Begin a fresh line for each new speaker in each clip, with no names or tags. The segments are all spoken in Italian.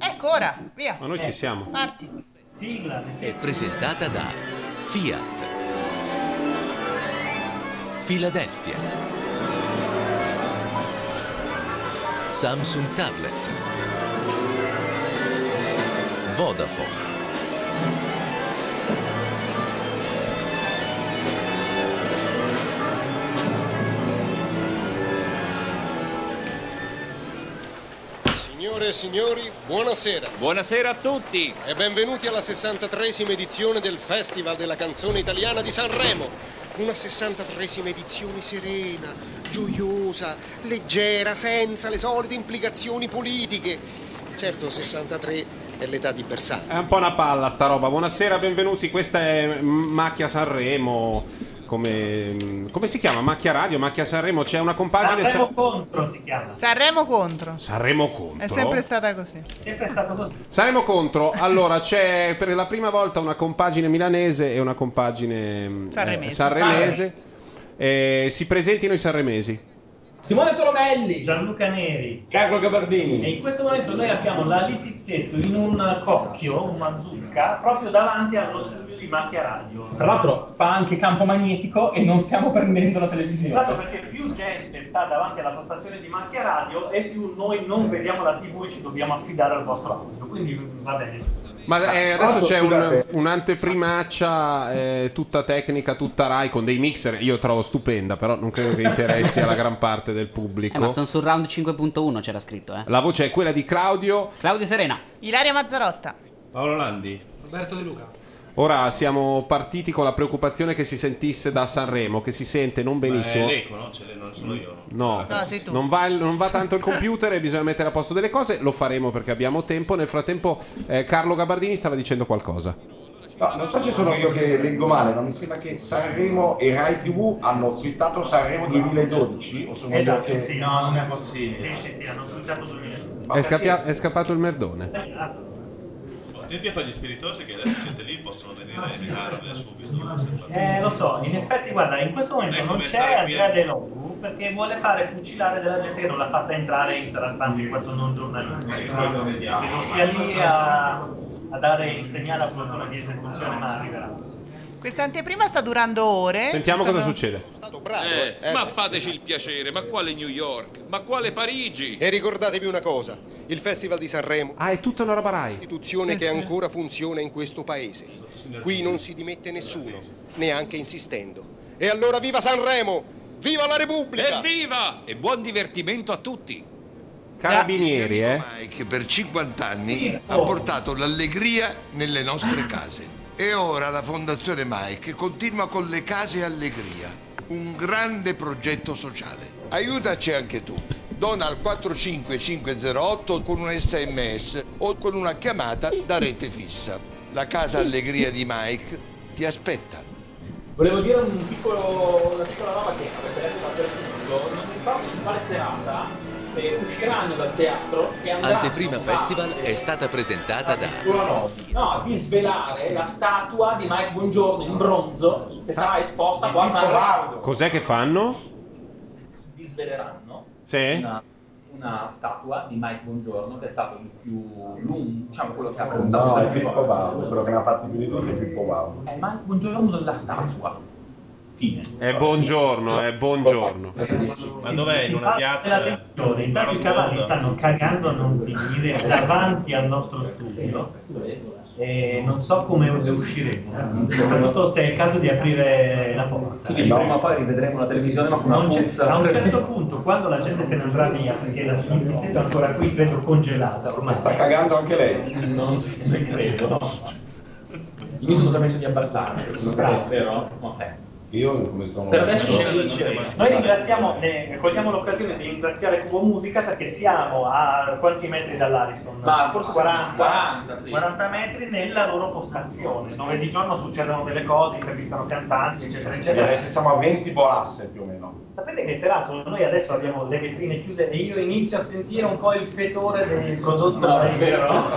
ancora, via. Eh.
Ma noi ci siamo.
Parti.
è presentata da Fiat, Philadelphia, Samsung Tablet, Vodafone,
Signore e signori, buonasera.
Buonasera a tutti.
E benvenuti alla 63esima edizione del Festival della canzone italiana di Sanremo. Una 63esima edizione serena, gioiosa, leggera, senza le solite implicazioni politiche. Certo, 63 è l'età di Bersani.
È un po' una palla sta roba. Buonasera, benvenuti. Questa è Macchia Sanremo. Come, mm, come si chiama? Macchia Radio, Macchia Sanremo. C'è una compagine.
Sanremo
Sa-
contro si chiama.
Sanremo contro.
Sanremo contro.
È sempre stata così.
Sempre stato così.
Saremo contro. Allora, c'è per la prima volta una compagine milanese e una compagine mh,
Sanremese.
eh, sanremese. Eh, si presentino i sanremesi.
Simone Toromelli,
Gianluca Neri.
Carlo Gabardini.
E in questo momento noi abbiamo la Litizietto in un cocchio, una zucca, proprio davanti allo studio di Macchia Radio.
Tra l'altro fa anche campo magnetico e non stiamo prendendo la
Esatto,
televisione.
perché più gente sta davanti alla postazione di Macchia Radio e più noi non vediamo la TV e ci dobbiamo affidare al vostro audio. Quindi va bene.
Ma eh, adesso
Pronto,
c'è un,
scusate.
un'anteprimaccia eh, tutta tecnica, tutta Rai con dei mixer. Io trovo stupenda, però non credo che interessi alla gran parte del
Eh,
pubblico.
ma sono sul round 5.1 c'era scritto, eh.
La voce è quella di Claudio.
Claudio Serena.
Ilaria Mazzarotta.
Paolo Landi.
Roberto De Luca.
Ora siamo partiti con la preoccupazione che si sentisse da Sanremo, che si sente non benissimo.
Ma è l'eco, no? Ce l'è, non sono io.
No,
No, sei tu.
non, va, il- non va tanto il computer e bisogna mettere a posto delle cose. Lo faremo perché abbiamo tempo. Nel frattempo, eh, Carlo Gabardini stava dicendo qualcosa.
No, non so se sono io che leggo male, ma mi sembra che Sanremo e Rai TV hanno twittato Sanremo 2012. O sono io che.
sì, no, non è possibile. Sì, sì, sì, hanno sfruttato 2000.
Ma
È,
perché-
scappia- è scappato il merdone.
Oh, Attenti a fargli spiritosi che adesso siete lì, possono venire le carve subito. se fa-
Eh, lo so, in effetti, guarda, in questo momento
Ecco,
non
per
c'è
stare qui,
Andrea
eh.
De Longo perché vuole fare fucilare della gente che non l'ha fatta entrare in sala stampa in quanto non giornalista. Che non sia lì a, a dare il segnale a qualcuno di esecuzione, ma arriverà.
Questa anteprima sta durando ore.
Sentiamo
Ci stanno-
cosa succede.
Stato bravo,
Eh,
eh.
ma fateci il piacere, ma quale New York? Ma quale Parigi?
Eh.
E ricordatevi una cosa, il Festival di Sanremo
Ah, è tutta una roba Rai.
istituzione che ancora funziona in questo paese. Qui non si dimette nessuno, neanche insistendo. E allora viva Sanremo! Viva la Repubblica!
Evviva! E buon divertimento a tutti.
Carabinieri, eh.
Mike per 50 anni ha portato l'allegria nelle nostre case. E ora la Fondazione Mike continua con le case Allegria, un grande progetto sociale. Aiutaci anche tu. Dona al 45508 con un sms o con una chiamata da rete fissa. La casa Allegria di Mike ti aspetta.
Volevo dire un piccolo, una piccola roba che avete letto dappertutto. Non mi ricordo su quale serata eh, usciranno dal teatro e andranno
Anteprima
a-
Festival è stata presentata da
Addirittura no, no, a disvelare la statua di Mike Buongiorno in bronzo che sarà esposta qua a Sanremo.
Cos'è che fanno?
Disveleranno
Sì.
una, una statua di Mike Buongiorno che è stato il più lungo, diciamo quello che ha
No,
portato
è Pippo Baudo, quello che ne ha fatti più di tutti è Pippo Baudo.
Eh, Mike Buongiorno della statua. Fine.
È buongiorno, è buongiorno.
Ma dov'è? In una piazza?
Della televisione, Intanto i
Una rotonda?
cavalli stanno cagando a non finire davanti al nostro studio. E non so come usciremo. Soprattutto se è il caso di aprire la porta.
Tu dici, no, ma poi rivedremo la televisione ma con
Non
una
c'è-
puzza.
a un certo punto, quando la gente se ne andrà via, perché la sinistra è ancora qui, credo congelata
Ma
ormai.
sta cagando anche lei.
Non si ne credo, no. Mi sono permesso di abbassarmi,
Bravo.
però. vabbè.
Io come sono.
Per adesso
Sono
c'è
andato al
l'incidente.
cinema.
Noi ringraziamo, eh, cogliamo l'occasione di ringraziare Cubo Musica perché siamo a quanti metri dall'Ariston?
Ma forse
40,
40, sì.
40 metri nella loro postazione, dove di giorno succedono delle cose, intervistano cantanti, eccetera, eccetera.
Adesso siamo a 20 bolasse più o meno.
Sapete che peraltro noi adesso abbiamo le vetrine chiuse e io inizio a sentire un po' il fetore del prodotto
No,
sai,
vero?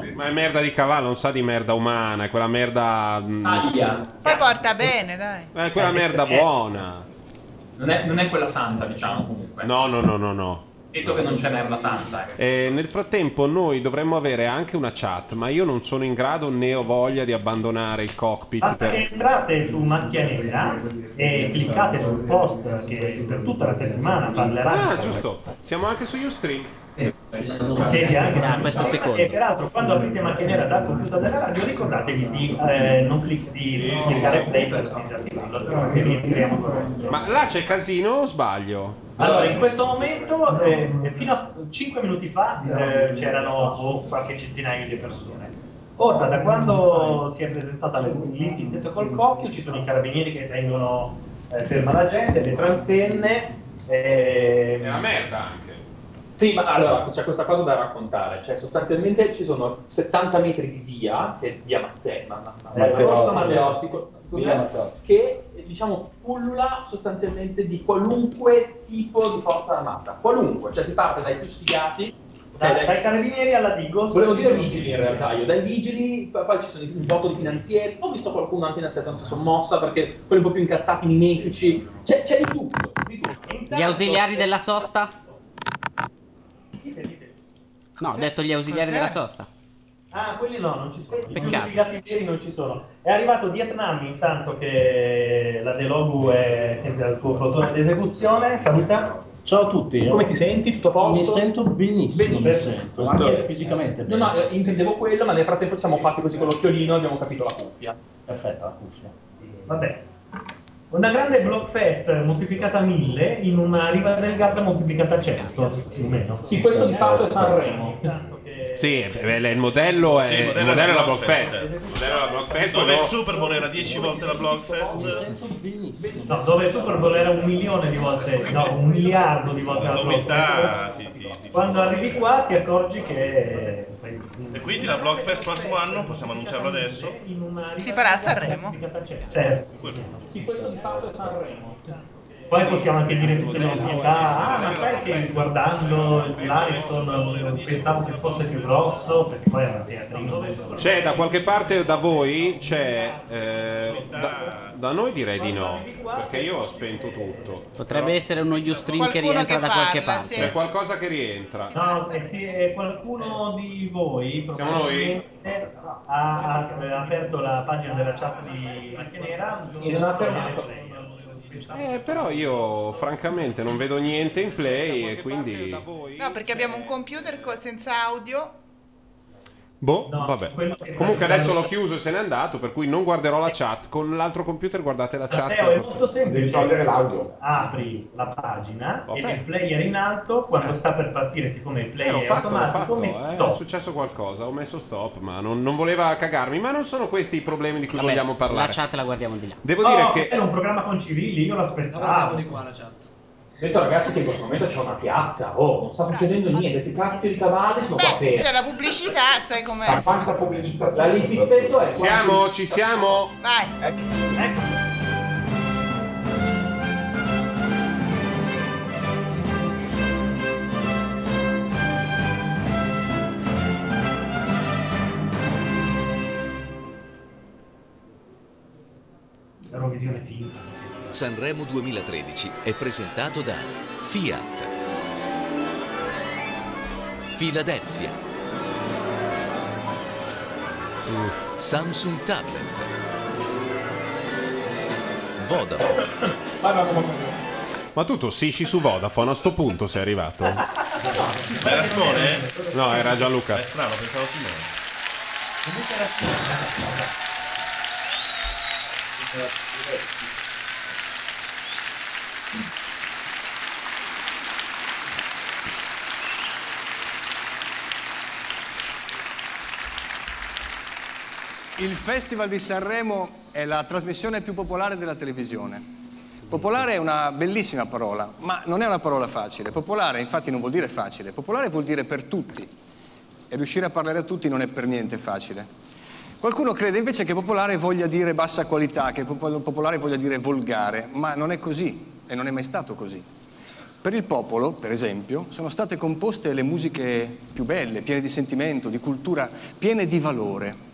che-
Ma è merda di cavallo, non sa di merda umana, è quella merda. mh,
Ah,
Aia.
Poi porta bene, dai.
è
Eh,
quella merda buona.
Non è, non è quella santa, diciamo comunque.
No, no, no, no, no.
detto che non c'è l'erba santa. eh.
Eh, nel frattempo noi dovremmo avere anche una chat, ma io non sono in grado né ho voglia di abbandonare il cockpit.
Basta
per-
che entrate su Macchia Nera e cliccate sul post che per tutta la settimana parlerà.
Ah, giusto. Siamo anche su Ustream.
Siete anche su- Eh, E peraltro quando aprite Macchia Nera dal computer della radio ricordatevi di eh, non clic- di cliccare play per disattivarlo, perché vi entriamo corretto.
Ma là c'è casino o sbaglio?
Allora, in questo momento, eh, fino a 5 minuti fa, eh, c'erano oh, qualche centinaio di persone. Ora, da quando si è presentata le- il tizzetto col cocchio, ci sono i carabinieri che tengono eh, ferma la gente, le transenne. eh,
È una merda anche.
ehm, Sì, ma allora c'è questa cosa da raccontare. Cioè, sostanzialmente ci sono 70 metri di via, che è via Mattei, ma, ma, ma-
Matteotti.
Corso Matteotti, co-
Via Matteotti.
che diciamo pullula sostanzialmente di qualunque tipo di forza armata. Qualunque, cioè si parte dai più sfigati.
Da- dai carabinieri alla Digos.
Volevo dire vigili in realtà, io dai vigili, poi- poi ci sono un botto di finanzieri, ho visto qualcuno anche nella serata sommossa perché quelli un po' più incazzati, mimetici, c'è, c'è di tutto.
Gli ausiliari della sosta? No, ho
Cos'è?
detto gli ausiliari
Cos'è?
della sosta.
Ah, quelli no, non ci sono.
Peccato.
I figati veri non ci sono. È arrivato Vietnam intanto che la Delogu è sempre al suo plotone di esecuzione. Saluta.
Ciao a tutti.
Come ti senti? Tutto a posto?
Mi sento benissimo, mi
Benissimo.
sento. Anche fisicamente
No,
bene.
no, eh, intendevo quello, ma nel frattempo ci siamo fatti così con l'occhiolino e abbiamo capito la cuffia.
Perfetta la cuffia.
Vabbè. Una grande blockfest moltiplicata a 1000 in una riva del Garda moltiplicata a 100, più o meno.
Sì, questo di fatto è Sanremo.
Sì, beh, il modello è,
Sì,
il modello è la
Blockfest.
Blockfest. Il modello è la Blockfest.
Dove
no?
il Super Bowl era 10 volte la Blockfest.
No, dove il Super Bowl era un milione di volte, no, un miliardo di volte la
Umiltà,
blockfest. Quando arrivi qua ti accorgi che...
E quindi la Blockfest prossimo anno, possiamo annunciarlo adesso.
Si farà a Sanremo.
Certo.
Sì, questo di fatto è Sanremo.
Poi possiamo anche dire tutte le novità. Ah, ma sai che guardando il Python pensavo che fosse più grosso, perché poi era teatrino.
C'è da qualche parte da voi? C'è eh, da, da noi direi di no, perché io ho spento tutto.
Potrebbe essere uno Ustream che
Qualcuno
rientra
che
da qualche
parla,
parte.
sì. È qualcosa che rientra.
No, e se qualcuno di voi
Siamo noi?
probabilmente, ha, ha aperto la pagina della chat di Macchia Nera
E non ha fermato.
Eh, però io francamente non vedo niente in play e quindi...
No, perché abbiamo un computer co- senza audio.
Boh, vabbè. Comunque adesso l'ho chiuso e se n'è andato, per cui non guarderò la chat. Con l'altro computer guardate la chat.
Matteo, è molto semplice.
Devi togliere l'audio.
Apri la pagina
Vabbè.
e il player in alto, quando sta per partire, siccome il
Eh,
player
l'ho
è
fatto, l'ho
automatico,
fatto,
metti
eh,
stop.
è successo qualcosa, ho messo stop, ma non, non voleva cagarmi, ma non sono questi i problemi di cui
Vabbè,
vogliamo parlare.
La chat la guardiamo di là.
Devo
No,
dire che
Oh, era un programma con Cirilli, io l'aspettavo. di qua la chat.
Ho detto ragazzi che in questo momento c'è una piatta, oh, non sta succedendo niente, questi cazzo di cavalli sono qua
Beh, c'è
fermi.
la pubblicità, sai
Ah.
com'è.
Quanta pubblicità
La litizzetto è
siamo, ci siamo.
Vai.
Ecco. Era una visione finta.
Sanremo 2013 è presentato da Fiat, Philadelphia, Samsung Tablet, Vodafone,
Ma tu tossisci su Vodafone a sto punto sei arrivato?
Era Simone?
No, era Gianluca.
È strano, pensavo Simone.
Il Festival di Sanremo è la trasmissione più popolare della televisione. Popolare è una bellissima parola, ma non è una parola facile. Popolare infatti non vuol dire facile, popolare vuol dire per tutti. E riuscire a parlare a tutti non è per niente facile. Qualcuno crede invece che popolare voglia dire bassa qualità, che popol- popolare voglia dire volgare, ma non è così e non è mai stato così. Per il popolo, per esempio, sono state composte le musiche più belle, piene di sentimento, di cultura, piene di valore.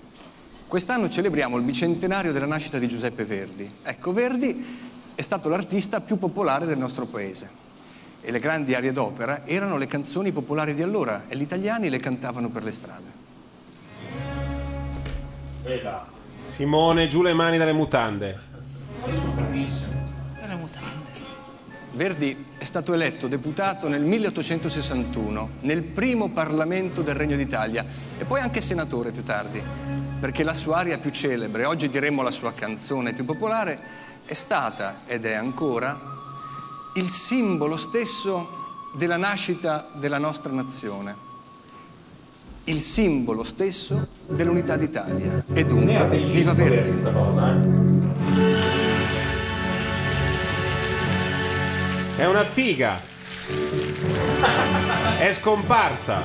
Quest'anno celebriamo il bicentenario della nascita di Giuseppe Verdi. Ecco, Verdi è stato l'artista più popolare del nostro paese. e le grandi arie d'opera erano le canzoni popolari di allora e gli italiani le cantavano per le strade.
Simone, giù le mani dalle mutande.
Verdi è stato eletto deputato nel 1861, nel primo Parlamento del Regno d'Italia e poi anche senatore più tardi, perché la sua aria più celebre, oggi diremmo la sua canzone più popolare, è stata ed è ancora il simbolo stesso della nascita della nostra nazione, il simbolo stesso dell'unità d'Italia. E dunque, viva Verdi!
È una figa. È scomparsa.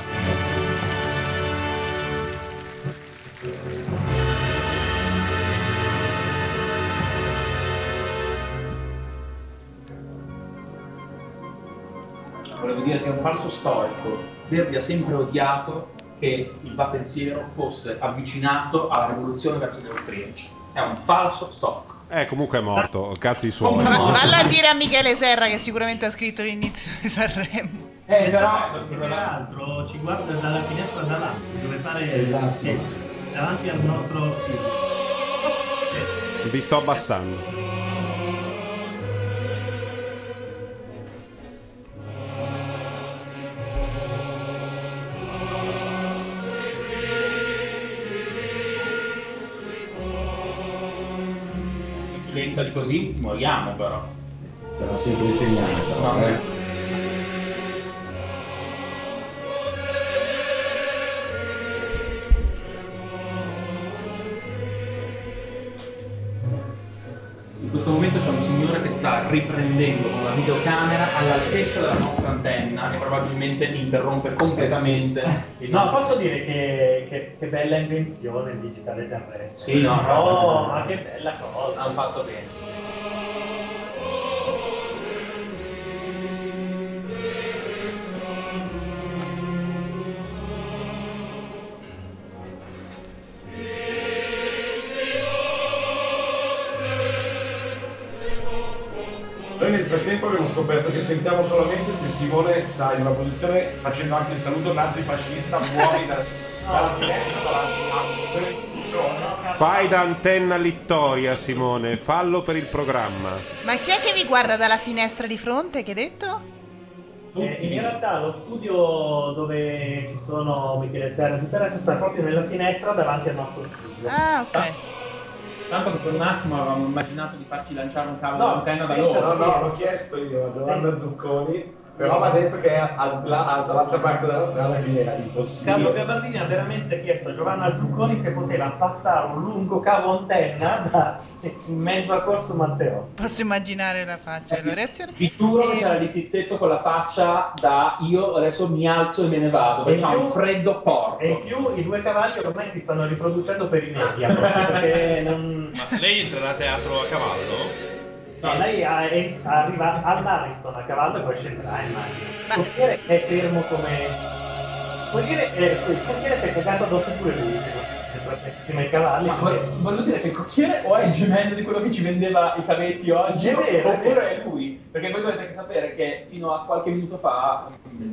Volevo dire che è un falso storico. Verdi ha sempre odiato che il Vapensiero fosse avvicinato alla rivoluzione verso l'Autriaci. È un falso storico.
Eh, comunque è morto. Cazzi suoi.
Ma-
Valla a dire a Michele Serra che sicuramente ha scritto l'inizio di Sanremo.
Eh, però peraltro ci guarda dalla finestra davanti, dove pare sì, davanti al nostro
Vi sto abbassando.
Diventa di così, moriamo però.
Però sempre insegnante, però,
No.
eh.
In questo momento c'è un signore che sta riprendendo con la videocamera all'altezza della nostra antenna e probabilmente interrompe completamente il
Eh No,
nostro-
posso dire che, che, che bella invenzione il digitale terrestre.
Sì, no,
no, Oh, ma che bella cosa.
Hanno fatto bene.
Noi nel frattempo abbiamo scoperto che sentiamo solamente se Simone sta in una posizione facendo anche il saluto nazifascista fuori da- dalla finestra davanti a quelle persone.
Fai da antenna Littoria, Simone. Fallo per il programma.
Ma chi è che vi guarda dalla finestra di fronte? Che hai detto?
Eh, in realtà lo studio dove ci sono Michele Serra e tutto il resto sta proprio nella finestra davanti al nostro studio.
Ah, ok.
Tanto che per un attimo avevamo immaginato di farci lanciare un cavo
No,
d'antenna da
senza
loro.
No, no, l'ho
chiesto io a Giovanna Zucconi, però mi ha detto che è al- là- dall'altra parte della strada quindi era
Carlo
impossibile.
Gabardini ha veramente chiesto a Giovanna Zucconi se poteva passare un lungo cavo antenna da- in mezzo a Corso Matteo.
Posso immaginare la faccia Eh. e la reazione?
Vi giuro che c'era lì tizzetto con la faccia da io adesso mi alzo e me ne vado, perché ha un freddo porco.
E in più i due cavalli ormai si stanno riproducendo per i media, perché non...
Ma lei entrerà a teatro a cavallo?
No, lei ha- è- arriva all'Ariston a cavallo e poi scenderà, immagino. Il portiere è fermo come... Il portiere, eh, il portiere si è cagato addosso pure lui, se non- insieme ai cavalli.
Ma vo- voglio dire che il cocchiere o è il gemello di quello che ci vendeva i cavetti oggi,
È vero, è
oppure è lui. Perché voi dovete anche sapere che fino a qualche minuto fa,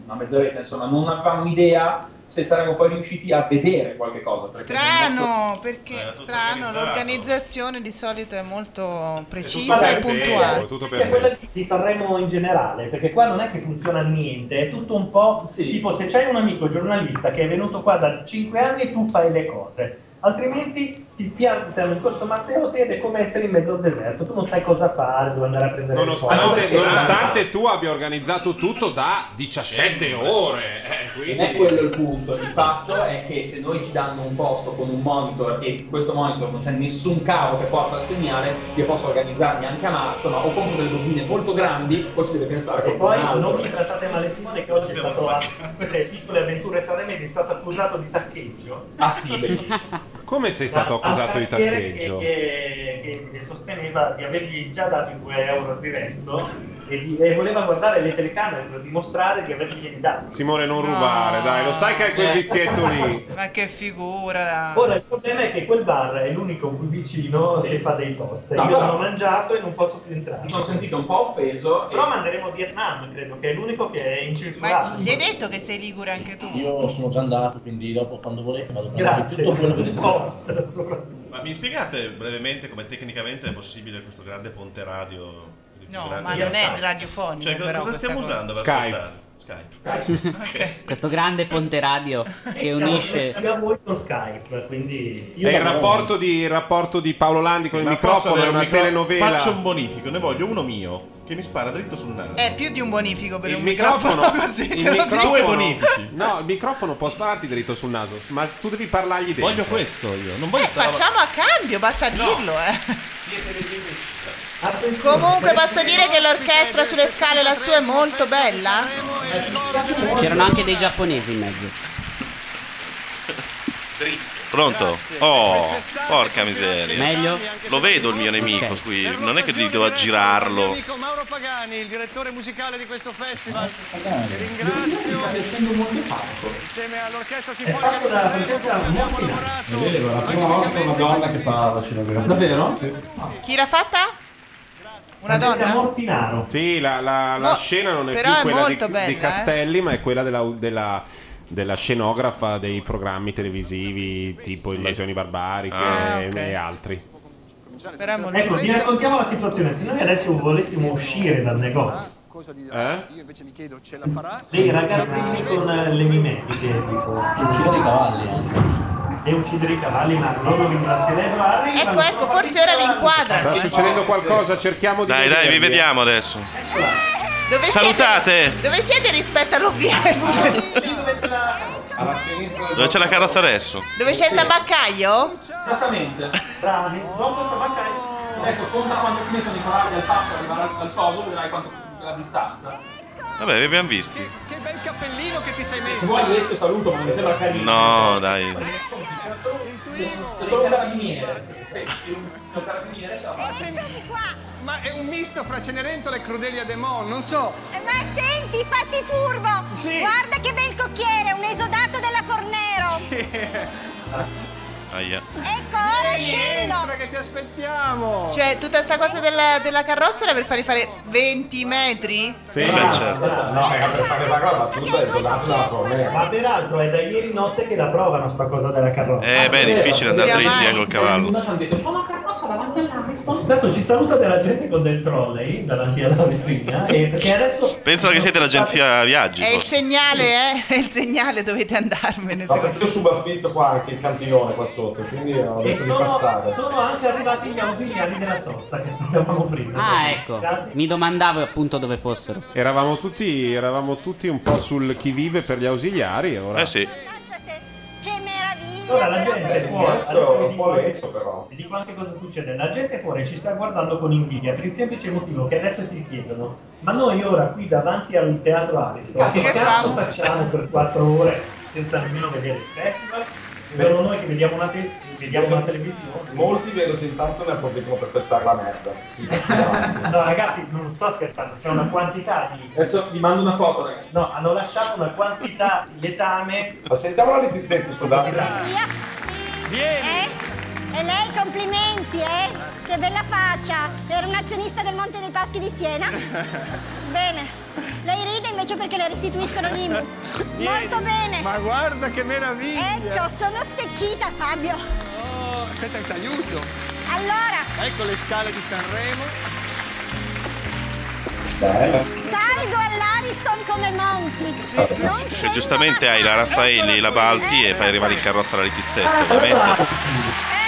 una mezz'oretta insomma, non avevamo idea se saremmo poi riusciti a vedere qualche cosa. perché
Strano,
Eh,
perché strano, l'organizzazione di solito è molto precisa
Vabbè,
e puntuale.
È Cioè, quella di Sanremo in generale, perché qua non è che funziona niente, è tutto un po' tipo se c'hai un amico giornalista che è venuto qua da 5 anni tu fai le cose, altrimenti ti piantano in corso Matteo Ted è come essere in mezzo al deserto, tu non sai cosa fare, dove andare a prendere le cose.
Nonostante, nonostante tu abbia organizzato tutto da 17 ore. eh,
Non
quindi-
è quello il punto, il fatto è che se noi ci danno un posto con un monitor e questo monitor non c'è nessun cavo che porta il segnale, io posso organizzarmi anche a marzo, ma o compro delle bobine molto grandi o ci deve pensare
E
qualcun
poi
altro.
non mi trattate male Simone che oggi è stato a queste piccole avventure sanremesi è stato accusato di taccheggio.
Ah sì, bellissimo.
Eh, Come sei stato
Al
accusato di
cassiere
taccheggio?
Che, che- che sosteneva di avergli già dato i 2 euro di resto e, gli- e voleva guardare le telecamere per dimostrare di averglieli dati.
Simone, non rubare, dai, lo sai che hai quel
Eh.
vizietto lì.
Ma che figura!
Ora il problema è che quel bar è l'unico qui vicino
Sì.
che fa dei toast.
No,
Io
però-
l'ho mangiato e non posso più entrare.
Mi sono sentito un po' offeso.
Però
e-
manderemo a Vietnam, credo, che è l'unico che è
Ma
incensurato.
gli hai detto che sei ligure anche tu?
Io sono già andato, quindi dopo quando volete vado a prendere
Grazie.
tutto quello che desiderate.
Toast, soprattutto.
Ma mi spiegate brevemente come tecnicamente è possibile questo grande ponte radio? il più
No,
grande
ma
della
non è
Sky?
radiofonico,
Cioè, cosa
però, questa
stiamo
cosa.
usando per
Skype.
ascoltare? Skype.
Questo grande ponte radio che
Esatto.
unisce.
Siamo voi con Skype, quindi...
È il rapporto, di, il rapporto di Paolo Landi con il
Ma posso
microfono,
avere
è
un
una
micro-
telenovela.
Faccio un bonifico, ne voglio uno mio che mi spara dritto sul naso.
È più di un bonifico per
Il
un
microfono,
microfono così,
il
te lo
microfono-
dico.
No, il microfono può spararti dritto sul naso, ma tu devi parlargli dentro. Voglio
questo io, non
Eh, facciamo a cambio, basta dirlo, eh. Comunque posso dire che l'orchestra sulle scale lassù è molto bella.
C'erano anche dei giapponesi in mezzo.
Pronto? Oh, porca miseria.
Meglio?
Lo vedo il mio nemico, scusi, non è che gli devo girarlo.
Pagani, il direttore musicale di questo festival. Ti ringrazio. Insieme all'Orchestra Sinfonica di Sanremo abbiamo lavorato.
È vero, la prima volta una donna che fa la scenografia.
Davvero?
Chi l'ha fatta? Una donna?
Mortinaro.
Sì, la, la- la
Mo-
scena non è
però
più
è
quella di,
molto bella, eh.
di Castelli, ma è quella della, della- della scenografa dei programmi televisivi tipo Invasioni Barbariche
Ah,
e,
ok.
e altri.
Però è molto
Ecco, ti
bella.
raccontiamo la situazione. Se noi adesso volessimo uscire dal negozio,
Eh?
Io invece mi chiedo, ce la farà?
dei ragazzini con eh, le mimetiche, tipo... Che uccidono i
eh.
cavalli. E uccidere i cavalli, ma loro ringrazierebbero Harry.
Ecco, ecco, forse ora vi
Sta
inquadrano.
succedendo qualcosa, cerchiamo di...
Dai, dai, vi
vedervi.
vediamo adesso.
Dove
Salutate!
Siete, dove siete rispetto all'OBS?
Alla sinistra
Dove c'è la carrozza adesso?
Dove c'è il tabaccaio?
Esattamente. Bravi. Dopo il tabaccaio. Adesso conta quando ti mettono i cavalli al passo arrivare al, al coso, vedrai quanto la distanza.
Vabbè, vi abbiamo visti.
Cappellino che ti sei
Se
messo.
vuoi adesso saluto, ma mi sembra carino.
No, dai.
Sono solo un carabiniere. Sì, sono un carabiniere.
Ma, sei- ma è un misto fra Cenerentola e Crudelia De Mon, non so.
Eh, Ma senti, fatti furbo!
Sì.
Guarda che bel cocchiere, un esodato della Fornero!
Aia.
Ecco, ora scendo!
Entra che ti aspettiamo!
Cioè, tutta sta cosa della, della carrozza era per farli fare 20 metri?
Sì, beh, certo.
Ah, No, raga, per fare la cosa, tutto è soldato eh. dalla fornera.
Ma peraltro è da ieri notte che la provano sta cosa della carrozza.
Eh, beh, è difficile andare
Siamo
dritti eh,
ai-
col cavallo.
Ci hanno detto, c'ho una carrozza davanti all'Ariston.
Intanto ci saluta della gente con del trolley davanti alla vetrina e perché adesso
Pensano che siete l'agenzia viaggi.
È il
forse.
segnale, eh? È il segnale, dovete andarvene.
No,
secondo
perché io subaffitto qua anche il cantinone qua sotto, quindi ho
e
deciso di
sono,
passare.
sono anche arrivati gli ausiliari della sosta che stavamo prima.
Ah, ecco. Mi domandavo appunto dove fossero.
Eravamo tutti, eravamo tutti un po' sul chi vive per gli ausiliari. e Ora.
Eh sì.
Ora la gente è fuori,
Adesso
adesso
è
vi
un po'
dico-
lento però.
vi dico anche cosa succede, la gente fuori ci sta guardando con invidia per il semplice motivo che adesso si chiedono ma noi ora qui davanti al teatro Ariston
Cazzo,
che
che
cazzo
famo?
facciamo per quattro ore senza nemmeno vedere il festival? Solo noi che vediamo una, te- vediamo una televisione.
Molti vedo che intanto ne approfittano per testare la merda.
No, ragazzi, non sto scherzando, c'è una quantità di.
Adesso vi mando una foto, ragazzi.
No, hanno lasciato una quantità di letame. Esatto.
Ma sentiamo la Letizia, scusate.
Via. Eh? E lei complimenti, eh? Che bella faccia! Era un azionista del Monte dei Paschi di Siena. bene. Lei ride invece perché le restituiscono l'IMU. Molto bene.
Ma guarda che meraviglia!
Ecco, sono stecchita, Fabio.
Oh, aspetta che ti aiuto!
Allora,
Ecco le scale di Sanremo.
salgo all'Ariston come Monti. Non
Che Cioè, giustamente hai la Raffaelli, la Balti e fai arrivare in carrozza la Letizzetta. Veramente.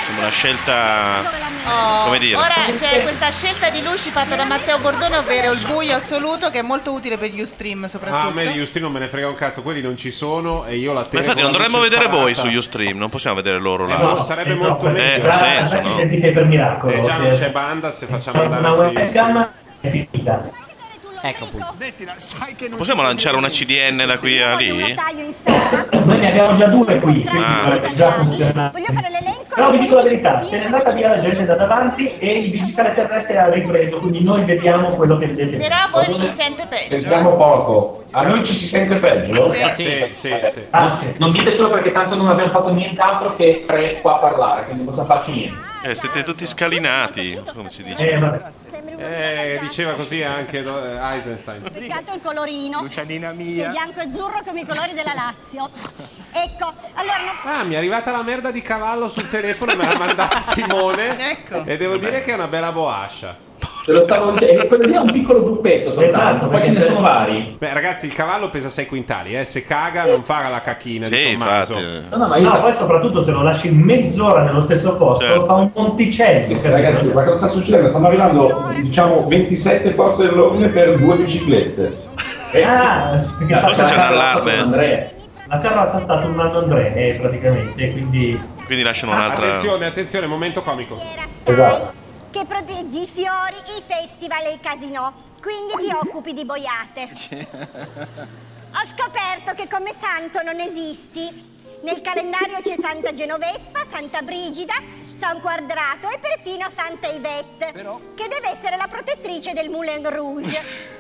Sembra una scelta.
Oh,
Come dire?
Ora c'è questa scelta di luci fatta da Matteo Bordone, ovvero il buio assoluto, che è molto utile per gli stream
Ah, a
soprattutto.
me di Justino me ne frega un cazzo, quelli non ci sono e io la
Ma
tengo.
infatti non
la
dovremmo
luce
vedere voi su
sparata.
Ustream, non possiamo vedere loro là.
Eh, no, sarebbe molto meglio.
Eh, ha senso, no?
per miracolo.
Eh, già non
eh.
c'è banda se facciamo andare
Una
anche io.
webcam è finita.
Ecco appunto.
Possiamo lanciare una CDN da qui a lì?
taglio in sera.
Noi ne abbiamo già due qui.
Ah.
quindi già funziona.
Voglio fare l'elenco
Però vi dico la verità, se n'è andata via la gente da davanti e il digitale terrestre è al ripreso, quindi noi vediamo quello che vedete.
Però a voi vi si sente peggio. eh.
Sentiamo poco. A noi ci si sente peggio?
Sì.
sì,
Ah, non ditecelo perché tanto non abbiamo fatto nient'altro che tre qua a parlare, quindi non possiamo farci niente.
Eh, siete tutti scalinati, come si dice.
Eh, vabbè.
Eh, diceva così anche no, eh, Eisenstein.
Peccato il colorino.
Lucianina
Sei bianco e azzurro come i colori della Lazio. Ecco, allora no,
Ah, mi è arrivata la merda di cavallo sul telefono, me l'ha mandata Simone.
Ecco.
E devo dire che è una bella boascia.
Te lo stavo dicendo, e quello lì è un piccolo gruppetto soltanto, poi ce ne sono vari.
Beh, ragazzi, il cavallo pesa 6 quintali, eh. Se caga non fa la cacchina di Tommaso.
No, no, ma
Ah.
io poi soprattutto se lo lasci mezz'ora nello stesso posto, fa un monticello.
Ragazzi, ma cosa sta succedendo? Stanno arrivando, diciamo, 27 forze dell'ordine per due biciclette.
Eh, ah, perché
Forse
la
c'è un
carrozza
allarme.
sta tornando Andrea. La carrozza sta tornando Andrea, eh, praticamente, quindi...
Quindi lasciano
Attenzione, attenzione, momento comico.
che proteggi i fiori, i festival e i casinò. Quindi ti occupi di boiate. Ho scoperto che come santo non esisti. Nel calendario c'è Santa Genoveffa, Santa Brigida, San Quadrato e perfino Santa Ivette, che deve essere la protettrice del Moulin Rouge.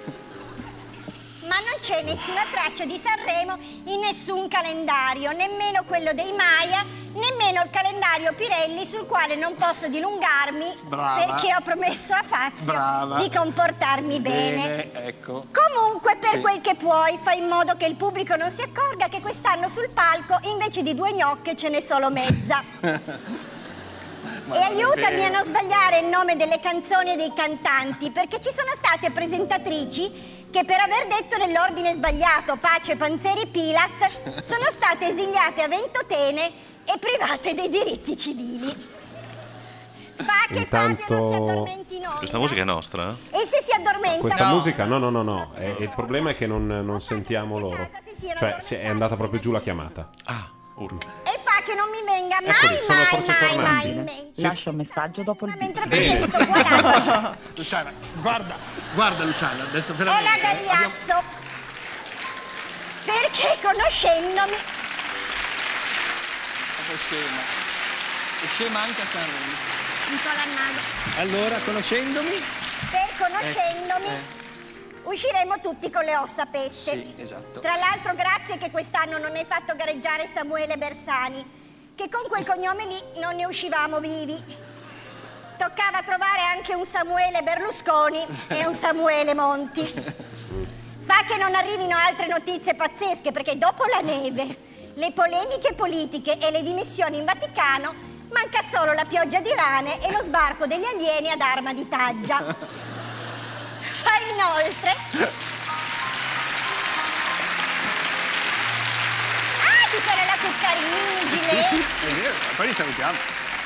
Ma non c'è nessuna traccia di Sanremo in nessun calendario, nemmeno quello dei Maya, nemmeno il calendario Pirelli sul quale non posso dilungarmi
Brava.
perché ho promesso a Fazio
Brava.
di comportarmi bene.
ecco.
Comunque, per
Sì.
quel che puoi, fai in modo che il pubblico non si accorga che quest'anno sul palco invece di due gnocche ce n'è solo mezza. e aiutami a non sbagliare il nome delle canzoni e dei cantanti, perché ci sono state presentatrici che per aver detto nell'ordine sbagliato Pace, Panzeri, Pilat, sono state esiliate a Ventotene e private dei diritti civili.
Intanto.
Questa musica è nostra? eh?
E se si addormentano...
Questa musica, no, no, no, no. Eh, il problema è che non, non sentiamo loro. Cioè, se- è andata proprio giù la chiamata. Ah, urca.
E fa che non mi venga
Eccoli,
mai,
ecco
mai,
sono forse
mai,
tornati.
mai Cioè, in mente.
Lascia un messaggio dopo il bip.
Perché sto guardando.
Luciana, guarda, guarda Luciana, adesso veramente.
eh.
Hola Gagliazzo. Perché conoscendomi
scema. È scema anche a Sanremo.
Nicola Nago,
Allora, conoscendomi?
per conoscendomi usciremo tutti con le ossa peste.
esatto.
Tra l'altro grazie che quest'anno non hai fatto gareggiare Samuele Bersani, che con quel cognome lì non ne uscivamo vivi. Toccava trovare anche un Samuele Berlusconi e un Samuele Monti. Fa che non arrivino altre notizie pazzesche perché dopo la neve, le polemiche politiche e le dimissioni in Vaticano manca solo la pioggia di rane e lo sbarco degli alieni ad arma di taggia. Fa inoltre Ah, ci sono la Cuccarini,
Sì,
Giletti.
sì, è vero, poi li salutiamo.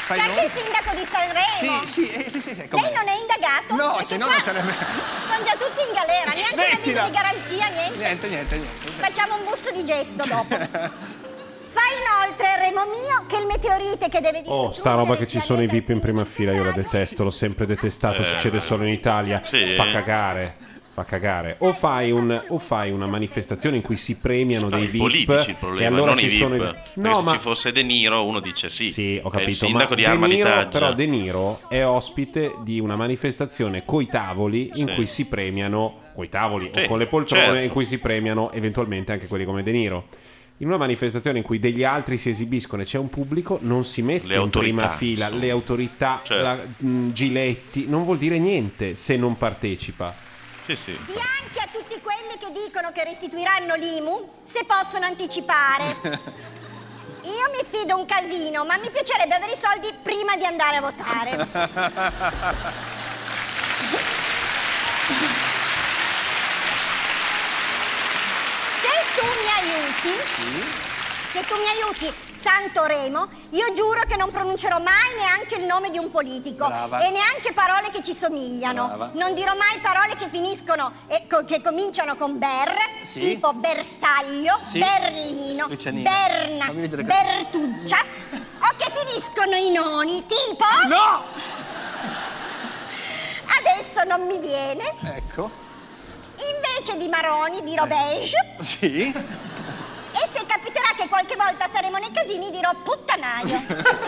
Fai
C'è anche
nome?
il sindaco di Sanremo.
Sì, sì, eh, sì, sì, come?
Lei non è indagato?
No,
Perché
se no
qua
non sarebbe.
Sono già tutti in galera, neanche un avviso
Smettila.
di garanzia, niente.
Niente, niente, niente.
Facciamo un busto di gesto dopo. Fa inoltre, Remo mio, che il meteorite che deve dire.
Oh, sta roba che ci sono i VIP in prima fila, io la detesto, l'ho sempre detestato,
Eh,
succede solo in Italia.
Sì.
Fa cagare. Fa cagare. O fai, un- o fai una manifestazione in cui si premiano dei
Ah, I
VIP
politici il
e
problema,
allora
non
ci
i VIP.
sono
Perché
No,
se
ma
ci fosse De Niro uno dice sì.
ho
è il
capito,
sindaco
ma
di
De
Arma di
Niro-
Taggia.
Però De Niro è ospite di una manifestazione coi tavoli in
Sì.
cui si premiano coi tavoli
Sì,
o con le poltrone
certo.
in cui si premiano eventualmente anche quelli come De Niro. In una manifestazione in cui degli altri si esibiscono e c'è un pubblico, non si mette
Le
in
autorità,
prima fila
insomma.
le autorità,
Certo.
la- mh, Giletti, non vuol dire niente se non partecipa.
Sì, sì.
Anche a tutti quelli che dicono che restituiranno l'IMU, se possono anticipare. Io mi fido un casino, ma mi piacerebbe avere i soldi prima di andare a votare. Se tu mi aiuti, se tu mi aiuti, Santo Remo, io giuro che non pronuncerò mai neanche il nome di un politico
Brava.
e neanche parole che ci somigliano.
Brava.
Non dirò mai parole che finiscono e co- che cominciano con ber,
Sì.
tipo bersaglio,
Sì.
Berlino,
Lucianino.
Berna,
Fammi vedere che-
Bertuccia, o che finiscono in oni, tipo
No!
Adesso non mi viene.
Ecco.
Invece di Maroni dirò beige
Sì.
e se capiterà che qualche volta saremo nei casini dirò puttanaio.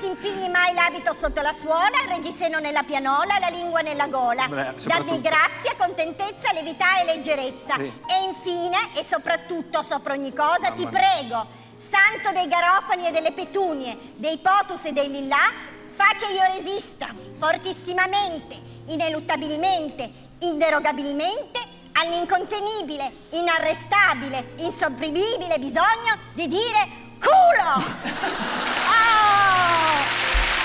impigli mai l'abito sotto la suola, il reggiseno nella pianola, la lingua nella gola.
Beh,
Dabbi
soprattutto-
grazia, contentezza, levità e leggerezza.
Sì.
E infine, e soprattutto sopra ogni cosa, ti
mia.
prego, santo dei garofani e delle petunie, dei potus e dei lillà, fa che io resista fortissimamente, ineluttabilmente, inderogabilmente all'incontenibile, inarrestabile, insopprimibile bisogno di dire culo!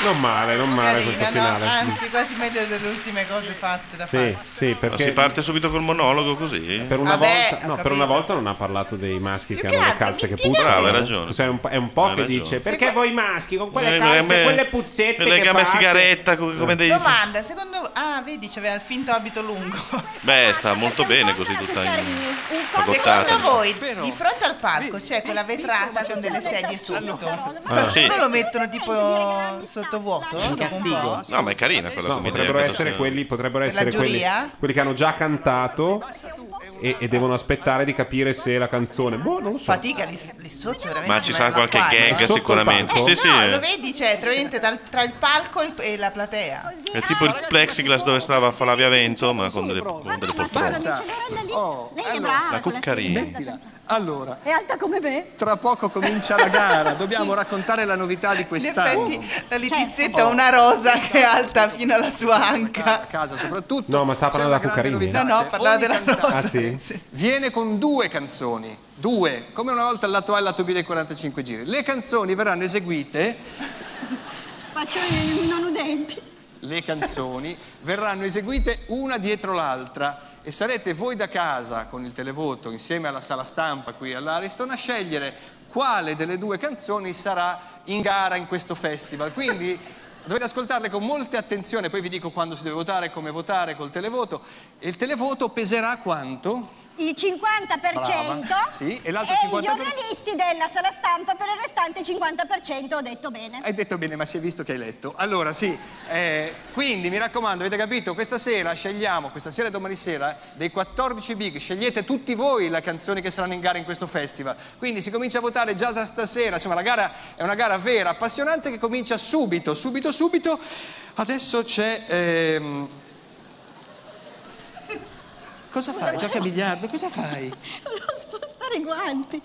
Non male, non male questo
Carina, no?
finale.
Anzi, quasi meglio delle ultime cose fatte da
Sì, sì,
Ma
perché
si parte subito col monologo così?
per una,
Vabbè, Ah, ho
volta, no, per
capito.
una volta non ha parlato dei maschi che
che
hanno le
altro,
calze
mi
che
spiegate?
puzzano.
Brava, hai Ah, ragione.
Cioè, è un, po- è un po'
Hai
che
ragione.
dice Cioè, perché voi maschi con quelle
Eh,
calze,
me-
quelle puzzette
le
che
gambe a
fate-
sigaretta, co- come dei-
Domanda, secondo Ah, vedi, c'aveva il finto abito lungo.
Beh, sta molto bene così tutta in fagottata.
Secondo voi, di fronte al palco c'è quella vetrata con delle sedie sotto?
Ah, sì.
Non lo mettono tipo sottovuoto? dopo un po'?
No, ma è carina quella
No,
come idea,
potrebbero
questa
essere,
sera.
quelli, potrebbero
Per
essere
la
quelli,
giuria?
quelli che hanno già cantato e, e devono aspettare di capire se la canzone. Boh, non lo so.
Fatica lì, lì sotto veramente.
Ma ci
non
sarà
è
qualche
l'acquario,
gag
eh.
sicuramente.
Eh,
Sì, sì.
no,
eh.
lo vedi, c'è tra, niente, dal- tra il palco e il- e la platea.
È tipo il plexiglass dove stava Flavia Vento, ma con delle, con delle poltrone.
Oh,
Lei è brava.
Ah,
La cuccarina.
Allora,
È alta come me.
tra poco comincia la gara, dobbiamo raccontare la novità di
In
quest'anno. Oh.
effetti, la litizzetta ha una rosa che è alta fino alla sua anca.
casa soprattutto.
No, ma stava
C'è
parlando
una
da
grande
Cuccarini.
novità,
No, no,
cioè,
parlava
ogni
della
cantante
Ah, sì?
Viene con due canzoni, due, come una volta il lato A e il lato B dei 45 giri. Le canzoni verranno eseguite,
Faccio il non udenti.
le canzoni verranno eseguite una dietro l'altra e sarete voi da casa con il televoto insieme alla sala stampa qui all'Ariston a scegliere quale delle due canzoni sarà in gara in questo festival. Quindi dovete ascoltarle con molta attenzione, poi vi dico quando si deve votare, come votare col televoto e il televoto peserà quanto?
Il 50%
Brava. Sì, e l'altro 50%?
e i giornalisti della sala stampa per il restante 50%, ho detto bene.
Hai detto bene, ma si è visto che hai letto. Allora, sì, eh, quindi mi raccomando, avete capito? Questa sera scegliamo, questa sera e domani sera, dei 14 big, scegliete tutti voi le canzoni che saranno in gara in questo festival. Quindi si comincia a votare già da stasera. Insomma, la gara è una gara vera, appassionante, che comincia subito, subito, subito. Adesso c'è. ehm, Cosa fai? Giochi a biliardo? Cosa fai?
Volevo spostare i guanti.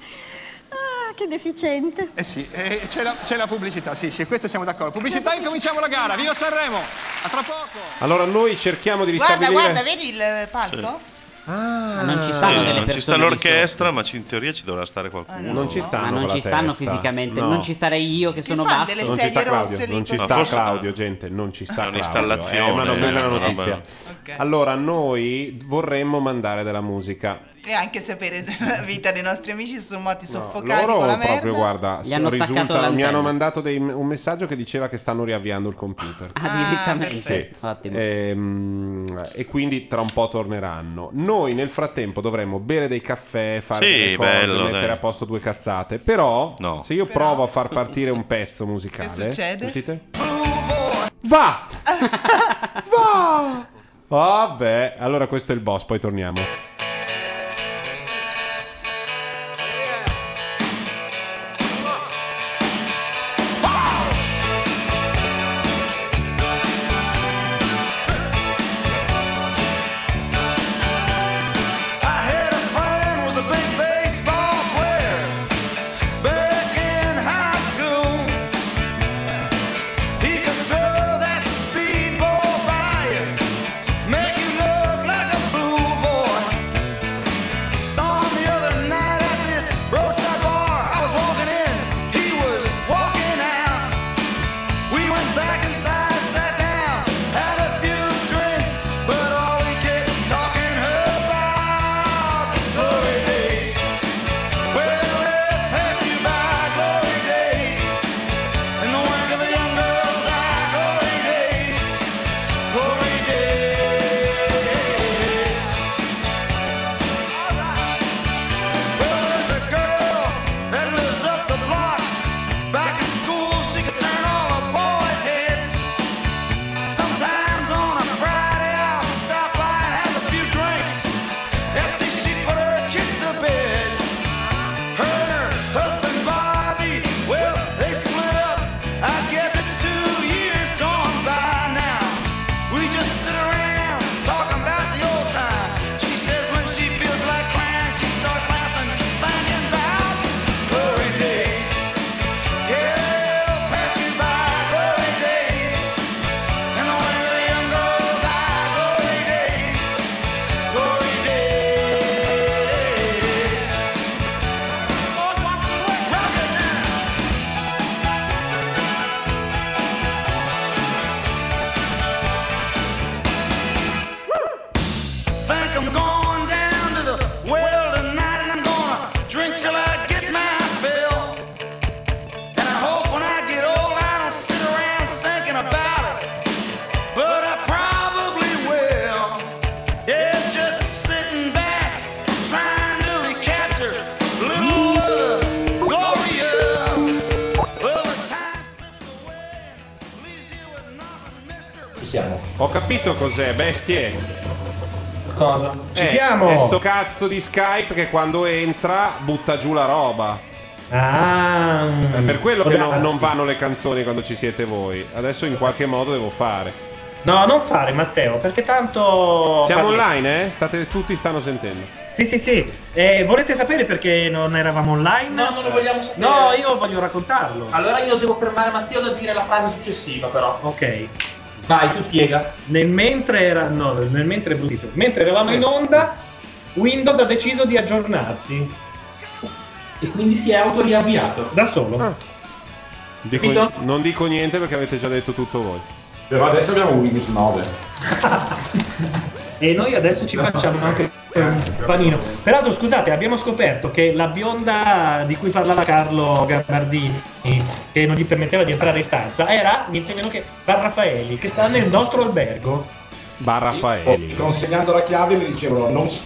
Ah, che deficiente.
Eh sì, eh, c'è, la, c'è la pubblicità, sì, sì, questo siamo d'accordo. Pubblicità e cominciamo la gara. Viva Sanremo! A tra poco!
Allora noi cerchiamo di
Guarda,
ristabilire.
guarda, vedi il eh, palco?
Ah,
non ci
Sì,
stanno delle
non ci sta
persone lì
l'orchestra, ma ci- in teoria ci dovrà
Eh,
stare qualcuno.
Non ci stanno
ma non
con la
ci stanno
testa.
fisicamente,
No.
non ci starei io che sono
fanno
basso.
delle
Non ci sta Claudio, non ci
Ma
sta
forse-
Claudio, gente, non ci sta
È
Claudio.
un'installazione,
eh, ma non è una
una
notizia. Allora, noi vorremmo mandare della musica.
E anche sapere la vita dei nostri amici sono morti soffocati
Loro
con la merda.
proprio, guarda,
Gli hanno staccato
risulta, mi
l'antenna.
hanno mandato dei- un messaggio che diceva che stanno riavviando il computer.
Ah, direttamente.
Sì. Ehm, e quindi tra un po' torneranno. Noi nel frattempo dovremmo bere dei caffè, fare
Sì,
delle cose,
bello,
mettere
dai.
a posto due cazzate. Però, se io provo a far partire un pezzo musicale,
Che succede?
sentite? Va! Va! Vabbè, allora questo è il boss, poi torniamo.
I had a friend who was a big baseball player back in high school. He could throw that speedball by you, make you look like a blue boy.
"Ah,
Ho capito cos'è, bestie.
Cosa?
Eh,
Chiamo.
è sto cazzo di Skype che quando entra butta giù la roba.
Ah,
È per quello che no-
Grazie.
non vanno le canzoni quando ci siete voi. Adesso in qualche modo devo fare.
No, non fare Matteo, perché tanto...
Siamo
parli-
online, eh? State- tutti stanno sentendo.
Sì, sì, sì. Eh, volete sapere perché non eravamo online?
No, non lo vogliamo sapere.
No, io voglio raccontarlo.
Allora io devo fermare Matteo da dire la frase successiva, però.
Ok.
Vai, tu spiega.
Nel mentre era. No, nel mentre è bruttissimo. Mentre eravamo in onda, Windows ha deciso di aggiornarsi.
E quindi si è autoriavviato.
Da solo.
Ah. Dico-
Capito?
non dico niente perché avete già detto tutto voi.
Però adesso abbiamo Windows 9.
E noi adesso ci facciamo anche un panino. Peraltro, scusate, abbiamo scoperto che la bionda di cui parlava Carlo Gabardini, che non gli permetteva di entrare in stanza, era niente meno che Barrafaeli, che sta nel nostro albergo. Oh,
Barrafaeli.
Consegnando la chiave mi dicevano non
È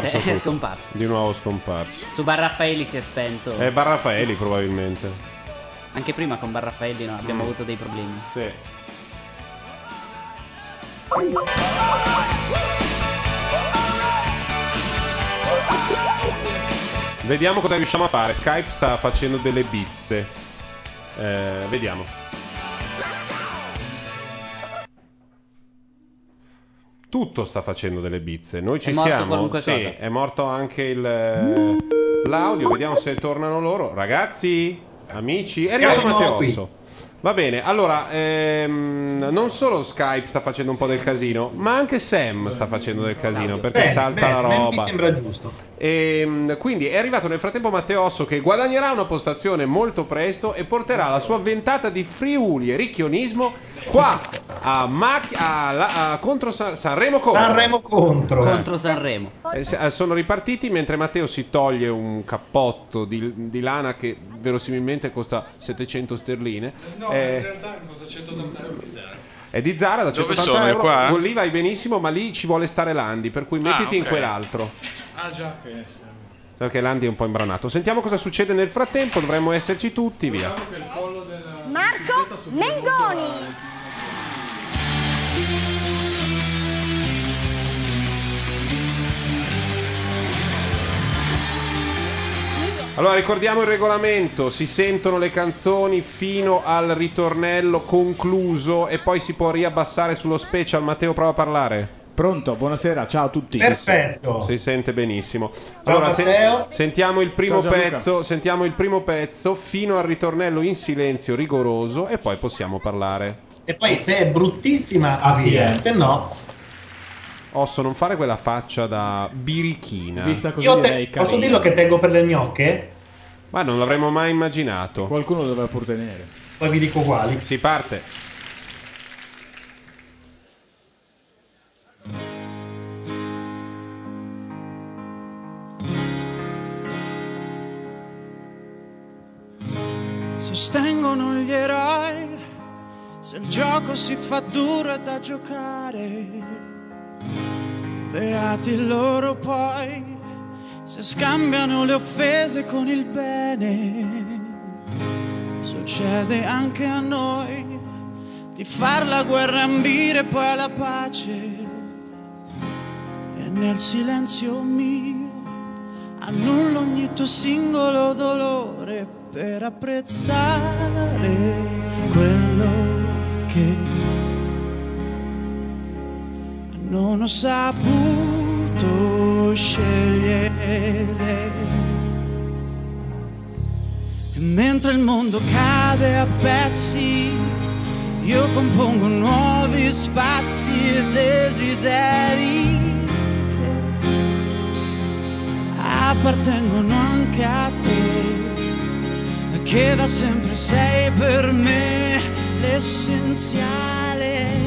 Niente, è
tutto.
scomparso.
Di nuovo scomparso.
Su Barraffaeli si è spento.
È Barrafaeli probabilmente.
Anche prima con Barraffaeli no, abbiamo
Mm.
avuto dei problemi.
Sì. Vediamo cosa riusciamo a fare. Skype sta facendo delle bizze. Eh, vediamo. Tutto sta facendo delle bizze. Noi ci
È morto
siamo.
qualunque
sì,
cosa.
è morto anche il, eh, l'audio. Vediamo se tornano loro. Ragazzi, amici, è arrivato
Siamo
Matteosso. Va bene, allora, ehm, non solo Skype sta facendo un po' del casino, ma anche Sam sta facendo del casino perché
Bene,
salta
bene,
la
bene,
roba.
Mi sembra giusto.
Ehm, quindi è arrivato nel frattempo Matteosso che guadagnerà una postazione molto presto e porterà la sua ventata di Friuli e ricchionismo qua a, Mac- a la- a contro San- Sanremo contro.
Sanremo contro.
Contro Sanremo.
Eh, s- eh, sono ripartiti mentre Matteo si toglie un cappotto di, di lana che verosimilmente costa 700 sterline. Eh,
realtà mi costa 180 euro di zero.
è di Zara da
Dove
180
sono?
euro.
Qua? Ah,
Con lì vai benissimo, ma lì ci vuole stare Landi, per cui mettiti in
ok.
quell'altro.
Ah già.
Perché Landi è un po' imbranato. Sentiamo cosa succede nel frattempo, dovremmo esserci tutti, via.
Marco Mengoni.
Allora ricordiamo il regolamento, si sentono le canzoni fino al ritornello concluso e poi si può riabbassare sullo special. Matteo prova a parlare. Pronto, buonasera, ciao a tutti.
Perfetto.
Si sente benissimo. Allora se- sentiamo il primo
Ciao Gianluca.
pezzo, sentiamo il primo pezzo fino al ritornello in silenzio rigoroso e poi possiamo parlare.
E poi se è bruttissima, ah, sì,
Via.
eh, se no.
Osso, non fare quella faccia da birichina.
Io te- posso dirlo che tengo per le gnocche?
Ma non l'avremmo mai immaginato. Qualcuno doveva pur tenere.
Poi vi dico quali.
Si parte.
Sostengono gli eroi se il gioco si fa duro è da giocare. Beati loro poi se scambiano le offese con il bene. Succede anche a noi di far la guerra ambire e poi alla pace. E nel silenzio mio annullo ogni tuo singolo dolore per apprezzare quello che non ho saputo scegliere. E mentre il mondo cade a pezzi, io compongo nuovi spazi e desideri appartengono anche a te, che da sempre sei per me l'essenziale.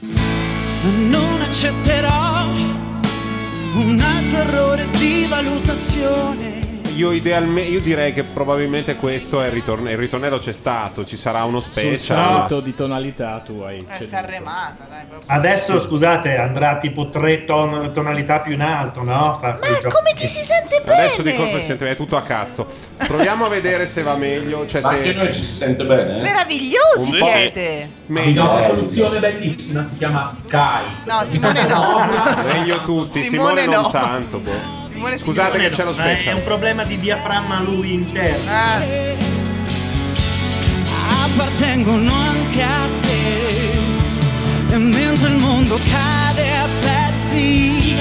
Non accetterò un altro errore di valutazione.
Io idealmente, io direi che probabilmente questo è il ritornello. Il ritornello c'è stato, ci sarà uno
Sul
special.
salto di tonalità tu hai.
È
ceduto.
Sanremata, dai, proprio.
Adesso, scusate, andrà tipo tre ton- tonalità più in alto, no? Fa quel gioco
come
lì.
ti si sente bene?
Adesso di colpo si sente bene, è tutto a cazzo. Proviamo a vedere se va meglio. Cioè
Ma
se...
anche noi ci si sente bene, eh?
Meravigliosi
Un po'.
siete!
Meglio.
Abbiamo una soluzione bellissima, si chiama Sky.
No, Simone no.
Meglio tutti, Simone,
Simone
non
no.
tanto. boh. Scusate che c'è lo
Ma È un
special.
problema di diaframma a lui interno.
Ah.
appartengono anche a te. E mentre il mondo cade a pezzi,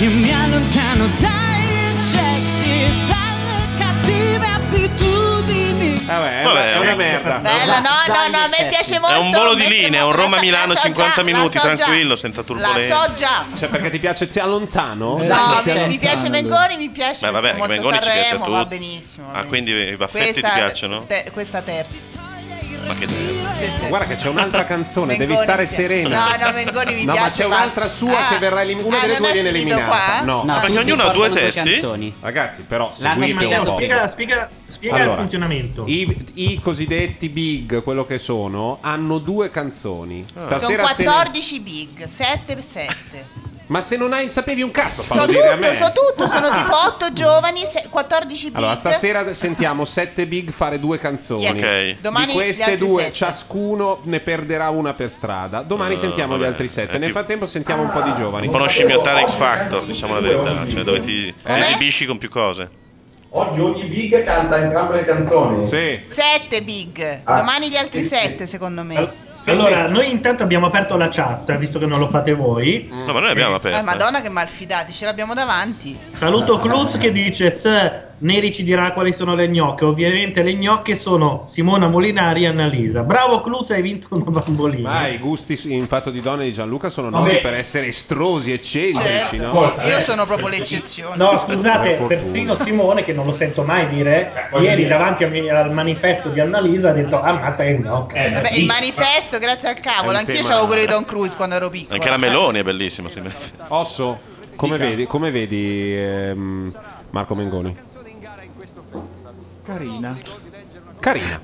io mi allontano dagli eccessi, dalle cattive abitudini.
Vabbè,
Vabbè,
è una
vabbè.
merda.
Bella, no, no, no, a me piace molto.
È un volo di
Mentre-
linea, un
la so-
Roma-Milano
la so
50
già, la
minuti,
so già.
tranquillo, senza turbolenze.
La so già.
Cioè, perché ti piace ti allontano?
No, mi, mi piace Mengoni, mi piace
Beh, vabbè,
molto
Mengoni ci piace a
Sanremo, va
tutti.
benissimo.
Ah, quindi i baffetti
Questa,
ti piacciono?
te- questa terza.
Ma che bello.
Sì, sì.
Guarda che c'è un'altra canzone, devi
Mengoni
stare
mi piace.
serena.
No, no, Mengoni mi
No,
piace.
ma c'è un'altra sua che verrà eliminata. Una
Ah,
delle
non
due
è
viene
finito
eliminata.
qua?
No,
Ma
perché tutti ognuno ha due portano due testi? canzoni.
Ragazzi, però
L'hanno
seguite un
sbagliato.
po'.
Spiega, spiega, spiega il
Allora,
funzionamento.
I, i cosiddetti big, quello che sono, hanno due canzoni.
Ah.
Sono
Stasera se ne-
14 big, 7 per 7.
Ma se non hai, sapevi un cazzo, fallo
So
dire a
tutto,
me. Ah.
so tutto, sono tipo 8 giovani, se- 14 big.
Allora, stasera sentiamo sette big fare due canzoni.
Yes. Ok. Domani
Di
gli
queste
altri
due,
sette.
ciascuno ne perderà una per strada. Domani
Eh,
sentiamo
vabbè,
gli altri sette.
è
Nel
tipo-
frattempo sentiamo un po' di giovani.
Un po' uno scimmiottare X Factor, diciamo la verità. Cioè, dove ti, ti
Eh?
esibisci con più cose.
Oggi ogni big canta entrambe le canzoni.
Sì.
7 big,
Ah.
domani gli altri 7 secondo me.
allora, noi intanto abbiamo aperto la chat, visto che non lo fate voi.
Mm. No, ma noi abbiamo aperto.
Eh, madonna che malfidati, ce l'abbiamo davanti.
Saluto Cluz che dice: Sir, Neri ci dirà quali sono le gnocche. Ovviamente le gnocche sono Simona Molinari e Annalisa. Bravo Cluz, hai vinto una bambolina.
Ma i gusti su- in fatto di donne di Gianluca sono
Vabbè.
noti per essere estrosi, eccentrici,
Certo.
no?
Ascolta,
Io sono proprio l'eccezione.
No,
Per
scusate,
fortuna. Eh,
persino Simone, che non lo sento mai dire,
voglio
ieri
dire.
davanti al, al manifesto di Annalisa ha detto: Ammazza che gnocche.
Eh, Vabbè, il manifesto, grazie al
È un
cavolo, anch'io
tema-
c'avevo quello di Don Cruz quando ero piccolo.
Anche la Meloni è bellissima.
Osso, come vedi, come vedi ehm, Marco Mengoni?
Carina.
Carina.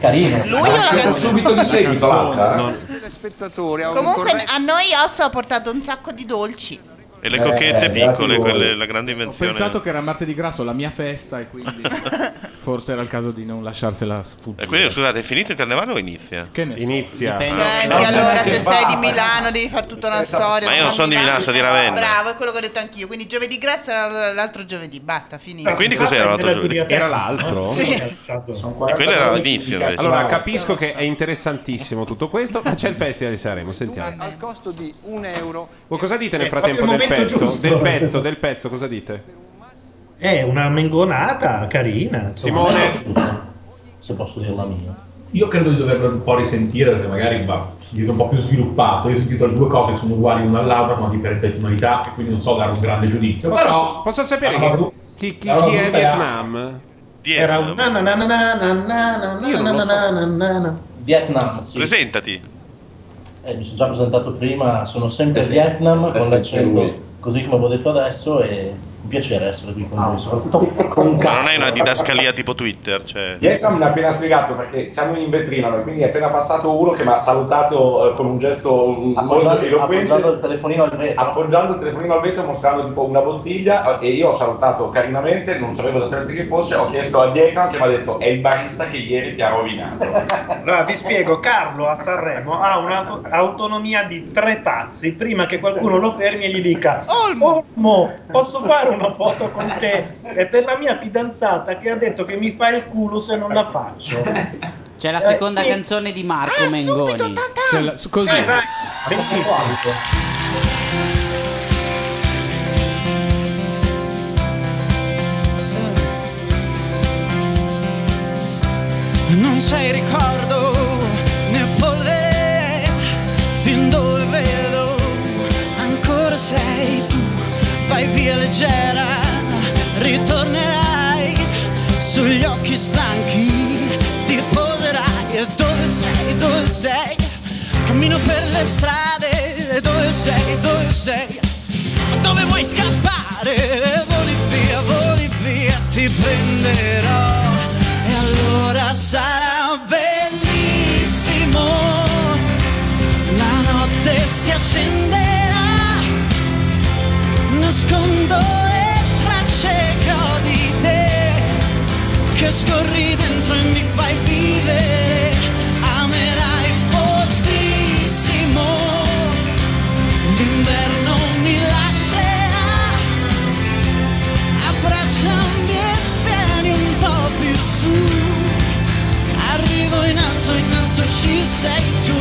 Carina.
Lui o la Accetta canzone? subito di seguito
l'altra.
Telespettatori, ha un
Comunque
corretto-
a noi Osso ha portato un sacco di dolci.
E le
Eh,
cocchette
eh,
piccole,
grazie voi.
quelle, la grande
Ho
invenzione.
pensato che era martedì grasso la mia festa e quindi forse era il caso di non lasciarsela sfuggire.
E Eh, quindi, scusate, è finito il carnevale o inizia?
Che ne so.
Inizia.
Dipende.
Senti, allora se sei di Milano devi fare tutta una storia.
Ma io non sono di Milano, sono di Ravenna.
Bravo, è quello che ho detto anch'io. Quindi giovedì grasso era l'altro giovedì, basta, finito.
E Eh, quindi cos'era l'altro giovedì?
Era l'altro?
Sì.
E quello era eh, diciamo. l'inizio invece.
Allora, capisco che è interessantissimo tutto questo, ma c'è il Festival di Sanremo, sentiamo.
al costo di un euro.
Voi cosa dite nel
Eh,
frattempo
proprio
del
il momento
pezzo?
giusto.
Del pezzo, del pezzo, cosa dite?
È una mengonata carina. insomma.
Simone?
Se posso dirla mia.
Io credo di doverlo un po' risentire perché magari va sentito un po' più sviluppato. Io ho sentito due cose che sono uguali l'una all'altra, ma differenza di tonalità, e quindi non so dare un grande giudizio.
Posso-
Però
posso sapere
Allora,
chi-
tu-
chi, chi-
allora,
chi è
dunque,
Vietnam?
Era un na na na na na na na na
Io non
na
lo
na
so.
na na na.
Vietnam, sì.
Presentati.
Eh, mi sono già presentato prima, sono
Eh
sempre Vietnam con l'accento così come avevo detto adesso e un piacere essere qui
Ah,
con voi, soprattutto con
Ma non è una didascalia tipo Twitter, cioè.
Vietnam mi ha appena spiegato perché siamo in vetrina noi, quindi è appena passato uno che mi ha salutato eh, con un gesto mm, molto
Appoggiando-
eloquente.
appoggiando il telefonino al vetro.
Appoggiando il telefonino al vetro mostrando tipo una bottiglia eh, e io ho salutato carinamente, non sapevo esattamente chi fosse, ho chiesto a Vietnam che mi ha detto è il barista che ieri ti ha rovinato.
Allora, vi spiego, Carlo a Sanremo ha un'autonomia di tre passi prima che qualcuno lo fermi e gli dica Olmo, posso fare una foto con te? È per la mia fidanzata che ha detto che mi fa il culo se non la faccio.
C'è la
Eh,
seconda
sì. Ah,
canzone di Marco Mengoni. C'è la- così.
Eh, vai.
non sei ricordo né polvere, fin dove vedo ancora sei tu, vai via leggera, ritornerai sugli occhi stanchi, ti poserai e dove sei, dove sei, cammino per le strade, e dove sei, dove sei, dove vuoi scappare, voli via, voli via, ti ti prenderò e allora sarà bellissimo. La notte si accenderà, nascondo le tracce che ho di te, che scorri dentro e mi fai vivere. Amerai fortissimo, l'inverno mi lascerà. Abbracciami e vieni un po' più su Arrivo in alto, intanto ci sei tu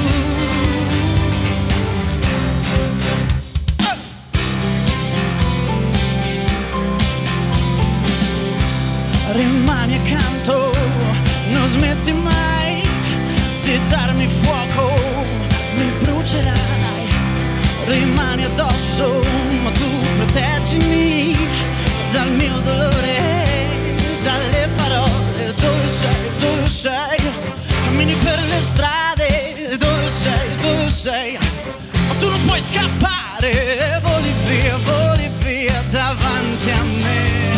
Oh! Rimani accanto, non smetti mai di darmi fuoco Mi brucerai, rimani addosso Ma tu proteggimi dal mio dolore, dalle parole, dove sei, dove sei, cammini per le strade, dove sei, dove sei, ma tu non puoi scappare, voli via, voli via davanti a me,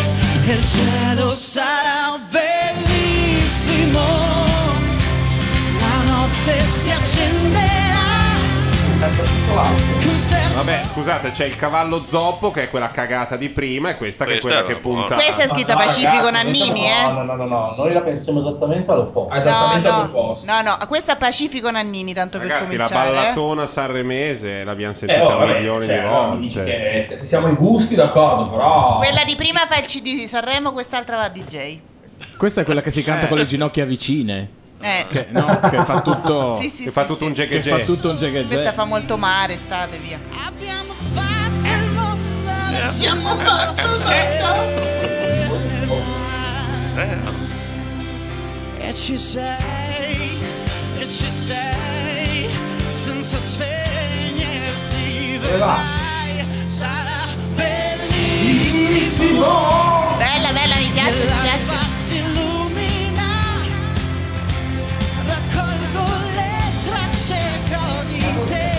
e il cielo sarà bellissimo, la notte si accenderà, conserva
Vabbè, scusate, c'è il cavallo zoppo che è quella cagata di prima e questa, che è quella che punta. Ah,
Questa è scritta
Ma no,
Pacifico
ragazzi,
Nannini, eh?
No, no, no, no, noi la pensiamo esattamente all'opposto.
No, no, no, questa è Pacifico Nannini, tanto per
Ragazzi, la
cominciare. eh.
ballatona sanremese l'abbiamo sentita
Eh, oh, vabbè,
milioni
cioè,
di
allora mi
volte.
dici che se siamo i gusti, d'accordo, però.
Quella di prima fa il CD di Sanremo, quest'altra va a DJ.
Questa è quella che si canta
Eh.
con le ginocchia vicine.
Eh.
Che, no, che fa tutto.
Sì, sì, Che fa sì, tutto sì. un
che
jeghe-jeghe.
fa tutto un
Questa
jeghe-jeghe.
fa molto mare, estate, via.
Siamo fatto
Eh.
E ci sei, e ci sei, senza spegnerti vedrai, sarà bellissimo.
Bella, bella, mi piace, mi piace.
L'alba si illumina, raccolgo le tracce che ho di te.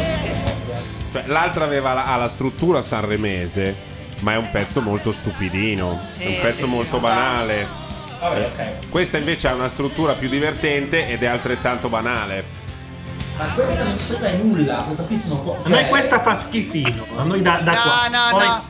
Cioè, l'altra aveva la, ha la struttura sanremese, ma è un pezzo molto stupidino. È
Sì,
un pezzo
sì,
molto
sì.
banale. Eh,
Vabbè, ok.
Questa invece ha una struttura più divertente ed è altrettanto banale.
Ma questa non serve a nulla, questa qui sono po-
A me questa fa schifino, a noi da, da
No,
qua.
no,
Poi-
no.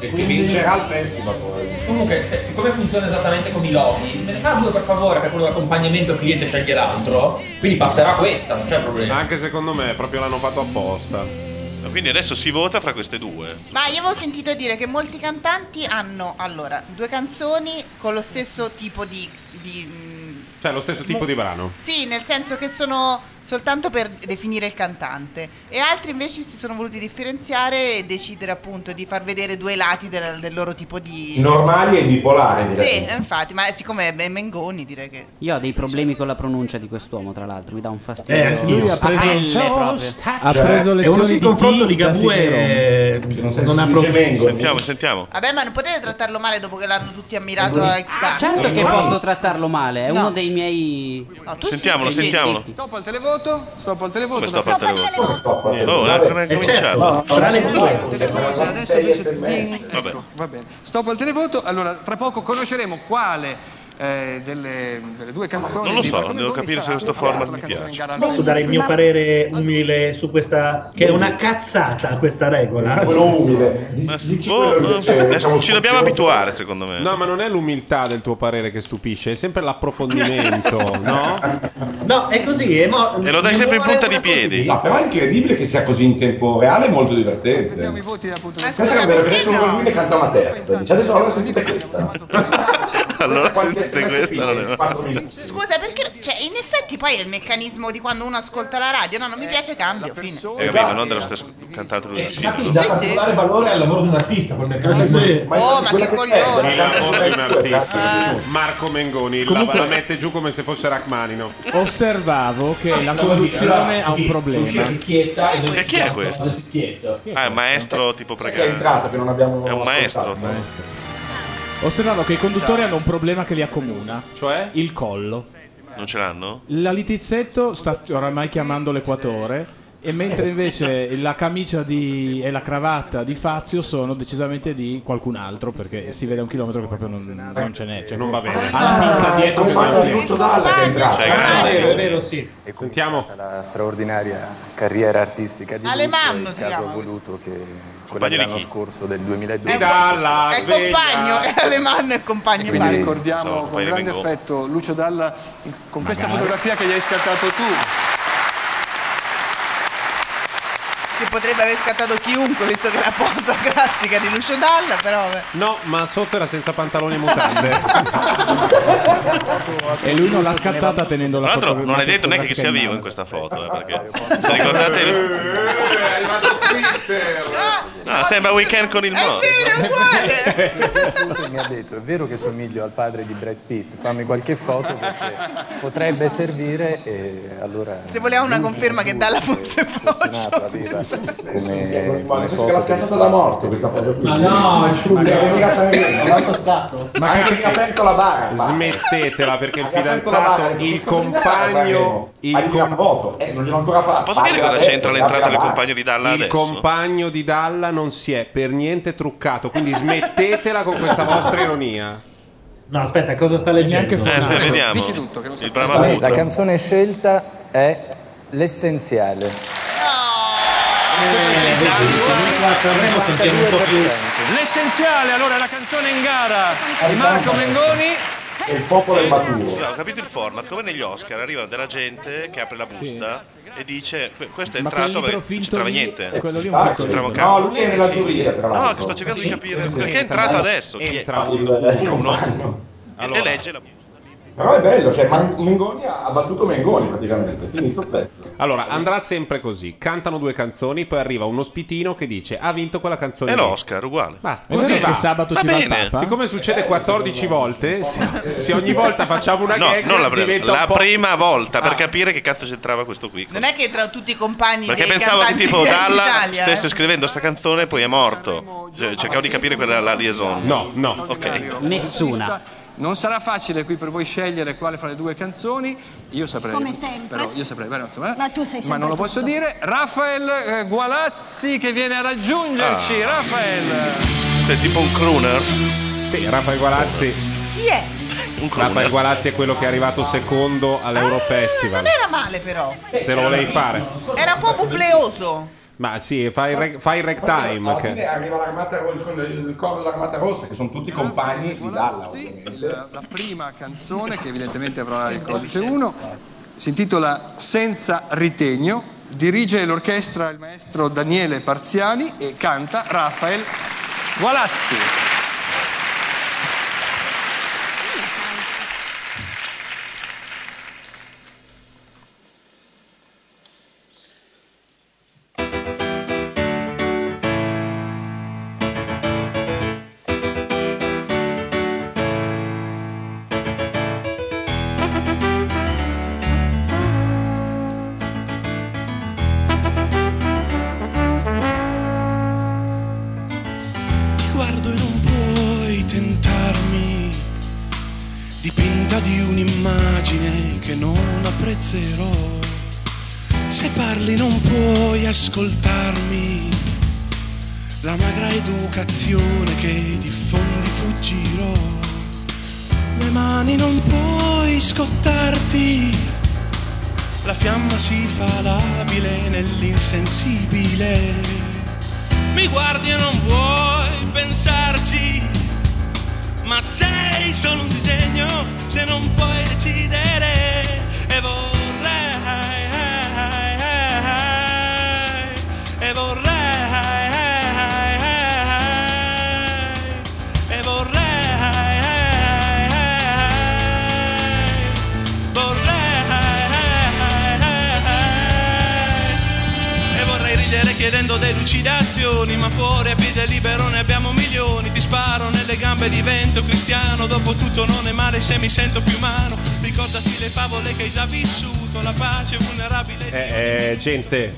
E qui vincerà il festival poi.
Comunque, eh, siccome funziona esattamente come i lobby, me ne fa due per favore, per quello d'accompagnamento il cliente sceglie l'altro. Quindi passerà questa, non c'è problema.
Anche secondo me, proprio l'hanno fatto apposta.
Quindi adesso si vota fra queste due.
Ma io avevo sentito dire che molti cantanti hanno, allora, due canzoni con lo stesso tipo di... di mm,
Cioè, lo stesso tipo di brano.
sì, nel senso che sono soltanto per definire il cantante. E altri invece si sono voluti differenziare e decidere appunto di far vedere due lati del, del loro tipo di...
Normali e bipolari, direi.
Sì, infatti, ma siccome è Mengoni direi che...
Io ho dei problemi con la pronuncia di quest'uomo, tra l'altro, mi dà un fastidio.
Eh, sì, lui ha
a
preso-
pelle
Sono
proprio.
stato- Ha preso Cioè, è lezioni uno che di confronto Ghita Ligabue, Siderone. eh, non so se si dice Mengoni.
Sentiamo, sentiamo.
Vabbè, ma non potete trattarlo male dopo che l'hanno tutti ammirato a X Factor.
Certo che
No.
posso trattarlo male, è
No.
uno dei miei.
Sentiamolo,
sì, sì.
sentiamolo.
Stop al televoto, stop al televoto.
Come stop al televoto?
Come stop al
Oh, l'ha ancora
Eh, certo,
cominciato.
no,
Fra le
stop
due.
al televoto, Adesso invece zing.
Vabbè.
Ecco, va bene. Stop al televoto, allora tra poco conosceremo quale eh, delle, delle due canzoni
Non lo
di
so,
Marco
devo
Mengoni
capire se
sarà
questo format
la
mi
canzone in
piace.
gara al
Posso dare il mio parere umile su questa, che è una cazzata questa regola?
Ma s- boh,
diciamo,
adesso ci dobbiamo abituare, secondo me.
No, ma non è l'umiltà del tuo parere che stupisce, è sempre l'approfondimento, no?
No, è così, è mo-
E lo dai sempre in punta di piedi.
No, però è incredibile che sia così in tempo reale e molto divertente. Aspettiamo i
voti appunto
Cioè,
Questa che avrebbe preso solo lui ne cantava terza. Dice adesso allora sentite questa.
allora sentite questa. Non è...
Scusa, perché cioè, in effetti poi è il meccanismo di quando uno ascolta la radio, no, non mi piace, cambio, fine.
Eh,
Esatto.
capito, non dello stesso
Eh,
cantante lui. Sì,
Ma qui
non
dà
lo so.
particolare valore al lavoro di un artista, quel meccanismo.
Oh, ma che coglione!
Il lavoro di un artista. Marco Mengoni la- la, mette giù come se fosse Rachmanino.
Osservavo che la conduzione ha un problema.
E chi è questo? Ah, è un maestro tipo precario.
Perché è entrato,
che non abbiamo È un maestro. tra l'altro.
Osservavo che i conduttori hanno un problema che li accomuna. Cioè? Il collo.
Non ce l'hanno?
La Litizzetto sta oramai chiamando l'equatore. E mentre invece la camicia di- e la cravatta di Fazio sono decisamente di qualcun altro, perché si vede a un chilometro che proprio non, non ce n'è. Cioè, non va
bene.
Ha
Ah.
una pinza
Ah,
dietro che non è
Lucio Dalla che è entrato. Cioè, grande. È vero,
sì.
E Sentiamo. La straordinaria carriera artistica di
Alemanno
Lucio, il
si
caso
chiama.
ha voluto che quella dell'anno scorso del 2002
È, compagno, è compagno, è Alemanno e compagno.
Quindi
Fabio.
ricordiamo
No,
con
poi
grande
vengo.
affetto Lucio Dalla in- con questa
Magari.
fotografia che gli hai scattato tu.
Che potrebbe aver scattato chiunque, visto che è la posa classica di Lucio Dalla, però... vabbè.
No, ma sotto era senza pantaloni e mutande.
E lui non l'ha scattata tenendo la
Tra l'altro,
foto-
non è detto
fotografia
neanche che sia
in
vivo
mano.
in questa foto, eh, perché se ricordate. lui- No, sembra weekend con
Eh,
il mondo. eh.
e mi ha detto è vero che somiglio al padre di Brad Pitt fammi qualche foto perché potrebbe servire e allora
Se voleva una conferma che Dalla fosse
fortunato aveva come, come
Adesso che l'ha
foto
scattata da morto questa foto qui.
Ma no, Giulia.
Ma
Ma
perché ha aperto la bara?
Smettetela perché il
Ha aperto la
fidanzato,
bara,
il
tutto
compagno,
Sanremo.
il compagno.
Eh, non gliel'ho ancora fatto.
Posso dire cosa c'entra l'entrata del compagno di Dalla
Il
adesso?
compagno di Dalla non si è per niente truccato, quindi smettetela con questa vostra ironia.
No, aspetta, cosa sta leggendo?
Dici
tutto, che non so.
la canzone scelta è l'essenziale
sentiamo un po' più.
L'essenziale, allora, è la canzone in gara di Marco Mengoni.
E il popolo è maturo. ho capito il format, come negli Oscar, arriva della gente che apre la busta e dice "Que- questo è
Ma
entrato
quel
perché
libro
non
finto
c'entrava
lì-
niente.
quello lì è un
Non
finto
c'entrava un
libro.
cazzo.
No, lui è nella
Sì.
giuria, tra l'altro.
No, che sto cercando
Sì,
di capire
sì,
perché
sì.
è entrato adesso. Chi è?
Entra uno.
Uno. E legge la
Però è bello, cioè Man- Mengoni ha ha battuto Mengoni praticamente, finito il pezzo.
Allora, andrà sempre così. Cantano due canzoni, poi arriva un ospitino che dice ha vinto quella canzone.
È
lì".
l'Oscar, uguale.
Basta.
È
Così
vero
va.
che sabato
Va
ci va il
bene.
Papa?
Siccome succede 14 volte, se, se ogni volta facciamo una
No,
gag
non la prima,
diventa un
la
po'-
prima volta per
Ah.
capire che cazzo c'entrava questo qui.
Non è che tra tutti i compagni
Perché
dei
pensavo che
cantanti
tipo Dalla
d'Italia, eh.
stesse scrivendo sta canzone e poi è morto. Cioè, Cercavo di capire quella la liaison.
No, no.
Ok.
Non sarà facile qui per voi scegliere quale fra le due canzoni. Io saprei.
Come sempre.
Però io saprei, però, insomma,
Ma tu sei
ma
sempre
non lo posso
tutto.
dire. Raffaele eh, Gualazzi che viene a raggiungerci.
Ah.
Raffaele.
Sei tipo un crooner?
Sì, Raffaele Gualazzi.
Chi è?
Raffaele
Un crooner.
Gualazzi è quello che è arrivato secondo all'Eurofestival.
Non era male però.
Te lo volevi fare?
Era un po' bubleoso.
Ma sì, fai il reg, fai il ragtime.
Alla
che-
fine arriva l'armata, il, il coro dell'armata rossa, che sono tutti compagni di Dalla.
La, la prima canzone, che evidentemente avrà il codice 1, si intitola Senza ritegno. Dirige l'orchestra il maestro Daniele Parziani e canta Raffaele Gualazzi.
Ti guardo e non puoi tentarmi, dipinta di un'immagine che non apprezzerò. Se parli non puoi ascoltarmi, la magra educazione che diffondi fuggirò. Le mani non puoi scottarti, la fiamma si fa labile nell'insensibile. Mi guardi e non vuoi pensarci, ma sei solo un disegno se non puoi decidere e vorrei, e vorrei, e vorrei, vorrei. E vorrei ridere chiedendo delucidazioni Ma fuori a piede libero ne abbiamo milioni Ti sparo nelle gambe divento cristiano Dopo tutto non è male se mi sento più umano Ricordati le favole che hai già vissuto La pace vulnerabile
Eh, eh, gente.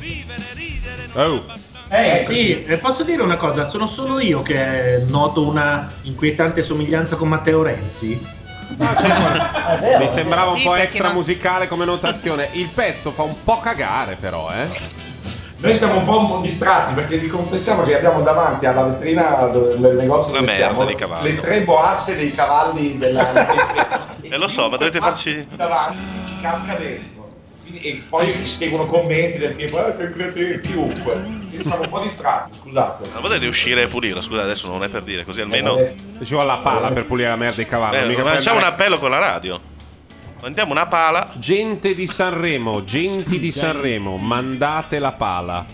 Oh.
Eh sì, eh, posso dire una cosa? Sono solo io che noto una inquietante somiglianza con Matteo Renzi.
Mi sembrava un
Sì,
po'
perché
extra
non-
musicale come notazione. Il pezzo fa un po' cagare, però, eh.
Noi siamo un po' distratti perché vi confessiamo che abbiamo davanti alla vetrina dove- del negozio
Una
dove
merda
siamo,
di cavallo.
le tre boasse dei cavalli della
E Eh, lo so, ma dovete farci.
davanti ci casca dentro. Quindi- E poi seguono commenti del tipo, eh, che cretino", chiunque. Quindi siamo un po' distratti, scusate.
Ma potete uscire e pulirla, scusa, adesso non è per dire, così almeno.
Eh,
Ci vuole la pala per pulire la merda dei cavalli.
Beh,
mica
ma facciamo un
prendere-
appello con la radio. Mandiamo una pala.
Gente di Sanremo, genti di Sanremo, mandate la pala.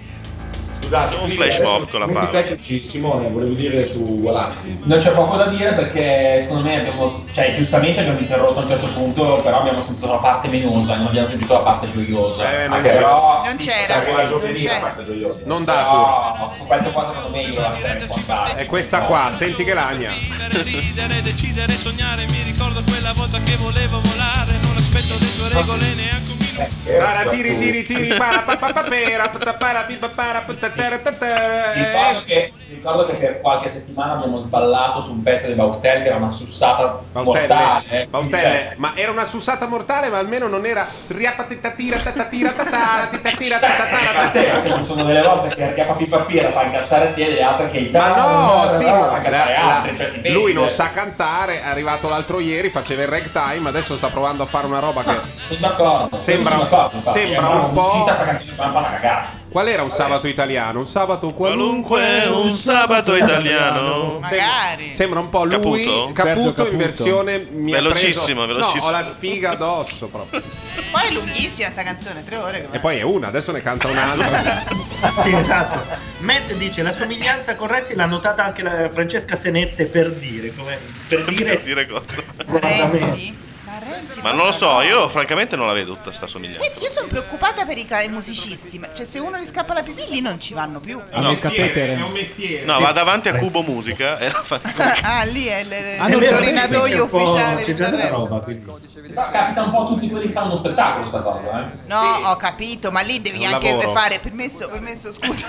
Scusate,
Un flash mob con la palla.
Tecnici, Simone, volevo dire su Gualazzi.
Non c'è poco da dire perché secondo me abbiamo, cioè giustamente abbiamo interrotto a un certo punto, però abbiamo sentito la parte menosa, non abbiamo sentito la parte gioiosa.
non
Che
c'era.
Eh, però-
Non
sì,
c'era,
c'era quella
non
giovedì la
c'era.
parte gioiosa.
Eh, Non
Però, Questa qua secondo me io la sarei portata.
È questa qua, senti che lagna.
Decidere, decidere, sognare, mi ricordo quella volta che volevo volare, non aspetto le tue regole neanche un
Eh,
minuto.
Para, tiri, tiri, tiri, para, pa, pa, pa, pera, pa, para, pi, pa, para, pa, ta, tara, ta, tara,
Mi
eh.
ricordo, che, mi ricordo che per qualche settimana abbiamo sballato su un pezzo di Baustelle che era una sussata mortale. eh. cioè,
Baustelle, Baustelle,
certo.
ma era una sussata mortale, ma almeno non era riapatetatatira tatatira tatara titatira tatatara
a te, perché ci sono delle volte che arriva pipa pira fa incazzare te e le altre che il
Ma no, sì,
fa
ma-
incazzare
la- la-
altri, cioè ti vedi.
lui non sa cantare, è arrivato l'altro ieri, faceva il ragtime, adesso sta provando a fare una roba che
Ah, Sono d'accordo.
sembra,
sono d'accordo, infatti, eh,
sembra
ma
un po'...
musicista sta canzone fa una cagata.
Qual era un sabato italiano? Un sabato qualunque,
un sabato italiano.
Magari. Sembra un po' lui,
Caputo?
Caputo,
Sergio Caputo.
in versione mi ha
Velocissimo,
preso-
velocissimo.
No, ho la sfiga addosso proprio.
Poi è lunghissima sta canzone, tre ore.
E poi è una, adesso ne canta un'altra.
Sì, esatto. Matt dice la somiglianza con Renzi l'ha notata anche la Francesca Senette per dire. Come, per dire,
Renzi?
Ma non lo so, io francamente non la vedo tutta sta somiglianza.
Senti, io sono preoccupata per i ca- i musicisti. ma- Cioè, se uno gli scappa la pipì, lì non ci vanno più.
No.
mestiere.
No, va davanti a Cubo Musica e la fa-
ah, lì è
Hanno
il
veramente
rinatoio
un po'
ufficiale di
c'è della
Sanremo.
roba,
Però capita un po' a tutti quelli che fanno uno spettacolo sta cosa, eh.
No, ho capito, ma lì devi
È un
anche
lavoro.
fare permesso, permesso, scusa.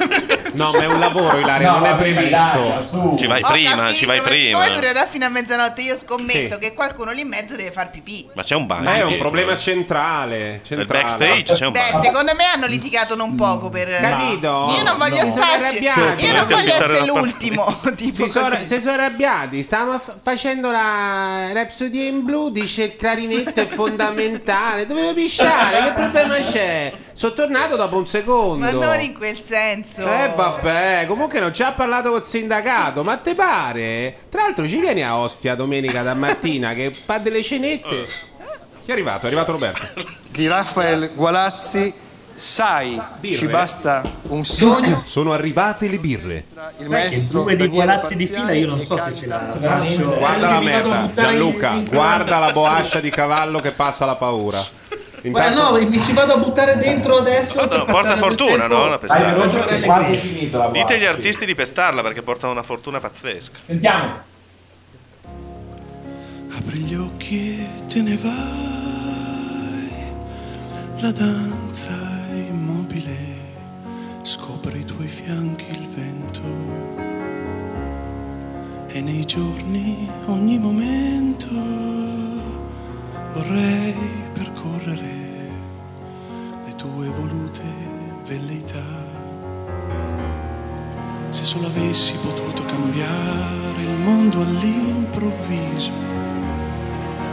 No, ma è un lavoro, Ilaria,
No,
non è
vabbè, Ilaria,
previsto.
su.
Ci vai
Ho
prima,
capito,
ci vai
ma siccome
prima.
durerà fino a mezzanotte, io scommetto
Ah. Sì.
che qualcuno lì in mezzo deve far pipì.
Ma c'è un bagno.
Ma è un
dietro,
problema
eh.
centrale. centrale.
backstage c'è un
Beh, secondo me hanno litigato non poco per...
Capito?
Io non voglio
No. Sono
starci,
arrabbiati.
io non voglio
Dovresti affittare
essere
una
l'ultimo. tipo
Si sono,
così.
si sono arrabbiati, stavamo f- facendo la Rhapsody in blu, dice il clarinetto è fondamentale, dovevo pisciare, che problema c'è? Sono tornato dopo un secondo.
Ma non in quel senso.
Eh vabbè, comunque ne ho già parlato col sindacato, ma te pare? Tra l'altro ci vieni a Ostia domenica da mattina che fa delle cenette.
Chi è arrivato? È arrivato Roberto.
Di Raffaele Gualazzi, sai, ci basta un sogno.
Sono arrivate le birre.
Il
Sai che
maestro
due dei
Daniele
Gualazzi di
Pazziani
fila io non
e
so se
canta
ce l'ha.
Braccio.
Guarda la merda, Gianluca, guarda la boascia di cavallo che passa la paura.
Guarda, no, mi ci vado a buttare dentro adesso. per
Porta
passare del
fortuna,
tempo.
no? La
Hai ragione,
pestata.
è
quasi
finita
la
Dite agli
guardia.
artisti di pestarla perché porta una fortuna pazzesca.
Sentiamo.
Apri gli occhi e te ne vai. La danza è immobile scopre i tuoi fianchi il vento. E nei giorni, ogni momento, vorrei percorrere le tue volute velleità. Se solo avessi potuto cambiare il mondo all'improvviso,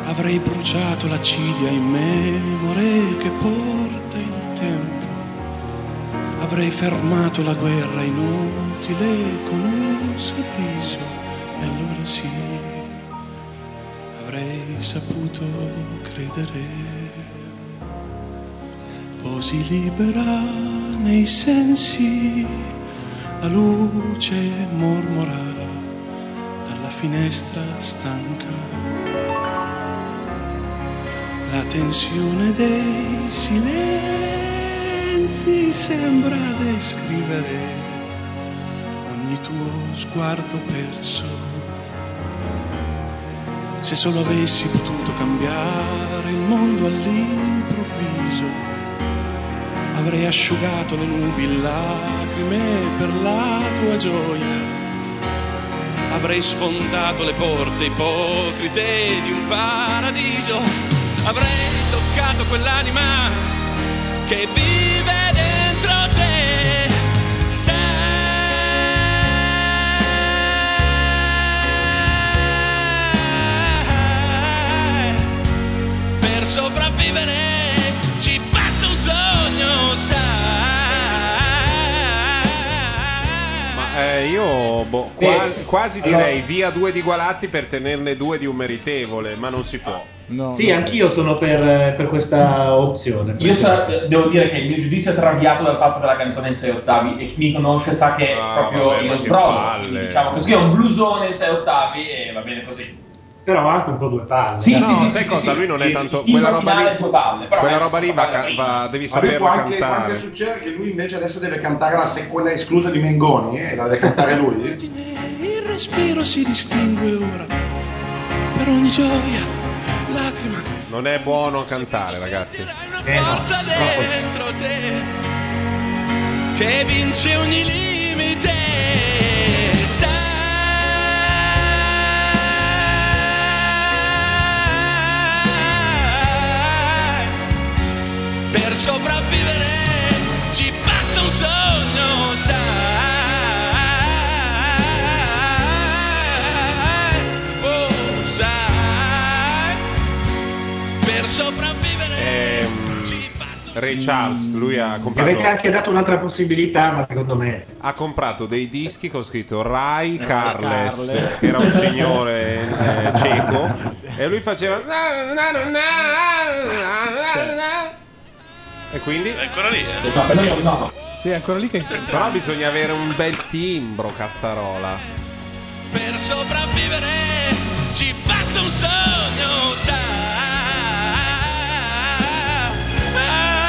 avrei bruciato l'acidia in memore che porta il tempo. Avrei fermato la guerra inutile con un sorriso e allora sì, avrei saputo credere. Posi libera nei sensi, la luce mormora dalla finestra stanca. La tensione dei silenzi sembra descrivere ogni tuo sguardo perso. Se solo avessi potuto cambiare il mondo all'improvviso, avrei asciugato le nubi in lacrime per la tua gioia. Avrei sfondato le porte ipocrite di un paradiso. Avrei toccato quell'anima che vive dentro te.
io boh,
Sì.
qua- quasi
Allora-
direi via due di Gualazzi per tenerne due di un meritevole, ma non si può.
Sì, anch'io sono per, per questa opzione.
Io sa- devo dire che il mio giudizio è traviato dal fatto che la canzone è in 6 ottavi e chi mi conosce sa che
Ah,
è proprio
vabbè, ma
io
che
sbrodo.
palle.
Quindi Diciamo così, è un blusone in 6 ottavi e va bene così.
Però anche un po' due palle.
Sì,
Ah, No,
sì, sì,
sai
sì,
cosa?
sì.
Lui non è
Il-
tanto.
il
Quella
team
roba
finale
lì,
è totale, però
quella
è-
roba lì va, ca- va- devi saperla
può anche, può anche
cantare.
succedere che lui invece adesso deve cantare la sequela esclusa di Mengoni e la deve cantare lui.
Il respiro si distingue ora per ogni gioia, lacrima.
Non è buono cantare, ragazzi. Eh,
forza dentro te che vince ogni limite. Sai
per sopravvivere ci basta un sogno, sai, oh, sai, per sopravvivere
Ehm, Ray Charles, lui ha
Mi avete
comprato,
anche dato un'altra possibilità, ma secondo me.
ha comprato dei dischi con scritto Rai Carles,
Carles.
che era un signore eh, cieco, e lui faceva. Ah! E quindi. È
ancora lì, eh.
Sì, è ancora lì che. Però bisogna avere un bel timbro, cazzarola.
per sopravvivere ci basta un sogno, sai.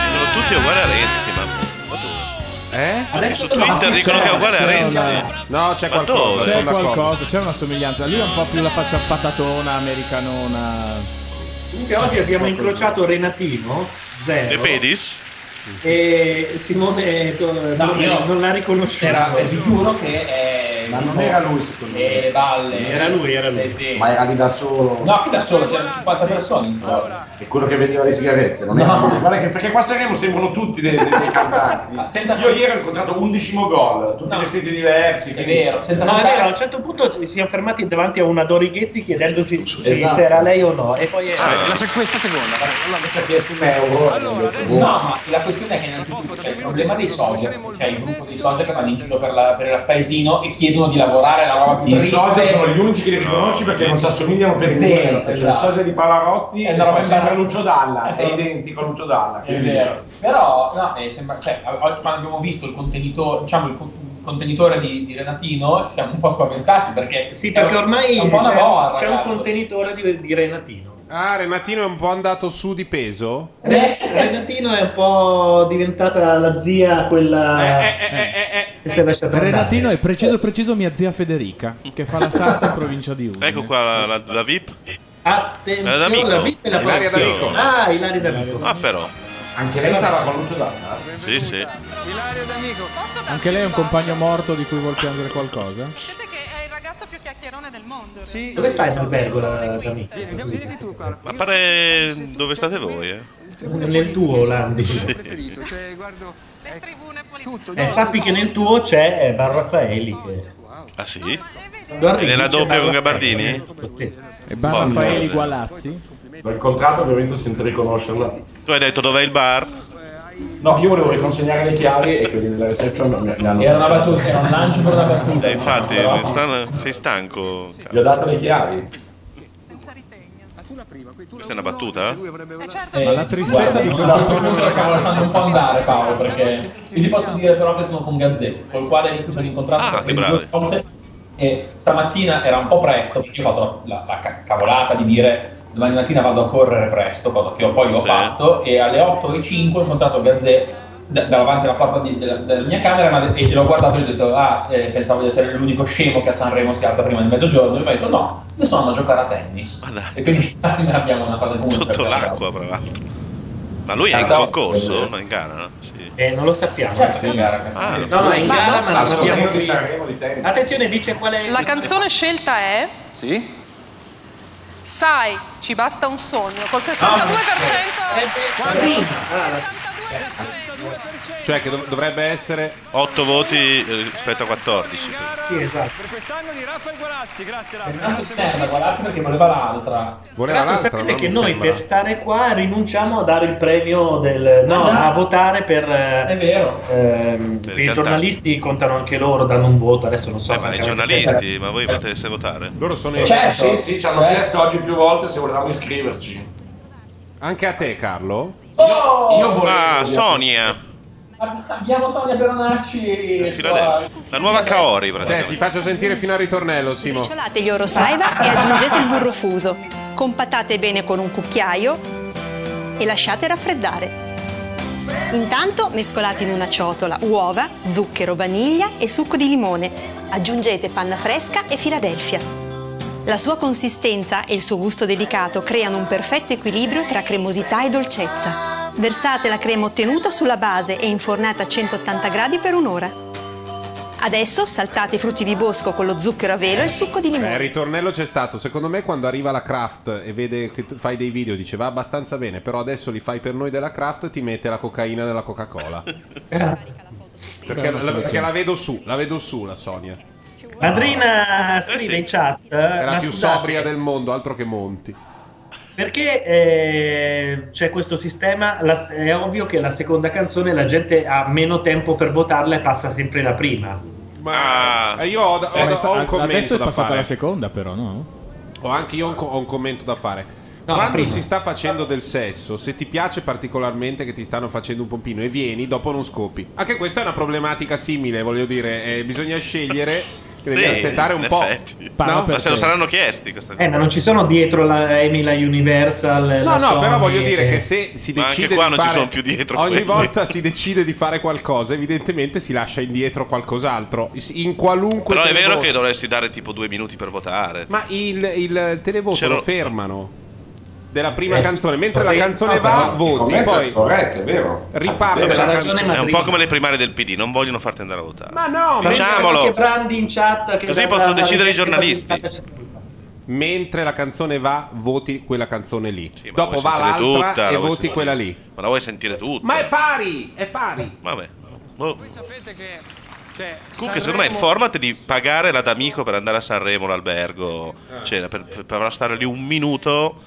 Dicono tutti è uguale a Renzi, ma.
Eh?
Adesso Su Twitter dicono che è uguale a Renzi.
No, c'è
Ma
qualcosa,
dove?
C'è
sono d'accordo.
qualcosa, c'è una somiglianza. Lui ha un po' più la faccia patatona, americanona.
Comunque oggi abbiamo incrociato Renatino, zero.
De Pedis?
E Simone to-
No, io-
non l'ha riconosciuto.
Era, eh, vi giuro che è.
Ma non era lui,
secondo me. E le Eh, balle.
Era lui, era lui.
Eh, sì.
Ma era lì da solo.
No, qui da solo c'erano 50 persone. in giro.
È quello che vendeva le sigarette, non è
No.
lui. Guarda che- perché qua a Sanremo sembrano tutti dei, dei- dei cantanti. Io ieri ho incontrato 11 mogol, tutti vestiti diversi.
È vero, senza
No, è
contare-
vero, a un certo punto ci siamo fermati davanti a una Dori Ghezzi chiedendosi se,
Esatto.
se era lei o no. E poi
Ah, la
è...
se-
Questa seconda.
Allora, adesso... oh, No, ma la questione è che innanzitutto c'è il problema dei social, c'è il gruppo dei social che vanno in giro per, la- per il paesino e chiedono di lavorare la roba più
I
triste.
sosia sono gli unici che li riconosci perché non si assomigliano per
Zero,
niente. C'è il
esatto.
sosia di Pavarotti
È
e
una
fa
roba
sempre
imbarazzante.
Lucio Dalla, è
È vero.
identico a Lucio Dalla.
È vero. Però, no, eh, sembra, cioè, a- oggi quando abbiamo visto il contenitore, diciamo, il con- il contenitore di, di Renatino, ci siamo un po' spaventati perché...
Sì, perché ormai
è un
c'è,
po' una boa,
c'è un
ragazzo.
contenitore di, di Renatino.
Ah, Renatino è un po' andato su di peso?
Renatino è un po' diventata la zia
Eh,
quella eh, che si è lasciata andare.
Renatino è preciso preciso mia zia Federica, che fa la santa in provincia di Udine.
Ecco qua la, la- la VIP.
Attenzione,
la D'Amico.
la vita e la
Ilaria
passione.
D'Amico.
Ah, Ilaria D'Amico.
Ah, però.
Anche lei stava con Lucio Dalla?
Sì, sì.
Anche lei è un compagno morto di cui vuol piangere qualcosa?
Sì,
Dove stai in albergo, la- D'Amico?
Ma pare dove state voi, eh?
Nel tuo, Landi.
Sì.
Eh, sappi che nel tuo c'è Barraffaeli. che-
Ah sì?
Guardi,
E nella
dice
doppia con
Barraffaeli.
Gabardini?
Eh,
E
Porca
Raffaele
miseria.
Gualazzi?
L'ho incontrato ovviamente senza riconoscerla.
Tu hai detto dov'è il bar?
No, io volevo riconsegnare le chiavi e quelli della reception mi mi hanno...
Era
una battuta, era un lancio per una battuta.
Eh, infatti,
Però-
sta- sei stanco.
Gli ho dato le chiavi.
Questa è una battuta?
Ma la tristezza di
Eh, guarda,
questo
no, a questo punto la stiamo lasciando un po' andare Paolo perché io ti posso dire però che sono con Gazzetto col quale mi sono incontrato
Ah,
per
che
due
bravi.
volte, e stamattina era un po' presto perché io ho fatto la, la ca- cavolata di dire domani mattina vado a correre presto cosa che io poi ho
Sì.
fatto e alle 8.05 ho incontrato Gazzè da- davanti alla porta di- della, della mia camera ma- e l'ho guardato e gli ho detto ah eh, pensavo di essere l'unico scemo che a Sanremo si alza prima di mezzogiorno e mi ha detto no io sono a giocare a tennis e quindi abbiamo una cosa comune
Sotto
perché-
l'acqua, tra l'altro. Ma lui è in
Ah, no.
concorso? No, in gara, no? Sì.
Eh, non lo sappiamo.
Certo, in gara,
Ah,
ragazzi.
No, no, in
Ma
gara,
non
ma non
so.
sappiamo chi.
Sanremo di tennis.
Attenzione, dice qual è
La canzone scelta è
Sì?
Sai, ci basta un sogno, col 62%.
Eh,
Quadrina.
Cioè che dov- dovrebbe essere
8 voti eh, rispetto a 14.
Sì, esatto.
Per quest'anno di Raffaele Gualazzi, grazie
È rimasto in terra, Gualazzi perché voleva l'altra.
Tra l'altro sapete che noi per stare qua rinunciamo a dare il premio del... No,
Ah, già?
a votare per... È
vero.
I giornalisti contano anche loro, danno un voto, adesso non so.
Ma i
francamente,
giornalisti, ma voi potete votare?
Loro sono
Cioè,
Certo.
Sì, sì, ci hanno
Certo.
chiesto oggi più volte se volevamo iscriverci.
anche a te, Carlo.
Oh! Io volevo-
Ah, Sonia.
Abbiamo Sonia Peronacci.
Filadelfia. La nuova Kaori,
Te, Cioè, ti
praticamente.
faccio sentire fino al ritornello, Simo.
Sbriciolate gli oro saiva e aggiungete il burro fuso. Compattate bene con un cucchiaio e lasciate raffreddare. Intanto mescolate in una ciotola uova, zucchero, vaniglia e succo di limone. Aggiungete panna fresca e Filadelfia. La sua consistenza e il suo gusto delicato creano un perfetto equilibrio tra cremosità e dolcezza. Versate la crema ottenuta sulla base e infornate a 180 gradi per un'ora. Adesso saltate i frutti di bosco con lo zucchero a velo e il succo di
Eh, il
limone.
ritornello c'è stato. Secondo me, quando arriva la Kraft e vede che tu fai dei video, dice va abbastanza bene, però adesso li fai per noi della Kraft e ti mette la cocaina nella Coca-Cola. perché, la, perché la vedo su, la vedo su la Sonia.
Madrina Cioè, scrive in chat. eh,
Era
ma
più
scusate,
sobria del mondo, altro che Monti.
Perché eh, c'è questo sistema? la- è ovvio che la seconda canzone la gente ha meno tempo per votarla e passa sempre la prima.
Ma
Eh, io ho, ho-
Eh,
ho un
adesso
commento
è
da
passata
fare.
la
seconda, però, no? Ho anche io un co- ho un commento da fare.
No, la
Quando
prima.
si sta facendo del sesso, se ti piace particolarmente che ti stanno facendo un pompino e vieni, dopo non scopi. Anche questa è una problematica simile, voglio dire, eh, bisogna scegliere, che devi
Sì,
aspettare un
in
po'.
effetti.
No?
Ma se lo saranno chiesti questa
Eh, ma non ci sono dietro la Emi, la Universal.
No,
la
no,
Sony
però voglio dire
e-
che se si
Ma anche
decide
qua
di
non ci
fare-
sono più dietro
ogni
quelli.
volta si decide di fare qualcosa, evidentemente si lascia indietro qualcos'altro in qualunque
Però è vero
televoto.
che dovresti dare tipo due minuti per votare.
Ma il, il televoto
C'ero-
lo fermano della prima
Eh,
canzone, mentre
sì,
la canzone
no,
va,
però il
voti,
commento è
poi
corretto, è vero.
riparte la canzone.
è un po' come le primarie del PD, non vogliono farti andare a votare.
Ma no,
Mentre
Facciamolo.
Anche Brandi in chat. Che
Così
la-
possono
la-
decidere i
la-
giornalisti.
Mentre la canzone va, voti quella canzone lì.
ma la
Dopo
vuoi
va l'altra
sentire tutta, la
e
vuoi
voti
sentire-
quella lì.
Ma la vuoi sentire tutta?
Ma è pari, è pari.
Vabbè. Boh.
Cioè,
Comunque, secondo me il format di pagare la D'Amico per andare a Sanremo, l'albergo, cena, per, per, per stare lì un minuto.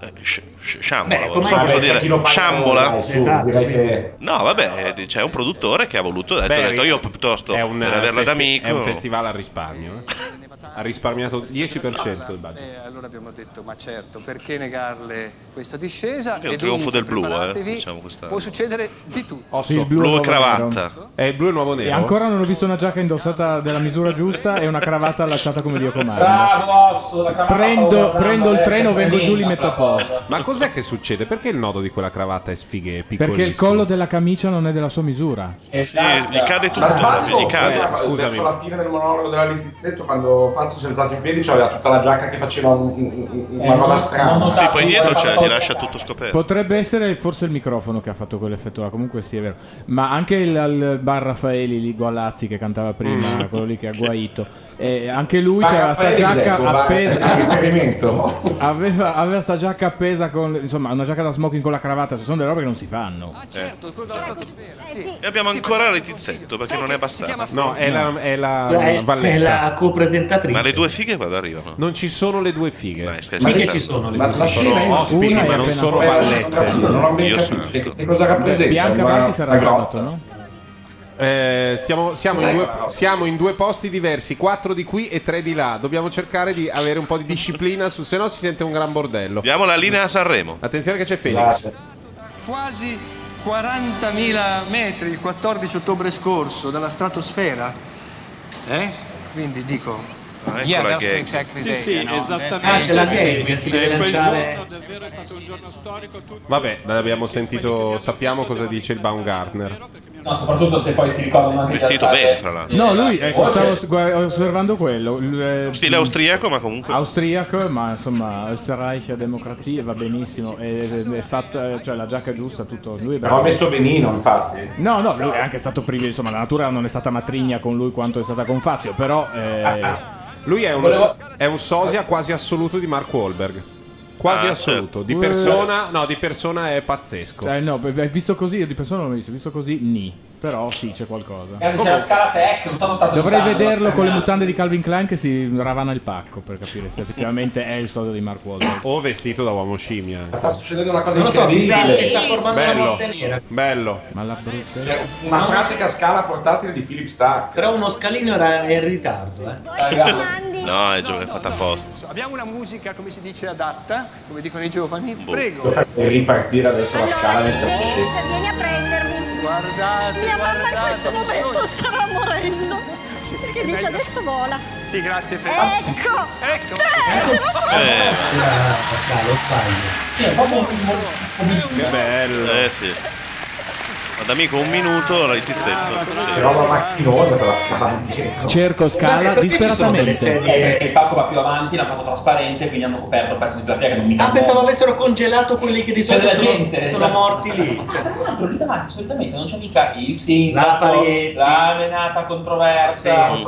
eh, sci- sci- Sciambola,
Beh,
non so
com'è-
posso
Vabbè,
dire
chi lo paga-
sciambola.
Dai, su, Esatto. direi che-
No, vabbè, eh, c'è un produttore che ha voluto. Ha detto,
Beh,
ha detto, io piuttosto
è un,
per averla
eh, festi-
d'amico.
è un festival al risparmio. eh. Ha risparmiato 10% del budget.
Eh, allora abbiamo detto, ma certo, perché negarle questa discesa?
È un
E
trionfo
dunque,
del blu, eh,
preparatevi,
diciamo quest'anno.
Può succedere di tutto.
Osso,
Il blu
blu
e
e cravatta.
nero.
È il Eh, blu e nuovo
E
nero.
ancora non ho visto una giacca indossata della misura giusta e una cravatta allacciata come Dio comanda.
Bravo, Osso, la cravatta
Prendo,
volando
prendo il
adesso,
treno, vengo giù, li
bella,
metto a
bravo.
posto.
Ma cos'è che succede? Perché il nodo di quella cravatta è sfighe è piccolissimo?
Perché il collo della camicia non è della sua misura.
Esatto.
gli cade tutto,
Ma sbaglio,
gli cade.
eh,
Scusami.
Verso la fine del monologo della Littizzetto, quando Fazio si è alzato in piedi, c'aveva tutta la giacca che faceva un- un- un- una roba strana.
Sì, poi dietro c'è, gli lascia tutto scoperto.
Potrebbe essere forse il microfono che ha fatto quell'effetto là, comunque sì è vero. Ma anche il, il bar Raffaeli lì Gualazzi che cantava
Mm.
prima, quello lì che ha guaito. E anche lui
Ma
c'aveva sta
Raffaele,
giacca
ecco, va-
appesa.
riferimento.
Aveva, aveva sta giacca appesa con. Insomma, una giacca da smoking con la cravatta. Ci sono delle robe che non si fanno.
Certo, E abbiamo ancora Letizzetto perché non è abbassata.
No, è la, è la
Cioè, È- è
Valletta.
la copresentatrice.
Ma le due fighe quando arrivano?
Non ci sono le due fighe.
Ma che ci sono le Ma due la fighe? scena è-
Sono ospiti,
una è
ma non
appena
sono
fatta.
vallette.
Non ho ben Dio capito santo.
che- che cosa rappresenta,
Bianca
ma-
Marchi sarà
ma
sabato, no? Eh, stiamo, siamo, in
Cos'è
due,
quella roba?
siamo in due posti diversi, quattro di qui e tre di là. Dobbiamo cercare di avere un po' di disciplina, su, se no si sente un gran bordello.
Diamo la linea a Sanremo.
Attenzione che c'è Felix.
Quasi 40.000 metri il 14 ottobre scorso dalla stratosfera. Eh? Quindi dico...
Eh?
ecco Yeah, la that's gag.
exactly
Sì, sì, esattamente.
Ah, c'è la
gag,
che si
Eh,
deve
quel
lanciare.
Vabbè, abbiamo sentito, sappiamo cosa dice il Baumgartner.
No, soprattutto se poi si ricordano anche di
Vestito
alzare-
bene, fra l'altro.
No, lui ecco,
Voce.
stavo s- gua- osservando quello. il, eh,
Stile austriaco, ma comunque.
Austriaco, ma insomma, Österreichische Democrazie va benissimo. È, è- è fatta, cioè la giacca è giusta, tutto. Lui è
Ma
bravo.
ho messo benino, infatti.
No, no, lui è anche stato privilegiato. Insomma, la natura non è stata matrigna con lui quanto è stata con Fazio, però. eh,
Lui è un,
Volevo-
è un sosia quasi assoluto di Mark Wahlberg. Quasi
Ah,
assoluto.
certo.
Di persona, no, di persona è pazzesco.
Cioè, no, beh, beh, visto così, io di persona non l'ho visto, visto così, ni. Però sì, c'è
Eh,
qualcosa.
cioè,
Ragazzi, c'è la scala tech, non sono stato
Dovrei
aiutato,
vederlo
la
con le
scala.
mutande di Calvin Klein che si ravana il pacco per capire se effettivamente è il soldo di Mark Wahlberg.
O vestito da uomo scimmia.
Sta succedendo una cosa
Non lo so,
incredibile. Cioè,
mi sta- mi sta formando una
bello.
volta nera.
bello.
Ma la brutta.
C'è una classica scala portatile di Philip Stark.
Però uno scalino era in ritardo, eh.
No, è, gio- è fatta apposta.
Abbiamo una musica, come si dice, adatta, come dicono i giovani. Boh.
Boh.
Prego.
Devo far ripartire adesso la scala mentre succede.
Vieni a prendermi.
Guardate.
Mia mamma in
guardate,
questo
un
momento
sogno.
stava morendo. Perché dice adesso vola.
Sì, grazie Federico.
Ecco!
Ecco!
Eh,
Che bello.
Eh sì. Ad amico un minuto, il tizzetto.
C'è roba macchinosa per la scala indietro.
Cerco
Guardate,
scala
perché ci sono delle
disperatamente.
sedie che il palco va più avanti, l'hanno fatto trasparente, quindi hanno coperto il pezzo di platea che non mi
Ah,
cambia.
pensavo avessero congelato quelli che di
C'è
solito
della
sono,
gente,
sono
esatto.
morti lì.
Ah, tra l'altro lì davanti solitamente non c'è mica il sindaco,
La parete.
la menata controversa.
Sì.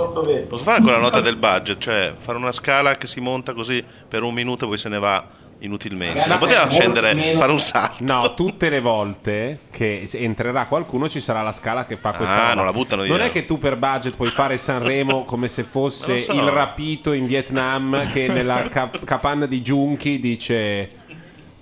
Posso fare ancora la nota del budget? Cioè, fare una scala che si monta così per un minuto e poi se ne va inutilmente. Non poteva scendere, fare un salto.
No, tutte le volte che s- entrerà qualcuno ci sarà la scala che fa questa
Ah,
roba.
non la buttano
Non
via.
è che tu per budget puoi fare Sanremo come se fosse
Ma lo so.
il rapito in Vietnam che nella cap- capanna di Giunchi dice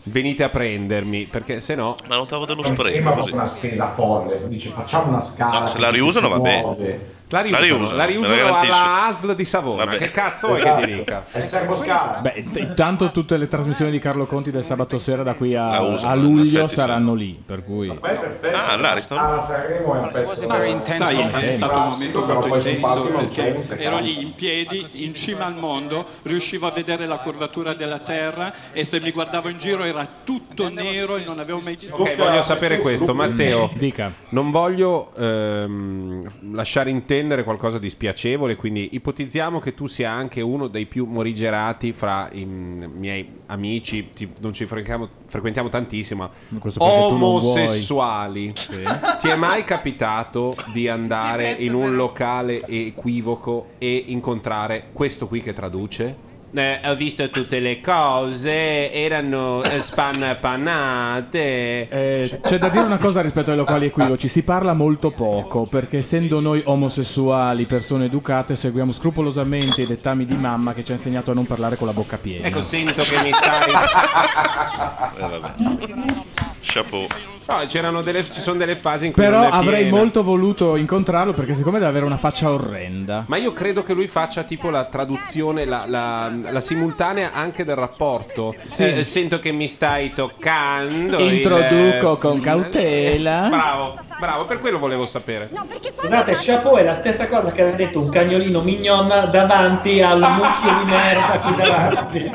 venite a prendermi, perché se no...
Ma non tavo dello
Mi
spreco
sembra
così.
proprio una spesa folle. Dice facciamo una scala.
No, se la riusano va bene.
La riusano, la
La riusano,
riusano
me lo garantisci.
alla ASL di Savona.
Vabbè.
Che cazzo vuoi
Esatto.
che ti dica?
È il servo scala.
Beh, int- intanto tutte le trasmissioni di Carlo Conti del sabato sera da qui a,
La uso,
a
in
luglio
effetti sì.
saranno lì, per cui...
Beh, perfetto.
Ah, l'Ariston.
Scala Sanremo è un pezzo.
Sai, è stato un momento
Però
molto
poi sul
intenso
palco non c'è un
perché ero
peccato.
lì in piedi, in cima al mondo, riuscivo a vedere la curvatura della Terra e se mi guardavo in giro era tutto nero e non avevo mai visto.
Ok, Eh, voglio sapere questo, Matteo.
Eh, Dica.
Non voglio ehm, lasciare intendere qualcosa di spiacevole, quindi ipotizziamo che tu sia anche uno dei più morigerati fra i m- miei amici, ti- non ci frequentiamo, frequentiamo tantissimo, ma
Questo perché tu non vuoi.
omosessuali. Ti è mai capitato di andare in un locale equivoco e incontrare questo qui che traduce? Eh, ho visto tutte le cose, erano eh, spanpanate.
Eh, c'è da dire una cosa rispetto ai locali equivoci, si parla molto poco perché essendo noi omosessuali, persone educate, seguiamo scrupolosamente i dettami di mamma che ci ha insegnato a non parlare con la bocca piena.
Ecco, sento che mi stai.
Eh, vabbè. Chapeau.
No, c'erano delle, ci sono delle fasi in cui
Però
non è
avrei
piena.
molto voluto incontrarlo perché siccome deve avere una faccia orrenda.
Ma io credo che lui faccia tipo la traduzione, la, la- la simultanea anche del rapporto. Eh, sento che mi stai toccando. il- Ecco,
Introduco con
Eh?
cautela.
Bravo, bravo, per quello volevo sapere.
Scusate, chapeau è la stessa cosa che aveva detto un cagnolino mignon davanti al mucchio di merda qui davanti.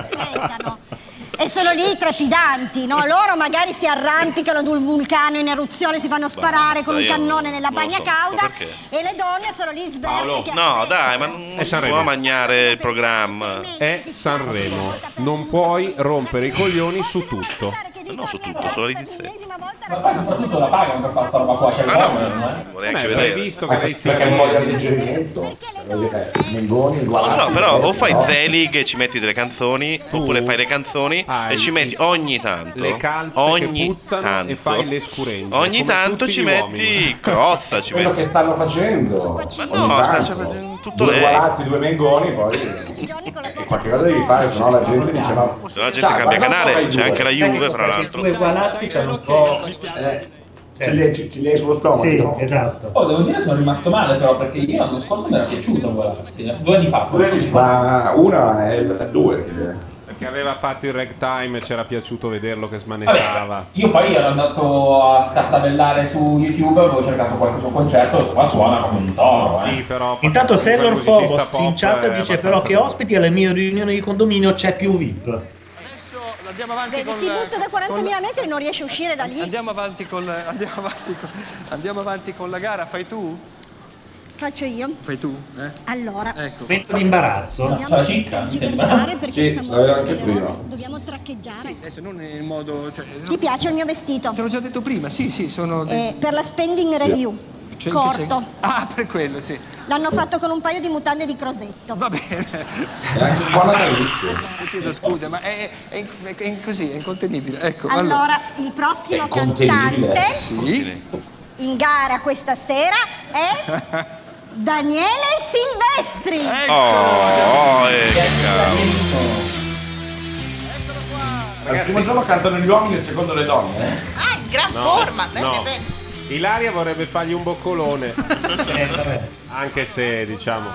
E sono lì trepidanti, no? Loro magari si arrampicano sul vulcano in eruzione, si fanno sparare con un
io
cannone nella
non lo
bagna
so,
cauda
ma perché?
e le donne sono lì sverse. che-
No, dai, ma non
È
non
Sanremo. Eh?
può mangiare il programma.
È Sanremo, non puoi rompere i coglioni su tutto.
No, su tutto, solo i tizzetti.
Ma poi soprattutto la pagano per fare sta roba qua, c'è il bonus, eh.
Vorrei
Beh,
anche
avrei
vedere.
visto che lei si
Perché è un po' di alleggerimento. Voglio dire,
Eh,
Mengoni,
Non
Gualazzi,
lo so, però o fai
no?
Zelig che ci metti delle canzoni, oppure fai le canzoni e ci metti ogni tanto.
Le calze che
ogni
puzzano
tanto.
e fai le scurenti.
Ogni tanto ci metti Crozza, ci
Quello
metti.
che stanno facendo.
Ma
Ogni
no, sta
tanto.
c'è facendo tutto
Due
lei.
Gualazzi, due Mengoni, poi... E qualche cosa devi fare, sennò la gente dice no.
Se la gente cambia canale, c'è anche la Juve, fra l'altro.
Due gualazzi c'hanno un po'.
eh,
Ci leggi, ci leggi sullo stomaco.
Sì,
no?
esatto.
Oh, devo dire sono rimasto male però perché io l'anno scorso mi era piaciuto Gualazzi, eh. due anni fa. forse.
Ma una è due.
Perché aveva fatto il ragtime e c'era piaciuto vederlo che
Vabbè,
smanettava.
io poi ero andato a scartabellare su YouTube, avevo cercato qualche suo concerto, questo qua suona come un toro. eh.
Sì, però.
Intanto Sailor
musicista
Phobos
pop
in
è
chat dice
abbastanza
però che
bravo.
ospiti alle mie riunioni di condominio c'è più VIP.
Andiamo avanti
Vedi,
con
si butta da 40.000 metri e non riesce a uscire da lì.
Andiamo avanti con la- andiamo avanti con- andiamo avanti con la gara, fai tu?
Faccio io.
Fai tu, eh?
Allora,
Ecco.
Vento di imbarazzo.
dobbiamo diversare perché
Sì, ce
stavolta
l'avevo anche
dobbiamo-
prima.
Dobbiamo traccheggiare.
Adesso non in modo cioè,
Ti piace il mio vestito?
Te l'ho già detto prima, sì, sì, sono dei-
Eh, per la spending review.
C'è il che
Corto.
segue- Ah, per quello, sì.
L'hanno fatto con un paio di mutande di crosetto.
Va bene. Ti chiedo scusa, ma è, è- è- è così, è incontenibile. Ecco,
Allora, il prossimo cantante
Sì.
in gara questa sera è Daniele Silvestri.
Ecco!
Oh, oh, eh, che cavolo.
Al primo giorno cantano gli uomini e secondo le donne.
Ah, in gran
No,
forma, bene,
no.
bene.
Ilaria vorrebbe fargli un boccolone. Anche se, diciamo,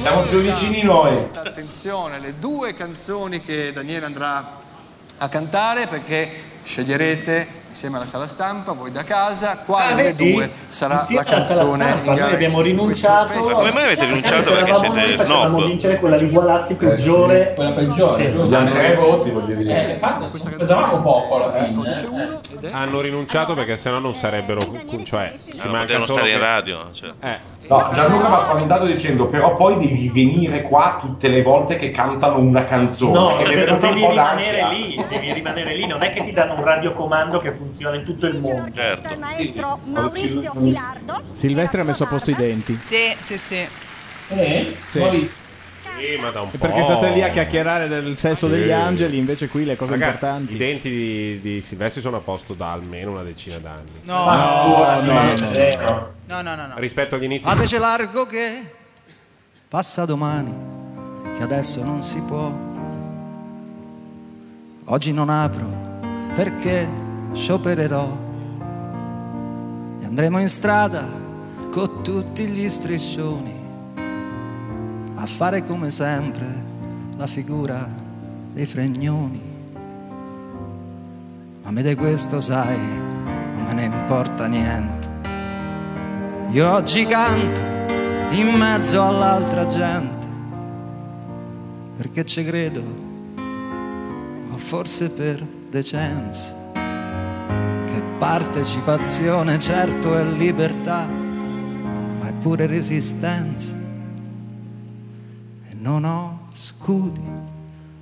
Siamo più vicini
noi.
Attenzione, le due canzoni che Daniele andrà a cantare perché sceglierete insieme alla sala stampa, voi da casa, quale
Ah,
delle
vedi?
due sarà
Insieme
la
alla sala
canzone
stampa,
in
noi
gara.
abbiamo rinunciato.
Ma come mai avete rinunciato?
Se
Perché
eravamo
siete
noi, facevamo
snob?
vincere quella di
Eh,
Gualazzi peggiore. Eh, quella peggiore.
Abbiamo tre voti, voglio dire.
Pesavamo poco alla
Eh,
Ecco,
eh.
fine.
hanno rinunciato perché sennò non sarebbero. Cioè, ci manca
No, Eh, potevano
solo
stare in
che-
radio. Cioè.
Eh.
No, Gianluca mi ha spaventato dicendo però poi devi venire qua tutte le volte che cantano una canzone.
No,
che mi è
devi
venuta un po'
rimanere
d'ansia.
lì, devi rimanere lì, non è che ti danno un radiocomando che funziona in tutto il mondo.
Certo.
Maestro Maurizio Filardo.
Silvestri ha messo a posto i denti.
Sì, sì, sì.
Eh?
Sì.
Sì, ma da un po'.
Perché state lì a chiacchierare del sesso degli
Sì.
angeli, invece qui le cose
Ragazzi,
importanti.
I denti di, di Silvestri sono a posto da almeno una decina d'anni.
No. No,
no, no, no.
zero.
No, no, no, no.
Rispetto agli inizi.
Fateci largo che passa domani, che adesso non si può. Oggi non apro perché sciopererò e andremo in strada con tutti gli striscioni a fare come sempre la figura dei fregnoni. Ma a me di questo sai, non me ne importa niente. Io oggi canto in mezzo all'altra gente, perché ci credo, o forse per decenza, che partecipazione certo è libertà, ma è pure resistenza. E non ho scudi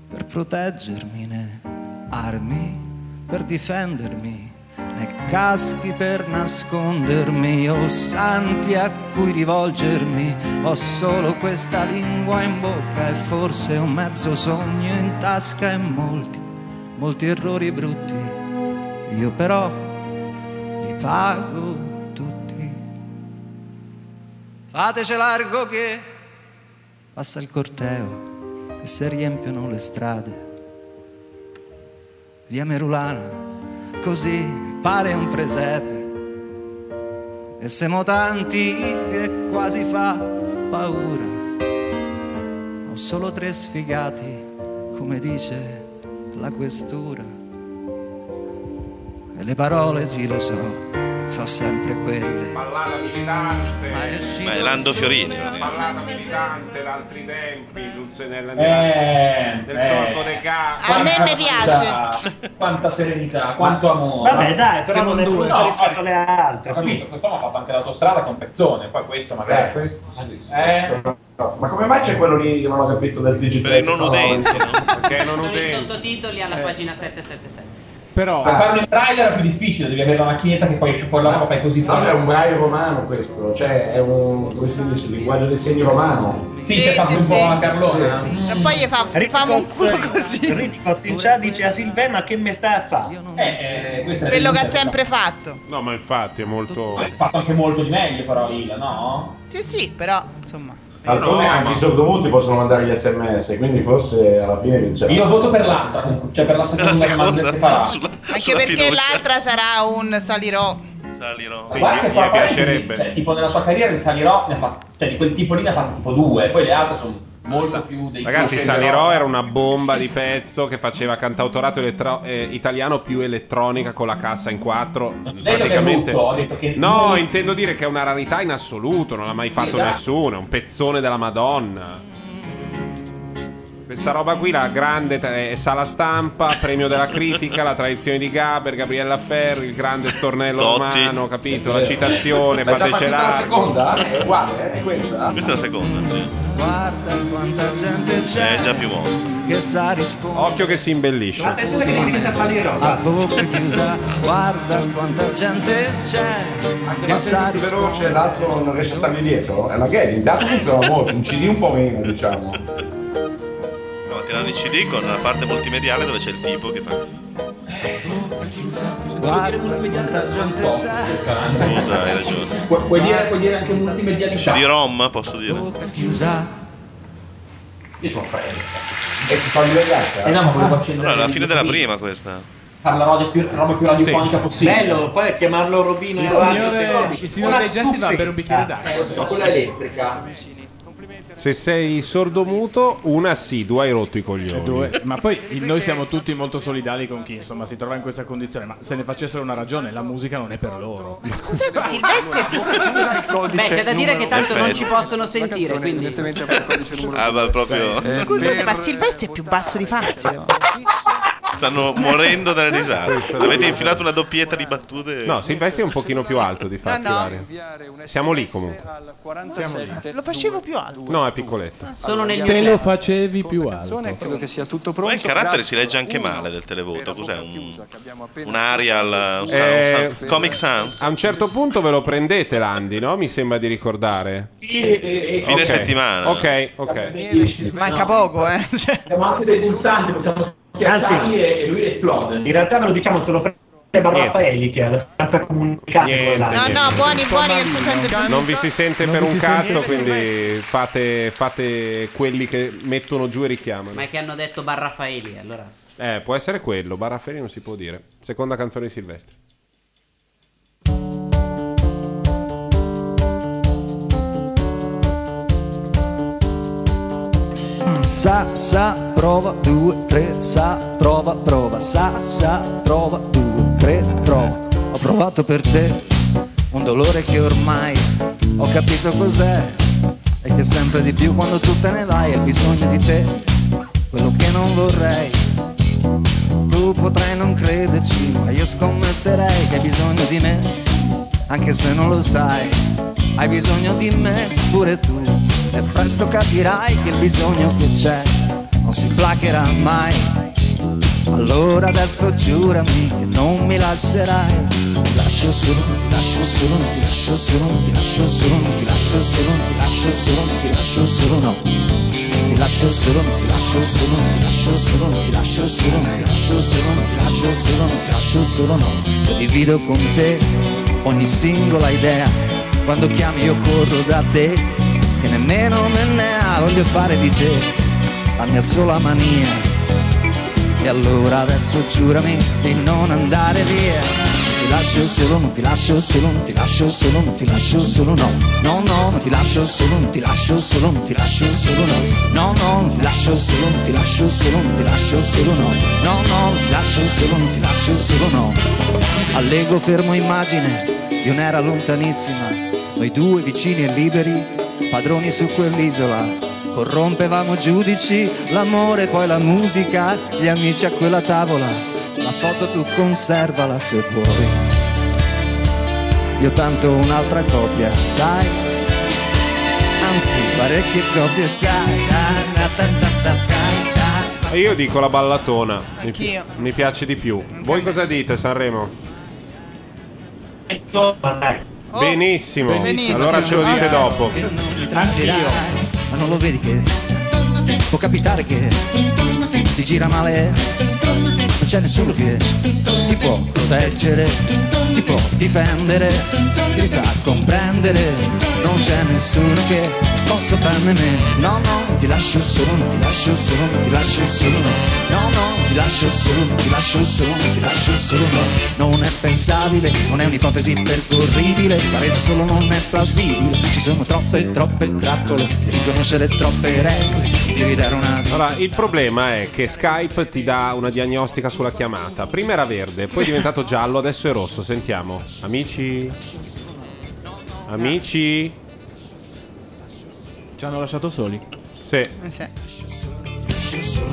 per proteggermi né armi per difendermi, né caschi per nascondermi, o santi a cui rivolgermi, ho solo questa lingua in bocca e forse un mezzo sogno in tasca e molti, molti errori brutti, io però li pago tutti. Fateci largo che passa il corteo e si riempiono le strade via Merulana, così pare un presepe. E siamo tanti che quasi fa paura. Ho solo tre sfigati, come dice la questura. E le parole, sì lo so, sono sempre quelle.
Ballata militante.
Ma è Lando Fiorini.
Ballata militante altri tempi. Sul, nel,
Eh,
nel
eh.
solco del ga.
A me mi piace.
Quanta serenità, quanto amore.
Vabbè, dai, però
Siamo
non è
due.
brutto rispetto alle altre.
Ho capito, quest'uomo ha fatto anche l'autostrada con pezzone, poi questo magari.
Eh, questo sì, sì.
Eh.
Ma come mai c'è quello lì che non ho capito del digitale?
Per i non udenti,
Perché non
Sono i
udenti.
sottotitoli
Eh.
alla pagina 777.
Ah.
Però
Per fare un trailer è più difficile, devi avere la macchinetta che poi esce fuori la roba, fai così.
No, è un braille romano questo, cioè è un come si dice, linguaggio dei segni romano.
Sì, c'è fatto un po' Mm. la Carlona.
E poi gli fa, gli fa un culo così.
Ricoz in chat dice a Silvè ma che me sta a fare?
Eh, eh, questa è
Quello che ha
l'unica-
sempre fatto.
No, ma infatti è molto.
Ha fatto anche molto di meglio però Lila, no?
Sì, sì, però insomma.
Ah,
Alcune anche i sordomuti possono mandare gli sms, quindi forse alla fine vinciamo.
Io voto per l'altra, comunque, cioè per la seconda, domanda separata.
Anche perché l'altra sarà un salirò.
Salirò.
Ma guarda che fa poi così, cioè, tipo nella sua carriera di Salirò ne ha fatti, cioè di quel tipo lì ne ha fatti tipo due, poi le altre sono molto più dei
Ragazzi,
più
Salirò era una bomba di pezzo che faceva cantautorato elettro- eh, italiano più elettronica con la cassa in quattro.
Lei
Praticamente.
l'aveva avuto, ha detto che
No, intendo dire che è una rarità in assoluto, non l'ha mai fatto
esatto.
nessuno, è un pezzone della Madonna. Questa roba qui, la grande tra- eh, sala stampa, premio della critica, la tradizione di Gaber, Gabriella Ferri, il grande stornello
Totti.
romano, capito? La citazione,
Ma è già partita la
patecelare.
seconda?
Ah, È uguale, eh, è questa?
Questa è la seconda. sì.
Guarda quanta gente c'è.
È già più mossa.
Che sa rispondere.
Occhio che si imbellisce.
Attenzione che diventa a salire roba. A bocca chiusa, guarda quanta gente c'è. Che sa
più veloce
eh.
rispondere.
l'altro non riesce a stargli dietro. È una gag, intanto funziona molto, un CD un po' meno, diciamo.
No, tirano il CD con la parte multimediale dove c'è il tipo che fa.
Guarda quanta gente c'è.
Scusa, hai ragione.
Pu- puoi, dire, puoi dire anche multimedialità.
CD-ROM, posso dire.
Io sono freddo.
E ti fa liberata?
Eh no, ma volevo accendere.
Allora, la fine della prima questa.
Fare la roba più, roba più radiofonica possibile.
Bello, poi è Eh, chiamarlo Robino
Il
e Edoardo,
signore-
cioè, Robin,
il signore
una
dei gesti va
stufetta.
per un bicchiere d'acqua.
Eh, lo so, quella elettrica.
Se sei sordomuto, una assidua hai rotto i coglioni.
Due. Cioè, Ma poi il- noi siamo tutti molto solidali con chi insomma si trova in questa condizione, ma se ne facessero una ragione, la musica non è per loro.
Scusa, ma Silvestri
è
Beh, c'è da dire che tanto non ci possono sentire, quindi
Ah, ma proprio.
Eh,
Eh,
Scusate, ma Silvestri è più basso di Fazio.
Stanno morendo dalle risate. Avete infilato una doppietta di battute.
No, Silvestri è un pochino più alto di fatto.
No, no.
Ilaria. Siamo lì comunque.
Lo facevo più alto.
No, è piccoletta.
Solo nel
Te
livello.
lo facevi più alto.
canzone, credo che sia tutto
Ma
pronto.
il carattere
Grazie.
si legge anche male del televoto. Cos'è? Un, un Arial. Un,
Eh,
un- un- Comic Sans.
A un certo punto ve lo prendete l'Andy, no? Mi sembra di ricordare.
Fine
Ok.
settimana.
Ok, ok.
Manca poco, eh.
Siamo anche dei pulsanti, possiamo schiacciarli e, e lui esplode.
In realtà ve lo diciamo solo per Seba Raffaelli che ha per comunicare con
No,
l'altro.
no, buoni, buoni, non si sente più.
Non vi si sente
Non
per
vi
un
si sente.
cazzo, quindi fate, fate quelli che mettono giù e richiamano.
ma è che hanno detto Barrafaeli, allora.
Eh, può essere quello, Barrafferi non si può dire. Seconda canzone di Silvestri.
Sa, sa, prova, due, tre, sa, prova, prova, sa, sa, prova, due, tre, prova. Ho provato per te un dolore che ormai ho capito cos'è e che sempre di più quando tu te ne vai hai bisogno di te, quello che non vorrei. Tu potrai non crederci, ma io scommetterei che hai bisogno di me, anche se non lo sai, hai bisogno di me pure tu, e presto capirai che il bisogno che c'è non si placherà mai. Allora adesso giurami che non mi lascerai. Ti lascio solo, ti lascio solo, non ti lascio solo, non ti lascio solo, non ti lascio solo, non ti lascio solo, non ti lascio solo, no. Ti lascio solo, non ti lascio solo, non ti lascio solo, non ti lascio solo, non ti lascio solo, non ti lascio solo, non ti lascio solo, no. Io divido con te ogni singola idea. Quando chiami io corro da te, che nemmeno me ne ha, voglio fare di te la mia sola mania. E allora adesso giurami di non andare via. Non ti lascio solo, non ti lascio solo, non ti lascio solo, non ti lascio solo, no. No, no, non ti lascio solo, non ti lascio solo, non ti lascio solo, no. No, no, non ti lascio solo, non ti lascio solo, non ti lascio solo, no. No, no, non ti lascio solo, non ti lascio solo, no. Allego fermo immagine di un'era lontanissima. Noi due vicini e liberi, padroni su quell'isola. Corrompevamo giudici, l'amore, poi la musica, gli amici a quella tavola. La foto tu conservala se vuoi. Io tanto ho un'altra copia, sai? Anzi, parecchie copie, sai? Na, na, ta, ta, ta, ta, ta.
E io dico la ballatona. Mi, pi-
Anch'io.
mi piace di più. Voi cosa dite, Sanremo?
Oh.
Benissimo.
Benissimo.
Allora ce lo dite dopo.
Ma non lo vedi che può capitare che ti gira male? Non c'è nessuno che ti può proteggere, ti può difendere, ti sa comprendere. Non c'è nessuno che possa prendere me. No, no, non ti lascio solo, non ti lascio solo, non ti lascio solo. No, no, no, non ti lascio solo, non ti lascio solo, non ti lascio solo. No. Non è pensabile, non è un'ipotesi percorribile. Faremo solo non è plausibile. Ci sono troppe, troppe trappole. Devi riconoscere troppe regole. Ti devi dare una
Allora, il problema è che Skype ti dà una diagnostica sulla chiamata. Prima era verde, poi è diventato giallo, adesso è rosso. Sentiamo. Amici? Amici?
Ci hanno lasciato soli.
Sì.
Eh, sì.
lascio solo,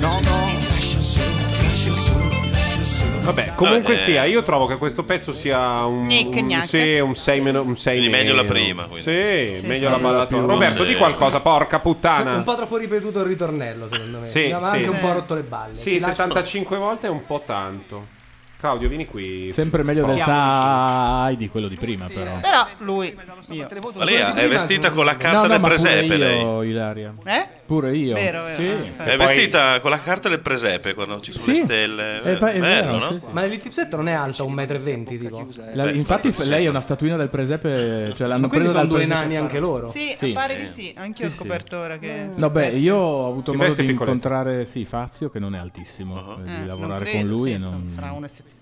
no, no, mi lascio solo, mi lascio solo, mi lascio solo.
Vabbè, comunque
Eh.
sia, io trovo che questo pezzo sia un,
Nick,
un,
gnac.
sì, un 6 meno un sei
Quindi meglio la
meno.
prima, quindi.
Sì,
Sì,
meglio
sì.
la ballata.
Più-
Roberto,
sì.
di qualcosa, porca
Un
puttana.
po' troppo ripetuto il ritornello, secondo me.
Sì,
Mi aveva
sì.
anche un po'
Eh.
rotto le balle.
Sì,
Ti lascio-
75 volte è un po' tanto. Claudio, vieni qui.
Sempre meglio del
Proviamo.
sai di quello di prima, però.
Però lui. Io.
Ma lei è vestita con la carta
no, no,
del
ma
presepe,
pure
lei.
io, Ilaria.
Eh?
Pure io.
Vero, vero.
Sì.
È vestita con la carta del presepe quando ci sono le stelle.
Eh, fa- è vero,
no?
sì,
Ma l'ellitizzetto non è alta 1,20 m, tipo.
eh.
La- infatti f- lei è una statuina del presepe, cioè l'hanno
Ma
preso
quindi sono
dal
due
presepe.
nani anche loro?
Sì, pare di sì. Anch'io ho scoperto ora che.
No, beh, io ho avuto
Si
modo
veste
di
piccoletto.
incontrare sì, Fazio, che non è altissimo, eh,
Eh,
di
non
lavorare
credo,
con lui.
sì,
e non- eh,
insomma, sarà 1,70.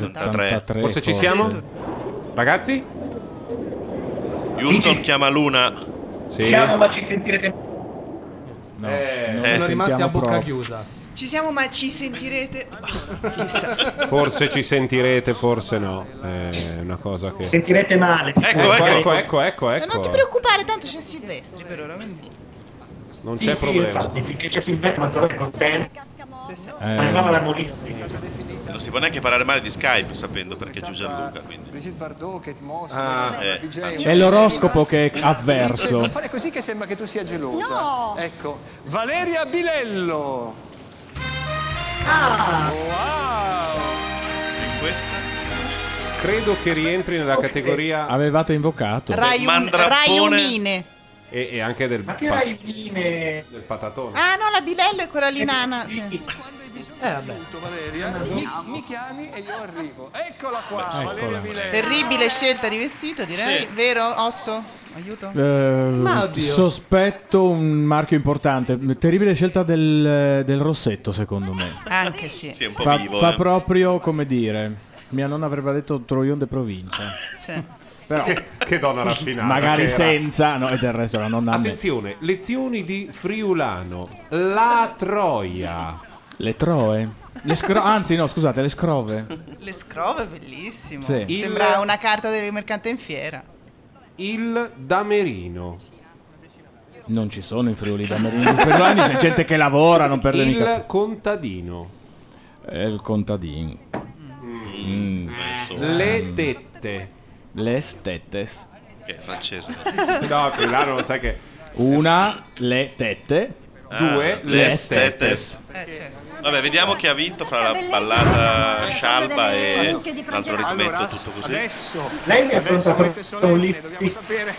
83.
Forse ci
forse.
siamo? Ragazzi?
Houston chiama Luna.
Sì.
Chiamo, ma ci sentirete.
No,
non
sono
sentiamo
Eh, rimasti a bocca
proprio.
chiusa.
Ci siamo, ma ci sentirete? Chissà.
Forse ci sentirete, forse no. È una cosa che.
Sentirete male. Eh,
Ecco, ecco, ecco, ecco, ecco.
Ma Eh, non ti preoccupare, tanto c'è Silvestri per ora. Quindi...
Non
Sì,
c'è
sì,
problema.
infatti, finché c'è Silvestro, ma sarà
Eh.
contento.
Eh.
Ma sarà l'armonia.
Non si può neanche parlare male di Skype sapendo perché è Gianluca. Quindi.
Ah.
Eh,
È l'oroscopo che è avverso.
Non fare così che sembra che tu sia gelosa. Ecco, Valeria Bilello. Oh, ah,
Credo che rientri nella categoria.
Avevate invocato.
Raiun- Raiunine.
E, e anche del.
che
pa-
Raiunine?
Del patatone.
Ah, no, la Bilello è quella lì nana. sì.
Eh, vabbè.
Valeria, mi, mi chiami e io arrivo. Eccola qua,
Eccola.
Valeria Bilello.
Terribile scelta di vestito, direi.
Sì.
Vero, Osso? Aiuto.
Eh,
Ma oddio.
sospetto un marchio importante. Terribile scelta del, del rossetto, secondo me.
Anche Ah, sì.
Sì, un po'
Fa,
vivo.
fa
eh.
proprio come dire. Mia nonna avrebbe detto Troion de provincia.
Sì.
Però-
Che, che donna raffinata. che
Magari
era.
senza, no, e del resto la nonna a me.
Attenzione, lezioni di Friulano. La Troia.
Le troe. Le scro- anzi, no, scusate, le scrove.
Le scrove è bellissimo.
Sì. Il-
Sembra una carta del mercante in fiera.
Il Damerino.
Non ci sono in Friuli da Merino. In Friulani c'è gente che lavora, non perde
Il
mica.
contadino.
È il contadino. Mm.
Le tette.
Le estettes.
Che è francese.
No, Friulano lo sai che.
Una, le tette.
Due, Ah, le estettes. Vabbè, vediamo chi ha vinto fra la ballata Scialba e l'altro
Allora,
rimetto tutto così.
adesso,
Lei mi ha
adesso
affrontato
avete solenne, dobbiamo sapere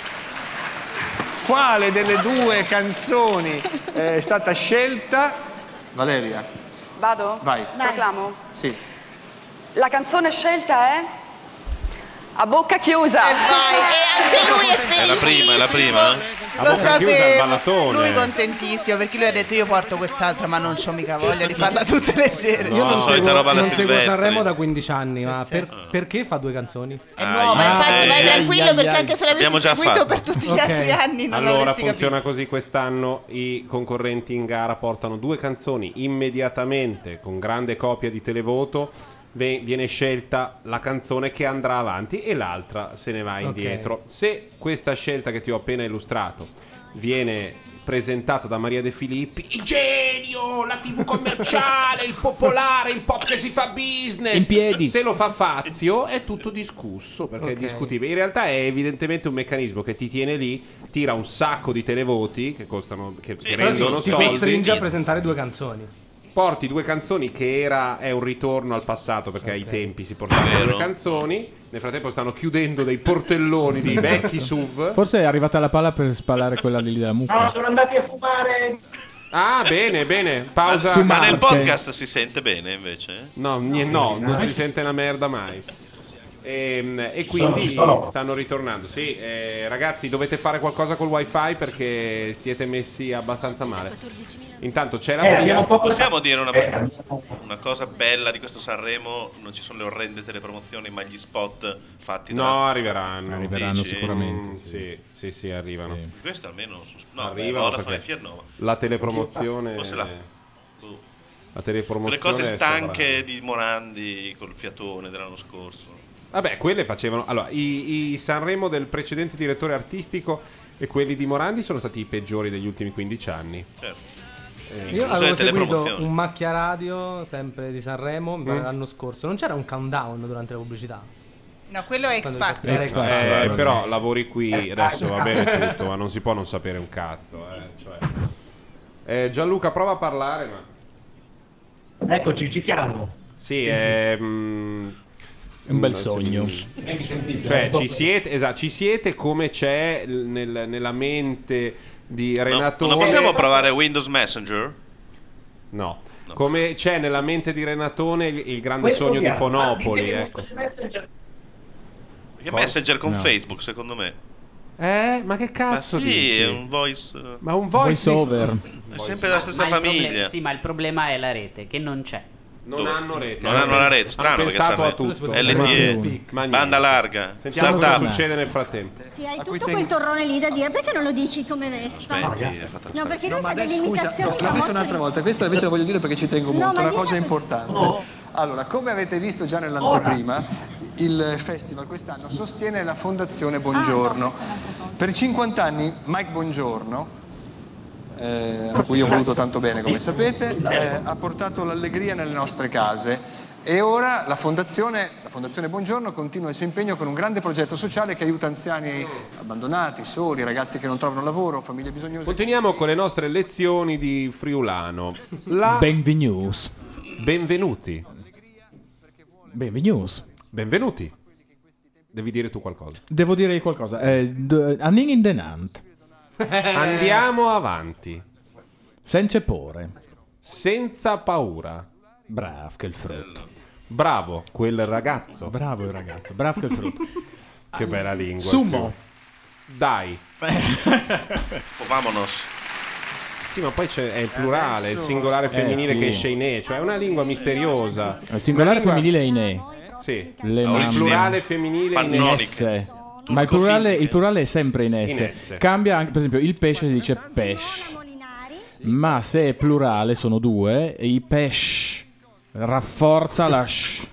quale delle due canzoni eh, è stata scelta. Valeria,
Vado?
Vai.
Proclamo.
sì.
La canzone scelta è A bocca chiusa. E
anche lui è
È la prima, è la prima. eh?
Lo sapevo.
ballatone.
Lui contentissimo perché lui ha detto io porto quest'altra ma non ho mica voglia di farla tutte le sere.
Io non
solita
seguo,
roba alla
non seguo
Silvestri.
Sanremo da 15 anni, ma per- perché fa due canzoni?
È
Ah,
nuova, infatti vai tranquillo perché anche se l'avessi
Abbiamo già
seguito
fatto.
per tutti gli
Ok.
altri anni non
allora
l'avresti capito.
funziona così quest'anno i concorrenti in gara portano due canzoni immediatamente con grande copia di televoto ve- viene scelta la canzone che andrà avanti e l'altra se ne va indietro se questa scelta che ti ho appena illustrato viene presentata da Maria De Filippi il genio la tv commerciale il popolare il pop che si fa business
In piedi.
se lo fa Fazio è tutto discusso perché è
Ok.
discutibile. In realtà è evidentemente un meccanismo che ti tiene lì, tira un sacco di televoti che costano che, che
Però
rendono
ti
soldi.
costringe a presentare due canzoni.
Porti due canzoni che era è un ritorno al passato perché ai tempi si portavano
Vero.
due canzoni. Nel frattempo stanno chiudendo dei portelloni di
Esatto.
vecchi SUV.
Forse è arrivata la palla per spalare quella lì della mucca.
sono andati a fumare.
Ah, bene, bene. Pausa.
Su
Ma nel
Marte.
podcast si sente bene invece?
No, ni- no, non si sente una merda mai. Ehm, E, quindi stanno ritornando. Sì, eh, ragazzi, dovete fare qualcosa col wifi perché siete messi abbastanza male. Intanto c'è la
Eh,
prima.
Possiamo dire
Eh,
una, una cosa bella di questo Sanremo? Non ci sono le orrende telepromozioni, ma gli spot fatti da.
No, arriveranno.
Arriveranno
Dici?
sicuramente,
Mm,
sì.
sì, sì, sì, arrivano.
Questo almeno. su- No,
Arrivano
arrivano
perché
e Fier no.
la telepromozione-
Forse la. boh.
La telepromozione.
Quelle cose
è sopra.
stanche di Morandi col fiatone dell'anno scorso.
Vabbè, quelle facevano. Allora, i, i Sanremo del precedente direttore artistico e quelli di Morandi sono stati i peggiori degli ultimi 15 anni.
Certo.
Eh,
Io
delle
avevo seguito
telepromozioni.
un macchia radio sempre di Sanremo mi pare
Mm.
l'anno scorso. Non c'era un countdown durante la pubblicità.
No, quello è X
Quando
Factor.
Era
Eh,
X Factor.
però lavori qui,
Eh,
adesso va bene tutto, ma non si può non sapere un cazzo. eh, cioè. Eh, Gianluca, prova a parlare. Ma...
Eccoci, ci siamo.
Sì, è mm,
Un bel
mm,
sogno.
sì.
Eh, mi sentite?
Cioè,
Eh,
ci siete, esatto, ci siete come c'è l- nel- nella mente di Renato.
non possiamo provare Windows Messenger?
No. Come c'è nella mente di Renatone il, il grande
Questo
sogno di
piano.
Fonopoli,
Ah,
ecco.
Perché Messenger con
No.
Facebook, secondo me.
Eh, ma che
Ma
cazzo
sì,
dici?
è un voice. eh.
Ma un voice
Voice over.
È sempre la stessa
Ma il
famiglia.
problema- sì, ma il problema è la rete, che non c'è.
Non
Dove?
hanno rete.
Non hanno la rete, strano
Hanno
perché
pensato a
Sanremo.
tutto.
LTE,
Ma niente.
banda larga,
Eh, Sentiamo cosa
startup.
succede nel frattempo.
Sì, hai
cui
tutto quel
tengo.
torrone lì da dire, perché non lo dici come Vespa?
Aspetti, è fatta
No, perché lui
ma
fa delle
adesso scusa,
imitazioni
l'ho
famose.
visto un'altra volta, questa invece la voglio dire perché ci tengo
No,
molto,
ma
è una
dica
cosa
se-
importante.
No.
Allora, come avete visto già nell'anteprima, il festival quest'anno sostiene la
Ah,
Fondazione Buongiorno. per 50 anni Mike Buongiorno, eh, a cui ho voluto tanto bene come sapete, eh, ha portato l'allegria nelle nostre case. E ora la Fondazione, la Fondazione Buongiorno continua il suo impegno con un grande progetto sociale che aiuta anziani abbandonati, soli, ragazzi che non trovano lavoro, famiglie bisognose.
Continuiamo con le nostre lezioni di Friulano. La...
Benvenuti.
Benvenuti.
Benvenuti.
Benvenuti. Devi dire tu qualcosa.
Devo dire qualcosa. Eh, d- Annin in denant.
Andiamo avanti.
Senza porre.
Senza paura.
Bravo, che il frutto.
Bravo, quel ragazzo.
Bravo il ragazzo, bravo che il frutto.
che bella lingua.
Sumo.
Fiu. Dai.
O vamonos.
Sì, ma poi c'è è il plurale, il singolare
Eh,
femminile
sì.
che esce in e, cioè è una lingua misteriosa.
Il singolare
Una
femminile
lingua-
è Ine.
Sì.
Le
No, il
mamme.
plurale femminile in e.
Esse. Ma il plurale, il plurale è sempre in
In
esse.
esse.
Cambia anche, per esempio, il pesce si dice pesce. Ma se è plurale sono due, e i pesce rafforza la sh.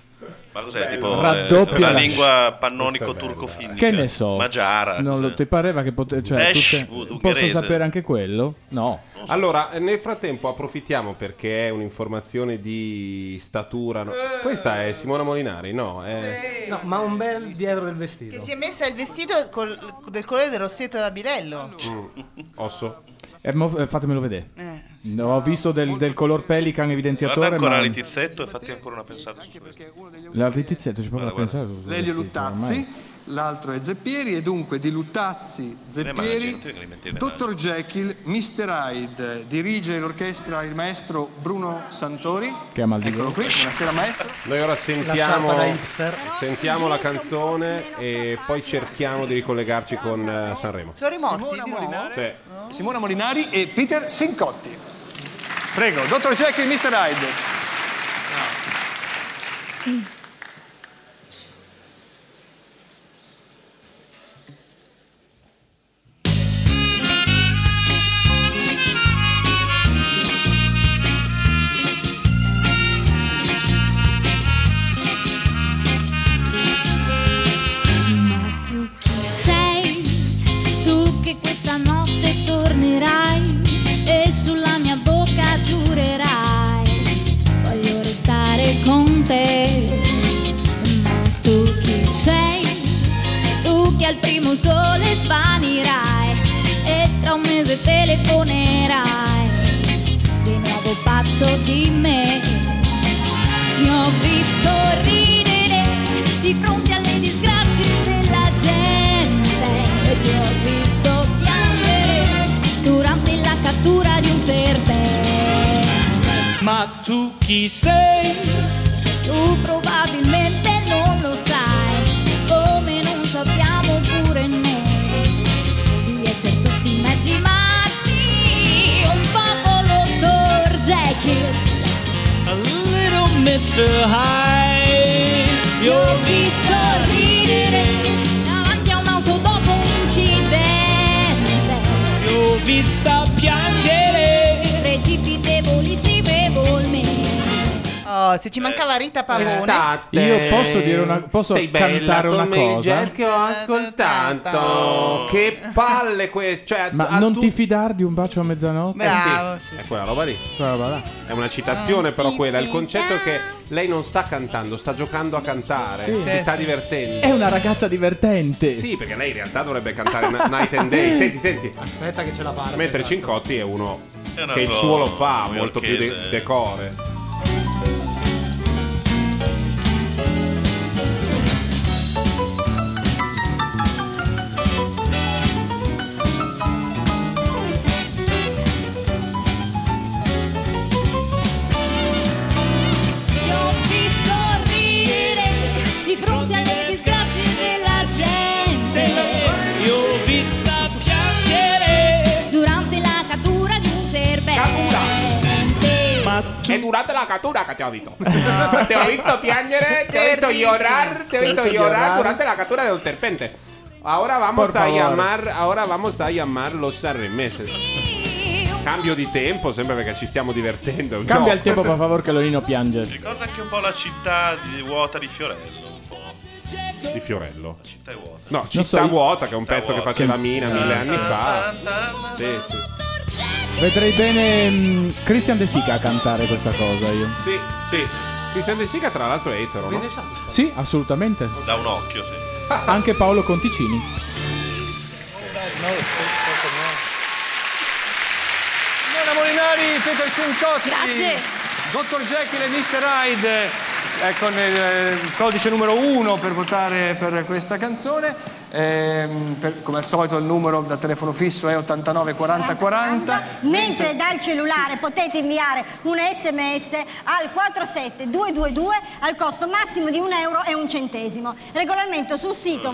Ma cos'è?
Bello.
Tipo
Raddoppia
eh, la
la-
lingua pannonico turco-finnica.
Che ne so.
Magiara.
Non lo- ti pareva che pote- cioè,
Pesce,
tutte-
u-
posso
ungherese.
sapere anche quello? No.
Allora, eh, nel frattempo approfittiamo perché è un'informazione di statura. no? Questa è Simona Molinari, no? È...
No, ma un bel dietro del vestito.
Che si è messa il vestito col- del colore del rossetto da Birello.
Mm, Osso.
Eh, mo- eh, fatemelo vedere.
Eh.
No, ho visto del, del color pelican
Guarda
evidenziatore,
ancora
ma...
l'itizzetto e fatti ancora una pensata su questo.
La ritizzetto ci prova a pensare.
Lelio Luttazzi, l'altro è Zeppieri e dunque di Luttazzi,
mangi, non ti vengono in
Zeppieri,
mente le
Dottor Jekyll, Mr. Hyde, dirige l'orchestra il maestro Bruno Santori.
Che ama il
Ecco.
Eccolo qui, buonasera maestro.
Noi ora sentiamo,
sciarpa da hipster.
sentiamo la canzone e poi cerchiamo di ricollegarci con eh, Sanremo. Cioè,
Sono rimorti di
Simona
nuovo?
Molinari,
Sì.
Simona Molinari e Peter Sincotti. Prego, Dottor Jekyll, Mr. Hyde.
Tu chi sei? Tu che questa notte tornerai e sulla mia bocca giurerai. Voglio restare con te. Ma tu chi sei? Tu che al primo sole svanirai e tra un mese telefonerai. Di nuovo pazzo di me. Mi ho visto ridere di fronte alle disgrazie della gente. E ti ho visto piangere durante la cattura di un serpente.
Ma tu chi sei?
Tu probabilmente non lo sai, come non sappiamo pure noi di essere tutti mezzi matti, un po' con l'ottor Jekyll.
A little Mr. Hyde.
Ti ho visto ridere davanti a un'auto dopo un incidente.
Ti ho vista piangere.
Precipitevolissime volme.
Oh, se ci mancava Rita Pavone.
Estate.
Io posso dire una- posso
Sei bella
cantare una
come il
cosa?
jazz che ho ascoltato. Che palle queste. Cioè, a-
Ma
a
non
tu-
ti fidar di un bacio a mezzanotte?
Eh sì, è quella roba lì. È una citazione, però, quella. Il concetto è che lei non sta cantando, sta giocando a cantare.
Sì.
Si
Sì,
sta
sì.
divertendo.
È una ragazza divertente.
Sì, perché lei in realtà dovrebbe cantare na- Night and Day. Senti, senti.
Aspetta che ce la esatto. parla.
Mentre Cincotti è uno
È una
che il
cosa
suo lo fa, molto più
newyorkese.
de- decore.
Io ho visto ridere di fronte alle disgrazie della gente.
Io ho vista
piangere durante la cattura di un serpente.
Ma È durata la cattura che ti ho detto. Ti ho visto piangere, ti ho visto llorar, ti ho visto
Ti ho visto
llorar
llorar.
durante la cattura del serpente. Ahora vamos
Por
a
favor.
llamar, ahora vamos a llamar los sarremeses. Cambio di tempo, sempre perché ci stiamo divertendo.
Cambia
No.
il tempo, per favore, che Lorino piange.
Ricorda anche un po' la città di- vuota di Fiorello. Un po'.
di Fiorello.
Città è vuota.
No, Città
Non so, io-
vuota, che è un pezzo che
vuota.
faceva Mina mille anni fa.
Ah,
Sì, sì.
Vedrei bene mm, Christian De Sica a cantare questa cosa io.
Sì, sì. Cristian De Sica, tra l'altro, è etero, no?
Sì, assolutamente.
Da un occhio, sì.
Anche Paolo Conticini.
Elena Molinari, Peter Cincotti.
Grazie.
Dottor Jekyll e Mr. Hyde eh, con il eh, codice numero 1 per votare per questa canzone. Ehm, per- come al solito il numero da telefono fisso è 89 40 40.
Mentre dal cellulare potete inviare un sms al 47222 al costo massimo di un euro e un centesimo. Regolamento sul sito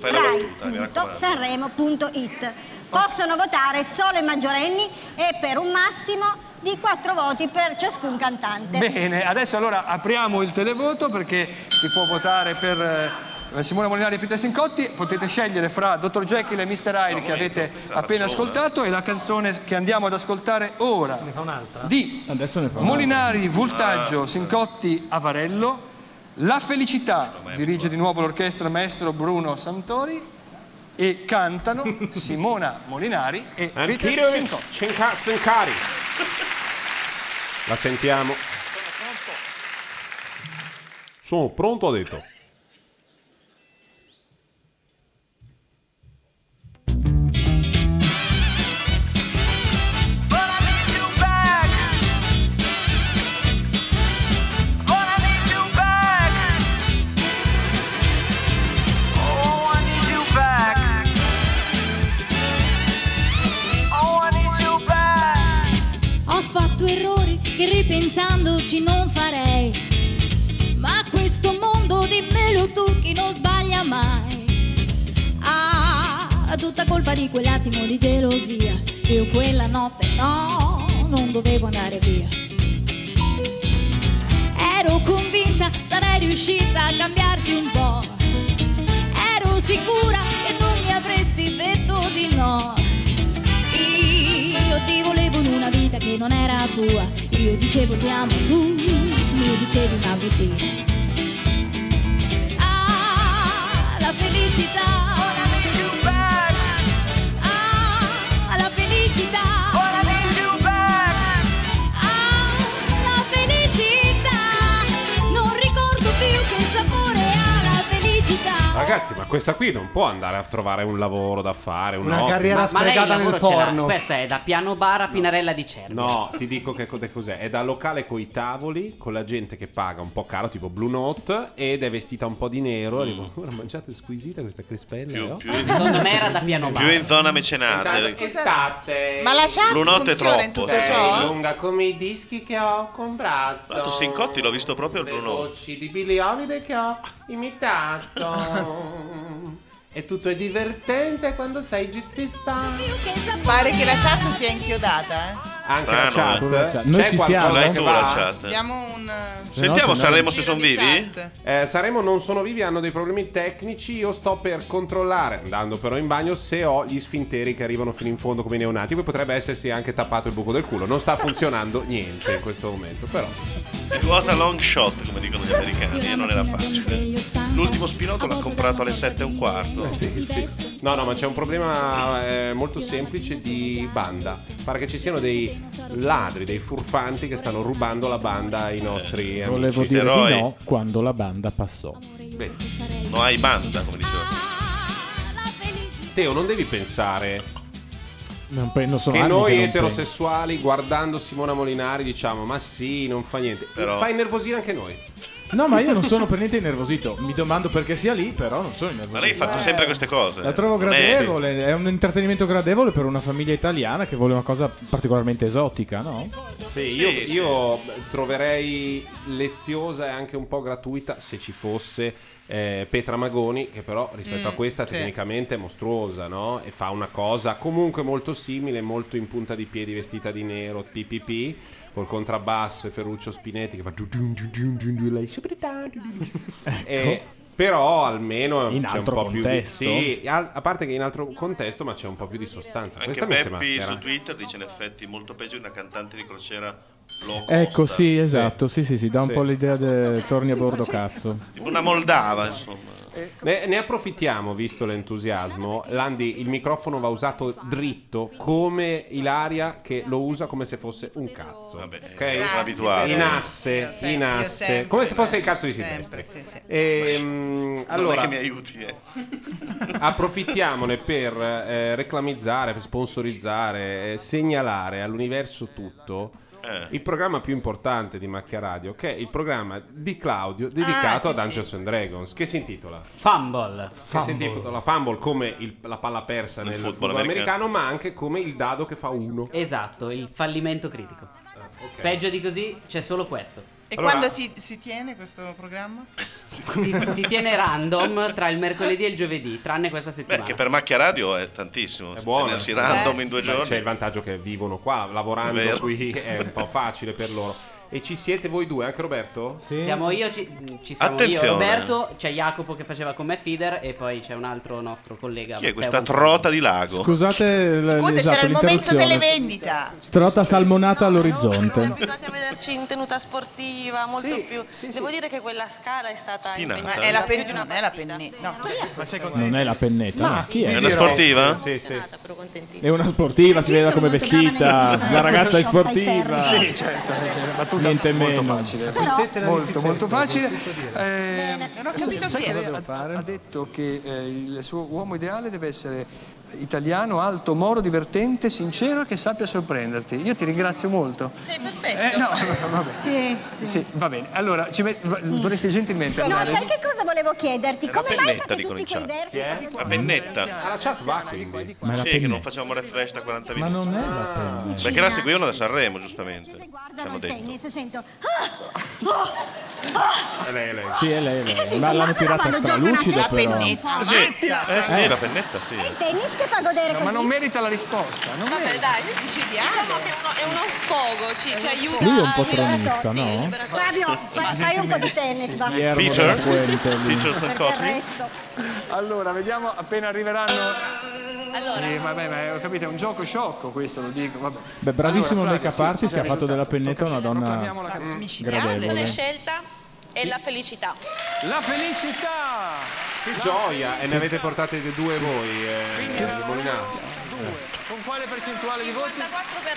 fai la battuta, mi raccomando.
www.rai.sanremo.it. Possono votare solo i maggiorenni e per un massimo di 4 voti per ciascun cantante.
Bene, adesso allora apriamo il televoto perché si può votare per eh, Simone Molinari e Peter Sincotti. Potete scegliere fra Dottor Jekyll e Mr. Hyde che avete appena ascoltato e la canzone che andiamo ad ascoltare ora di
Adesso ne parlo.
Molinari, Voltaggio, Sincotti, Avarello. La felicità dirige di nuovo l'orchestra maestro Bruno Santori e cantano Simona Molinari e
And
Peter
Peter
Sincotti.
Cinca- Sincari. La sentiamo. Sono pronto, ha detto.
Ho fatto errori che ripensandoci non farei. Ma questo mondo dimmelo tu chi non sbaglia mai. Ah, tutta colpa di quell'attimo di gelosia. Io quella notte no, non dovevo andare via. Ero convinta sarei riuscita a cambiarti un po'. Ero sicura che non mi avresti detto di no. Io ti volevo in una vita che non era tua. Io dicevo ti amo, tu mi dicevi una bugia. Ah, la felicità. Ah, la felicità. Ah, la felicità. Non ricordo più che sapore ha la felicità.
Ragazzi, ma questa qui non può andare a trovare un lavoro da fare, un
Una
hobby.
carriera
Ma-
sp-
ma-
Fregata
lei il
nel
lavoro ce l'ha.
porno.
Questa è da piano bar a Pinarella di Cervo.
No, ti dico che cos'è, cos'è. È da locale coi tavoli, con la gente che paga un po' caro, tipo Blue Note, ed è vestita un po' di nero.
Mm.
E dico, "Ora ho mangiato squisita questa crespella, no?"
Secondo me era da piano bar.
Più in zona mecenate.
Estate.
Ma la chat
Brunotte è
funziona in
troppo,
tutto
eh.
ciò?
lunga come i dischi che ho comprato.
Tra l'altro Sincotti l'ho visto proprio al Bruno.
voci di Billy Holiday che ho imitato. e tutto è divertente quando sei gizzista.
Pare che la chat sia inchiodata, eh.
anche la
Strano, eh.
chat.
Povera chat. Noi
C'è
ci
qualcosa
siamo?
che
Ecco la
va?
chat.
Abbiamo un. eh,
Sentiamo
se no-
Sanremo se sono vivi.
Eh, Sanremo non sono vivi, hanno dei problemi tecnici. Io sto per controllare, andando però in bagno, se ho gli sfinteri che arrivano fino in fondo come i neonati. Poi potrebbe essersi anche tappato il buco del culo. Non sta funzionando niente in questo momento, però.
It was a long shot, come dicono gli americani, e non era facile. L'ultimo spinotto l'ha comprato alle 7 e un quarto.
eh, Sì, sì. No, no, ma c'è un problema eh, molto semplice di banda. Pare che ci siano dei ladri, dei furfanti che stanno rubando la banda ai
Eh,
nostri amici.
Volevo dire di no quando la banda passò.
Bene.
No, hai banda, come diceva.
Teo, non devi pensare
Non prendo sono
che
anni
noi
non
eterosessuali, guardando Simona Molinari, diciamo ma sì, non fa niente.
Però-
Fa innervosire anche noi.
prendo. No, ma io non sono per niente innervosito. Mi domando perché sia lì, però non sono innervosito.
Ma lei ha fatto
Eh,
sempre queste cose.
La trovo
Non è-
gradevole, è un intrattenimento gradevole per una famiglia italiana che vuole una cosa particolarmente esotica, no?
Sì, io, io troverei leziosa e anche un po' gratuita se ci fosse eh, Petra Magoni, che però rispetto
Mm,
a questa
sì.
tecnicamente è mostruosa, no? E fa una cosa comunque molto simile, molto in punta di piedi, vestita di nero, PPP, col contrabbasso e Ferruccio Spinetti che fa giu giu giu giu giu giu, lei e- però almeno
Ecco. In
c'è
altro
un po'
contesto?
più di, sì, al- a parte che in altro contesto, ma c'è un po' più di sostanza.
Anche
Questa mi sembra
Peppi
vera-
su Twitter dice in effetti molto peggio di una cantante di crociera low
Ecco,
cost.
sì, esatto, sì, sì, sì, dà un
Sì.
po' l'idea del torni a bordo cazzo.
Tipo una moldava, insomma.
Ne, ne approfittiamo, visto l'entusiasmo. Landi, il microfono va usato dritto, come Ilaria che lo usa come se fosse un cazzo. Vabbè,
sono abituato.
In asse,
Io sem-
in
io
asse.
sempre,
come se fosse il
sempre,
cazzo di
sempre,
Silvestri.
sì, sì.
Ehm,
Non è
allora,
che mi aiuti, eh.
approfittiamone per eh, reclamizzare, per sponsorizzare, eh, segnalare all'universo tutto il programma più importante di Macchia Radio, che è il programma di Claudio dedicato
Ah, sì,
a Dungeons and Dragons, che si intitola
Fumble.
che si intitola la Fumble come il- la palla persa nel,
football
football americano,
americano.
ma anche come il dado che fa uno. Ah,
Esatto, il fallimento critico. Peggio di così c'è solo questo.
E quando si, si tiene questo programma?
si, si tiene random tra il mercoledì e il giovedì, tranne questa
Beh,
settimana.
che per macchia radio è tantissimo. È
buono.
Tenersi random in due
Beh, C'è
giorni.
il vantaggio che vivono qua, lavorando
Vero.
qui è un po' facile per loro. E ci siete voi due, anche Roberto?
Siamo io, ci, ci siamo io, Roberto, c'è Jacopo che faceva con me Feeder e poi c'è un altro nostro collega.
Chi è
Matteo
questa
Bonfanti.
trota di lago?
Scusate, l-
Scusa,
l'esatto,
c'era il momento
Esatto, l'interruzione.
delle
vendita.
Trota salmonata all'orizzonte.
abituati a vederci in tenuta sportiva, molto più. Devo dire che quella scala è stata
Pinata.
impegnativa
Ma è la
più
pen-
di una
non è la pennetta.
Ma sei
Non è la pennetta,
Ma-
ma chi è?
È una sportiva?
Sì, sì.
però contentissima.
È una sportiva, si vede da come è vestita, la ragazza è sportiva.
Sì, certo, è una battuta
Niente
molto
meno.
facile.
Però-
Molto, molto facile. Eh,
ho
sai-
capito
sai che
niente.
lei ha, ha detto che eh, il suo uomo ideale deve essere italiano, alto, moro, divertente, sincero e che sappia sorprenderti. Io ti ringrazio molto.
Sei perfetto.
Eh, no, va bene. Sì, va bene. Allora, ci met- va- dovresti gentilmente
No,
andare.
sai che cosa volevo chiederti? Come mai fate
dicono
tutti quei versi?
La pennetta.
La chat va quindi.
Ma
la
sì, che
pennetta.
non facciamo refresh da 40 minuti.
non è la pennetta.
Perché la seguivano da Sanremo, giustamente. Siamo
Guardano il
dentro.
tennis e sento... Ah, ah, ah.
Eh,
Sì, è lei, è lei. Ma l'hanno tirata
Quando
stralucida
giocano
però.
a tennis,
Ah, sì.
ammazza.
Eh, sì,
Eh.
la pennetta, sì.
Il tennis che fa godere
No,
così.
ma non merita la risposta. Non
Vabbè,
merita.
dai, diciamo che è uno, è uno sfogo, ci, ci aiuta.
Lui è un po'
a rilassarsi,
tronista, no?
libera cosa.
Fabio, fa- fai un po' di tennis, va.
Pierro
Teacher?
della Puente, lì.
Teacher San Cosmi?
Allora, vediamo appena arriveranno.
Allora.
Sì, vabbè, ma è- ho capito, è un gioco sciocco questo, lo dico. Vabbè.
Beh, bravissimo
Allora,
allora,
Flavio,
Caparsi,
sì, sì,
che ha fatto della pennetta una donna
Proclamiamola campione.
gradevole.
La scelta è la felicità.
La felicità!
Che gioia! E ne avete portate due voi, eh, di Eh. Molinari.
Con quale percentuale di voti?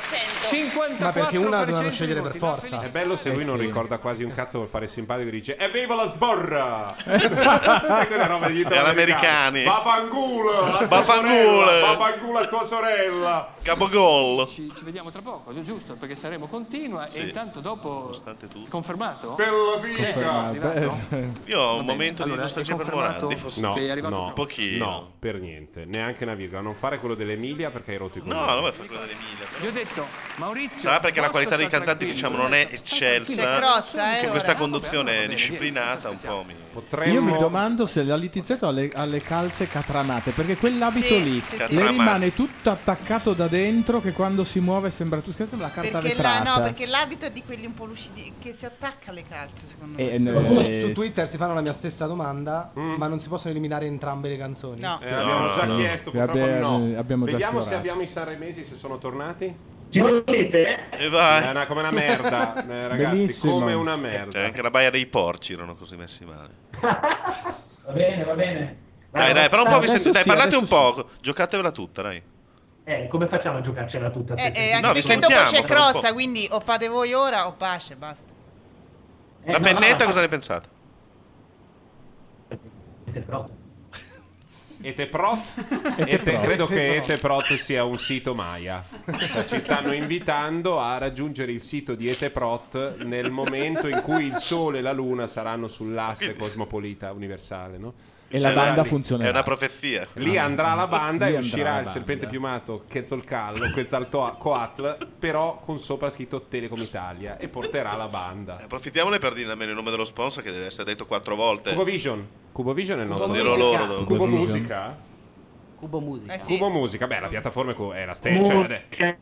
54%.
Ma perché una dovevano
scegliere per
forza. Eh, È bello se lui non ricorda quasi un cazzo per fare simpatico e dice Evviva la sborra! Sai quella roba degli
Gli americani.
Bafangula!
Bafangula.
Bafangula tua sorella!
Capogol.
Ci, ci vediamo tra poco, giusto? Perché saremo continua e
Sì.
intanto dopo...
tutto.
Confermato?
Bella figa.
Sì, arrivato?
Io ho
Va bene,
un momento di
allora, è
nostalgia per
confermato
Morandi.
No,
che è arrivato
no,
proprio.
Pochino.
no, per niente, neanche una virgola. Non fare quello dell'Emilia perché hai rotto i coglioni.
No, non è fa quella dell'Emilia. però.
Gli ho detto, Maurizio...
Sarà perché la
posso
qualità dei
stare
cantanti
tranquillo?
diciamo non è
Stai tranquillo.
eccelsa.
C'è Crozza, eh,
Che questa
allora.
conduzione disciplinata un po' mi.
Potremmo-
Io mi domando se la Littizzetto ha le, ha le calze catramate, perché quell'abito
Sì,
lì
sì, sì.
le
Catramate.
rimane tutto attaccato da dentro che quando si muove sembra tu scherzo la carta
Perché, la-
vetrata.
no, perché l'abito è di quelli un po' lucidi che si attacca alle calze, secondo me.
Eh, no,
Qualcuno
eh,
su Twitter si fanno la mia stessa domanda, ma non si possono eliminare entrambe le canzoni.
No.
Mm. Eh, l'abbiamo già chiesto, purtroppo
Abbiamo-
no.
abbiamo già
Vediamo se
esplorato.
abbiamo i sanremesi se sono tornati.
Ci
volete?
E vai.
È una- come una merda, eh, ragazzi,
Bellissimo.
come una merda.
Cioè, anche la baia dei porci erano così messi male.
Va bene, va bene.
Dai, dai, però un po' vi
Adesso
sentite. Dai,
sì,
parlate
adesso
un po'. Giocatevela tutta, dai.
Eh, come facciamo a giocarcela tutta?
Eh, eh, anche
No,
perché dopo
vi sentiamo
c'è
tra un
Crozza,
po'.
quindi o fate voi ora o pace, basta.
La pennetta, cosa ne pensate?
Eteprot?
Eteprot.
credo che
Eteprot.
Eteprot sia un sito Maya. Ci stanno invitando a raggiungere il sito di Eteprot nel momento in cui il Sole e la Luna saranno sull'asse cosmopolita universale, no?
E la
Cioè,
banda
lì-
funzionerà.
È una profezia.
Lì andrà la banda
Lì andrà
e
la
uscirà il
banda.
serpente piumato Quetzalcallo, Quetzalcoatl, però con sopra scritto Telecom Italia e porterà la banda.
Eh. Approfittiamone per dire almeno il nome dello sponsor che deve essere detto quattro volte.
Cubo Vision. Cubo Vision è il nostro.
Cubo Dirò Musica. loro.
Cubo
Cubo Vision.
Musica?
Cubo Musica.
Cubo Musica, beh, la piattaforma è co- è la stessa. Cioè,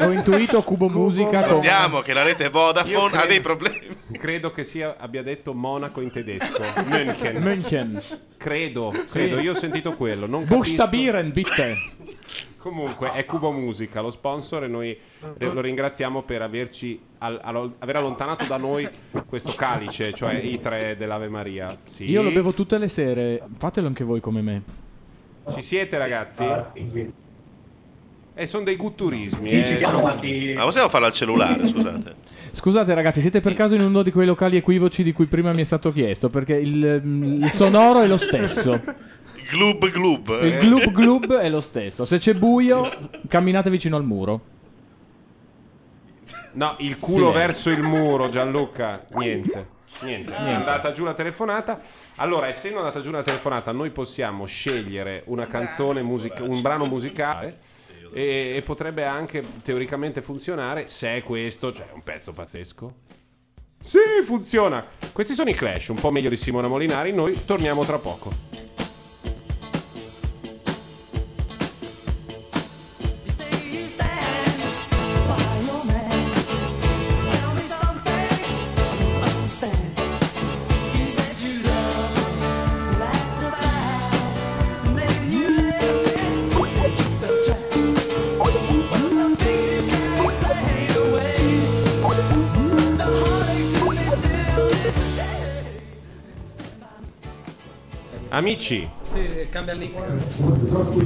Ho intuito Cubo Musica con
Vediamo che la rete Vodafone ha dei problemi.
Credo che sia, abbia detto Monaco in tedesco. München.
München.
Credo, credo, io ho sentito quello. Non capisco.
Buchstabieren, bitte.
Comunque è Cubo Musica lo sponsor e noi re- lo ringraziamo per averci al- allo- aver allontanato da noi questo calice, cioè i tre dell'Ave Maria. Sì.
Io lo bevo tutte le sere, fatelo anche voi come me.
Ci siete ragazzi? E sono dei gutturismi.
Ah, Sì,
Eh,
ci siamo
son-
fatti- Ma possiamo farlo al cellulare, scusate.
Scusate ragazzi, siete per caso in uno di quei locali equivoci di cui prima mi è stato chiesto, perché il, mm, il sonoro è lo stesso.
Il Gloob gloob.
Il glub glub è lo stesso. Se c'è buio, camminate vicino al muro.
No, il
Silenzio.
culo verso il muro, Gianluca. Niente.
Niente.
Niente, è andata giù la telefonata. Allora, essendo andata giù la telefonata, noi possiamo scegliere una canzone, musica- un brano musicale e, e potrebbe anche teoricamente funzionare se è questo, cioè un pezzo pazzesco. Sì, funziona. Questi sono i Clash, un po' meglio di Simona Molinari. Noi torniamo tra poco. Amici,
Sì, cambia lì.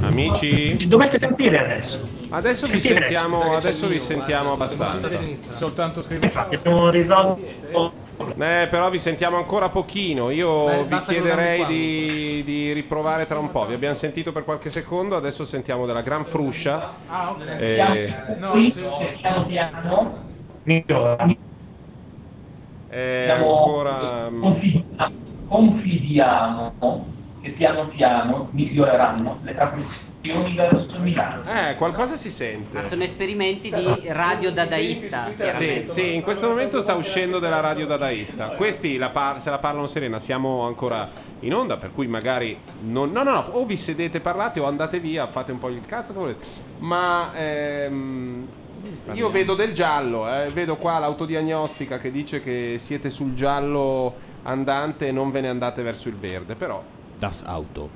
amici.
Dovete sentire adesso.
Adesso vi
Sentire.
sentiamo, adesso vi sentiamo abbastanza.
Soltanto scrivete.
Abbiamo risolto.
Eh, però vi sentiamo ancora pochino. Io
Beh,
vi
basta
chiederei
collegarmi
di, di riprovare tra un po'. Vi abbiamo sentito per qualche secondo, adesso sentiamo della gran fruscia.
Ah, ok.
Eh,
No,
Qui,
sì, sì.
piano piano,
eh,
Siamo-
ancora. mm.
confidiamo che piano piano miglioreranno le trasmissioni verso Milano.
Eh, qualcosa si sente.
Ma sono esperimenti
Eh.
di radio dadaista.
Sì,
chiaramente.
sì, in questo momento sta uscendo della radio dadaista. Questi la par- se la parlano serena, siamo ancora in onda, per cui magari non- no, no, no, o vi sedete, parlate o andate via, fate un po' il cazzo che volete. Ma ehm, io vedo del giallo, eh, vedo qua l'autodiagnostica che dice che siete sul giallo andante e non ve ne andate verso il verde, però
Das Auto.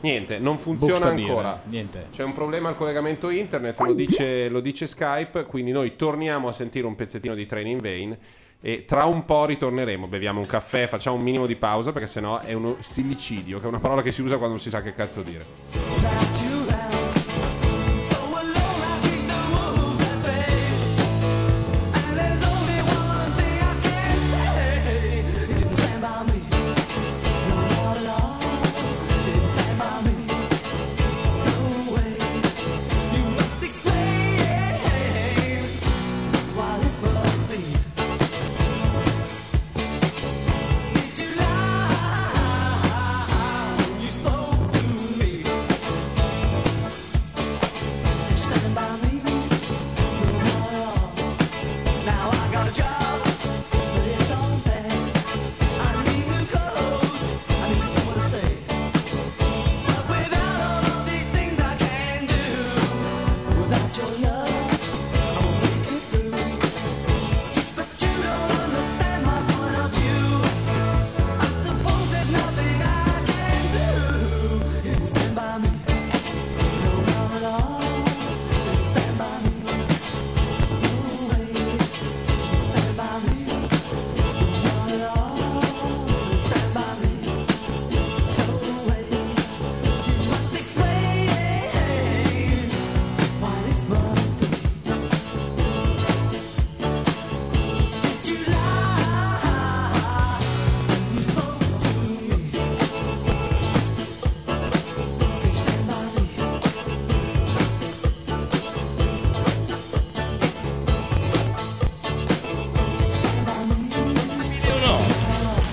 niente, non funziona
Buchstabieren.
ancora.
Niente.
C'è un problema al collegamento internet, lo dice, lo dice Skype, quindi noi torniamo a sentire un pezzettino di Train in Vain e tra un po' ritorneremo, beviamo un caffè, facciamo un minimo di pausa perché sennò è uno stilicidio, che è una parola che si usa quando non si sa che cazzo dire.
Did you lie? You spoke to me.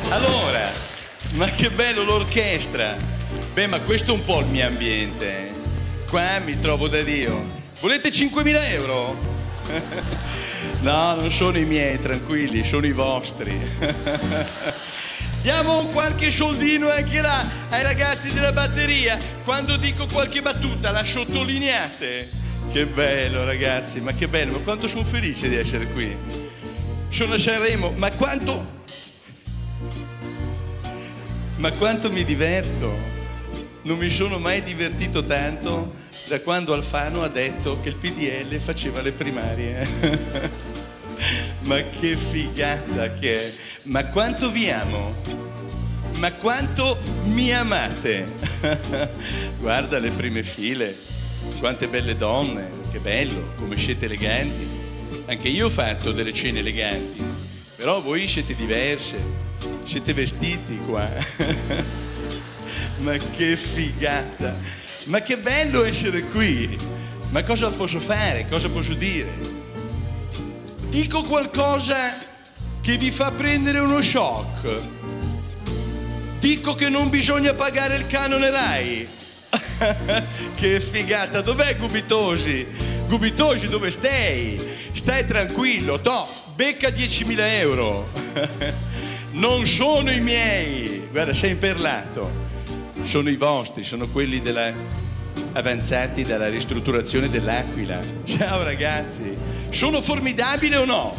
Allora, ma che bello l'orchestra! Beh, ma questo è un po' il mio ambiente. Qua mi trovo da Dio. Volete 5.000 euro? No, non sono i miei, tranquilli, sono i vostri. Diamo qualche soldino anche là ai ragazzi della batteria. Quando dico qualche battuta la sottolineate. Che bello ragazzi, ma che bello, ma quanto sono felice di essere qui. Sono a Sanremo, ma quanto... Ma quanto mi diverto. Non mi sono mai divertito tanto da quando Alfano ha detto che il PDL faceva le primarie. ma che figata che è! Ma quanto vi amo! Ma quanto mi amate! Guarda le prime file, quante belle donne, che bello, come siete eleganti. Anche io ho fatto delle cene eleganti, però voi siete diverse, siete vestiti qua. Ma che figata! Ma che bello essere qui! Ma cosa posso fare? Cosa posso dire? Dico qualcosa che vi fa prendere uno shock. Dico che non bisogna pagare il canone RAI. che figata! Dov'è Gubitosi? Gubitosi, dove stai? Stai tranquillo, to, becca 10.000 euro. non sono i miei. Guarda, sei imperlato sono i vostri, sono quelli della- avanzati dalla ristrutturazione dell'Aquila. Ciao ragazzi, sono formidabile o no?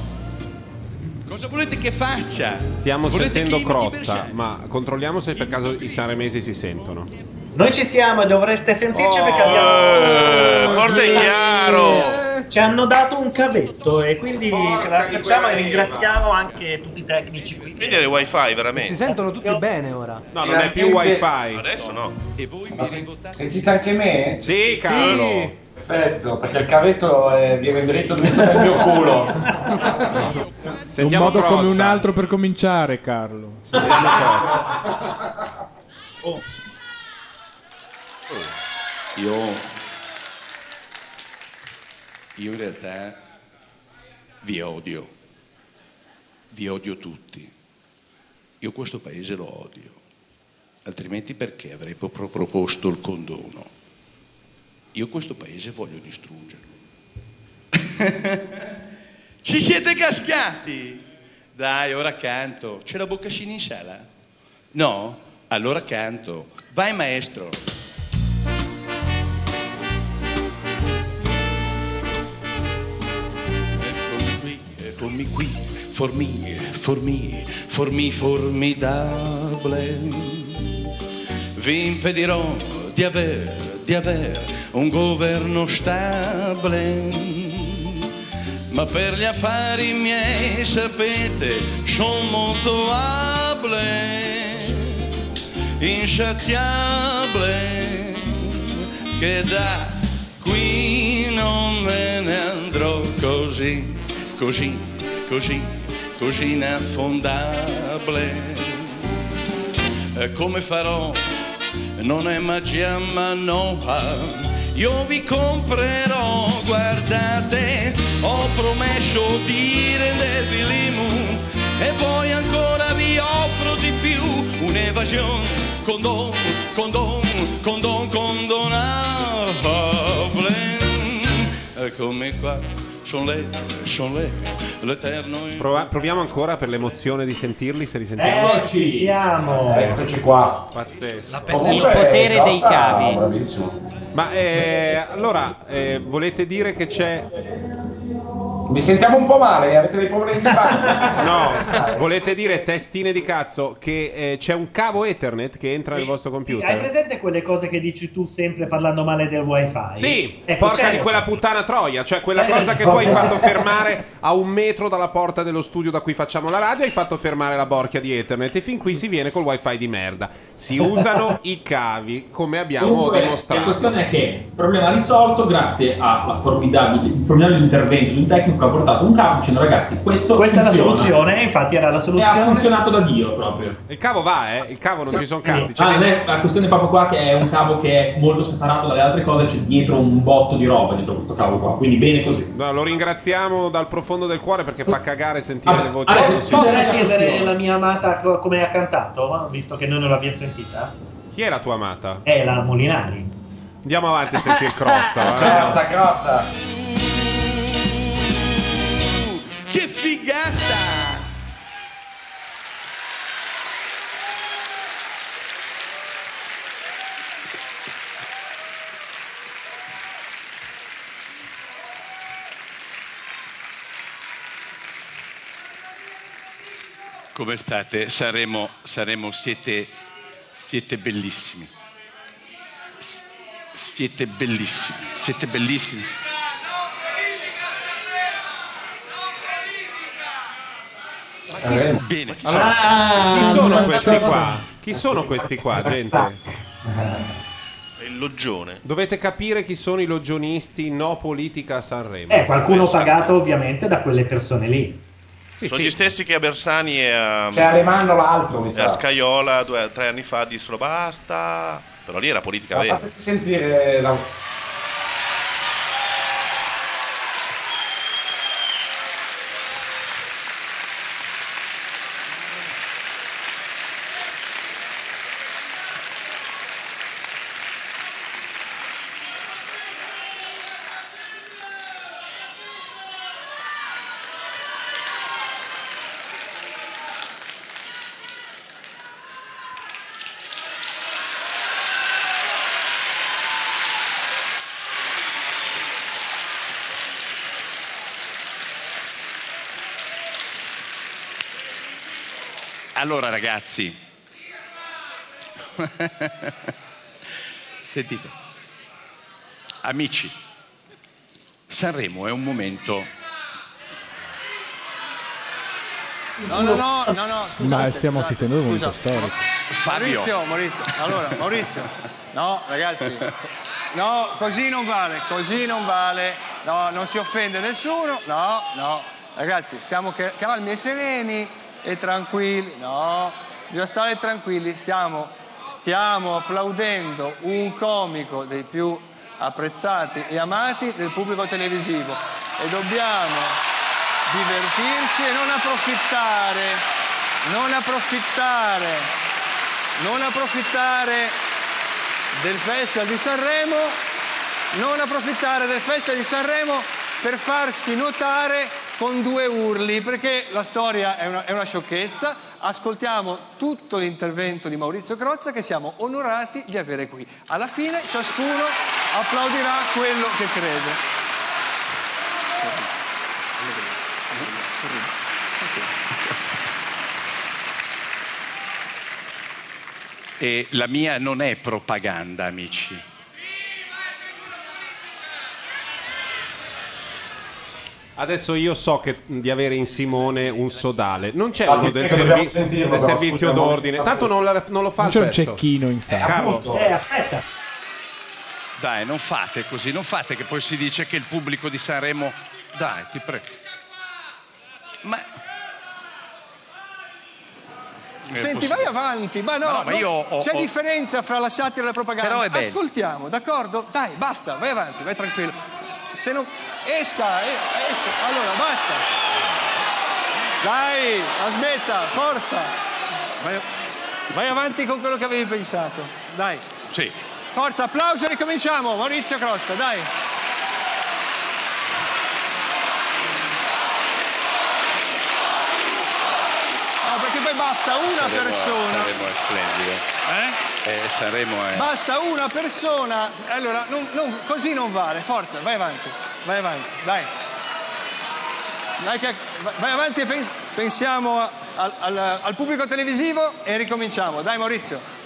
Cosa volete che faccia?
Stiamo
volete
sentendo
che
Crotta, ma controlliamo se per caso i sanremesi si sentono.
Noi ci siamo e dovreste sentirci perché abbiamo.
Oh, eh, forte e chiaro!
Ci hanno dato un cavetto e quindi ce la facciamo e ringraziamo anche tutti i tecnici qui.
Quindi è wifi Eh, veramente.
Si sentono tutti bene ora.
No, non è più
Finalmente-
wifi.
Adesso no.
E voi
Ma se- sentite anche me?
Sì, cavolo.
Perfetto, perché il cavetto eh, viene dritto dentro nel mio culo.
un
Sentiamo
modo
Crozza.
come un altro per cominciare, Carlo.
Sentiamo Crozza.
Io, io in realtà vi odio, vi odio tutti. Io questo paese lo odio, altrimenti perché avrei pro- pro- proposto il condono? Io questo paese voglio distruggerlo.
Ci siete
cascati! Dai, ora canto. C'è la boccaccini in sala? No? Allora canto. Vai maestro. Eccomi qui, formi, formi, formi formidabile. Vi impedirò di aver, di aver un governo stabile. Ma per gli affari miei, sapete, sono molto abile, insaziabile, che da qui non me ne andrò così, così, così, così inaffondabile. Eh, Come farò? Non è magia ma no. ah. Io vi comprerò, guardate, ho promesso di rendervi l'IMU e poi ancora vi offro di più un'evasione con don, con don, con don, ah, condonabile. Eccomi Eh, qua, sono lei, sono lei, l'eterno
Prova- proviamo ancora per l'emozione di sentirli, se li
Eh,
sentiamo.
Eccoci siamo.
Eccoci qua.
Pazzesco.
Comunque, Crozza, Bravissimo.
Ma eh, allora, eh, volete dire che c'è...
Mi sentiamo un po' male, eh. avete dei problemi di parte?
No, volete dire testine di cazzo che eh, c'è un cavo Ethernet che entra nel vostro
Sì, hai
computer?
presente quelle cose che dici tu sempre parlando male del wifi?
Sì,
Ecco,
porca
c'è-
certo.
di quella puttana troia, cioè quella
Eh,
cosa che
no.
tu hai fatto fermare a un metro dalla porta dello studio da cui facciamo la radio, hai fatto fermare la borchia di Ethernet e fin qui si viene col wifi di merda. Si usano i cavi, come abbiamo
Comunque,
dimostrato.
La questione è che il problema è risolto grazie alla formidabile, il formidabile intervento di un tecnico comunque ha portato un cavo dicendo ragazzi questo
Questa è la
funziona".
soluzione, infatti era la
E
soluzione.
ha funzionato da Dio proprio.
Il cavo va, eh? Il cavo non ci sono cazzi.
Ah,
ce
non
l'hai-
è- la questione è proprio qua che è un cavo che è molto separato dalle altre cose, c'è dietro un botto di roba dietro questo cavo qua, quindi bene così.
No, lo ringraziamo dal profondo del cuore perché fa cagare sentire le voci.
Adesso,
che non si
posso
sentono.
chiedere alla mia amata co- come ha cantato, visto che noi non l'abbiamo sentita?
Chi è la tua amata?
È la Molinari.
Andiamo avanti a sentire Crozza. eh. va.
Crozza, crozza.
Che figata! Come state? Saremo, saremo siete, siete bellissimi. S- siete bellissimi, siete bellissimi. Bene.
Allora,
Ah,
chi sono questi qua? Chi sono questi qua, gente?
Il loggione.
Dovete capire chi sono i logionisti no politica a Sanremo.
Eh, qualcuno pagato ovviamente da quelle persone lì.
Sono gli stessi che a Bersani e a,
C'è Alemanno l'altro, mi
e
sa.
a Scaiola due, tre anni fa dissero basta. Però lì era politica
Ma
vera.
fateci sentire la...
Allora ragazzi, sentite, amici, Sanremo è un momento...
No, no, no, no, no, scusate.
Ma stiamo
scusate.
assistendo ad un momento storico.
Maurizio, Maurizio. Allora, Maurizio. No, ragazzi. No, così non vale, così non vale. No, non si offende nessuno. No, no. Ragazzi, siamo che- calmi e sereni e tranquilli. No, bisogna stare tranquilli. Stiamo, stiamo applaudendo un comico dei più apprezzati e amati del pubblico televisivo. E dobbiamo divertirsi e non approfittare, non approfittare, non approfittare del Festival di Sanremo, non approfittare del Festival di Sanremo per farsi notare con due urli, perché la storia è una, è una sciocchezza. Ascoltiamo tutto l'intervento di Maurizio Crozza che siamo onorati di avere qui. Alla fine ciascuno applaudirà quello che crede.
E la mia non è propaganda, amici.
Adesso io so che, di avere in Simone un sodale. Non c'è
Ah,
uno
che-
del,
che dobbiamo Ah,
servi-
sentirlo,
del
però,
servizio
scusa, ma-
d'ordine. Tanto non, la- non lo fa
Non c'è un
Alberto.
cecchino in sala.
Cavolo.
Eh, aspetta.
Dai, non fate così, non fate che poi si dice che il pubblico di Sanremo... Dai, ti prego. Ma...
Senti, vai avanti, ma no,
Eh, Ma no, ma
non-
io ho-
c'è
ho-
differenza fra la satira e la propaganda.
Però è bello.
Ascoltiamo, d'accordo? Dai, basta, vai avanti, vai tranquillo. Se non... Esca, eh, esca, allora basta. Dai, aspetta, forza. Vai, vai avanti con quello che avevi pensato, dai.
Sì.
Forza, applauso, ricominciamo. Maurizio Crozza, dai. No, perché poi basta una
Sanremo è-
persona.
Sanremo è splendido. Eh? Sanremo è...
Basta una persona. Allora, non- non- così non vale. Forza, vai avanti. Vai avanti, dai. Dai che- vai avanti e pens- pensiamo a- al, al- al pubblico televisivo e ricominciamo. Dai Maurizio.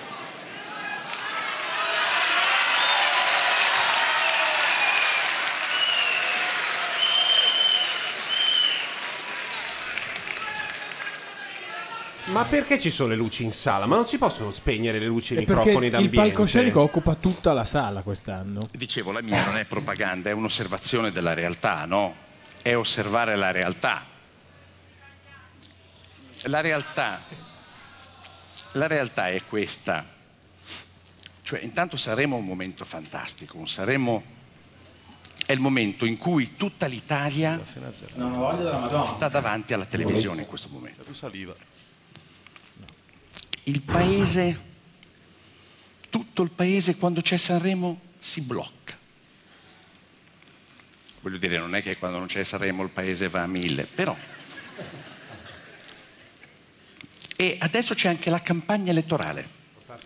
Eh, Ma perché ci sono le luci in sala? Ma non si possono spegnere le luci e i
E perché
microfoni
il
d'ambiente?
palcoscenico occupa tutta la sala quest'anno.
Dicevo, la mia non è propaganda, è un'osservazione della realtà, no?
è osservare la realtà. La realtà, la realtà è questa. Cioè, intanto saremo un momento fantastico, un Sanremo è il momento in cui tutta l'Italia
Non ho voglia della Madonna.
sta davanti alla televisione in questo momento. Il paese, tutto il paese quando c'è Sanremo si blocca. Voglio dire, non è che quando non c'è Sanremo il paese va a mille, però. E adesso c'è anche la campagna elettorale.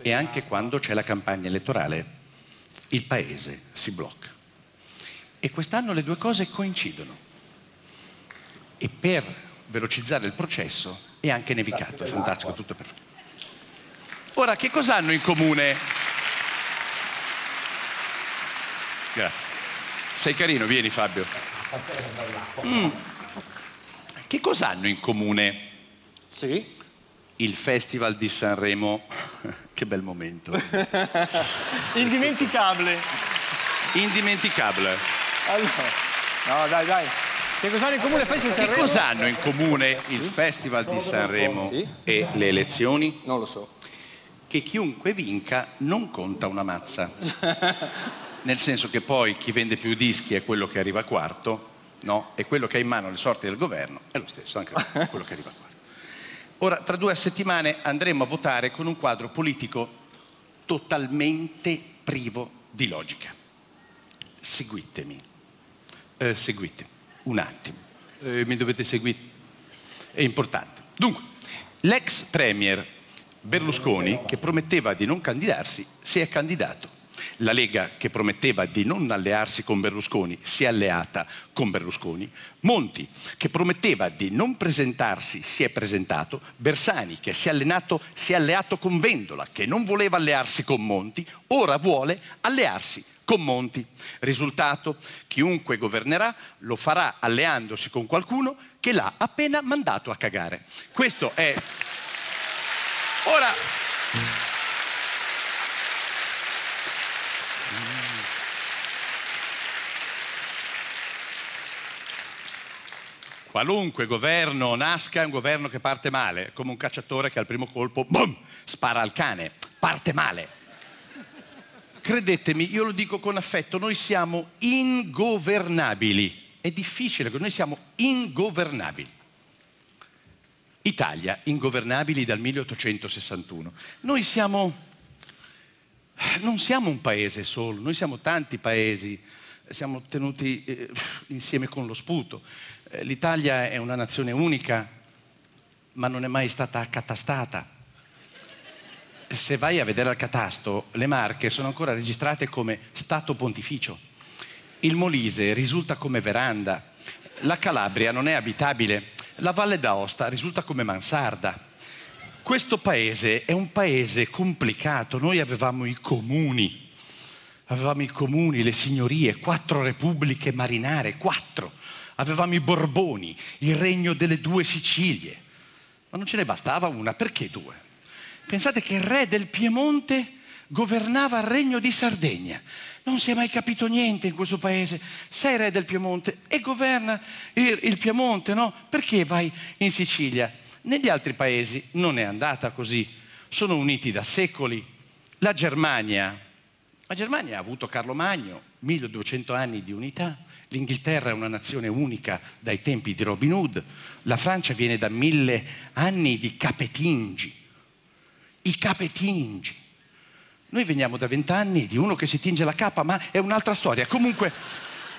E anche quando c'è la campagna elettorale il paese si blocca. E quest'anno le due cose coincidono. E per velocizzare il processo è anche nevicato, è fantastico, tutto è perfetto. Ora, che cosa hanno in comune? Grazie. Sei carino, vieni Fabio. Mm. Che cosa hanno in comune? Sì. Il Festival di Sanremo. che bel momento.
Indimenticabile.
Indimenticabile.
Allora, no, dai, dai. Che cosa hanno in comune il Festival di
Che
Sanremo?
cosa hanno in comune il Festival di Sanremo
Sì.
e le elezioni? Non lo so. Che chiunque vinca non conta una mazza. Nel senso che poi chi vende più dischi è quello che arriva quarto, no? E quello che ha in mano le sorti del governo è lo stesso, anche quello che arriva quarto. Ora, tra due settimane andremo a votare con un quadro politico totalmente privo di logica. Seguitemi. Eh, seguite. Un attimo. Eh, mi dovete seguire. È importante. Dunque, l'ex premier Berlusconi, che prometteva di non candidarsi, si è candidato. La Lega, che prometteva di non allearsi con Berlusconi, si è alleata con Berlusconi. Monti, che prometteva di non presentarsi, si è presentato. Bersani, che si è, allenato, si è alleato con Vendola, che non voleva allearsi con Monti, ora vuole allearsi con Monti. Risultato, chiunque governerà lo farà alleandosi con qualcuno che l'ha appena mandato a cagare. Questo è... Ora, Qualunque governo nasca è un governo che parte male, come un cacciatore che al primo colpo boom, spara al cane, parte male. Credetemi, io lo dico con affetto, noi siamo ingovernabili. È difficile, noi siamo ingovernabili. Italia, ingovernabili dal 1861. Noi siamo, non siamo un paese solo, noi siamo tanti paesi, siamo tenuti eh, insieme con lo sputo. Eh, L'Italia è una nazione unica, ma non è mai stata accatastata. Se vai a vedere al catasto, le Marche sono ancora registrate come Stato Pontificio. Il Molise risulta come veranda. La Calabria non è abitabile. La Valle d'Aosta risulta come mansarda. Questo paese è un paese complicato. Noi avevamo i comuni, Avevamo i comuni, le signorie, quattro repubbliche marinare, quattro. Avevamo i Borboni, il regno delle due Sicilie. Ma non ce ne bastava una, perché due? Pensate che il re del Piemonte governava il regno di Sardegna. Non si è mai capito niente in questo paese. Sei re del Piemonte e governa il, il Piemonte, no? Perché vai in Sicilia? Negli altri paesi non è andata così. Sono uniti da secoli. La Germania, la Germania ha avuto Carlo Magno, 1200 anni di unità, l'Inghilterra è una nazione unica dai tempi di Robin Hood, la Francia viene da mille anni di capetingi, i capetingi. Noi veniamo da vent'anni di uno che si tinge la capa, ma è un'altra storia. Comunque,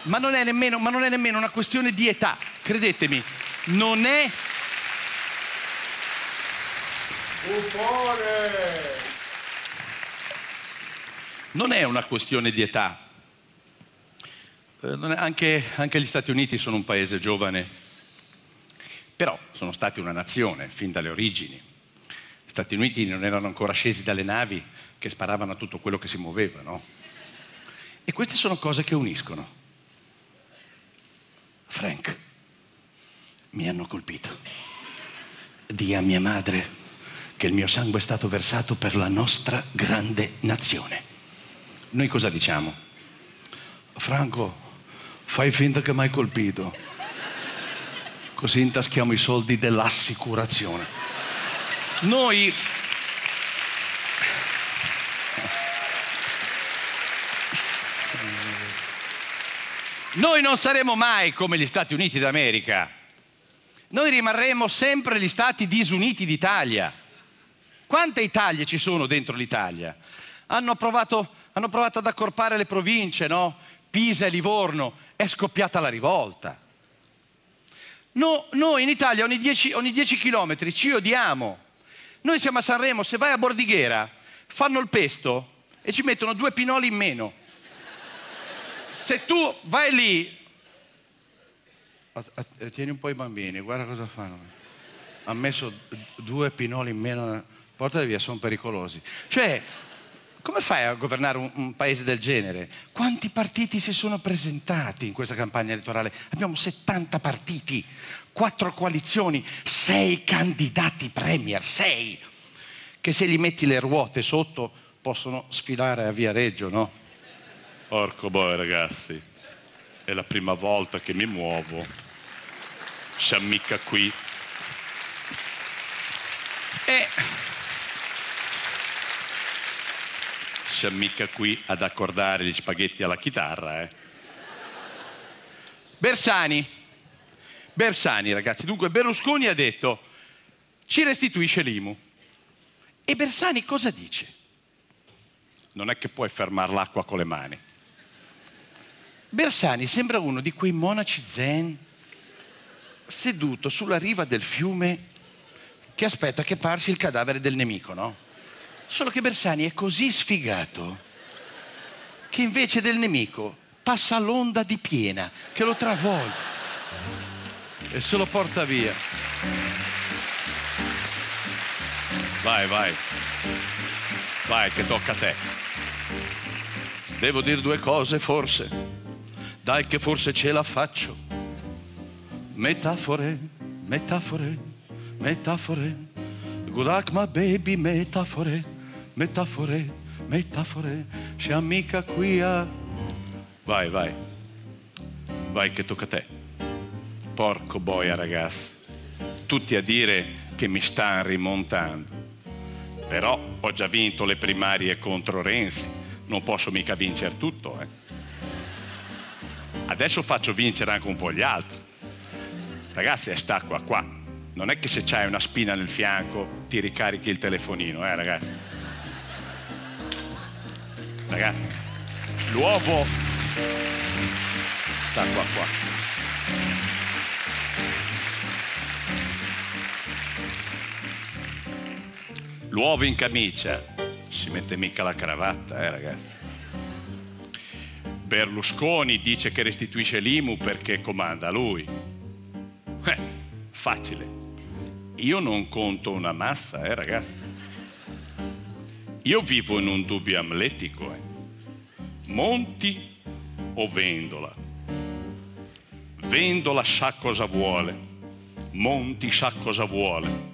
ma non è nemmeno, ma non è nemmeno una questione di età, credetemi, non è... non è una questione di età. Eh, non è- anche, anche gli Stati Uniti sono un paese giovane, però sono stati una nazione fin dalle origini. Gli Stati Uniti non erano ancora scesi dalle navi che sparavano a tutto quello che si muoveva, no? E queste sono cose che uniscono. Frank, mi hanno colpito. Di a mia madre che il mio sangue è stato versato per la nostra grande nazione. Noi cosa diciamo? Franco, fai finta che mi hai colpito.
così intaschiamo i soldi dell'assicurazione. Noi... Noi non saremo mai come gli Stati Uniti d'America. Noi rimarremo sempre gli Stati disuniti d'Italia. Quante Italie ci sono dentro l'Italia? Hanno provato, hanno provato ad accorpare le province, no? Pisa e Livorno. È scoppiata la rivolta. No, noi in Italia ogni 10, ogni 10 chilometri ci odiamo. Noi siamo a Sanremo, se vai a Bordighera fanno il pesto e ci mettono due pinoli in meno. Se tu vai lì... Att- att- Tieni un po' i bambini, guarda cosa fanno. Ha messo d- due pinoli in meno, portali via, sono pericolosi. Cioè, come fai a governare un, un paese del genere? Quanti partiti si sono presentati in questa campagna elettorale? Abbiamo 70 partiti, 4 coalizioni, 6 candidati premier, 6, che se gli metti le ruote sotto possono sfilare a via Reggio, no?
Porco boia, ragazzi. È la prima volta che mi muovo. Siamo mica qui.
Eh.
Siamo mica qui ad accordare gli spaghetti alla chitarra, eh.
Bersani. Bersani, ragazzi. Dunque, Berlusconi ha detto ci restituisce l'IMU. E Bersani cosa dice? Non è che puoi fermare l'acqua con le mani. Bersani sembra uno di quei monaci zen seduto sulla riva del fiume che aspetta che parsi il cadavere del nemico, no? Solo che Bersani è così sfigato che invece del nemico passa l'onda di piena che lo travolge e se lo porta via.
Vai, vai. Vai, che tocca a te.
Devo dire due cose forse, dai che forse ce la faccio. Metafore, metafore, metafore, good luck my baby, metafore, metafore, metafore, siamo mica qui a...
Vai, vai. Vai che tocca a te. Porco boia, ragazzi. Tutti a dire che mi stanno rimontando. Però ho già vinto le primarie contro Renzi. Non posso mica vincere tutto, eh. Adesso faccio vincere anche un po' gli altri. Ragazzi, è stacqua qua. Non è che se c'hai una spina nel fianco ti ricarichi il telefonino, eh, ragazzi. Ragazzi, l'uovo sta qua qua. L'uovo in camicia, si mette mica la cravatta, eh ragazzi. Berlusconi dice che restituisce l'IMU perché comanda lui. Eh, facile. Io non conto una mazza, eh ragazzi. Io vivo in un dubbio amletico, eh. Monti o Vendola? Vendola sa cosa vuole, Monti sa cosa vuole.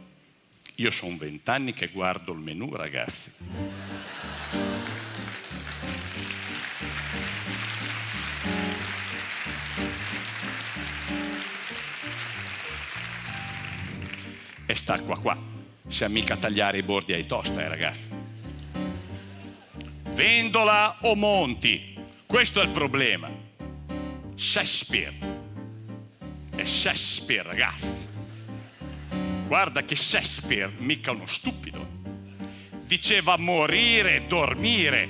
Io sono vent'anni che guardo il menù, ragazzi. E sta qua qua. Siamo mica a tagliare i bordi ai tosta, eh, ragazzi. Vendola o Monti? Questo è il problema. Shakespeare. È Shakespeare, ragazzi. Guarda che Shakespeare, mica uno stupido, diceva morire, e dormire.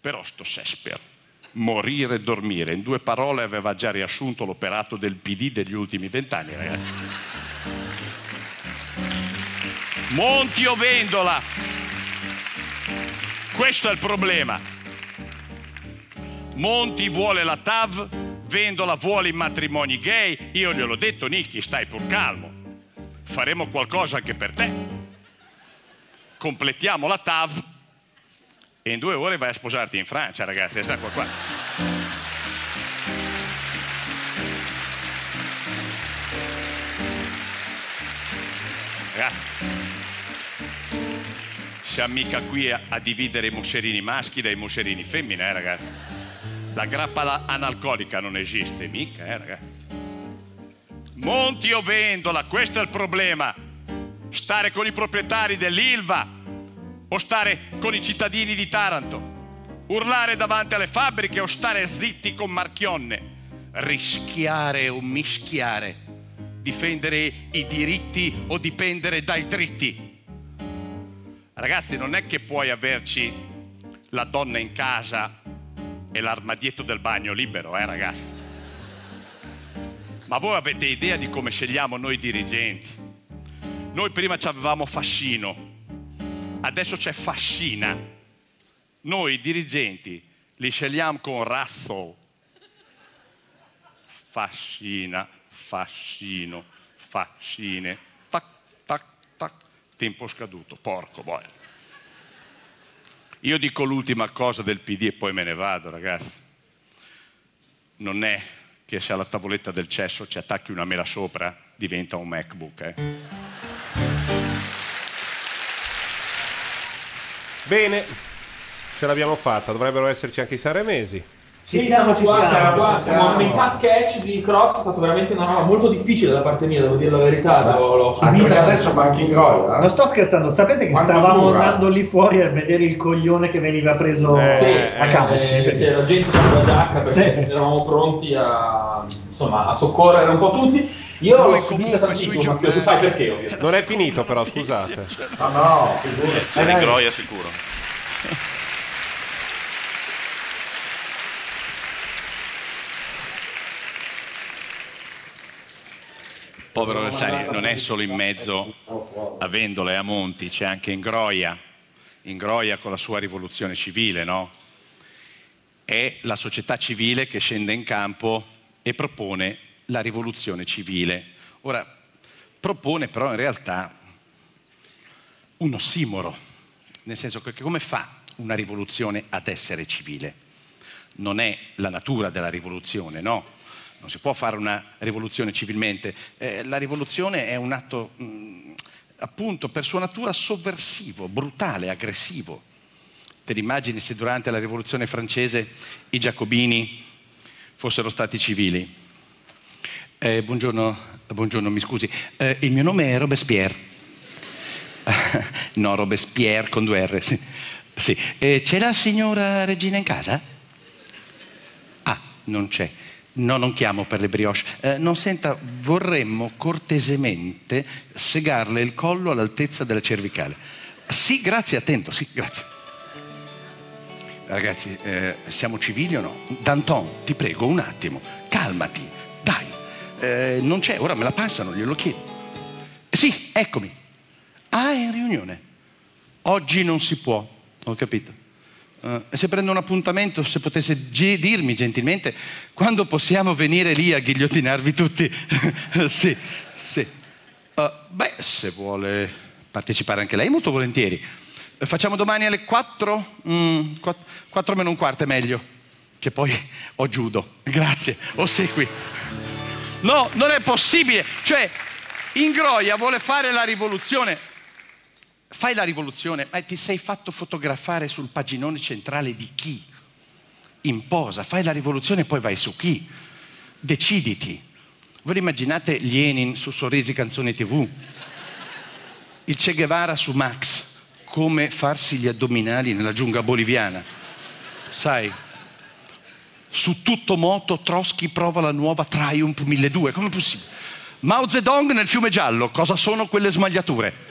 Però sto Shakespeare, morire, e dormire, in due parole aveva già riassunto l'operato del PD degli ultimi vent'anni, ragazzi. Monti o Vendola? Questo è il problema. Monti vuole la TAV, Vendola vuole i matrimoni gay. Io gliel'ho detto, Nicky, stai pur calmo. Faremo qualcosa anche per te. Completiamo la TAV e in due ore vai a sposarti in Francia, ragazzi. Sta qua qua. Ragazzi, siamo mica qui a, a dividere i moscerini maschi dai moscerini femmine, eh, ragazzi. La grappa la- analcolica non esiste mica, eh, ragazzi. Monti o vendola, questo è il problema. Stare con i proprietari dell'Ilva o stare con i cittadini di Taranto. Urlare davanti alle fabbriche o stare zitti con Marchionne. Rischiare o mischiare. Difendere i diritti o dipendere dai dritti. Ragazzi, non è che puoi averci la donna in casa e l'armadietto del bagno libero, eh ragazzi. Ma voi avete idea di come scegliamo noi dirigenti? Noi prima ci avevamo fascino, adesso c'è fascina. Noi i dirigenti li scegliamo con razzo. Fascina, fascino, fascine. Tac, tac, tac. Tempo scaduto, porco boia. Io dico l'ultima cosa del PD e poi me ne vado, ragazzi. Non è che se alla tavoletta del cesso ci attacchi una mela sopra diventa un MacBook. eh.
Bene, ce l'abbiamo fatta. Dovrebbero esserci anche i saremesi.
Sì, siamo qua, siamo qua, siamo a metà sketch di Croz, è stata veramente una roba molto difficile da parte mia, devo dire la verità, l'ho, l'ho subita.
Non sto scherzando, sapete che
eh? Quanto
stavamo
dura?
andando lì fuori a vedere il coglione che veniva preso
Eh,
a
eh,
calci.
eh,
perché-
cioè, la gente con la giacca perché eravamo pronti a, insomma, a soccorrere un po' tutti. Io l'ho subita tantissimo, Matteo, tu sai perché ovviamente.
Non è finito però, scusate.
Ah,
Ma no, figurati.
Se ne groia sicuro. Povero Rossani, non è solo in mezzo a Vendola e a Monti, c'è anche Ingroia. Ingroia con la sua rivoluzione civile, no? È la società civile che scende in campo e propone la rivoluzione civile. Ora, propone però in realtà un ossimoro, nel senso che come fa una rivoluzione ad essere civile? Non è la natura della rivoluzione, no? Non si può fare una rivoluzione civilmente. Eh, la rivoluzione è un atto, mh, appunto, per sua natura sovversivo, brutale, aggressivo. Te l'immagini se durante la rivoluzione francese i giacobini fossero stati civili? Eh, buongiorno, buongiorno, mi scusi. Eh, il mio nome è Robespierre. No, Robespierre con due R, sì. Sì. Eh, c'è la signora Regina in casa? Ah, non c'è. No, non chiamo per le brioche. Eh, non senta, vorremmo cortesemente segarle il collo all'altezza della cervicale. Sì, grazie, attento, sì, grazie. Ragazzi, eh, siamo civili o no? Danton, ti prego, un attimo, calmati, dai. Eh, non c'è, ora me la passano, glielo chiedo. Eh, Sì, eccomi. Ah, è in riunione. Oggi non si può, ho capito. Eh, e se prendo un appuntamento, se potesse gi- dirmi gentilmente quando possiamo venire lì a ghigliottinarvi tutti. sì, sì. Eh, beh, se vuole partecipare anche lei, molto volentieri. Eh, Facciamo domani alle 4? 4 meno un quarto è meglio, che poi ho giudo. Grazie, o segui. No, non è possibile. Cioè, Ingroia vuole fare la rivoluzione. Fai la rivoluzione, ma ti sei fatto fotografare sul paginone centrale di chi? In posa, fai la rivoluzione e poi vai su chi? Deciditi. Voi immaginate Lenin su Sorrisi Canzoni TV? Il Che Guevara su Max, come farsi gli addominali nella giungla boliviana. Sai, su tutto moto Trotsky prova la nuova Triumph 1200. Come è possibile? Mao Zedong nel fiume giallo, cosa sono quelle smagliature?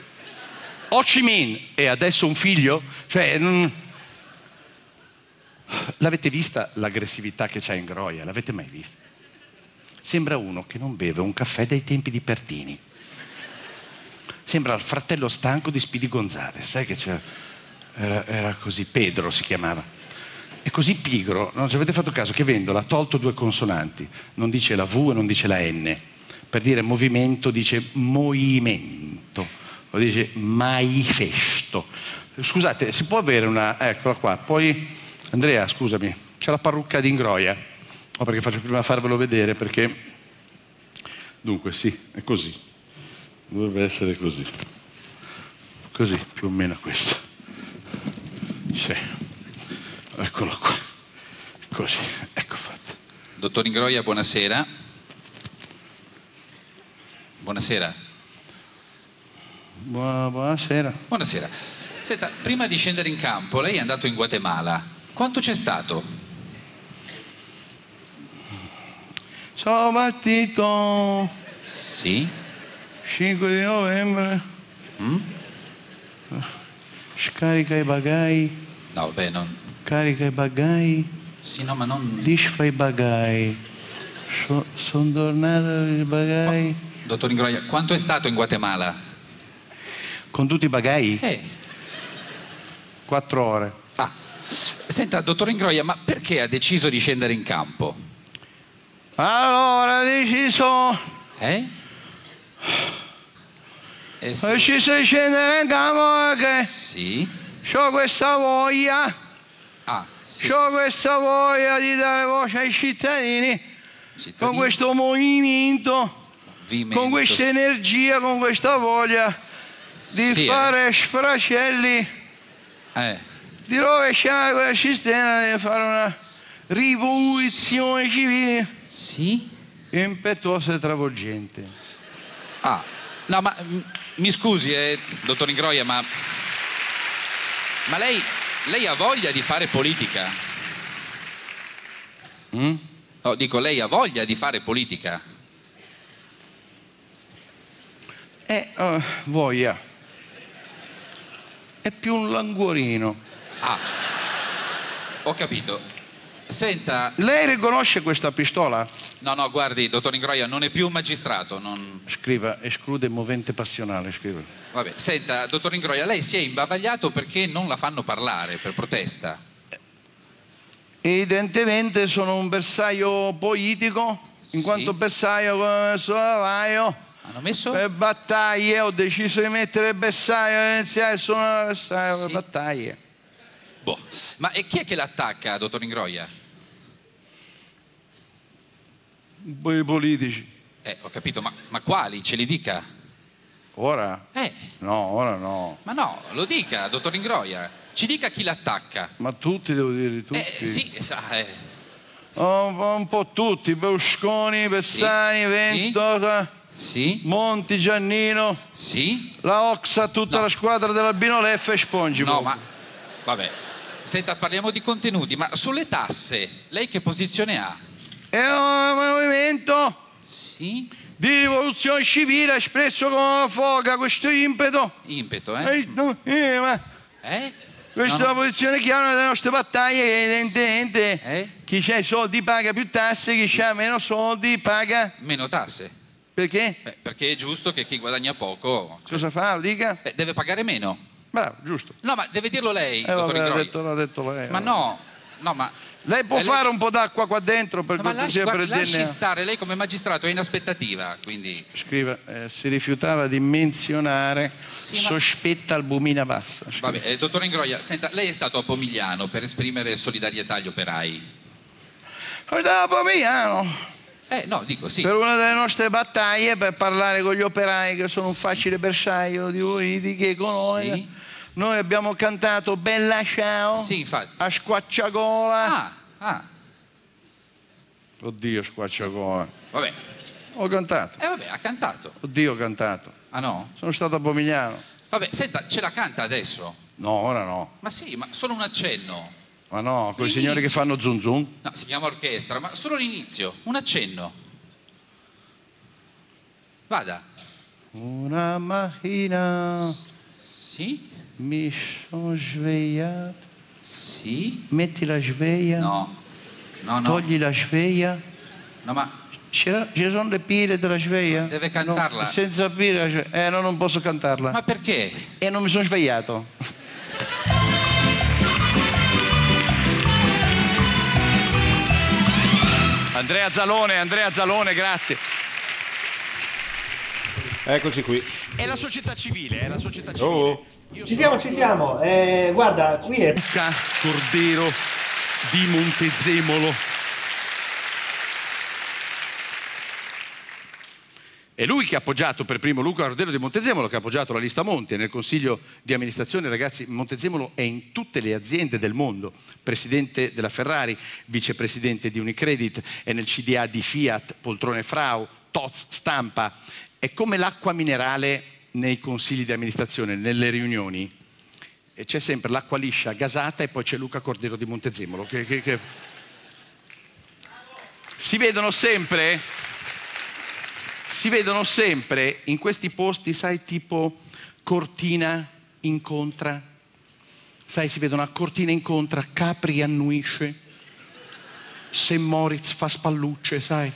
Ho Chi Minh e adesso un figlio? Cioè, non- l'avete vista l'aggressività che c'è in Groia? L'avete mai vista? Sembra uno che non beve un caffè dai tempi di Pertini. Sembra il fratello stanco di Spidi Gonzales, sai che c'era? Era, era così, Pedro si chiamava. È così pigro, non ci avete fatto caso che Vendola ha tolto due consonanti, non dice la V e non dice la N. Per dire movimento dice movimento, lo dice manifesto. Scusate, si può avere una... Eccola qua, poi Andrea, scusami, c'è la parrucca di ingroia. No, perché faccio prima a farvelo vedere perché... Dunque, sì, è così. Dovrebbe essere così. Così, più o meno questo. Sì. Eccolo qua. Così, ecco.
Dottor Ingroia, buonasera. Buonasera.
Buona- buonasera.
Buonasera. Senta, prima di scendere in campo, lei è andato in Guatemala. Quanto c'è stato?
Sono partito
Sì? Mm?
5 di novembre. Scarica i bagagli,
No, vabbè, non...
carica i bagagli,
Sì, no, ma non...
disfa i bagagli. sono tornato con i bagagli.
Dottor Ingroia, quanto è stato in Guatemala?
Con tutti i bagagli?
Eh.
4 ore.
Ah, senta, dottor Ingroia, ma perché ha deciso di scendere in campo?
Allora, ho deciso.
Eh?
Ho deciso di scendere in campo perché.
Sì?
Ho questa voglia.
Ah,
Ho questa voglia di dare voce ai cittadini. Con questo movimento.
Vimento.
Con questa energia, con questa voglia di
Sì, eh.
fare sfracelli,
Eh,
di rovesciare quel sistema, di fare una rivoluzione civile.
Sì.
Impetuosa e travolgente.
ah, no, ma mm, mi scusi, eh, dottor Ingroia, ma... Ma lei, lei ha voglia di fare politica? Mm? No, dico, lei ha voglia di fare politica?
Eh, eh, voglia. È più un languorino.
Ah, ho capito. Senta,
Lei riconosce questa pistola?
no, no, guardi, dottor Ingroia, non è più un magistrato, non...
Scriva, esclude movente passionale, scriva.
Vabbè, senta, dottor Ingroia, lei si è imbavagliato perché non la fanno parlare per protesta.
Evidentemente sono un bersaglio politico, in
Sì.
quanto bersaglio come messo lavaio.
Hanno messo?
Per battaglie, ho deciso di mettere il bersaglio iniziare sono un bersaglio per battaglie.
Boh. Ma e chi è che l'attacca, dottor Ingroia?
Poi i politici.
Eh, ho capito, ma, ma quali? Ce li dica.
Ora?
Eh.
No, ora no.
Ma no, lo dica, dottor Ingroia. Ci dica chi l'attacca.
Ma tutti devo dire tutti.
Eh, sì, sa, eh.
Un, po- Oh, un po' tutti, Berlusconi, Bersani, Ventosa, Monti, Giannino, la Oxa, tutta la squadra dell'Albino Leff e Spongebob.
No, ma... Vabbè. Senta, parliamo di contenuti, ma sulle tasse, lei che posizione ha?
È un movimento di rivoluzione civile espresso con una foga, questo impeto.
Impeto, eh?
Eh, no, eh, ma
Eh?
Questa
No,
è
no.
la posizione chiara delle nostre battaglie che evidentemente
Eh?
chi c'ha i soldi paga più tasse, chi c'ha meno soldi paga...
Meno tasse.
Perché?
Beh, perché è giusto che chi guadagna poco
Cosa fa? Lo Dica?
eh, deve pagare meno.
Bravo, giusto.
No, ma deve dirlo lei,
Eh,
dottor
vabbè, l'ha
Ingroia.
detto, l'ha detto lei.
Ma no, no, ma...
Lei può
Eh, lei-
fare un po' d'acqua qua dentro per
No, ma lasci,
cortesia per
guardi,
il
lasci
DNA?
stare, lei come magistrato è in aspettativa, quindi...
Scriva, eh, si rifiutava di menzionare
ma-
sospetta albumina bassa.
Vabbè, eh, dottor Ingroia, senta, lei è stato a Pomigliano per esprimere solidarietà agli operai.
Guardava Pomigliano.
Eh, no, dico sì.
Per una delle nostre battaglie per parlare con gli operai che sono un facile bersaglio di politiche economiche. Noi abbiamo cantato Bella Ciao
Sì, infatti.
a Squacciagola.
Ah, ah,
Oddio, Squacciagola.
vabbè.
Ho cantato.
Eh, vabbè, ha cantato.
Oddio, ho cantato.
Ah, no?
Sono stato a Pomigliano.
Vabbè, senta, ce la canta adesso?
No, ora no.
Ma sì, ma solo un accenno.
Ma no, quei
L'inizio.
signori che fanno zoom zoom.
No, si chiama orchestra, ma solo l'inizio, un accenno. Vada.
Una mattina
Sì?
mi sono svegliato.
Sì?
Metti la sveglia.
No. No, no.
Togli la sveglia.
No, ma
C'era- Ci sono le pile della sveglia?
deve cantarla.
Senza pile la sveglia. Eh no, non posso cantarla.
Ma perché?
E non mi sono svegliato. Andrea Zalone, Andrea Zalone, grazie.
Eccoci qui.
È la società civile, è la società civile.
Oh.
Ci siamo, ci siamo. Eh, guarda, qui è.
Luca Cordero di Montezemolo.
È lui che ha appoggiato per primo Luca Ardello di Montezemolo, che ha appoggiato la lista Monti e nel consiglio di amministrazione, ragazzi, Montezemolo è in tutte le aziende del mondo, presidente della Ferrari, vicepresidente di Unicredit, è nel CDA di Fiat, Poltrone Frau, Toz, Stampa, è come l'acqua minerale nei consigli di amministrazione, nelle riunioni. E c'è sempre l'acqua liscia gasata e poi c'è Luca Cordero di Montezemolo. Che, che- che- Si vedono sempre, si vedono sempre in questi posti, sai, tipo Cortina incontra, sai, si vedono a Cortina incontra, Capri annuisce, Se Moritz fa spallucce, sai.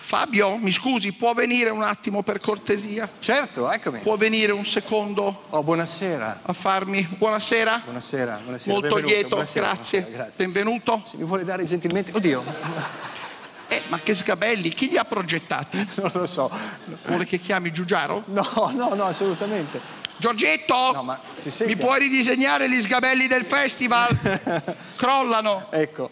Fabio, mi scusi, può venire un attimo per cortesia?
Certo, eccomi.
Può venire un secondo?
Oh, buonasera.
A farmi. Buonasera.
Buonasera, buonasera.
Molto
benvenuto,
lieto,
buonasera,
grazie.
buonasera,
Benvenuto.
Se mi vuole dare gentilmente... Oddio.
Eh, ma che sgabelli, chi li ha progettati?
Non lo so.
Vuole che chiami Giugiaro?
No, no, no, assolutamente.
Giorgetto! mi puoi ridisegnare gli sgabelli del festival? Crollano.
Ecco.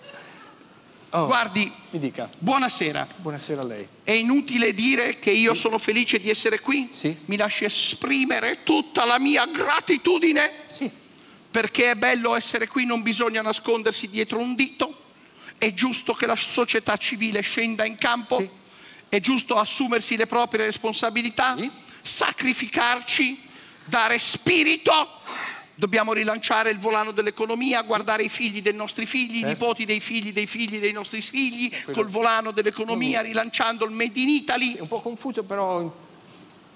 Oh,
Guardi.
Mi dica.
Buonasera.
Buonasera a lei.
È inutile dire che io sono felice di essere qui. Mi lasci esprimere tutta la mia gratitudine. Perché è bello essere qui, non bisogna nascondersi dietro un dito. È giusto che la società civile scenda in campo. È giusto assumersi le proprie responsabilità. Sacrificarci, dare spirito. Dobbiamo rilanciare il volano dell'economia, guardare i figli dei nostri figli,
Certo.
i nipoti dei figli dei figli dei nostri figli, col volano dell'economia, rilanciando il Made in Italy.
un po' confuso però...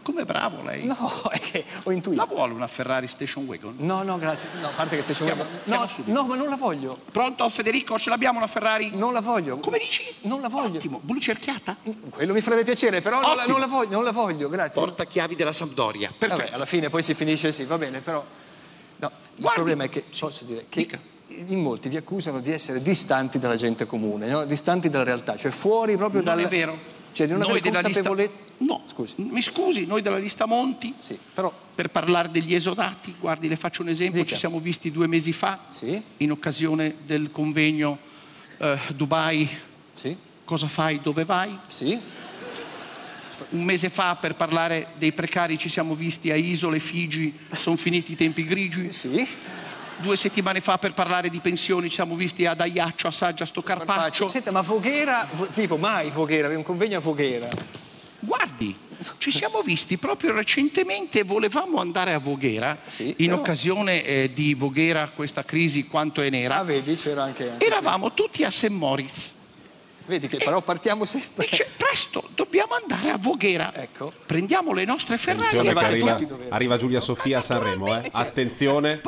Come bravo lei.
No, è che ho intuito.
La vuole una Ferrari Station Wagon?
No, no, grazie. No, a parte che stai
Chiamo-
sciogando. No, no, ma non la voglio.
Pronto Federico, ce l'abbiamo una Ferrari?
Non la voglio.
Come dici?
Non la voglio.
Ottimo, blu cerchiata?
Quello mi farebbe piacere, però non la,
Ottimo.
non la voglio, non la voglio, grazie.
Portachiavi della Sampdoria. Perfetto.
Vabbè, alla fine poi si finisce, sì, va bene, però... No, il problema è che, posso dire, che in molti vi accusano di essere distanti dalla gente comune, no? distanti dalla realtà, cioè fuori proprio
Non
dal...
è vero.
Cioè di non
Noi
avere
della lista-
consapevolezza...
No, scusi. Mi scusi, noi della lista Monti, per parlare degli esodati, guardi, le faccio un esempio, ci siamo visti due mesi fa, in occasione del convegno eh, Dubai, cosa fai, dove vai? Un mese fa per parlare dei precari ci siamo visti a Isole Figi, sono finiti i tempi grigi. Due settimane fa per parlare di pensioni ci siamo visti ad Aiaccio, a Saggia, a Stocarpaccio.
Senta, ma Voghera, vo- tipo mai Voghera, un convegno a Voghera.
Guardi, ci siamo visti proprio recentemente, volevamo andare a Voghera in
però-
occasione eh, di Voghera, questa crisi quanto è nera.
Ah, vedi, c'era anche...
Eravamo tutti a St. Moritz.
Vedi che però partiamo sempre...
Dice, presto, dobbiamo andare a Voghera. Ecco. Prendiamo le nostre Ferrari
Attenzione
e
che arriva,
partiamo
arriva Giulia Sofia a Sanremo, eh. Attenzione.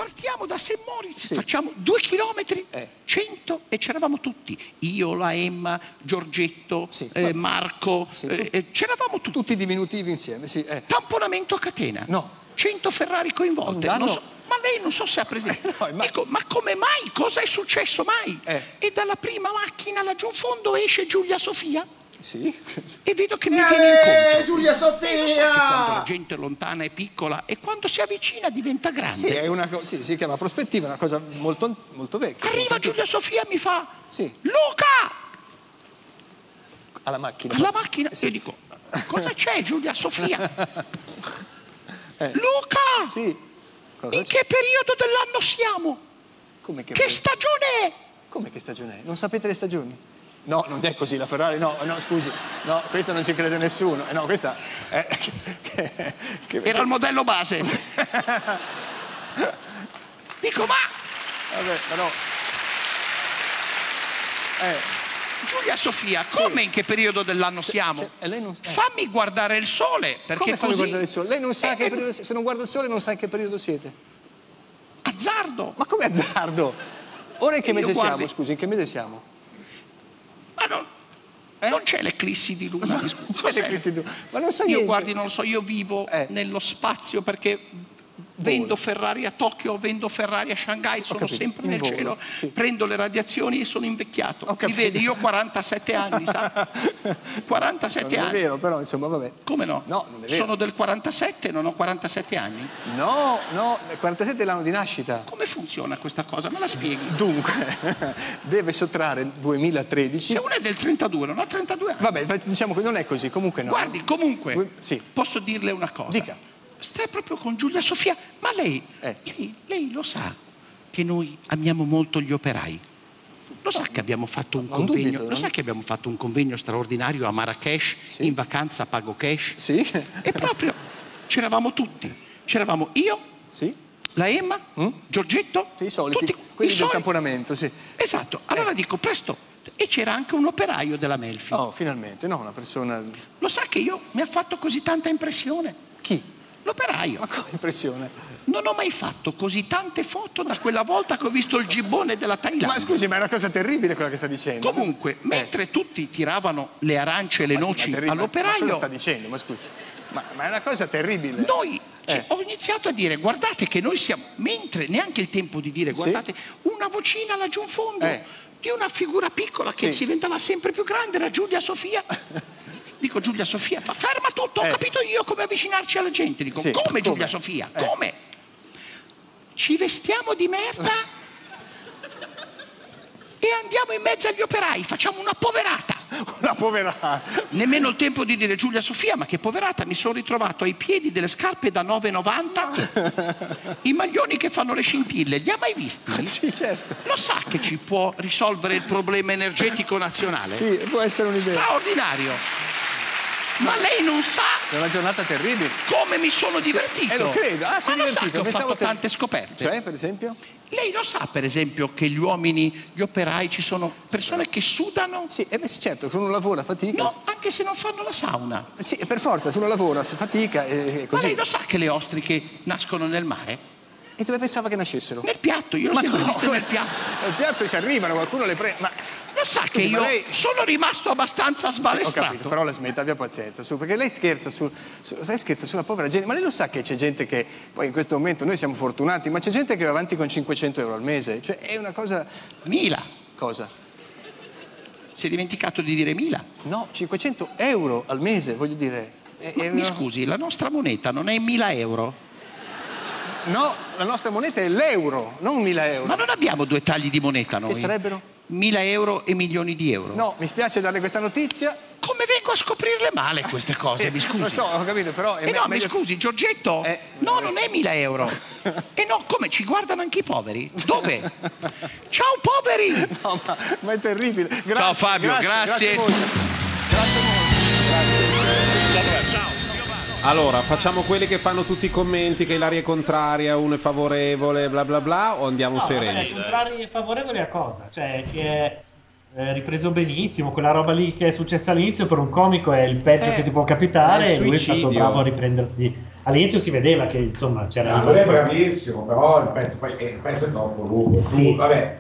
da St. Moritz, facciamo due chilometri, cento e c'eravamo tutti. Io, la Emma, Giorgetto, eh,
vabbè.
Marco, eh, eh, c'eravamo tutti.
Tutti diminutivi insieme, sì. Eh.
Tamponamento a catena.
No.
100 Ferrari coinvolte.
Ah, no.
Non so- ma lei non so se ha presente. Dico, ma come mai? Cosa è successo mai? E dalla prima macchina laggiù in fondo esce Giulia Sofia.
Sì.
E vedo che mi
Eh,
viene incontro.
Giulia Sofia!
E lo so che quando la gente è lontana è piccola e quando si avvicina diventa grande.
Sì, è una co- sì, si chiama prospettiva, è una cosa molto, molto vecchia.
Arriva Giulia Sofia e mi fa
Sì.
Luca!
Alla macchina.
Alla macchina. Io dico, cosa c'è Giulia Sofia?
Eh.
Luca! In che periodo dell'anno siamo?
Come che,
Che stagione è?
Come che stagione è? Non sapete le stagioni? No, non è così, la Ferrari no, no, scusi, no, questa non ci crede nessuno. Eh, No, questa è...
Era il modello base. Dico, ma...
Vabbè, però... Eh.
Giulia Sofia, come in che periodo dell'anno siamo? Fammi guardare il sole, perché
eh. Come fanno
così
a guardare il sole? Lei non
Eh,
sa che periodo... Se non guarda il sole non sa in che periodo siete.
Azzardo!
Ma come azzardo? Ora in che
Io
mese
guardi-
siamo, scusi, in che mese siamo?
non c'è l'eclissi di luna. mi scusi,
Eh? c'è
cos'è?
l'eclissi di luna, ma non sa
Io
niente.
guardi, non lo so, io vivo nello spazio perché vendo Ferrari a Tokyo, vendo Ferrari a Shanghai, sono
capito,
sempre
in
nel
volo,
cielo, prendo le radiazioni e sono invecchiato. Mi
capito.
vede, io ho 47 anni, sa? 47
Non è
anni.
vero, però insomma, vabbè.
Come no?
non è vero.
sono del 47, non ho 47 anni.
No, no, il 47 è l'anno di nascita.
Come funziona questa cosa? Me la spieghi?
Dunque, deve sottrarre il 2013. Se
uno è del 32, non ha 32 anni.
Vabbè, va- diciamo che non è così, comunque no.
Guardi, comunque,
Due- sì.
posso dirle una cosa?
Dica. Eh.
Stai proprio con Giulia Sofia, ma lei, lei, lei lo sa che noi amiamo molto gli operai. Lo sa che abbiamo fatto un
non
convegno,
dubito,
lo
non-
sa che abbiamo fatto un convegno straordinario a Marrakesh, in vacanza pago cash? Sì. E proprio c'eravamo tutti. C'eravamo io, la Emma,
Mm?
Giorgetto, tutti
Quelli
i
del
soliti.
tamponamento, sì. Eh.
Esatto, allora dico presto. E c'era anche un operaio della Melfi.
Oh, finalmente, no, una persona...
Lo sa che io mi ha fatto così tanta impressione?
Chi?
L'operaio.
Ma come impressione?
Non ho mai fatto così tante foto da quella volta che ho visto il gibbone della Thailandia.
Ma scusi, Eh. ma è una cosa terribile quella che sta dicendo.
Comunque, mentre tutti tiravano le arance e le
Ma scusi, ma è
noci
terribile, Ma cosa
all'operaio,
sta dicendo? Ma scusi. Ma, ma è una cosa terribile. Eh.
noi cioè, ho iniziato a dire guardate che noi siamo, mentre neanche il tempo di dire guardate, una vocina laggiù in fondo di una figura piccola che
Eh. Sì.
diventava sempre più grande, era Giulia Sofia. Dico Giulia Sofia, fa ferma tutto, ho capito io come avvicinarci alla gente. Dico
Eh. Sì, Eh.
come, Giulia Sofia, come? Ci vestiamo di merda e andiamo in mezzo agli operai, facciamo una poverata.
Una poverata.
Nemmeno il tempo di dire Giulia Sofia, ma che poverata, mi sono ritrovato ai piedi delle scarpe da 9,90, i maglioni che fanno le scintille, li ha mai visti?
Sì, certo.
Lo sa che ci può risolvere il problema energetico nazionale?
Sì, può essere un'idea.
Straordinario. Ma lei non sa
È una giornata terribile.
come mi sono divertito.
Eh, lo credo. Ah, si è
ma lo sa
divertito.
che ho
Pensavo
fatto
te-
tante scoperte.
Cioè, per esempio?
Lei lo sa, per esempio, che gli uomini, gli operai, ci sono persone che sudano?
Sì, eh beh, sì, certo, che uno lavora, fatica.
No, anche se non fanno la sauna.
Sì, per forza, se uno lavora, si fatica e e
Ma
così.
lei lo sa che le ostriche nascono nel mare?
E dove pensava che nascessero?
Nel piatto, io l'ho sempre visto nel piatto.
Al piatto ci arrivano, qualcuno le prende. Ma
Lo sa che
Scusi, ma
io
lei-
sono rimasto abbastanza
ho
sbalestrato.
capito, però la smetta, abbia pazienza, su, perché lei scherza, su, su- lei scherza sulla povera gente, ma lei lo sa che c'è gente che, poi in questo momento noi siamo fortunati, ma c'è gente che va avanti con 500 euro al mese, cioè è una cosa...
Mila!
Cosa?
Si è dimenticato di dire mila?
No, 500 euro al mese, voglio dire... è-
Ma
è
Mi
una-
scusi, la nostra moneta non è 1000 euro?
No, la nostra moneta è l'euro, non 1000 euro.
Ma non abbiamo due tagli di moneta noi?
Che sarebbero?
1000 euro e milioni di euro?
No, mi spiace darle questa notizia.
Come vengo a scoprirle male queste cose?
Sì,
mi scusi.
Lo so, ho capito, però... è
E
me-
no, mi
meglio- Eh,
scusi, Giorgetto, no, non è 1000 euro. e no, come ci guardano anche i poveri? Dove? Ciao poveri!
No, ma, ma è terribile. Grazie,
Ciao, Fabio,
grazie
grazie.
molto.
Allora, facciamo quelli che fanno tutti i commenti che Ilaria è contraria, uno è favorevole, bla bla bla, o andiamo
No,
sereni?
cioè, contrari e favorevoli a cosa? Cioè, si è eh, ripreso benissimo, quella roba lì che è successa all'inizio per un comico è il peggio
Eh,
che ti può capitare
è
e
il
lui è stato
suicidio.
bravo a riprendersi. All'inizio si vedeva che insomma c'era...
Ah, non è bravissimo, però il pezzo, poi- eh, il pezzo è troppo lungo. Cru- Vabbè,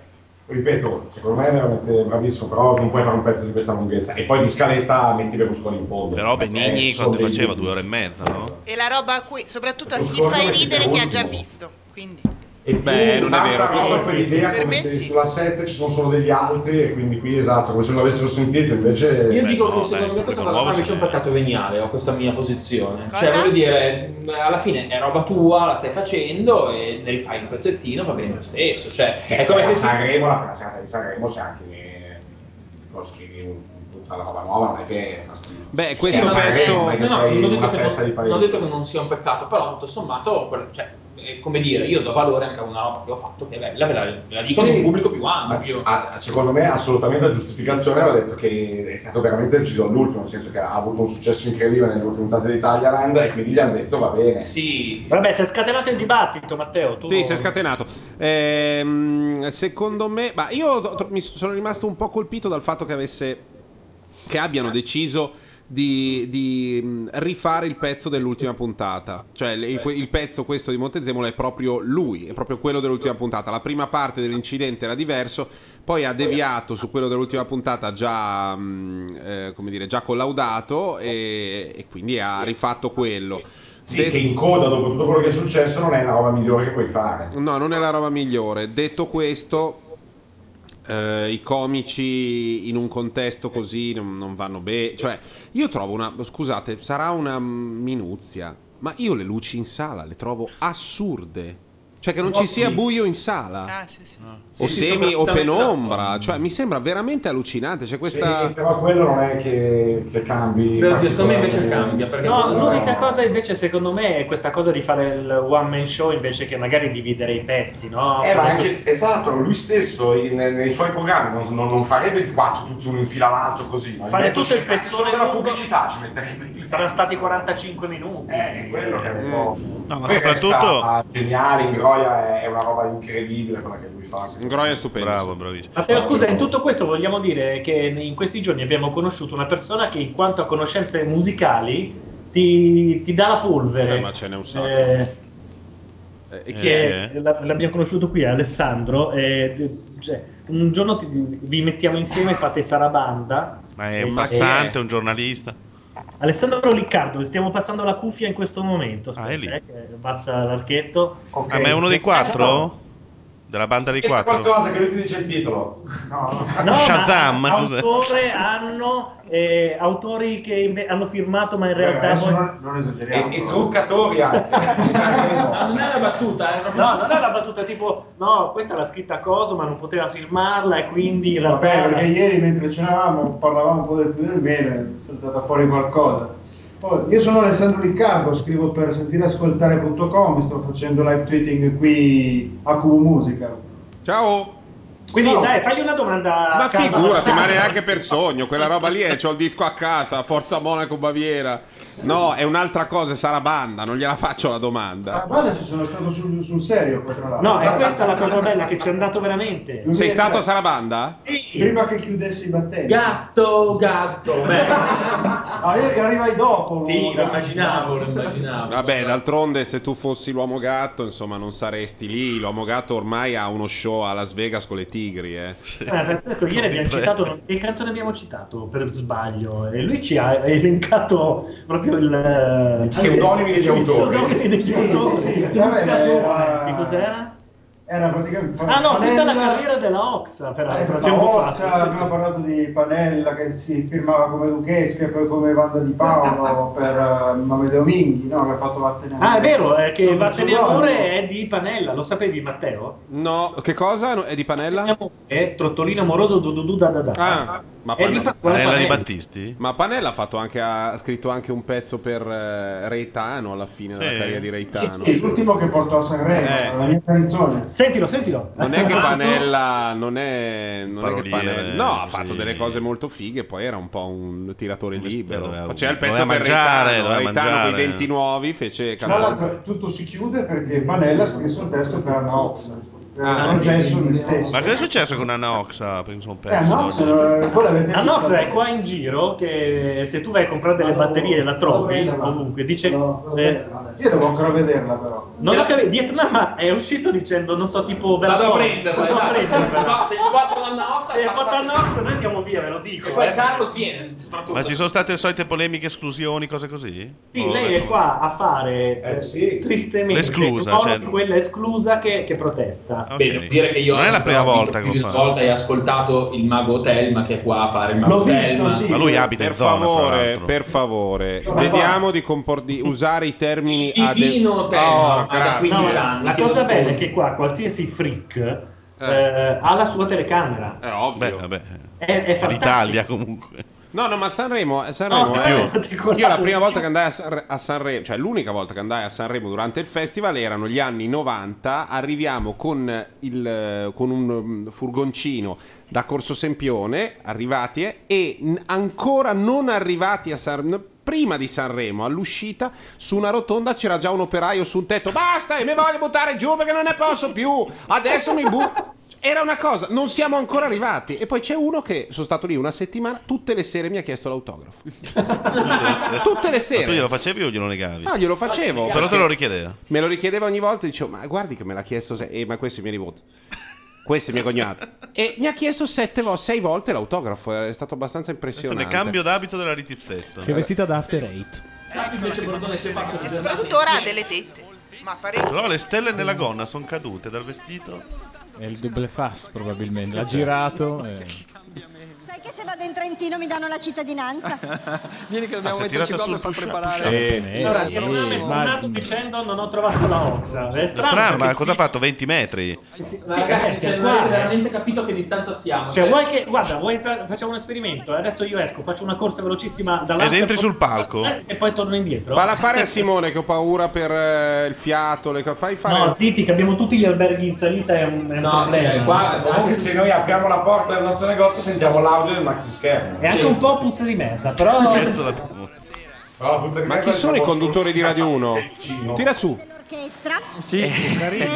ripeto, secondo me è veramente bravissimo, però non puoi fare un pezzo di questa lunghezza. E poi di scaletta metti Berlusconi in fondo.
Però Benigni
Eh,
quanto
sono
faceva?
dei-
Due ore e mezza, no?
E la roba a cui, soprattutto a chi
Scordo
fai
perché
ridere, ti ha già
ultimo.
visto. Quindi.
E
Beh,
più
non è
tanta
vero.
roba per l'idea
Per
come
me
se
sì.
sulla 7 ci sono solo degli altri, e quindi qui esatto, come se non avessero sentito, invece...
Io dico che secondo me questa parola invece è un peccato veniale, ho questa mia posizione. Cioè,
Cosa?
voglio dire, mh, alla fine è roba tua, la stai facendo e ne rifai un pezzettino, va bene lo stesso. Cioè, è come se si-
Sanremo, la frasata di Sanremo, se anche eh, lo scrivi un- tutta la roba nuova, non è che fa schifo.
Beh,
questo pezzo-
No, no,
sei
non, ho detto
una
che
festa
non-
di paese.
non ho detto che non sia un peccato, però tutto sommato, quel- cioè, è come dire, io do valore anche a una roba che ho fatto, che è bella, ve la, ve la dico ad
Sì.
un pubblico più ampio.
Ah, secondo me assolutamente la giustificazione ho detto che è stato veramente deciso all'ultimo, nel senso che ha avuto un successo incredibile nelle ultime puntate di Thailand e quindi gli hanno detto va bene.
Sì.
Vabbè, si è scatenato il dibattito, Matteo. Tu...
Sì, si è scatenato. Ehm, secondo me, ma io ho- tro- mi sono rimasto un po' colpito dal fatto che avesse che abbiano deciso di, di, mh, rifare il pezzo dell'ultima puntata. Cioè, le- il, que- il pezzo questo di Montezemolo è proprio lui, è proprio quello dell'ultima puntata. La prima parte dell'incidente era diverso, poi ha deviato su quello dell'ultima puntata già, mm, mh, eh, come dire, già collaudato e, e quindi ha rifatto quello.
Sì, che in coda dopo tutto quello che è successo non è la roba migliore che puoi fare.
No, non è la roba migliore. Detto questo, eh, i comici in un contesto così non, non vanno bene. Cioè, io trovo una. Scusate, sarà una minuzia, ma io le luci in sala le trovo assurde. Cioè, che non ci sia buio in sala. Ah.
Ah,
O
Ah, Sì, sì,
semi o
sono assolutamente
penombra, cioè mi sembra veramente allucinante. C'è questa.
Sì, però quello non è che, che cambi.
no, l'unica
l'unica
cosa invece secondo me è questa cosa di fare il one man show invece che magari dividere i pezzi, no?
Eh, ma anche, esatto, lui stesso in- nei suoi programmi non, non- non farebbe quattro tutti uno in fila all'altro così. ma
Fare
invece
tutto il
c'è
pezzone
solo la
lungo.
pubblicità ci metterebbe.
Saranno stati 45 minuti. Eh,
quello che è un po'.
No, ma
Poi
soprattutto-
resta Geniale, Ingroia è una roba incredibile quella che lui fa.
Ingroia è stupendo.
Bravo, bravissimo.
Matteo, scusa, in tutto questo vogliamo dire che in questi giorni abbiamo conosciuto una persona che in quanto a conoscenze musicali ti, ti dà la polvere.
Eh, ma ce n'è un sacco.
Eh,
E chi
che
è?
Eh,
la- l'abbiamo conosciuto qui, Alessandro. eh, d- cioè, un giorno ti- vi mettiamo insieme e fate Sarabanda.
Ma è
Eh,
un passante, un giornalista.
Alessandro Riccardo, stiamo passando la cuffia in questo momento. Aspetta,
Ah, è lì.
eh, che bassa l'archetto.
Ah, ma è uno dei quattro? Della banda dei quattro?
certo. che lui ti dice il titolo.
No,
Shazam,
Ah, ma
cos'è?
autore hanno eh, autori che inve- hanno firmato, ma in realtà
adesso
poi-
E, e truccatori anche.
Ah, non è una battuta, no, non è una battuta tipo no, questa l'ha scritta Coso, ma non poteva firmarla e quindi in realtà-
Vabbè, perché ieri mentre cenavamo parlavamo un po' del, del bene, è stata fuori qualcosa. Oh, io sono Alessandro Riccardo, scrivo per sentireascoltare.com, sto facendo live tweeting qui a Cubo Musica.
Ciao!
Quindi
Ciao.
dai, fagli una domanda.
Ma
a casa.
figurati, ma neanche per sogno, quella roba lì è, c'ho il disco a casa, Forza Monaco Baviera. No, è un'altra cosa, è Sarabanda, non gliela faccio la domanda.
Guarda, ci sono stato sul, sul serio qua, tra l'altro.
No, è questa la cosa bella che ci è andato veramente.
Sei stato a Sarabanda?
Prima che chiudessi i battenti.
Gatto, gatto.
Ah, io che arrivai dopo.
Sì, lo
guarda.
immaginavo, lo immaginavo.
Vabbè, d'altronde se tu fossi l'uomo gatto, insomma, non saresti lì. L'uomo gatto ormai ha uno show a Las Vegas con le tigri, eh.
Eh, pazzesco, ieri abbiamo citato che canzone abbiamo citato per sbaglio e lui ci ha elencato proprio il eh,
pseudonimi degli
i
autori.
pseudonimi degli autori.
Sì, sì, sì. Vabbè, era-
Che cos'era?
Era praticamente...
Ah no, tutta la
Panella-
carriera della Oxa peraltro
Eh,
abbiamo
no,
fatto.
cioè,
sì,
abbiamo parlato di Panella che si firmava come Duchesca e poi come Vanda di Paolo per eh, Mamedo Minghi, no, che ha fatto
sì.
Vattenamore.
Ah, è vero, è che
Sono-
Vattene
sono-
Amore è di Panella, lo sapevi Matteo?
No, che cosa? No, È di Panella?
È Trottolino Amoroso Dududu da da da.
Ah, ma
È di
Panella,
Pasquale Panella di Panella.
Battisti?
Ma Panella ha, fatto anche, ha scritto anche un pezzo per eh, Reitano alla fine della carriera di Reitano.
Sì, l'ultimo che portò a Sanremo,
Eh.
la mia canzone.
Sentilo, sentilo.
Non è che Panella, non è, non è che
Paroliere,
Panella, no, ha
sì.
fatto delle cose molto fighe. Poi era un po' un tiratore libero.
doveva-
Faceva il pezzo
doveva
per
mangiare,
Reitano,
doveva
Reitano con i
mangiare.
denti nuovi. Fece
Tra
cantare.
l'altro tutto si chiude perché Panella ha scrisse il testo per Anna Ox. Per
Ah,
non c'è
sì.
nessuno stesso.
Ma cosa è successo con Anoxa? Perché mi sono
Eh,
perso.
no, se non- voi l'avete
La Nox
visto?
è qua in giro che se tu vai a comprare delle batterie e la trovi ovunque, dice... eh,
Io devo ancora vederla però.
non ho capito, Vietnam è uscito dicendo, non so, tipo... ve la
Vado a
trovo.
prenderla,
Vado a
esatto.
prenderla.
Se ci va- se ci portano Anna Oxa,
Se
fa-
portano Anna Oxa, noi andiamo via, ve lo dico. eh.
E poi Carlos viene.
Ma ci sono state le solite polemiche, esclusioni, cose così? Oh, eh,
Sì,
O-
lei è qua a fare eh, tristemente
L'esclusa,
un ruolo
cioè-
di quella esclusa che, che protesta.
Beh, devo dire che io
Non è la prima volta che lo
più di
fa.
una volta hai ascoltato il mago Telma che è qua a fare il mago Telma.
per favore, per favore, vediamo di, compor- di usare i termini
Ah,
Divino
adegu-
Telma,
Oh,
da
grazie.
15 anni.
La
che lo
cosa bella è
sposi.
che qua qualsiasi freak eh, ha la sua telecamera.
È ovvio.
È, è fantastico.
L'Italia comunque.
No, no, ma Sanremo, Sanremo eh.
No,
è-
è particolare.
Io la prima volta che andai a, San- a Sanremo, cioè l'unica volta che andai a Sanremo durante il festival erano gli anni 90. Arriviamo con, il, con un um, furgoncino da Corso Sempione, arrivati eh, e n- ancora non arrivati a Sanremo. Prima di Sanremo, all'uscita, su una rotonda c'era già un operaio su un tetto. Basta, io mi voglio buttare giù perché non ne posso più. Adesso mi butto. Era una cosa, non siamo ancora arrivati. E poi c'è uno che sono stato lì una settimana, tutte le sere mi ha chiesto l'autografo. Tutte le
Ma tu
sere.
glielo facevi o glielo negavi?
No, glielo facevo.
Però te
perché
lo richiedeva.
Me lo richiedeva ogni volta, dicevo, ma guardi che me l'ha chiesto, se- eh, ma questo è mio nipote. Questo è mio cognato. E mi ha chiesto sette vo- sei volte l'autografo, è stato abbastanza
Questo è
impressionante.
nel cambio d'abito della ritizzetta.
Si è vestita da After Eight.
Sappi invece Bordone si è fatto
E soprattutto ora ha delle tette. Ma parecchio.
Però le stelle nella gonna sono cadute dal vestito.
È il double fast probabilmente. L'ha girato. eh. e-
Sai che se vado in Trentino mi danno la cittadinanza?
Vieni che
Ah,
dobbiamo
metterci qua per far preparare.
Allora, ero tornato dicendo non ho trovato la oxa. È strano.
Strano, ma
perché-
cosa ha fatto? 20 metri?
Ma ragazzi,
Sì,
cioè, non
guarda.
avete veramente capito a che distanza siamo.
Cioè, vuoi che, guarda, vuoi fa- facciamo un esperimento? eh, Adesso io esco, faccio una corsa velocissima dall'alto
Ed entri sul
palco?
Eh, e poi torno indietro.
Valla a fare a Simone che ho paura per eh, il fiato. Le... co- Fai fare.
No, zitti, che abbiamo tutti gli alberghi in salita. È un, è un problema.
cioè,
anche Cioè, se noi apriamo la porta del nostro negozio sentiamo l'audio del maxi schermo.
È anche un po' puzza di merda, però.
Ma chi sono i conduttori di Radio 1? Tira su.
Orchestra?
Sì,
Eh,
Bene.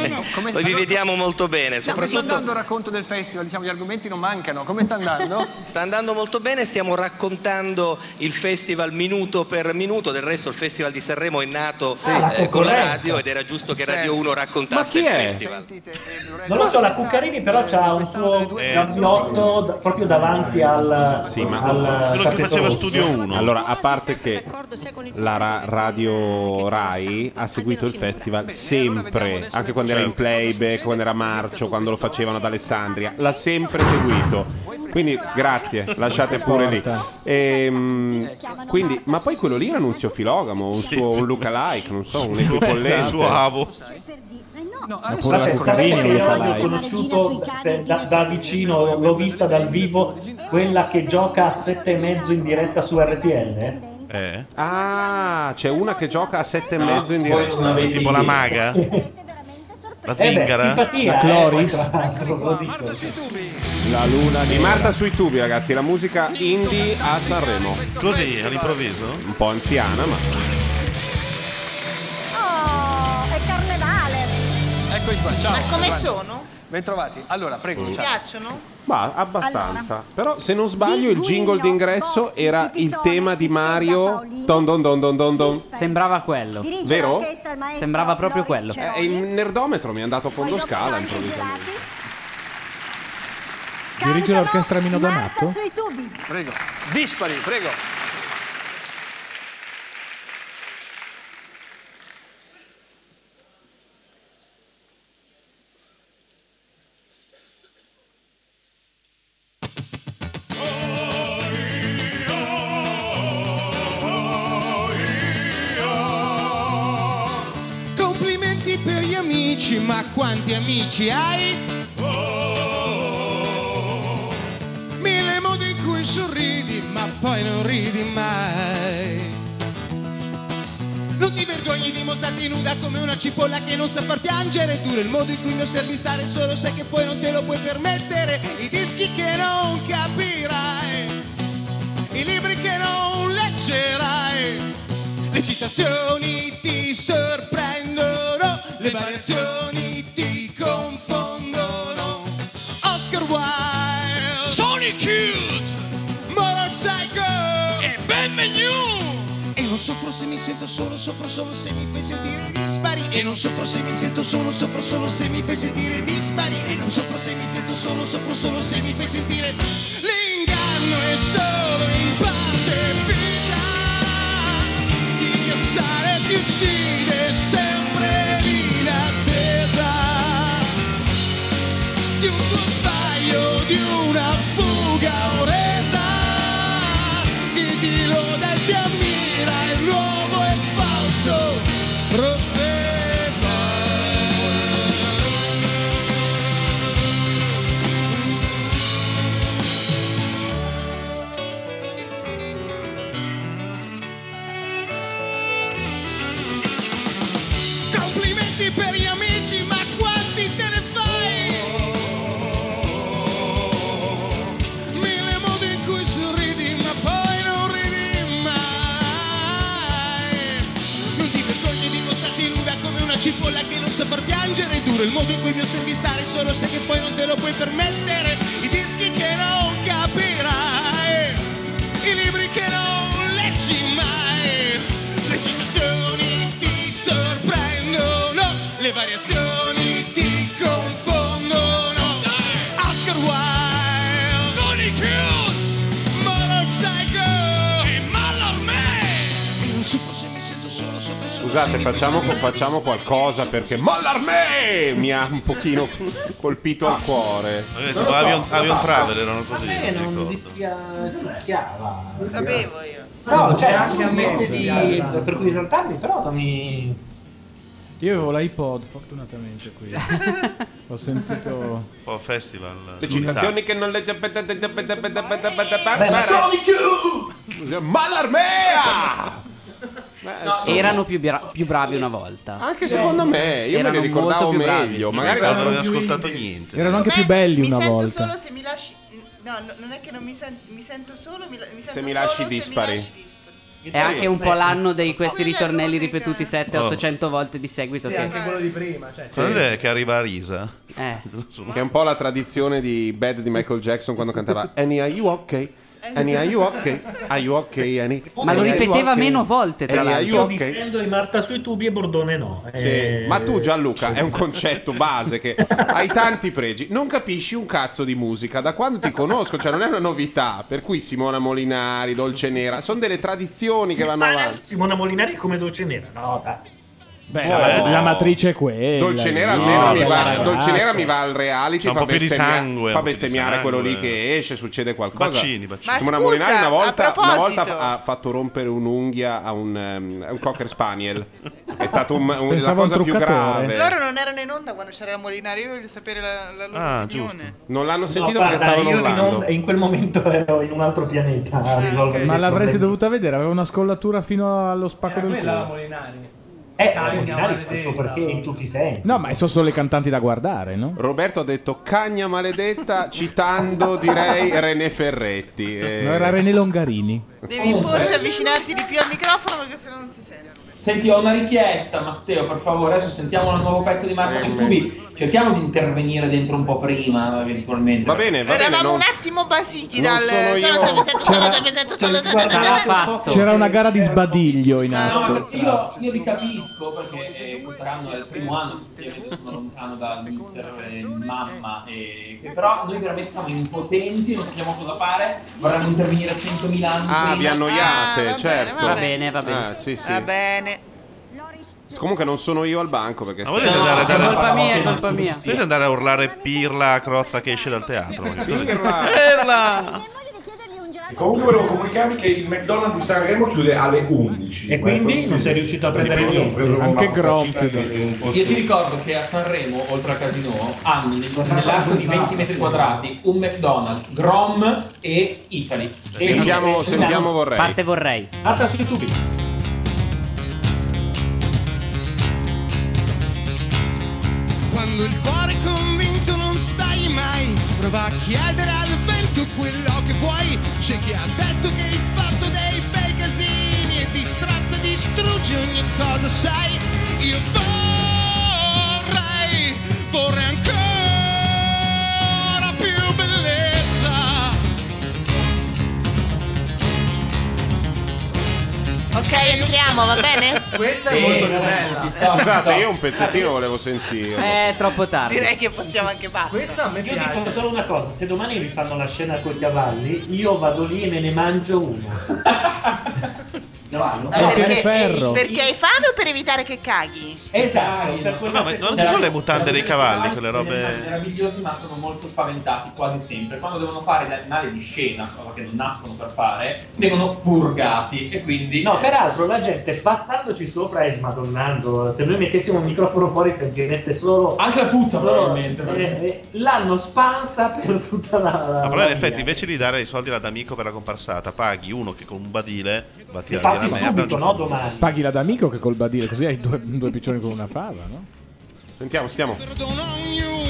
Noi vi
vediamo molto bene,
sta
Eh, soprattutto
andando il racconto del festival? Diciamo, gli argomenti non mancano. Come sta andando?
sta andando molto bene, stiamo raccontando il festival minuto per minuto, del resto il festival di Sanremo è nato
la
eh, con la
concorrenza.
radio ed era giusto che Radio 1 raccontasse
Ah, Ma chi è?
il
Eh
festival.
Non lo so, la Cuccarini però c'ha un suo gabbiotto da- proprio davanti al.
Sì, ma
al tappeto rosso.
Allora,
Ah,
a parte che
sia con il
la ra- Radio Rai ha seguito il festival sempre, anche quando era in playback, quando era marcio, quando lo facevano ad Alessandria, l'ha sempre seguito. Quindi grazie, lasciate pure lì. Ehm, quindi, ma poi quello lì era Nunzio Filogamo, un suo un localike, non so, un
Esatto.
equipollente.
Il suo avo.
No,
adesso
Vabbè,
sono
Sanremo
contento.
io l'ho
Dai.
conosciuto se- da, da vicino, l'ho vista dal vivo, quella che gioca a sette e mezzo in diretta su RTL.
Eh?
Ah, c'è una che gioca a sette e
No,
mezzo in
voi
diretta.
non avete
Tipo la idea. maga?
Eh
La zingara?
La
eh,
Cloris? La luna di Marta sui tubi, ragazzi, la musica indie a Sanremo.
Così, all'improvviso?
Un po' anziana, ma.
Oh, è carnevale.
Eccoci qua, Ecco, ciao.
Ma come
Giovanni.
sono?
Bentrovati. Allora, prego,
Mi
Luciano.
piacciono?
Ma abbastanza. Però se non sbaglio il jingle d'ingresso era il tema di Mario. Don don don don don don.
Sembrava quello.
Vero?
Sembrava proprio quello.
Eh, il nerdometro mi è andato a fondo scala improvvisamente.
Dirige l'orchestra Mino Donato?
Sui tubi.
Prego. Dispari, prego.
Complimenti per gli amici, ma quanti amici hai? Mille modi in cui sorridi, ma poi non ridi mai. Non ti vergogni di mostrarti nuda come una cipolla che non sa far piangere Dura il modo in cui mi osservi stare solo sai che poi non te lo puoi permettere I dischi che non capirai I libri che non leggerai Le citazioni ti sorprendono Le variazioni ti confondono Oscar Wilde Sonic Youth Motorcycle E Benvenuto e non soffro se mi sento solo, soffro solo se mi fai sentire dispari. E non soffro se mi sento solo, soffro solo se mi fai sentire dispari. E non soffro se mi sento solo, soffro solo se mi fai sentire. L'inganno è solo in parte vita. Di cassare ti uccide sempre lì l'attesa. Di un tuo sbaglio, di una fuga orresa chi ti loda e ti ammira è nuovo e falso profeta. Complimenti per gli amici, ma quanti te ne fai? Mille modi in cui sorridi, ma poi non ridi mai. Non ti vergogni di mostrarti nuda come una cipolla che non sa far piangere. Duro il modo in cui mi osservi stare, solo se che poi non te lo puoi permettere. I dischi che non capirai, i libri che non leggi mai. Le citazioni ti sorprendono, le variazioni ti confondono. Oscar Wilde, Sonic Youth, Motorcycle e Malor Man. E non so se mi
Scusate, facciamo, facciamo qualcosa perché Mollarmé mi ha un pochino colpito al cuore.
detto, Non lo so, Avion- Avion Travel erano
così.
Eh, non dispiaciucchiava.
Lo sapevo io.
Cioè,
No, c'è anche
a
a mente di,
tanto.
per cui esaltarmi, però dammi.
Io avevo l'iPod, fortunatamente qui. Ho sentito.
Un po' festival.
Le citazioni che non le
Sonic
Mallarmea!
Eh,
Erano più, bra- più bravi una volta.
Anche secondo me, io me
Erano
ne ricordavo
molto più bravi.
meglio. Magari
Non avevo ascoltato niente.
Erano anche più belli
Mi
una
sento
volta.
solo se mi lasci. No, no, non è che non mi, sen- mi sento solo, mi, la- mi sento
mi
solo
lasci
se
dispari.
mi lasci
È anche un po' l'anno dei questi ritornelli ripetuti
Oh.
7-800 volte di seguito.
Sì,
che-
anche quello di prima. Cioè,
Quando è che arriva a risa?
Eh.
Che è un po' la tradizione di Bad di Michael Jackson quando cantava Annie, are you okay? Annie, are you okay? Are you okay, Annie?
Ma lo
Annie, are you
ripeteva
okay?
meno volte, tra
Annie, are
Io
you
di
okay?
Fendo e Marta sui tubi e Bordone no.
Sì,
Eh,
Ma tu Gianluca è un concetto base che hai tanti pregi, non capisci un cazzo di musica da quando ti conosco, cioè non è una novità, per cui Simona Molinari, Dolce Nera, sono delle tradizioni che vanno
ma adesso
avanti.
Simona Molinari è come Dolce Nera. No, dai.
Beh,
Wow.
la, la matrice è quella.
Dolce Nera
lì.
almeno mi va,
ragazza.
Dolce Nera mi va al reality,
C'è un
fa
po' più di
bestemmia-
sangue,
fa
un po' di
bestemmiare
sangue.
quello lì che esce, succede qualcosa.
Vaccini, vaccini.
Ma
Simona
scusa,
Molinari una
a
volta, una
proposito-
volta ha fatto rompere un'unghia a un, ehm, a un cocker spaniel. È stata un, un- la
Pensavo a un
cosa più
truccatore.
grave.
Loro non erano in onda quando c'era la Molinari, io voglio sapere la, la loro
Ah,
opinione.
Non l'hanno sentito
No,
perché
guarda,
stavano
io in,
urlando.
on- in quel momento ero in un altro pianeta a risolvere
Ma
dei
l'avresti
problemi.
dovuta vedere, aveva una scollatura fino allo spacco del
quella la
culo.
Molinari.
Eh,
Ah,
la Molinari c'è il suo
maledetta.
perché in tutti i sensi.
No, ma sono solo i cantanti da guardare, no?
Roberto ha detto cagna maledetta citando direi René Ferretti. Eh,
No, era René Longarini.
Devi forse avvicinarti di più al microfono perché sennò non si sente.
Senti, ho una richiesta, Matteo, per favore. Adesso sentiamo il nuovo pezzo di Marco Cicubi. Cerchiamo di intervenire dentro un po' prima, eventualmente. Va
bene, va
Eravamo un attimo basiti dal. Sono sempre sento, sono sempre sento, sono sempre
Sarà
sento.
fatto.
C'era una gara di sbadiglio in
No,
atto.
perché io, io vi capisco perché eh, quest'anno è il primo anno che effettivamente sono lontano da mister e mamma, e, che però noi veramente siamo impotenti, non sappiamo cosa fare, vorremmo intervenire a 100.000 anni.
Ah, vi
prima.
annoiate, certo.
va bene, va
Ah,
bene.
sì, sì.
Va bene.
Comunque non sono io al banco perché
Ma volete andare, andare,
colpa mia, è colpa mia.
Volete andare a urlare pirla a Crozza che esce dal teatro?
Pirla!
Comunque volevo comunicarvi che il McDonald's di Sanremo chiude alle 11.
E quindi non sei riuscito a prendere niente. Anche Grom
Io ti ricordo che a Sanremo, oltre a Casino, hanno nel- nell'arco di 20 metri quadrati un McDonald's, Grom e Italy. E-
Sentiamo-
e-
sentiamo vorrei.
Parte vorrei.
Marta sui tubi.
Quando il cuore è convinto non sbagli mai Prova a chiedere al vento quello che vuoi C'è chi ha detto che hai fatto dei bei casini E distratta distrugge ogni cosa sai Io vorrei, vorrei ancora più bellezza
Ok, andiamo, va bene?
Questa
è molto più
bella.
Scusate, Esatto, io un
Esatto.
pezzettino volevo sentire.
Eh.
È troppo tardi.
Direi che possiamo anche basta. Questa a me
Io dico solo una cosa, se domani vi fanno la scena con i cavalli, io vado lì e me ne mangio uno. Cavallo?
Ma perché,
Ferro.
perché hai fame o per evitare che caghi?
Esatto, per
No, ma non ci sono le mutande dei cavalli, quelle robe.
Cioè, meravigliosi ma sono molto spaventati quasi sempre quando devono fare le animali di scena cosa che non nascono per fare vengono purgati e quindi
No, peraltro la gente passandoci sopra e smadonnando, se noi mettessimo un microfono fuori sentireste solo...
Anche la puzza
solo-
probabilmente,
eh, eh, L'hanno spansa per tutta la...
Ma Ah, però in effetti invece di dare i soldi all'amico per la comparsata, paghi uno che con un badile va a
Ti
tirare la merda.
Domani.
Paghi la d'amico che col badile, così hai due, due piccioni con una fava, no?
Sentiamo, sentiamo.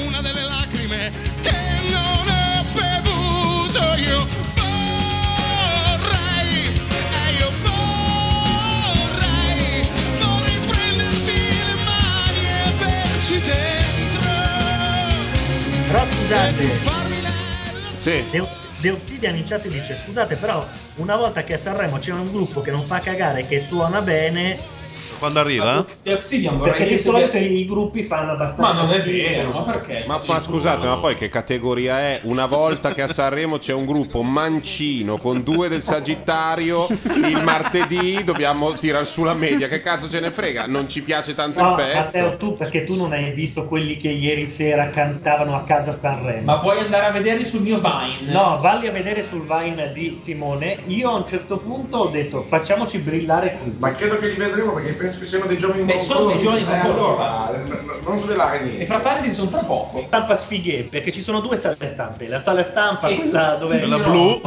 Una delle lacrime che non ho bevuto io vorrei e io vorrei vorrei prenderti le mani e berci dentro
Però scusate,
sì.
De, De Obsidian in chat dice scusate però una volta che a Sanremo c'è un gruppo che non fa cagare, che suona bene,
Quando arriva?
Perché di solito i gruppi fanno abbastanza. schifo.
Ma, ma scusate, ma poi che categoria è? Una volta che a Sanremo c'è un gruppo mancino con due del Sagittario, il martedì dobbiamo tirar su la media. Che cazzo ce ne frega? Non ci piace tanto
No,
il pezzo.
Matteo, tu perché tu non hai visto quelli che ieri sera cantavano a casa Sanremo.
Ma puoi andare a vederli sul mio Vine.
No, valli a vedere sul Vine di Simone. Io a un certo punto ho detto facciamoci brillare tutti.
Ma chiedo che li vedremo perché penso che siano dei giovani
Beh, sono dei giovani
Eh,
famosi.
allora, n- non svelare niente.
E fra parti sono tra poco. Stampa sfighe, perché ci sono due sale stampe. La sala stampa, quella dove
Quella blu.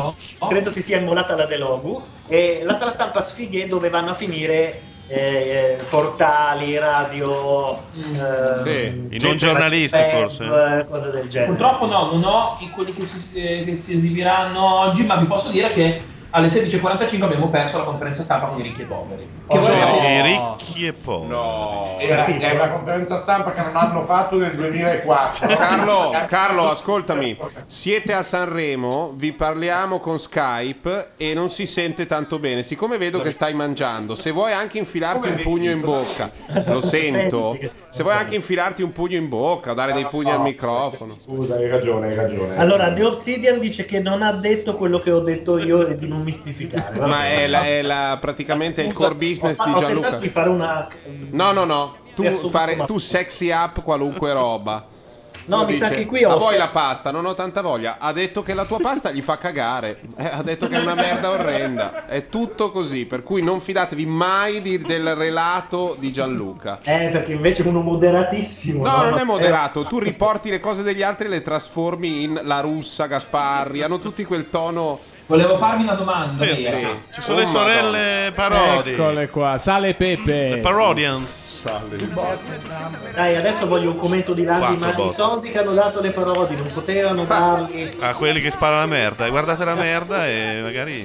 credo si sia immolata la Delogu, e la sala stampa sfighe dove vanno a finire eh, eh, portali, radio, ehm,
I
gente
non giornalisti,
web,
forse.
eh, cose del genere.
Purtroppo no, non ho i- quelli che si, eh, che si esibiranno oggi, ma vi posso dire che alle 16.45 abbiamo perso la conferenza stampa con i ricchi e poveri. Che
Oh,
volevamo-
I ricchi e poveri.
No.
Era- è una conferenza stampa che non hanno fatto nel 2004.
Carlo, Carlo, ascoltami. Siete a Sanremo, vi parliamo con Skype e non si sente tanto bene. Siccome vedo che stai mangiando, se vuoi anche infilarti un pugno in bocca, lo sento. Se vuoi anche infilarti un pugno in bocca, dare dei pugni al microfono.
Scusa, hai ragione, hai ragione.
Allora, The Obsidian dice che non ha detto quello che ho detto io e di non mistificare.
Ma è, la- è la- praticamente il core business
Ho fa-
di
ho tentato
Gianluca.
di fare una
No, no, no. Tu,
Riassunto,
fare,
ma-
tu sexy up qualunque roba.
No,
Uno
mi sa che qui
"Ma
ho-
vuoi la pasta? Non ho tanta voglia. Ha detto che la tua pasta gli fa cagare. Eh, ha detto che è una merda orrenda. È tutto così. Per cui non fidatevi mai di- del relato di Gianluca.
Eh, perché invece uno moderatissimo. Eh,
No, non
Ma-
è moderato. Tu riporti le cose degli altri e le trasformi in La Russa, Gasparri. Hanno tutti quel tono. Oh,
Volevo farvi una domanda.
Sì,
Mira.
sì.
Ci sono le sorelle parodi.
Eccole qua, Sale e Pepe.
Le parodians.
Dai, adesso voglio un commento di Landi,
Quattro
ma i
botte.
soldi che hanno dato le parodie non potevano darli.
A quelli che sparano la merda. E Guardate la merda e magari...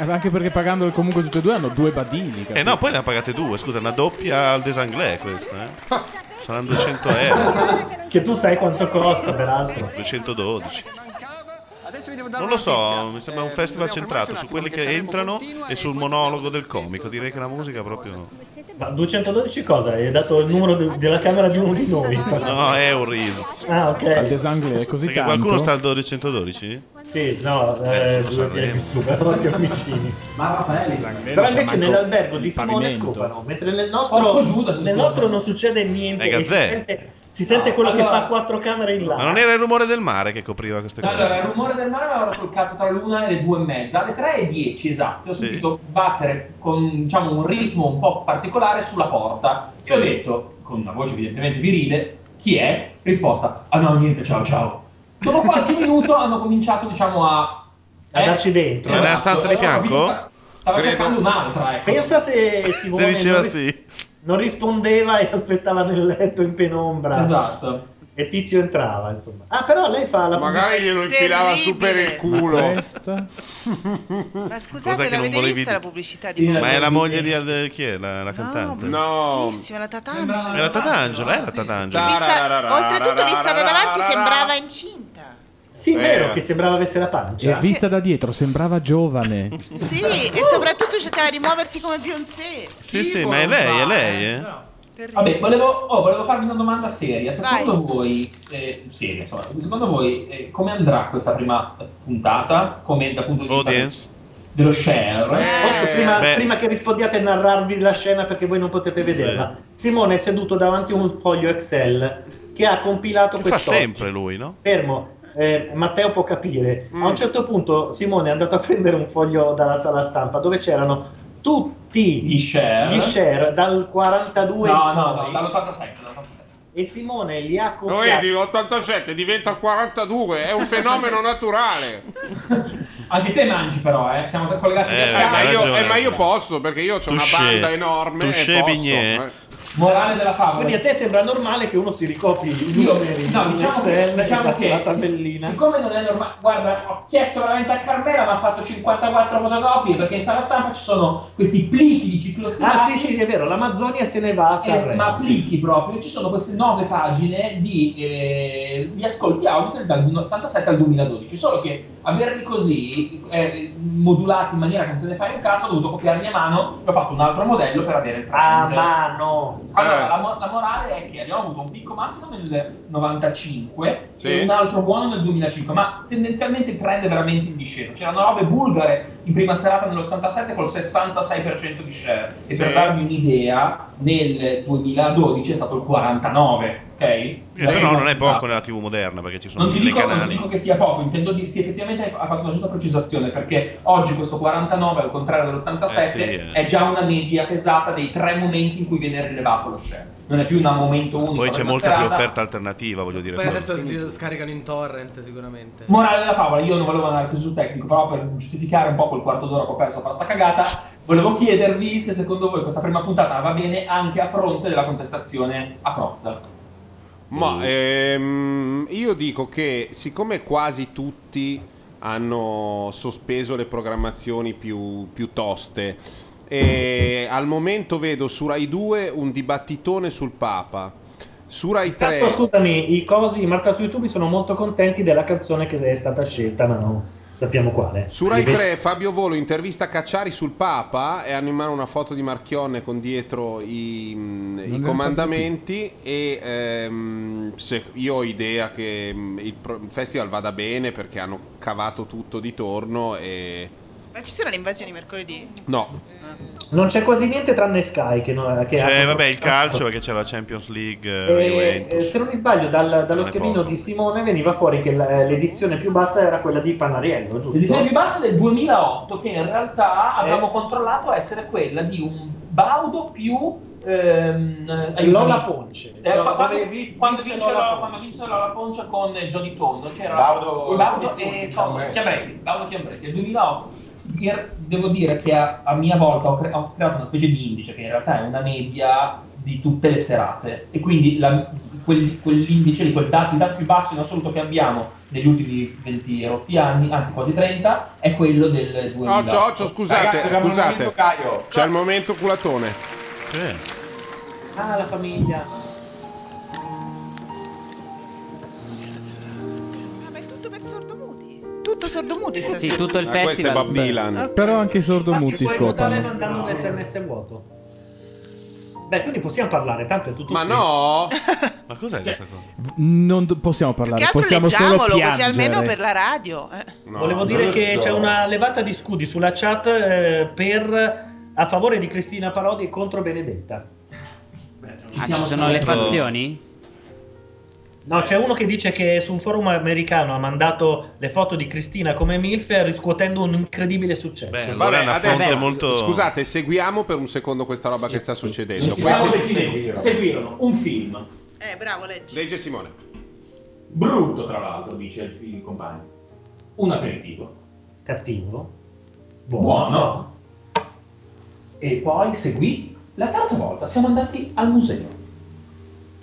Eh, Anche perché pagandole comunque tutte e due hanno due badini.
Eh no, poi ne ha pagate due, scusa, una doppia al desanglè questa, eh. Saranno 200 euro.
Che tu sai quanto costa, peraltro.
212. Non lo so, mi sembra Eh, un festival centrato su quelli che entrano e sul monologo del comico. Direi che la musica proprio.
Ma 212 cosa? Hai dato il numero de- della camera di uno di noi.
No, è un riso.
Ah, ok.
Al desanglè è così
Perché
tanto.
qualcuno sta al 1212?
Sì, no,
Eh,
eh,
sono
due
Sanremo.
piani su, però siamo vicini.
Ma Raffaele,
Però invece nell'albergo di Simone scopano, mentre nel nostro,
Porco Giuda, si
nel
scopano.
nostro non succede niente.
È
e si
Gazzè.
sente, si sente quello che
allora-
fa quattro camere in là.
Ma non era il rumore del mare che copriva queste
Allora, il
cose?
rumore del mare aveva sul cazzo tra l'una e le due e mezza, alle tre e dieci esatto, ho
Sì.
sentito battere con diciamo, un ritmo un po' particolare sulla porta. E ho detto, con una voce evidentemente virile, chi è? Risposta, ah no, niente, ciao, ciao. Dopo qualche minuto hanno cominciato, diciamo, a...
A darci dentro.
Ma nella stanza di
Allora,
fianco?
stava- Stava
Credo.
cercando un'altra, ecco.
Pensa se Simone
Se diceva
non,
sì.
non rispondeva e aspettava nel letto in penombra.
Esatto.
E Tizio entrava, insomma. Ah, però lei fa la
Magari glielo infilava su per il culo.
Ma
Cosa
scusate,
che non
l'avete
volevi
vista
dire.
la pubblicità di
Ma è la
Bono?
moglie di Ad- chi è? La, la cantante? No.
Bellissima, la tatangela.
È la Tatangela, è la Tatangela.
Vista- Oltretutto vista da davanti sembrava incinta.
Sì,
Eh.
vero che sembrava avesse la
E
pancia.
vista da dietro sembrava giovane.
Sì, e soprattutto cercava di muoversi come Beyoncé.
Sì, sì, ma è lei, è lei, eh.
Vabbè, volevo, oh, volevo farvi una domanda seria. Secondo voi, eh, seria, insomma, secondo voi eh, come andrà questa prima puntata? Come dal punto di vista dello share?
Eh.
Posso,
Eh,
prima,
beh.
prima che rispondiate, narrarvi la scena perché voi non potete vederla. Simone è seduto davanti a un foglio Excel che ha compilato
Fa
quest'oggi.
sempre lui, no?
Fermo, eh, Matteo può capire. A un certo punto Simone è andato a prendere un foglio dalla sala stampa dove c'erano tutti
gli share,
gli share dal 42
No,
in
no,
poi.
no, dall'87, dall'87.
e Simone li ha
Lo
copiati.
vedi, l'87 diventa 42, è un fenomeno naturale.
Anche te mangi però, eh? Siamo collegati
Eh,
via Skype.
ma, io, eh, ma io posso perché io ho una
Touché.
banda enorme.
Touché,
e posso.
Bignè.
Eh.
Morale della favola.
Quindi a te sembra normale che uno si ricopi i
Io-
numeri
no,
in
diciamo che-
Excel
diciamo
e faccia
che-
esatto, la tabellina.
Siccome non è normale, guarda, ho chiesto veramente a Carmela, ma ha fatto 54 fotocopie perché in sala stampa ci sono questi plichi di ciclostimati.
Ah sì sì è vero, l'Amazzonia se ne va a
Eh, ma
Sanremo.
plichi proprio, ci sono queste nove pagine di, eh, di ascolti audio dal 87 al 2012, solo che averli così eh, modulati in maniera che non te ne fai un cazzo, ho dovuto copiarli a mano e ho fatto un altro modello per avere il
Ah,
modello.
ma no.
Eh. Allora, la, mo- la morale è che abbiamo avuto un picco massimo nel 95
Sì.
e un altro buono nel 2005, ma tendenzialmente il trend è veramente in discesa. C'erano robe bulgare in prima serata nell'87 col 66% di share e
Sì.
per darvi un'idea nel 2012 è stato il 49, ok? Cioè,
Eh, Però non è poco nella TV moderna perché ci sono
non ti,
mille
dico, non ti
canali.
dico che sia poco, intendo dire, sì, effettivamente hai fatto una giusta precisazione, perché oggi questo 49, al contrario dell'87,
Eh sì, eh.
è già una media pesata dei tre momenti in cui viene rilevato lo share. Non è più un momento unico.
Poi c'è
della
molta più
serata.
offerta alternativa, voglio dire.
Poi
quello.
adesso s- scaricano in torrent sicuramente.
Morale della favola, io non volevo andare più sul tecnico, però per giustificare un po' quel quarto d'ora che ho perso a fare sta cagata, volevo chiedervi se secondo voi questa prima puntata va bene anche a fronte della contestazione a Crozza.
Ma ehm, io dico che siccome quasi tutti hanno sospeso le programmazioni più, più toste, e al momento vedo su Rai 2 un dibattitone sul Papa, su Rai 3...
Tanto scusami, i cosi, i Marta su YouTube sono molto contenti della canzone che è stata scelta, ma non sappiamo quale.
Su Rai
Sì,
3 Fabio Volo intervista Cacciari sul Papa e hanno in mano una foto di Marchionne con dietro i, mh, i
l'hanno
comandamenti e ehm, se- io ho idea che mh, il pro- festival vada bene perché hanno cavato tutto di torno e
Ma ci sono le invasioni mercoledì?
no.
Non c'è quasi niente tranne Sky che, no,
Cioè,
che
C'è,
ha-
Cioè, vabbè, il calcio perché c'è la Champions League, eh, la
Eh, eh,
Juventus.
se non mi sbaglio, dal- dallo
è
schemino di Simone veniva fuori che l- l'edizione più bassa era quella di Panariello, giusto?
L'edizione più bassa del 2008, che in realtà
Eh.
abbiamo controllato essere quella di un baudo più. Ehm, aiutami.
Lola Ponce.
Eh,
Lola-
quando,
dove
quando
vinse
vince
Lola
Lola,
Ponce.
quando vinse Lola Ponce con Johnny Tonno c'era
Baudo-
Baudo
Chiambretti,
e cosa? Chiambretti. Baudo Chiambretti. Nel 2008 Ir- devo dire che a, a mia volta ho, cre- ho creato una specie di indice che in realtà è una media di tutte le serate e quindi la- quel- quell'indice lì, quel dato, il dato più basso in assoluto che abbiamo negli ultimi 20 rotti anni, anzi quasi 30, è quello del 2000.
Occio, occio, scusate, scusate. C'è il
Caio.
momento culatone.
Ah, la famiglia.
Tutto sordomuti stasera.
Sì, tutto il
Ah, questo è
festival.
Bob Dylan.
Beh,
Però anche i sordomuti
puoi votare
scopano.
mandando un sms vuoto. Beh, quindi possiamo parlare, tanto è tutto
Ma
scritto. Cioè,
no!
Ma cos'è questa cosa?
Non do- possiamo parlare,
Che altro
possiamo solo
leggiamolo così
piangere.
almeno per la radio. eh.
Volevo dire che c'è una levata di scudi sulla chat eh, per a favore di Cristina Parodi e contro Benedetta.
Ah, ci sono le fazioni?
No, c'è uno che dice che su un forum americano ha mandato le foto di Cristina come MILF riscuotendo un incredibile successo.
Eh, Vabbè, adesso- Scusate, seguiamo per un secondo questa roba che sta succedendo.
Sì, sì, sì,
Questi-
sì, seguirono. seguirono un film
Eh, bravo, leggi.
Legge Simone.
brutto, tra l'altro, dice il, il compagno. Un aperitivo.
Cattivo.
Buono. E poi seguì la terza volta. Siamo andati al museo.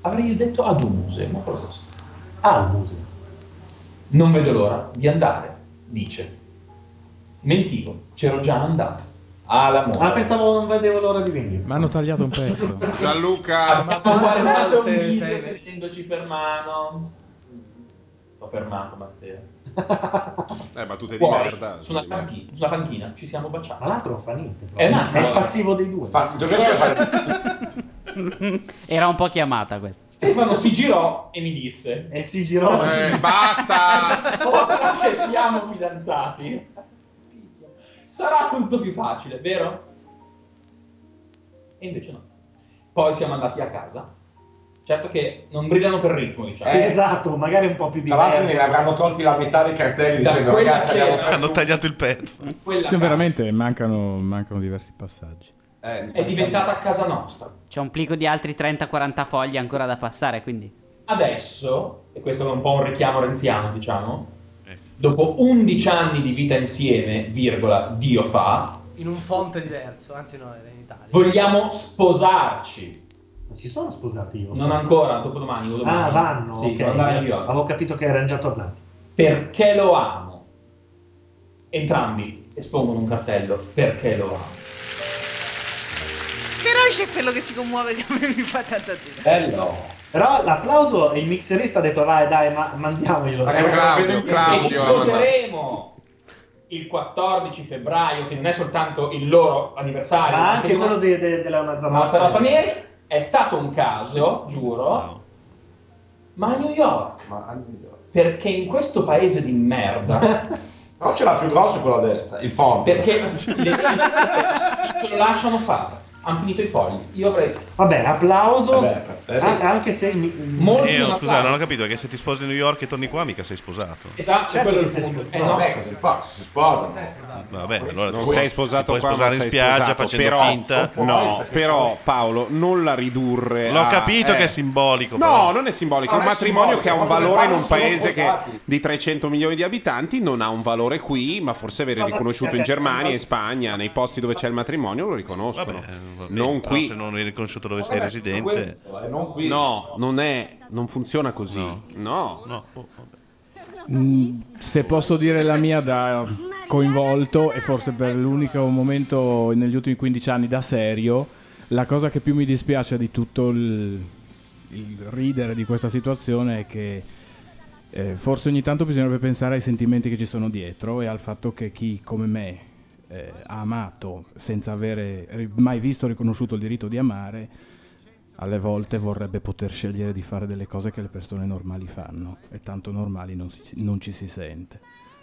Avrei detto ad un museo, ma cosa so. Al museo. Non vedo l'ora di andare, dice. Mentivo, c'ero già andato. All'amore.
Ah, pensavo non vedevo l'ora di venire.
Ma hanno tagliato un pezzo.
Gianluca,
abbiamo guardato un
Quante
video
sei-
tenendoci per mano. Ho fermato Matteo.
Eh, battute
Fuori,
di merda. eh.
Sulla panchina, sulla panchina ci siamo baciati.
Ma l'altro non fa niente.
È un attimo.
È il passivo dei due.
Era un po' chiamata questa.
Stefano si girò e mi disse:
E si girò.
Eh,
basta! Ora che siamo fidanzati, sarà tutto più facile, vero? E invece no. Poi siamo andati a casa. Certo che non brillano per ritmo, diciamo.
Sì, esatto, magari un po' più di
Tra l'altro
merda.
ne avranno
tolti la metà dei cartelli
Da
dicendo
quella
ragazzi abbiamo
sera-
perso
Hanno tagliato il pezzo.
Quella
Sì,
casa
veramente mancano, mancano diversi passaggi.
Eh,
è diventata casa nostra.
C'è un plico di altri 30-40 fogli ancora da passare, quindi.
Adesso, e questo è un po' un richiamo renziano, diciamo, dopo 11 anni di vita insieme, virgola, Dio fa,
In un font diverso, anzi no, era in Italia.
vogliamo sposarci.
Ma si sono sposati io?
Non ancora, dopodomani. o domani.
Ah, vanno.
Sì,
ok.
devo andare a New York.
Avevo capito che erano già tornati.
Perché lo amo. Entrambi espongono un cartello. Perché lo amo.
Però Boris è quello che si commuove che a me mi fa tanta tenerezza.
Bello. Però l'applauso, il mixerista ha detto vai dai, ma- mandiamoglielo.
e ci sposeremo il 14 febbraio, che non è soltanto il loro anniversario,
Ma anche quello
una
de- de- della Mazzarata
Mazzarata Neri. È stato un caso, giuro, ma a New York. Perché in questo paese di merda.
No, ce l'ha più grosso quello a destra, il font.
Perché le ce lo lasciano fare. Hanno finito i fogli. Io avrei.
Vabbè, applauso.
Vabbè, perfetto.
An- anche se il mi-
Molti
Io,
non
Eh, oh, scusa, non
applaudono.
ho capito, è che se ti sposi a New York e torni qua, mica sei sposato.
Esatto,
Certo
quello è
che
il
Cioè,
sei
punto.
sposato.
Eh, no.
Vabbè,
si sposa, si sposa.
Vabbè, allora
non
ti puoi-
sei sposato
ti puoi
qua,
sposare
non
in
sei
spiaggia
sposato,
facendo
però-
finta.
No, però Paolo, non la ridurre.
L'ho
a-
capito
eh.
che è simbolico.
No,
però.
non è simbolico.
No,
un
non è
matrimonio
simbolico,
che ha un
ma quando
valore in
parlo
un
sono
paese che
sposati.
di 300 milioni di abitanti non ha un valore qui, ma forse viene
Ma-
riconosciuto in
ma-
Germania, in Spagna, nei posti dove c'è il matrimonio lo riconoscono. non
eh, però
qui.
se non è riconosciuto dove sei residente.
non qui.
No, non è, non funziona così. No.
Mm, Se posso dire la mia da coinvolto e forse per l'unico momento negli ultimi 15 anni da serio, la cosa che più mi dispiace di tutto il, il ridere di questa situazione è che eh, forse ogni tanto bisognerebbe pensare ai sentimenti che ci sono dietro e al fatto che chi come me eh, ha amato senza avere ri- mai visto o riconosciuto il diritto di amare, alle volte vorrebbe poter scegliere di fare delle cose che le persone normali fanno e tanto normali non, si- non ci si sente.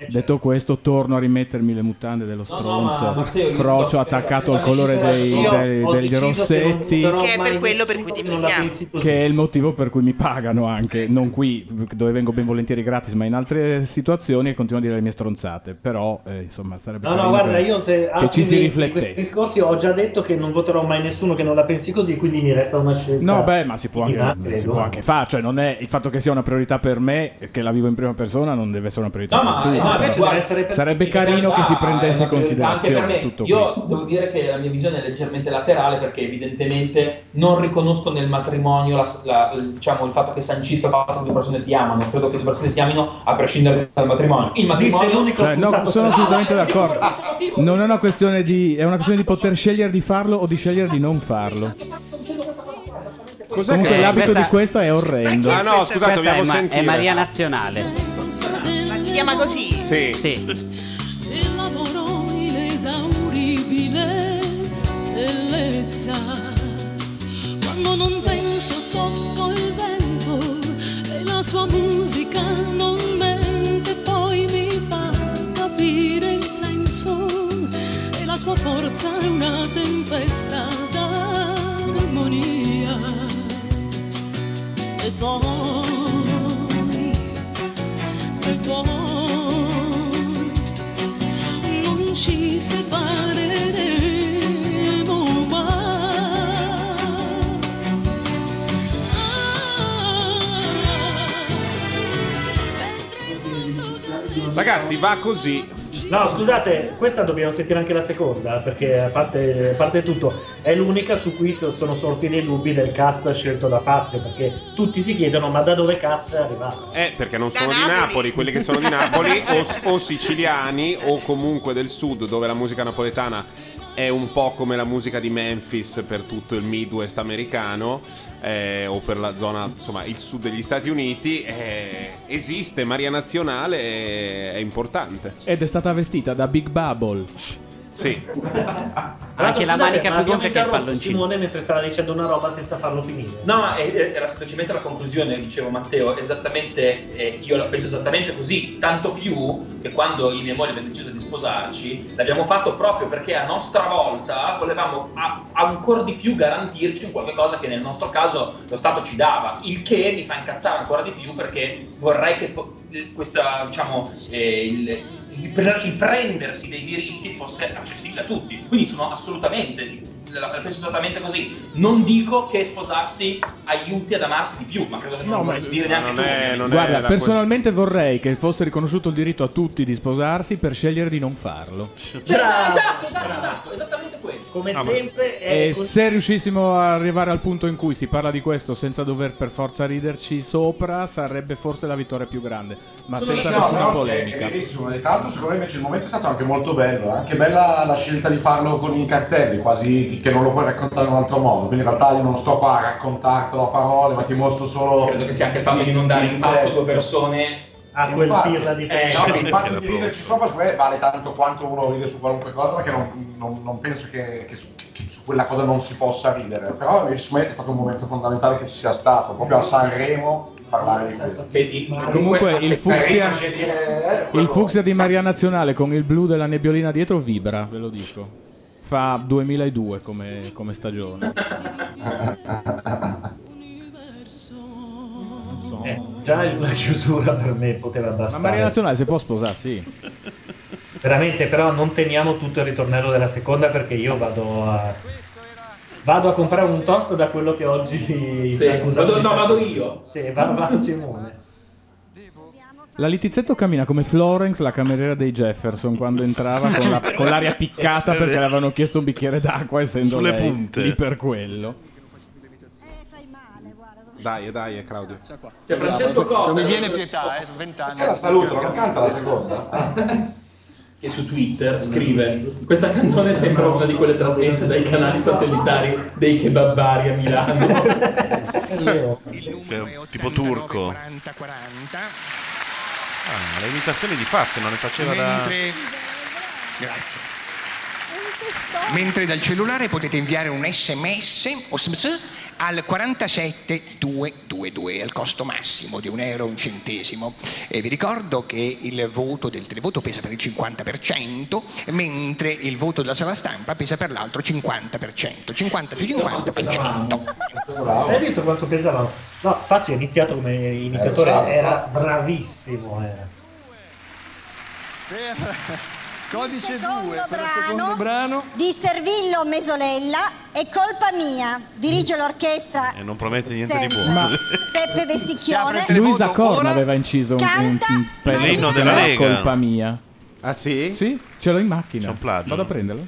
Detto questo, torno a rimettermi le mutande dello
No, no, ma
stronzo,
Ah,
Matteo, io-
Frocio attaccato al colore dei-
eh, Io
dei-
ho
degli
deciso
rossetti,
che non
Che è per
mai
quello per cui ti Eh,
non la
invitiamo.
pensi così.
che è il motivo per cui mi pagano anche, non qui dove vengo ben volentieri gratis, ma in altre situazioni e continuo a dire le mie stronzate, però eh, insomma sarebbe
No, no,
carino
guarda,
che-
io se
che ci si
di- di questi
riflettesse.
discorsi ho già detto che non voterò mai nessuno che non la pensi così, quindi mi resta una scelta.
No, beh, ma si può,
Rimane,
anche, si può
no?
anche fare. Cioè, non è il fatto che sia una priorità per me, che la vivo in prima persona, non deve essere una priorità
No,
per
ma-
tutti.
no, invece
Però
deve essere per-
Sarebbe carino che si prendesse in
Anche
considerazione
per
tutto
me. Io
qui.
devo dire che la mia visione è leggermente laterale perché evidentemente non riconosco nel matrimonio la- la- diciamo, il fatto che sancisca il fatto che due persone si amano. Credo che due persone si amino a prescindere dal matrimonio. Il matrimonio Ah,
Cioè, no, sono assolutamente d'accordo.
motivo.
Non è una questione di. È una questione di poter scegliere di farlo o di scegliere di non farlo.
Cos'è
Comunque
che-
l'abito
Questa-
di questo è orrendo.
Ah, no, scusate,
Questa è
dobbiamo
ma-
sentire.
è Maria
Nazionale.
Ma si chiama così?
Sì.
Il lavoro inesauribile bellezza. Quando non penso tocco il vento e la sua musica non mente, poi mi fa capire il senso e la sua forza è una tempesta d'armonia. E poi, e poi non ci separeremo mai.
Ragazzi, va così.
No, scusate, questa dobbiamo sentire anche la seconda, perché a parte, a parte tutto, è l'unica su cui so- sono sorti dei dubbi del cast scelto da Fazio, perché tutti si chiedono ma da dove cazzo è arrivato?
Eh, perché non sono di Napoli, quelli che sono di Napoli o, o siciliani o comunque del sud, dove la musica napoletana è un po' come la musica di Memphis per tutto il Midwest americano eh, o per la zona, insomma, il sud degli Stati Uniti. eh, esiste, Maria Nazionale eh, è importante.
Ed è stata vestita da Big Bubble.
Sì.
Anche
la manica più gonfia che il palloncino.
Simone mentre stava dicendo una roba senza farlo finire.
No, ma eh, eh, era semplicemente la conclusione, dicevo Matteo, esattamente, eh, io la penso esattamente così, tanto più che quando i miei mogli abbiamo deciso di sposarci, l'abbiamo fatto proprio perché a nostra volta volevamo a- ancora di più garantirci un qualche cosa che nel nostro caso lo Stato ci dava, il che mi fa incazzare ancora di più perché vorrei che po- il- questa, diciamo, eh, il, il pre- il prendersi dei diritti fosse accessibile a tutti, quindi sono assolutamente... La la penso esattamente così. Non dico che sposarsi aiuti ad amarsi di più, ma credo che non
No,
lo
ma-
volessi dire
ma
neanche
non
tu.
è- non è
Guarda,
la-
personalmente vorrei che fosse riconosciuto il diritto a tutti di sposarsi per scegliere di non farlo.
Cioè, esatto, esatto, esatto, esattamente questo.
come
No, ma-
sempre è
E
con-
se riuscissimo a arrivare al punto in cui si parla di questo senza dover per forza riderci sopra, sarebbe forse la vittoria più grande, ma
Sono
senza
d'accordo.
nessuna
No,
polemica.
È verissimo, e tra l'altro secondo me invece il momento è stato anche molto bello, è anche bella la scelta di farlo con i cartelli, quasi che non lo puoi raccontare in un altro modo, quindi in realtà io non sto qua a raccontartelo a parole, ma ti mostro solo...
Credo che sia anche il fatto di non dare in pasto due persone
a
quel pirla
di
te.
eh, no, ma il
Sì,
fatto
era
di riderci sopra secondo me vale tanto quanto uno ride su qualunque cosa perché non, non- non penso che, che su, che su quella cosa non si possa ridere però secondo me è stato un momento fondamentale che ci sia stato proprio a Sanremo parlare di questo
Ma Comunque il fucsia, il fucsia di Maria Nazionale con il blu della nebbiolina dietro vibra, ve lo dico. Fa 2002 come, come stagione.
Eh, già la chiusura per me poteva
Ma
bastare.
Maria Nazionale si può sposare, sì.
Veramente, però non teniamo tutto il ritornello della seconda perché io vado a. Vado a comprare un toast da quello che oggi ci
Sì,
ha accusato
vado-
di
no,
fare.
vado io.
Sì, va, va Simone.
La Litizzetto cammina come Florence, la cameriera dei Jefferson, quando entrava con, la- con l'aria piccata perché le avevano chiesto un bicchiere d'acqua, essendo
Sulle
lei
punte.
lì per quello.
Dai, dai, eh, Claudio.
C'è Francesco Costa. Non mi viene pietà, eh, sono vent'anni.
Eh, la saluto, non canta la
seconda.
che su Twitter scrive questa canzone sembra una di quelle trasmesse dai canali satellitari dei kebabbari a Milano.
Che è tipo turco. Ah, le imitazioni di Fazio non le faceva da...
Mentre- Grazie. Mentre dal cellulare potete inviare un sms o sms al 47222 al costo massimo di un euro e un centesimo. E vi ricordo che il voto del televoto pesa per il 50%, mentre il voto della sala stampa pesa per l'altro 50%. 50 più 50%.
Hai visto quanto pesavamo? No, Fazio è iniziato come imitatore,
Eh, lo so, lo
era
so.
bravissimo. eh. Era.
Codice
2 per il secondo brano Ah, di Servillo Mesolella è colpa mia. Dirige l'orchestra
E Eh, non promette niente di
Senti.
buono.
Ma- Peppe
Eh,
Vessicchione.
Luisa Corna aveva inciso un, un- un pezzo che si
L'inno della
chiamava
Lega.
colpa mia.
Ah sì?
Sì, ce l'ho in macchina.
plagio.
Vado a prenderlo.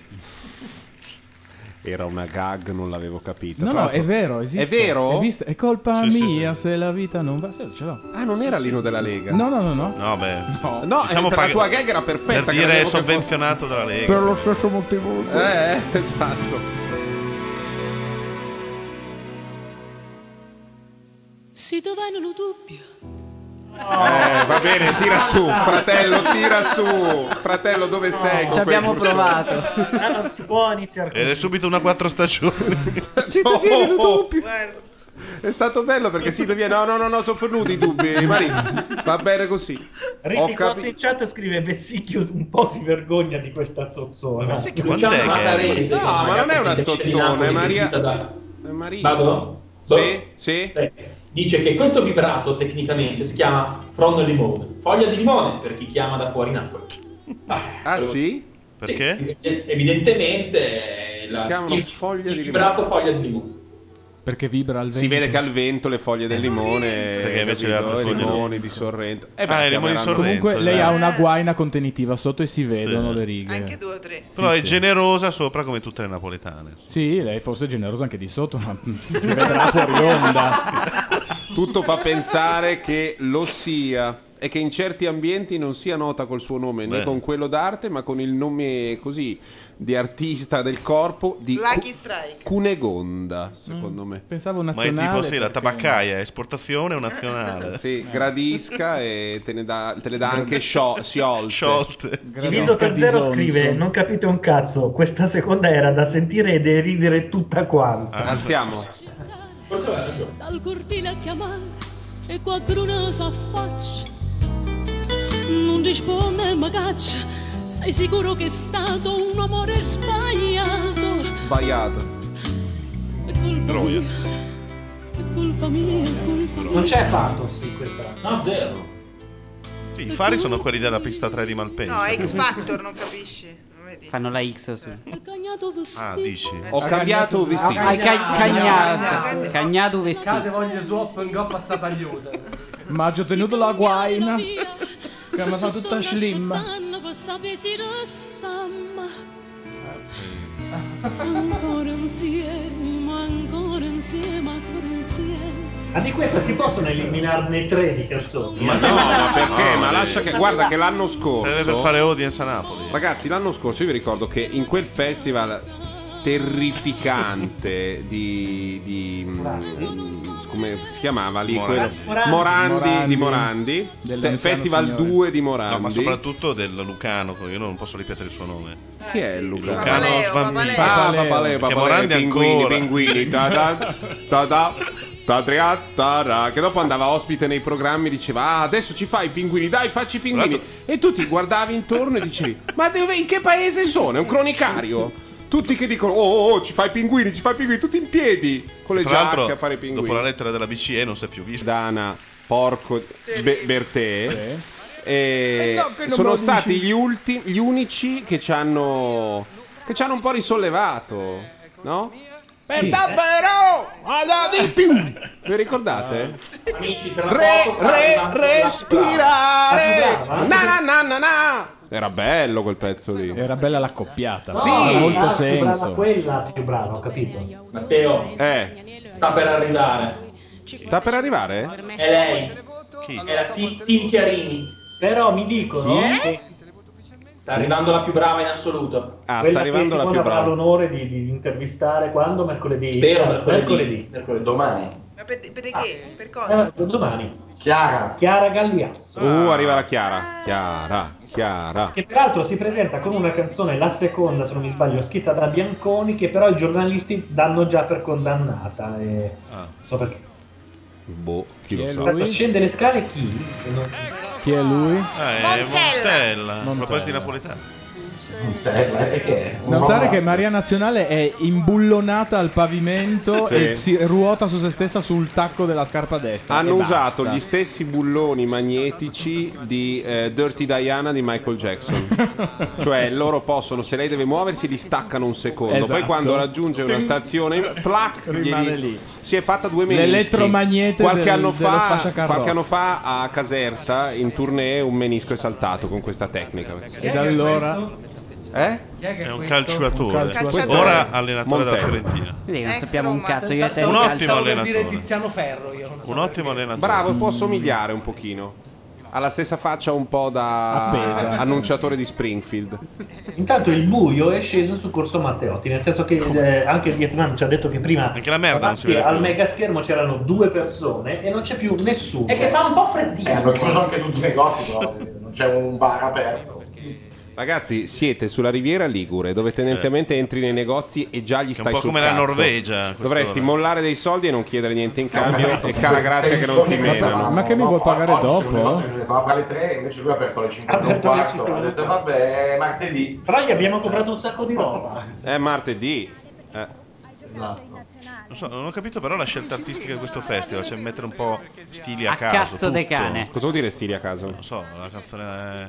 Era una gag, non l'avevo capita.
No,
Tra
no,
l'altro-
è vero, esiste.
È vero?
È, vista- è colpa
Sì, sì,
mia se la vita non va. Sì, ce l'ho.
Ah, non era l'inno della Lega?
No, no, no, no.
No, beh. diciamo
No, no, eh, per la tua gag era perfetta,
Per
credevo
dire
che
sovvenzionato dalla Lega.
lo stesso motivo.
Eh, esatto.
Si dov'hanno lo dubbio.
Eh, va bene, tira su, fratello, tira su. Fratello, dove sei? con quel gusto?
Ah, non si può iniziare
Ed è subito una quattro stagioni.
Oh, oh, oh. È stato bello perché si devia... No, no, no, no, sono fornuti i dubbi, Marino. Va bene così. Ho
Ricky Cozzi
capito.
in chat scrive Vessicchio un po' si vergogna di questa zozzona.
Vessicchio,
quant'è
Luciano
che è?
Matarese,
No, ma
ragazzi,
non è una
che
zozzona,
di Napoli,
è Maria-
che è
da-
Marino.
Vado? Boh.
Sì, sì.
Dice che questo vibrato tecnicamente si chiama fronno di limone, foglia di limone per chi chiama da fuori Napoli. Basta.
Ah, sì?
Perché? Evidentemente eh, la,
Chiamano
il,
foglia
il
di
vibrato foglia di limone.
Perché vibra al vento.
Si vede che al vento le foglie del limone,
Perché invece le
capito?
altre
i
foglie no.
limoni di Sorrento. Eh, beh,
Ah, i limoni di
chiameranno-
Sorrento.
Comunque lei
dai.
ha una guaina contenitiva sotto e si vedono le righe. Anche
due o tre.
Però
Sì,
è
sì.
generosa sopra come tutte le napoletane.
Sì, lei forse è generosa anche di sotto, ma si vedrà fuori onda.
Tutto fa pensare che lo sia e che in certi ambienti non sia nota col suo nome né
Beh.
con quello d'arte, ma con il nome così di artista del corpo di
Lucky
Cu-
Strike.
Cunegonda, secondo me.
Pensavo
Ma è tipo, sì, la tabaccaia, esportazione o nazionale.
Sì, gradisca e te ne dà, te le dà anche scio- sciolte.
Diviso per zero scrive: Non capite un cazzo. Questa seconda era da sentire ed è ridere tutta quanta.
Ah, Alziamo.
Ah.
Dal cortile a chiamare e qualcuno s'affaccia. Non risponde ma caccia. Sei sicuro che è stato un amore sbagliato?
Sbagliato.
Troia.
È colpa mia, è colpa mia.
Non c'è pathos in questa.
No, zero.
Sì, I fari sono quelli della pista 3 di Malpensa.
No,
X Factor, non capisci? Non vedi?
Fanno la X su.
Ho cagnato vestito.
Ah, dici.
Ho cambiato vestito.
Hai ca- cagnato. cagnato. Cagnato
Cade
vestito.
voglio swap in goppa sta tagliuta.
Ma ho tenuto la guaina. Che mi fa tutta slim. Ah,
Tanno per sapere si resta, ma- ancora insieme, ancora insieme, ancora insieme.
Ma di questa si possono eliminarne tre di eh? canzoni?
Ma no,
Ah,
ma perché? ma lascia che guarda che l'anno scorso
Serve per eh. fare audience a Napoli.
Ragazzi, l'anno scorso io vi ricordo che in quel festival terrificante di, di, mm, come si chiamava lì
Morandi.
quello? Morandi, di Morandi
Del
Te-
Luciano
Festival
Signore.
2 di Morandi
No, ma soprattutto del Lucano, io non posso ripetere il suo nome.
Eh, chi è il Lucano?
Lucano Sbambini.
Ah, Papaleo,
Perché
Papaleo,
Morandi
pinguini,
ancora.
pinguini, ta ta ta ta ta tria, ta ra, che dopo andava ospite nei programmi e diceva ah adesso ci fai i pinguini, dai facci i pinguini e tu ti guardavi intorno e dicevi ma dove, in che paese sono? È un cronicario tutti che dicono oh, oh, oh, ci fai i pinguini, ci fai i pinguini, tutti in piedi con le
Tra l'altro,
giacche a fare i pinguini
dopo la lettera della BCE non si è più vista.
Dana, porco Be- Bertè. E
Eh no, che non me
sono
lo dici.
stati gli, ulti- gli unici che ci hanno che ci hanno un po' risollevato, no? Eh, Per davvero!
Eh.
Alla di più! Vi ricordate?
Ah,
Amici, tra
Re,
poco sta
re,
arrivando la- La più
respirare!
brava, eh?
Na na na na na! Era bello quel pezzo lì.
Era bella la coppiata.
Sì,
No,
molto
la più brava,
senso.
Quella più brava, ho capito.
Matteo, sta per arrivare.
Eh, Sta per arrivare?
È lei. È la Ti- Tim Chiarini.
Però mi dicono
Chi è?
che
Sta arrivando la più brava in assoluto.
Ah,
quella che Simone avrà l'onore di, di intervistare quando? Mercoledì?
Spero
Eh,
mercoledì. Mercoledì, domani.
Ma per, perché? Per cosa?
Eh, domani.
Chiara.
Chiara
Ah.
Galliazzo.
Uh, arriva la Chiara. Chiara, Chiara.
Che peraltro si presenta come una canzone, la seconda se non mi sbaglio, scritta da Bianconi, che però i giornalisti danno già per condannata. E...
Ah.
Non so perché.
Boh, chi
Eh,
lo
Tanto
sa.
scende le scale chi? Che non-
Chi è lui?
Ah, è Montella. A proposito di Napoletano.
Montella, eh, che è?
Notare che Maria Nazionale è imbullonata al pavimento
Sì.
e si ruota su se stessa sul tacco della scarpa destra.
Hanno
e
usato
basta.
gli stessi bulloni magnetici di eh, Dirty Diana di Michael Jackson. cioè loro possono, se lei deve muoversi, li staccano un secondo. Poi
Esatto.
quando raggiunge una
Ting.
stazione, plac,
Rimane
glieli-
lì.
Si è fatta due menischi.
L'elettromagnete
qualche
del-
anno
della
fa,
fascia carrozza.
qualche anno fa a Caserta, in tournée, un menisco è saltato con questa tecnica.
E da allora?
Eh?
È un
questo?
calciatore.
Un calciatore.
Ora allenatore della
Montella.
Fiorentina.
Vedi, non
Ex
sappiamo un
Roma,
cazzo. Io e te
un
calcio.
ottimo allenatore.
Tiziano Ferro io.
Un ottimo allenatore.
Bravo, può somigliare un pochino. Ha la stessa faccia un po' da
Appesa.
annunciatore di Springfield.
Intanto il buio è sceso su Corso Matteotti, nel senso che il- eh, anche il Vietnam ci ha detto che prima anche la merda
non si vede
al
più.
megaschermo c'erano due persone e non c'è più nessuno.
E che fa un po' freddino.
Eh, hanno chiuso anche tutti i negozi, però, non c'è un bar aperto.
Ragazzi, siete sulla riviera Ligure, dove tendenzialmente entri nei negozi e già gli
Eh. È un
stai
po'
sul
come la
cazzo.
Norvegia, quest'ora.
Dovresti mollare dei soldi e non chiedere niente in cambio.
Esatto.
E cara grazia che non ti
Ma-
menano.
Ma che mi vuol pagare dopo?
Oggi ne fa alle 3, invece lui ha aperto alle 5 e un quarto. Ho detto, vabbè, martedì.
Però gli abbiamo comprato un sacco di roba.
È martedì. Eh.
Non, so, non ho capito però la scelta artistica di questo festival, cioè mettere un po' stili a,
A
caso.
cazzo de
tutto.
cane. Cosa vuol dire stili a caso? Non
so, la canzone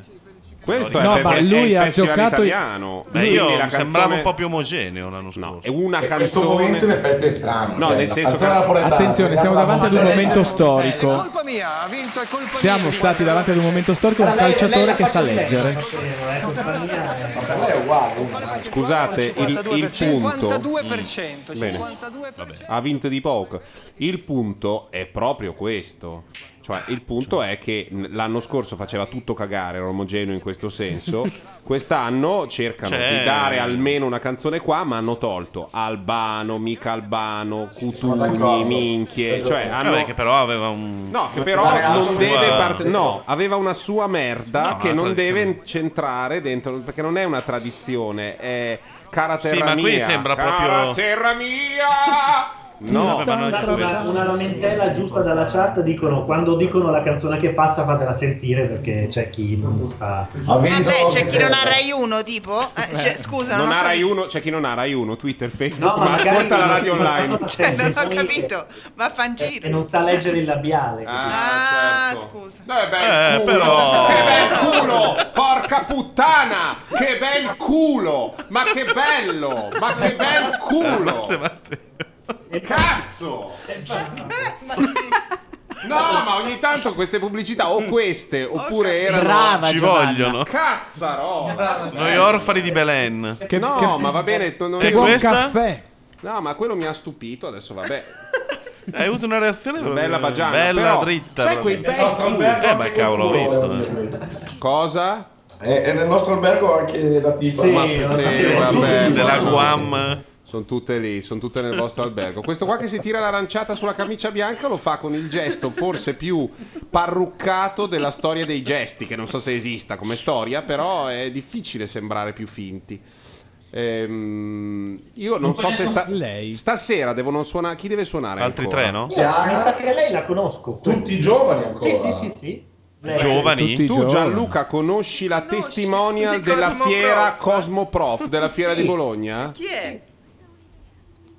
Questo è No, perché ma è il lui ha festival giocato- italiano.
Beh,
lui-
io mi
la canzone-
sembrava un po' più omogeneo l'anno scorso. No,
è una
canzone.
questo canzone- momento in effetti è
strano.
No, cioè, nel la senso canzone che- napoletana,
Attenzione, siamo davanti ad un momento
È
storico.
colpa mia, ha vinto, è colpa
Siamo stati davanti ad un momento storico un calciatore che sa leggere.
è uguale.
Scusate, il, il punto.
52%,
Mm. Bene. Ha vinto di poco. Il punto è proprio questo. Cioè, il punto è che mh, l'anno scorso faceva tutto cagare, era omogeneo in questo senso. Quest'anno cercano
Cioè-
di dare almeno una canzone qua, ma hanno tolto Albano, mica Albano, Cutugni,
d'accordo.
minchie. Cioè, hanno...
Vabbè, che però aveva un...
No, che però
Aveva
non
la sua-
deve parte- No, aveva una sua merda
No,
che
la
non
tradizione.
deve centrare dentro. Perché non è una tradizione, è cara
Sì,
terra
ma qui
mia,
sembra
cara
proprio-
terra mia! No,
Intanto una, una lamentela giusta dalla chat dicono quando dicono la canzone che passa fatela sentire perché c'è chi non fa.
Vabbè, c'è chi non ha Rai 1, tipo? Eh, cioè, scusa,
non ha
ho
Rai 1, c'è chi non ha Rai 1, Twitter, Facebook,
No, ma
ma
magari-
ascolta la radio online.
capito. Cioè, non ho capito. Ma fa in
E
giro.
Eh, non sa leggere il labiale.
Ah, scusa.
Eh,
però-
Che bel culo! Porca puttana! Che bel culo! Ma che bello! Ma che bel culo! Cazzo! No, ma ogni tanto queste pubblicità o queste oppure erano
Brava, Ci Giovanna. vogliono.
Cazzarola.
Noi orfani di Belen.
Che no,
Che-
ma va bene. non- non-
E
non-
questa? Caffè.
No, ma quello mi ha stupito. Adesso vabbè.
Hai avuto una reazione
bella bagiana,
bella
però,
dritta.
Sai quei
proprio.
bei
Eh, ma cavolo, ho visto. eh.
Cosa?
È, è nel nostro albergo anche la tipa.
Ma- sì, vabbè,
della
ma-
Guam.
Sono tutte lì, sono tutte nel vostro albergo. Questo qua che si tira l'aranciata sulla camicia bianca lo fa con il gesto forse più parruccato della storia dei gesti, che non so se esista come storia, però è difficile sembrare più finti. Ehm, io non so se sta- stasera devono suonare. Chi deve suonare?
Altri
ancora?
tre, no?
Mi sa che lei la conosco.
Tutti i giovani ancora.
Sì, sì, sì, sì.
Eh,
Lei.
Giovani?
Tu
Tutti giovani.
Gianluca conosci la testimonial
di
della
Cosmoprof?
fiera Cosmoprof della fiera
Sì.
di Bologna?
Chi è?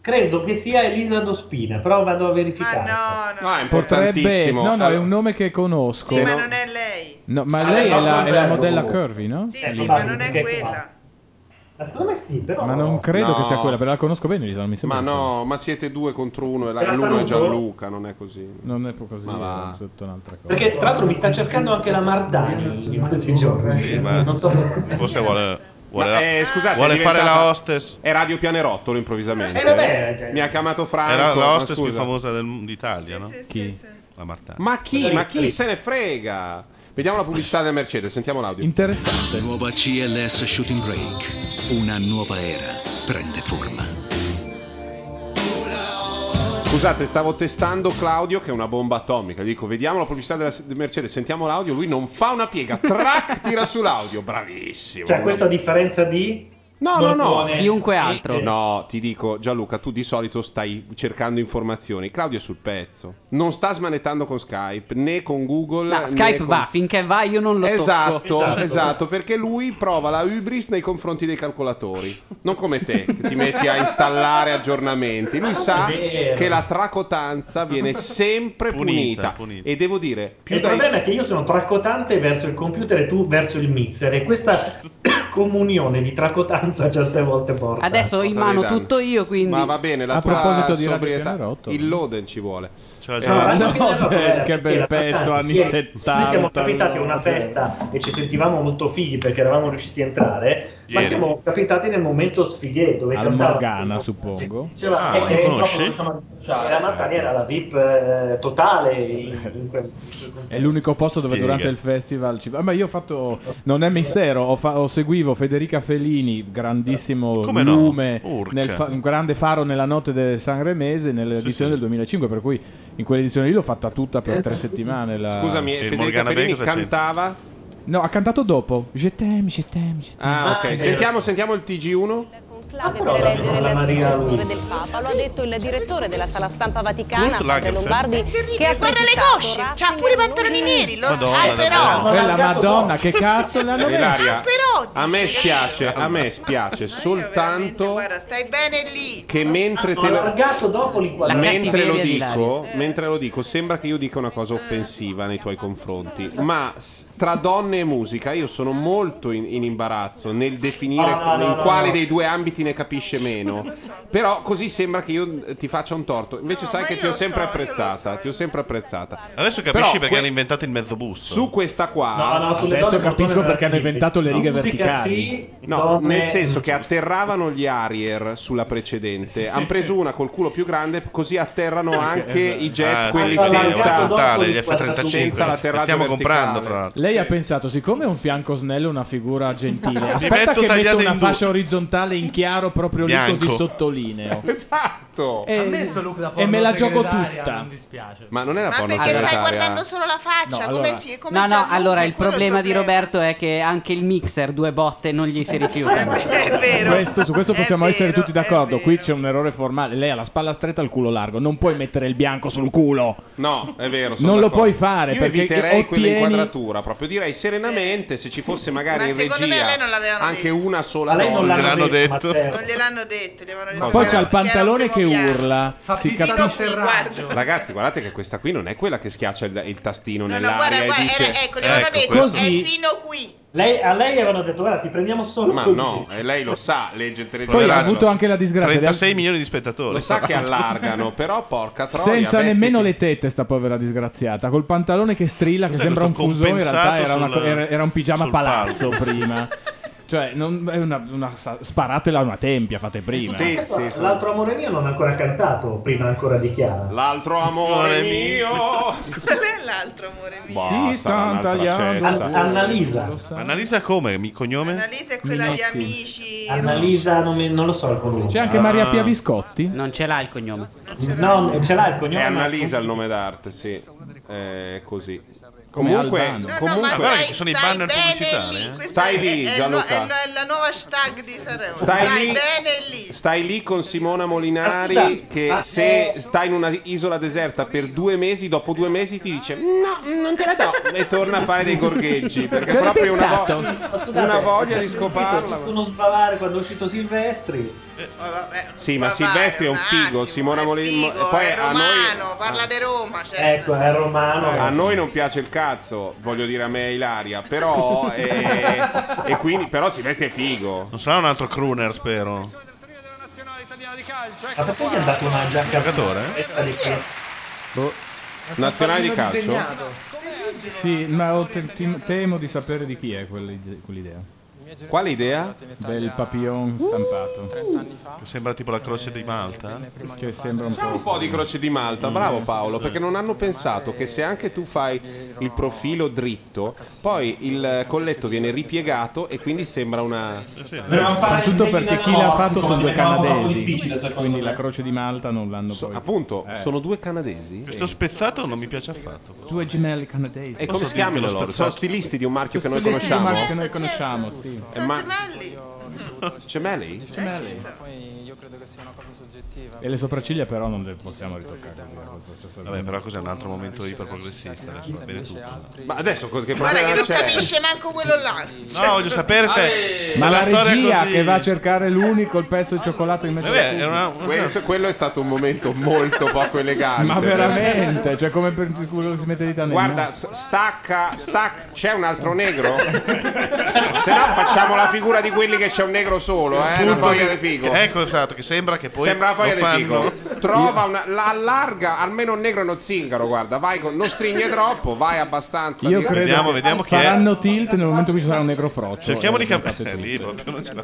Credo che sia Elisa Dospina, però vado a verificare.
no, Ah, è
Potrebbe,
importantissimo.
no, no, è
Allora-
un nome che conosco.
Sì, ma non
è lei.
No, ma
Ah,
lei
il
è
nostro
la, è la
albergo,
modella
comunque.
Curvy, no?
Sì,
Eh,
sì, ma non è quella.
Ma secondo me sì, però.
Ma non credo
No.
che sia quella, però la conosco bene, Lisa, non mi sembra.
Ma
che
no, ma siete due contro uno e la-
Te la
l'uno è
saluto?
Gianluca, non è così.
sia- Non è proprio così,
Ma va.
è tutta un'altra cosa.
Perché tra l'altro mi sta cercando anche la Mardani in questi giorni.
Sì, ma
Non so.
forse vuole, vuole,
Ma, eh, scusate,
vuole
è
fare
diventata-
la hostess.
È Radio Pianerottolo improvvisamente.
Eh, vabbè, cioè-
Mi ha chiamato Franco.
È la, la
ma
hostess più
scusa.
famosa del- d'Italia, no? Chi? La Martani.
Ma chi? Ma chi se ne frega? Vediamo la pubblicità della Mercedes, sentiamo l'audio.
Interessante. Nuova CLS Shooting Break. Una nuova era prende forma.
Scusate, stavo testando Claudio che è una bomba atomica. Dico, vediamo la pubblicità della Mercedes, sentiamo l'audio. Lui non fa una piega. Track, tira sull'audio. Bravissimo.
Cioè, questo a differenza di.
No, no, no.
Borbone e- e-
No, ti dico, Gianluca, tu di solito stai cercando informazioni. Claudio è sul pezzo. Non sta smanettando con Skype né con Google.
No,
né
Skype
con-
va, finché va io non lo
Esatto,
tocco.
esatto, perché lui prova la hubris nei confronti dei calcolatori. Non come te, che ti metti a installare aggiornamenti. Lui sa
vero.
che la tracotanza viene sempre punita.
Punita,
E devo dire, più
il
dai-
problema è che io sono tracotante verso il computer e tu verso il mixer e questa comunione di tracotanza certe volte porta.
Adesso ho in mano tutto io, quindi.
Ma va bene, la
A
tua
proposito di Radio
sobrietà,
Pianerotto.
il Loden ci vuole.
la
Eh,
Alla fine
Ah, no,
però,
beh,
guarda,
che bel
era
pezzo,
tracotanza.
anni
Ieri
70,
Noi siamo capitati a
no?
una festa e ci sentivamo molto fighi perché eravamo riusciti a entrare, ma
Ieri.
siamo capitati nel momento sfighe dove
Al Ah,
cantava-
Morgana, suppongo.
Ah,
Diceva, eh, eh, troppo non conosciamo- Era Martani, era la VIP eh, totale in, in quel- in quel-
È l'unico posto dove
Spiega.
durante il festival ci... Ah, ma io ho fatto... Non è mistero, ho, fa- ho seguivo Federica Felini, grandissimo
Come no?
lume,
Urca.
nel fa- un grande faro nella notte del Sanremese nell'edizione del
sì.
2005, per cui in quell'edizione lì l'ho fatta tutta per tre settimane. la-
Scusami, Federica Fellini cantava.
No, ha cantato dopo. Je t'aime, je t'aime, je t'aime.
Ah, ok. Sentiamo, sentiamo il TG1.
conclave
però
per
la-
eleggere
la
il
Maria
successore
Luisa.
del Papa. Lo ha detto il direttore della sala stampa vaticana, Padre
Kurt Lagerfeld.
Lombardi, che ha
Guarda le
criticato
cosce,
Ratzinger
c'ha pure i
non
pantaloni
dire-
neri. Lo...
Madonna,
ah, però.
davvero.
Quella Madonna, che cazzo l'hanno
Ilaria,
messa?
a me spiace, a me spiace soltanto
Stai bene lì.
che mentre
Ho
te lo...
allargato dopo l'inquadratura.
Mentre lo, dico, mentre lo dico, sembra che io dica una cosa offensiva nei tuoi confronti, ma s- tra donne e musica io sono molto in, in imbarazzo nel definire
No, no, no,
in
no,
quale
no.
dei due ambiti ne capisce meno. Però così sembra che io eh, ti faccia un torto. Invece sai che ti ho sempre apprezzata, ti ho sempre apprezzata.
Adesso
Però
capisci perché
que-
hanno inventato il mezzo busto.
Su questa qua
No, no, sulle Adesso donne capisco secondo me perché hanno veramente. inventato le righe Musica verticali. sì,
No,
donne-
nel senso che atterravano gli Harrier sulla precedente, hanno preso una col culo più grande, così atterrano anche
esatto.
i jet,
Ah, sì,
quelli
sì, è
senza
orizzontale, gli F-35.
senza l'atterraggio
Li stiamo comprando,
verticale.
fra l'altro.
Lei ha pensato, siccome è un fiancosnello è una figura gentile, aspetta che
metto
metto
tagliato
una
in due.
fascia orizzontale in chiaro proprio
Bianco.
lì così sottolineo.
Esatto.
E-
A me sto look da
E me la gioco
pornosegretaria
tutta.
non dispiace.
Ma non è la
Ma
porno
perché stai
Guardando solo la faccia,
No,
Cioè, come
allora-
si come
No, no,
Gianluca,
allora il
quello è
problema di Roberto è che anche il mixer due botte non gli si rifiuta.
Questo- su questo possiamo essere tutti d'accordo. Qui c'è un errore formale. Lei ha la spalla stretta e il culo largo. Non puoi mettere il bianco sul culo.
No, è vero. sono
Non lo
d'accordo.
puoi fare,
Io
perché
eviterei quella
ottieni-
inquadratura. Proprio direi serenamente se ci fosse magari
Ma
in
secondo me
regia
a lei non l'avevano
anche una sola
Ma lei
donna.
non l'hanno
Gliel'hanno detto, detto.
Non gliel'hanno detto, gli avevano detto.
Poi
che
c'ha
era-
il pantalone che
che era un primo
urla.
piano.
Si
Fino
capisce.
qui, guarda.
Ragazzi, guardate che questa qui non è quella che schiaccia il, il tastino
No, no,
nell'aria
guarda, guarda,
e dice...
era- ecco, gli avevano detto,
così.
è fino qui.
Lei, a lei avevano detto, guarda, ti prendiamo solo
Ma
così.
no, e lei lo sa, legge il telegiornale.
Poi ha avuto anche la disgrazia. di-
36 milioni di spettatori.
Lo sa che allargano, però porca troia.
Senza
vestiti.
nemmeno le tette, sta povera disgraziata. Col pantalone che strilla, che
Cos'è
sembra un
questo
fuso. In realtà
compensato
era, una co-
sul-
era- era un pigiama
sul
palazzo
palco?
prima. Cioè, non- è una, una- sa- sparatela a una tempia, fate prima.
L'altro amore mio non ha ancora cantato prima ancora di Chiara.
L'altro amore mio.
Qual è l'altro amore mio?
Boh,
Sì,
sarà
stanno
un'altra
tagliando.
cessa.
An- Annalisa.
Annalisa come? Mi- cognome?
Annalisa è quella di amici.
Annalisa, non, mi- non lo so il cognome.
C'è anche Maria Pia Viscotti.
Non ce l'ha il cognome.
No, ce l'ha il cognome.
È Annalisa il nome d'arte, sì. È eh, così.
Come
comunque,
Albano. No, no,
comunque
ma
Guarda che ci sono i banner pubblicitari. eh.
stai lì,
È, il nu- è
Gianluca.
il- è la nuova hashtag di Sanremo.
Stai
Stai,
lì.
bene lì.
Stai lì con Simona Molinari
Ah,
Ma scusa,
che
ma-
se
eh.
stai in una isola deserta per due mesi, dopo due mesi ti dice no, non te la do e torna a fare dei gorgheggi perché è
C'era
proprio una, vo-
pensato. Ma scusate,
una voglia
si è
di
sentito
scoparla.
tutto uno sbavare quando è uscito Silvestri.
Oh,
Sì, ma Silvestri è un figo, Simona Molinari
Figo,
poi
è
a noi
romano, oh, parla di Roma. Cioè.
Ecco, è romano.
A noi non piace il cazzo, voglio dire a me Ilaria, però eh, e quindi però Silvestri è figo.
Non sarà un altro crooner, spero.
Ma perché gli ha dato una giacca?
Giocatore?
Boh. Nazionale di calcio?
Sì, ma ho te- ti- temo di sapere di chi è quell'ide- quell'idea.
Quale idea?
Del papillon
Uh!
stampato.
Sembra tipo la croce di Malta. eh?
Che sembra un
C'è un po' di croce di Malta, bravo Paolo, perché non hanno pensato che se anche tu fai il profilo dritto, poi il colletto viene ripiegato e quindi sembra una...
Soprattutto perché chi l'ha fatto sono due canadesi. Quindi
Quindi
la croce di Malta non l'hanno poi.
Appunto,
Eh.
sono due canadesi.
Questo spezzato non mi piace affatto.
Due gemelli canadesi.
E come si chiamano loro? Sono stilisti di un marchio
Sono
che noi
stilisti di un
conosciamo?
marchio che noi conosciamo, sì.
Eh, ma- Gemelli?
Gemelli.
Poi io credo che sia una cosa soggettiva.
E le sopracciglia però non le possiamo ritoccare. così.
Vabbè, però cos'è un altro momento iperprogressista? Adesso va bene tutto.
Ma adesso cosa che
Guarda che
problema
non
cioè,
c'è?
capisce manco quello là.
No, voglio sapere se.
Ale!
se
Ma la
storia è
regia
così.
che va a cercare l'unico il pezzo di cioccolato in
eh,
mezzo alla tubi.
Eh, Questo- quello è stato un momento molto poco elegante.
Ma veramente, cioè come per quello che si mette di tanto.
Guarda, s- stacca, stacca. C'è un altro negro? Se no, facciamo la figura di quelli che c'è un negro solo, eh? Una
Punto
foglia
che-
di figo.
che- Ecco, esatto, che sembra che poi.
Sembra la foglia
lo
di figo.
fanno-
Trova una. La allarga almeno un negro e uno zingaro. Guarda, vai con. Non strigne troppo, vai abbastanza.
Io
di-
credo che faranno tilt nel momento in cui ci sarà un negro frocio.
Cerchiamo di
Eh,
capire.
fate
Eh, lì proprio non ce la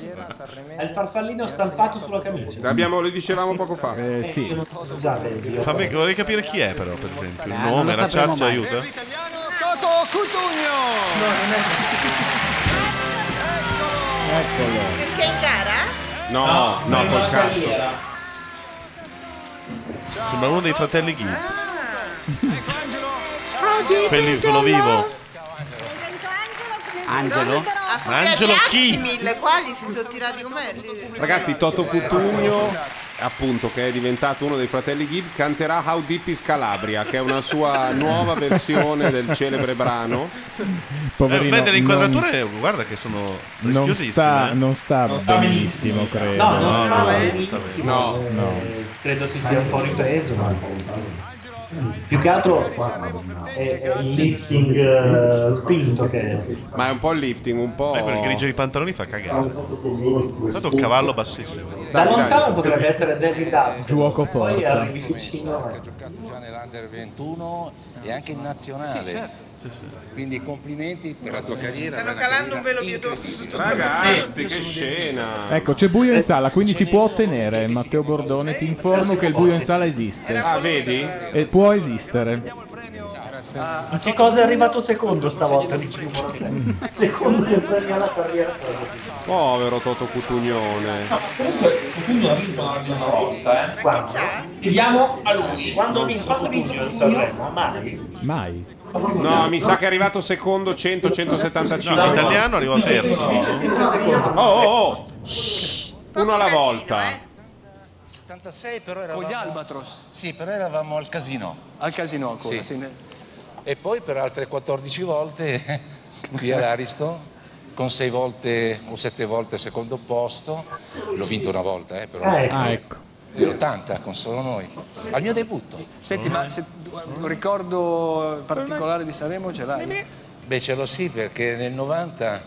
È il farfallino stampato sulla camicia.
L'abbiamo- lo dicevamo poco fa.
Eh, sì.
fa. Fammi, vorrei capire chi è, però, per esempio. Il
Eh, non
nome,
lo
la
sapremo
chat ci
mai.
aiuta.
Oh,
Toto Cutugno!
Eccolo.
Perché in gara?
No, no,
no,
col
no,
cazzo.
carriera. Sembra uno dei fratelli Ghi. Quelli, quello vivo.
Angelo? A furia
Angelo
di
chi?
Actimil, quali si sono tirati com'è? lì?
Ragazzi, Toto Cutugno, appunto, che è diventato uno dei fratelli Gibb, canterà How Deep is Calabria, che è una sua nuova versione del celebre brano.
Eh, beh, delle inquadrature,
non-
guarda che sono eh.
Non
rischiosissime.
sta, non sta
Non sta
benissimo,
benissimo.
credo.
No, non eh, sta
no,
benissimo.
No,
Eh,
no.
Credo si sia un po' ripreso, ma più che altro qua, è, è il lifting eh, spinto che
Ma è un po' il lifting, un po'.
Eh, quel grigio di pantaloni fa cagare. Tanto un cavallo bassissimo.
da lontano potrebbe essere David Hudson.
Gioco
Poi eh,
forza.
arrivi vicino.
ha giocato già nell'Under 21 e anche in nazionale.
Sì, certo.
Quindi complimenti per la tua carriera.
Stanno
per la
calando un
carriera
velo pietoso.
Ragazzi, che scena!
Ecco, c'è buio in sala, quindi si può ottenere. Matteo Bordone, ti informo che il buio in sala esiste.
Ah, vedi?
E può esisere.
Ma che cosa è arrivato secondo stavolta? Dici, secondo sempre alla carriera.
Povero Toto Cutugnone.
Comunque, Cutugno ha vinto una una volta, eh. Quando? Chiediamo a lui.
Quando vince quando vince il Sanremo? Mai?
Mai.
No, mi sa che è arrivato secondo 100-175.
No, l'italiano arrivò terzo.
Oh, oh, oh. Uno alla volta.
76 però eravamo...
Con gli Albatros?
Sì, però eravamo al casino.
Al casino ancora,
Sì.
sì, ne-
E poi per altre 14 volte via l'Aristo con sei volte o sette volte al secondo posto, l'ho vinto una volta, eh, però.
Ah, ecco. Ah,
Nell'80 con solo noi. Al mio debutto.
Senti, ma se, un ricordo particolare di Sanremo ce l'hai?
Beh, ce l'ho sì, perché nel 90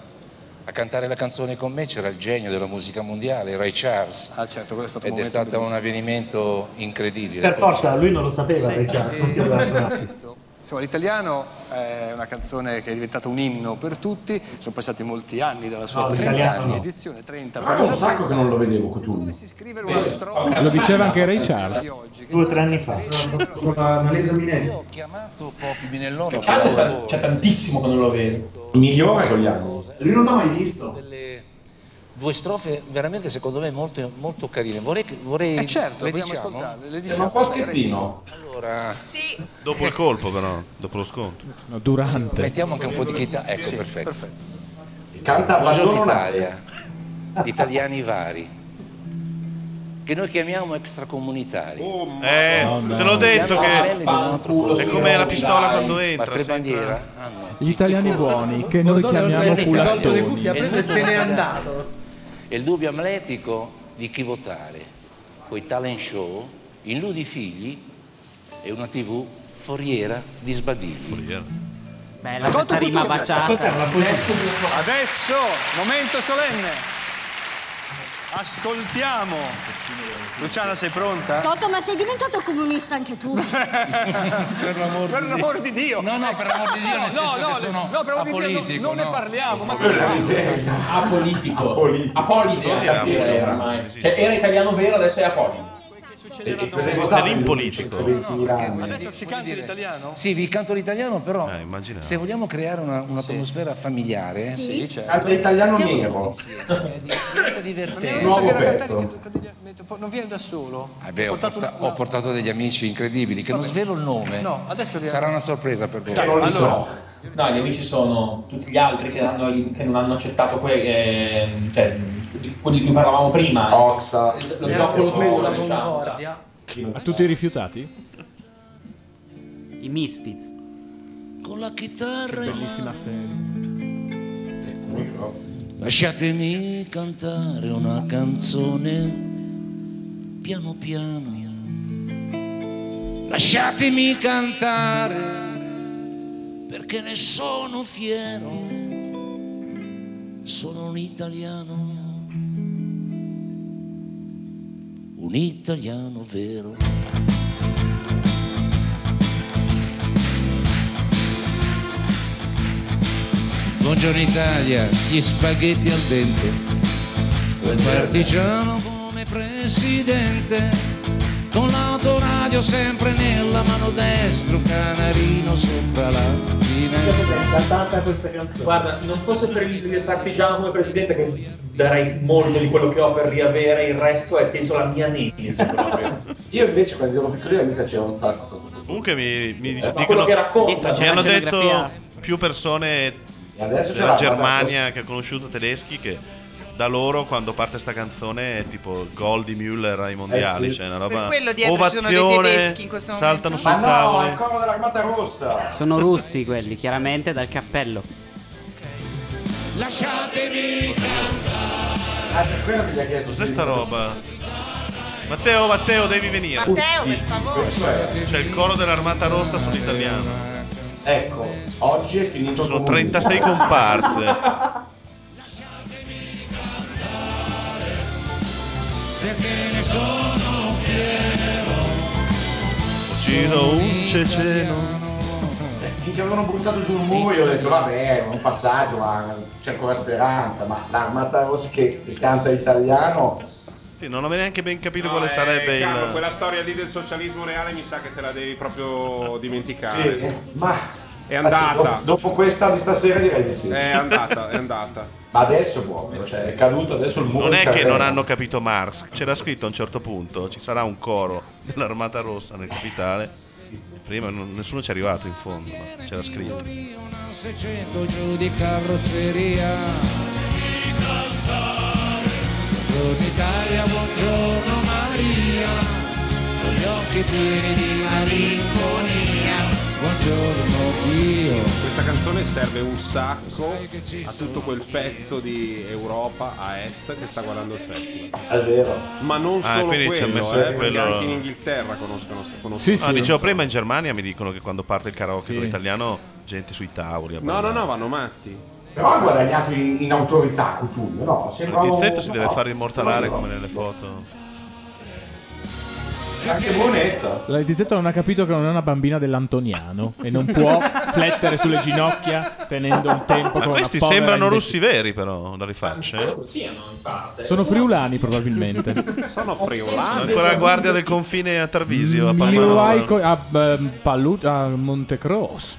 a cantare la canzone con me c'era il genio della musica mondiale, Ray Charles.
Ah, certo, quello è stato
Ed è stato un avvenimento incredibile.
Per forza, lui non lo sapeva.
Senti,
Riccardo.
eh, Insomma, l'italiano è una canzone che è diventata un inno per tutti, sono passati molti anni dalla sua
No,
prima
l'italiano no.
edizione, 30
Ah, lo sacco che non lo vedevo
Cotugno.
Beh,
Lo diceva anche Ray Charles.
Due o tre anni fa.
Ho chiamato Poppy Minellone.
Che caso c'è, c'è tantissimo che non lo vedo.
Migliora con gli
anni.
Lui non l'ha mai visto.
Delle due strofe veramente secondo me molto, molto carine. Vorrei, che- vorrei
Eh certo,
le
vogliamo
diciamo?
ascoltarle, le
diciamo. Sembra un po' Schettino.
Allora,
Dopo il colpo, però, dopo lo scontro.
durante.
mettiamo anche un po' di chitarra. Ecco,
Sì,
perfetto.
Canta
Buongiorno
Abbandono
Italia. Italiani vari. Che noi chiamiamo extracomunitari.
Eh, te l'ho detto che è come la pistola quando
Ma
entra.
tre
sempre-
bandiera
Gli italiani buoni che noi chiamiamo culattoni.
E il dubbio amletico di chi votare, coi talent show, in lui di figli e una tv foriera di sbadigli.
Bella questa rima baciata.
Adesso, momento solenne. Ascoltiamo. Luciana, sei pronta?
Toto, ma sei diventato comunista anche tu?
per l'amor,
di
di Dio. No, no, per l'amor di Dio. No, no, no, per l'amor di Dio, non- non ne parliamo. Ma
Apolitico. Apolitico. Apolitico
Cosa
era
dirà Apolitico?
ormai. Cioè, era italiano vero, adesso è apolitico.
È l'impolitico.
Adesso ci canti l'italiano?
Sì, vi canto l'italiano, però se vogliamo creare una- un'atmosfera familiare,
Sì. Sì, certo.
Canto
Mettiamo
Diventa divertente.
Non viene da solo.
Eh beh, ho, porta- ho portato degli amici incredibili che non svelo il nome.
No, adesso li-
Sarà una sorpresa per voi.
Dai, Cioè, non li so. No, gli amici sono tutti gli altri che, hanno- che non hanno accettato que- ehm, cioè, quelli di cui parlavamo prima. Oxa. Lo zoccolo preso la
diciamo.
concordia.
A tutti i rifiutati?
I Misfits.
Con la chitarra
Bellissima serie.
Lasciatemi cantare una canzone piano piano. Lasciatemi cantare perché ne sono fiero. Sono un italiano, un italiano vero. Buongiorno Italia, gli spaghetti al dente, quel partigiano come presidente, con l'autoradio sempre nella mano destra, un canarino sopra la finestra.
Guarda, se non fosse per il partigiano come presidente che darei molto di quello che ho per riavere il resto è penso la mia nemesis proprio. Io invece quando ero piccolino mi piaceva un sacco.
Comunque mi, mi
Ma
dice-
quello
dicono-
che racconta, c'è
mi
la
hanno detto
scenografia.
più persone
adesso c'è
della
la-
Germania che ho conosciuto tedeschi che da loro quando parte sta canzone è tipo gol di Müller ai mondiali,
Eh sì.
cioè una roba
Per quello dietro ci sono dei
ovazione,
tedeschi in questo
saltano
momento.
sul
Ma no,
tavolo.
ancora-
della armata rossa.
Sono russi quelli, chiaramente dal cappello.
Lasciatemi
Ah,
quello che gli ha chiesto. Cos'è sta roba? Matteo, Matteo, devi venire.
Matteo, per favore.
C'è il coro dell'Armata Rossa sull'italiano.
Ecco, oggi è finito.
Sono 36 comparse.
Perché ne sono fiero.
Ucciso un ceceno.
Finché avevano buttato giù un muoio, ho detto vabbè, è un passaggio, ma c'è ancora speranza. Ma l'armata rossa che che canta italiano.
Sì, non ho neanche ben capito
No,
quale
eh,
sarebbe
Carlo,
il.
Quella storia lì del socialismo reale mi sa che te la devi proprio dimenticare.
Sì, eh, ma-
È andata.
Dopo, dopo questa di stasera direi di sì.
È andata, è andata.
Ma adesso può, cioè è caduto adesso il muro.
Non
di
è che
Sanremo.
non hanno capito Marx, c'era scritto a un certo punto ci sarà un coro dell'Armata Rossa nel capitale. Prima non- nessuno ci è arrivato in fondo, ma c'era scritto.
Una 600 giù di carrozzeria. Buongiorno Italia, buongiorno Maria. Con gli occhi pieni di malinconia. Buongiorno Dio.
Questa canzone serve un sacco a tutto quel pezzo di Europa a est che sta guardando il festival.
È vero.
Ma non
Ah,
solo
quindi
quello,
ci ha messo
eh,
quello-
perché anche in Inghilterra conoscono conoscono-
No, dicevo Ah, prima in Germania mi dicono che quando parte il karaoke con l'italiano gente sui tavoli. a
No, no,
ballare.
no, vanno matti.
Però ha guadagnato in, in autorità Cutugno, no?
Il
Sembra un-
tizzetto si deve
no.
fare immortalare
No, no.
come nelle foto.
Anche Bonetta.
La Letizetto non ha capito che non è una bambina dell'Antoniano e non può flettere sulle ginocchia tenendo il tempo
Ma
con
questi
una povera
sembrano
imbecille.
russi veri però, dalle facce. eh?
siano in parte.
Sono friulani probabilmente.
Sono
Sono ancora a guardia del confine a Tarvisio, a
Miluai
Palmanova.
co- a, ehm, Pallu- a Montecross.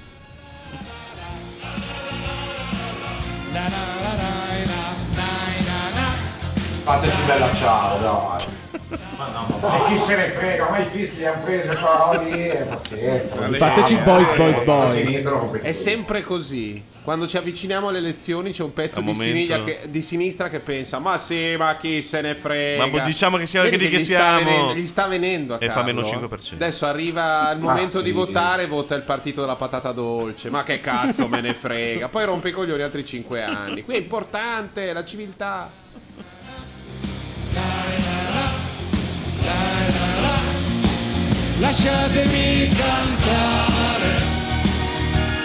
Fateci bella ciao, dai. E chi se ne frega, ormai i fischi hanno preso parole e eh, pazienza.
Fateci boys, boys, boys.
È sempre così. Quando ci avviciniamo alle elezioni c'è un pezzo
Al
di
momento.
sinistra, che, di sinistra che pensa ma sì, ma chi se ne frega.
Ma bo- diciamo che siamo-
Vedi
che di che
gli sta
siamo.
venendo- gli sta venendo a
E fa
Carlo,
meno
eh.
5%.
Adesso arriva il
Ma
momento di
sì.
votare, vota il partito della patata dolce. Ma che cazzo me ne frega. Poi rompe i coglioni altri 5 anni. Qui è importante la civiltà.
Lasciatemi cantare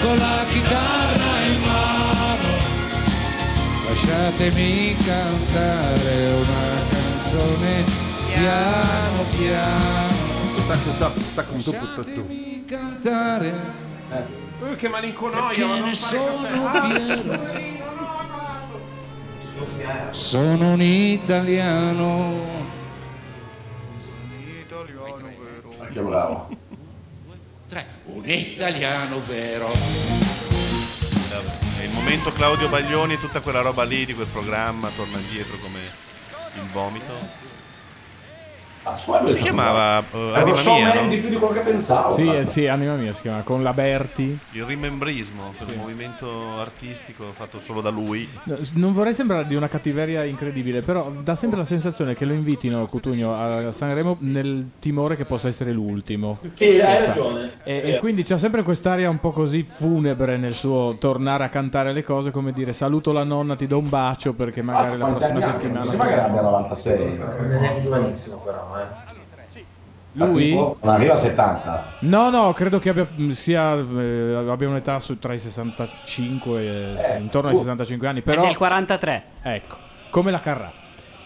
con la chitarra in mano. Lasciatemi cantare una canzone piano piano. Cantare
Eh, che malinconia,
Perché
ma non
ne
fare Ah.
sono
caffè.
Sono un italiano.
Che bravo.
Un italiano vero.
È il momento Claudio Baglioni e tutta quella roba lì di quel programma torna indietro come il vomito. Si chiamava eh, Anima Mia, no?
più di quello che pensavo.
Sì,
guarda.
eh, sì, anima mia si chiama con la Berti.
Il rimembrismo, quel movimento artistico fatto solo da lui.
No, s- Non vorrei sembrare di una cattiveria incredibile, però dà sempre la sensazione che lo invitino Cutugno a Sanremo nel timore che possa essere l'ultimo.
Sì, hai
Che fa-
ragione.
E, e quindi c'ha sempre quest'aria un po' così funebre nel suo tornare a cantare le cose, come dire saluto la nonna, ti do un bacio perché magari la prossima settimana.
Sembra che ne abbia 96.
è giovanissimo però, eh.
Lui?
Tipo, Non arriva a 70.
No, no, credo che abbia, mh, sia, eh, abbia un'età su- tra i 65 e
Eh,
intorno ai
uh.
65 anni, però...
È del 43.
Ecco, come la Carrà,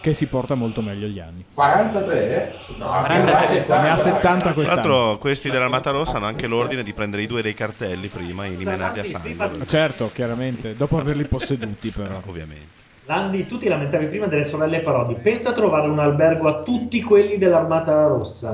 che si porta molto meglio gli anni.
43? No,
43, ne ha 70
Tra
quest'anno.
l'altro questi dell'Armata Rossa hanno anche l'ordine di prendere i due dei cartelli prima e eliminarli a fango.
Certo, chiaramente, dopo averli posseduti però.
Ovviamente.
Landi, tu ti lamentavi prima delle sorelle Parodi. Pensa a trovare un albergo a tutti quelli dell'Armata Rossa.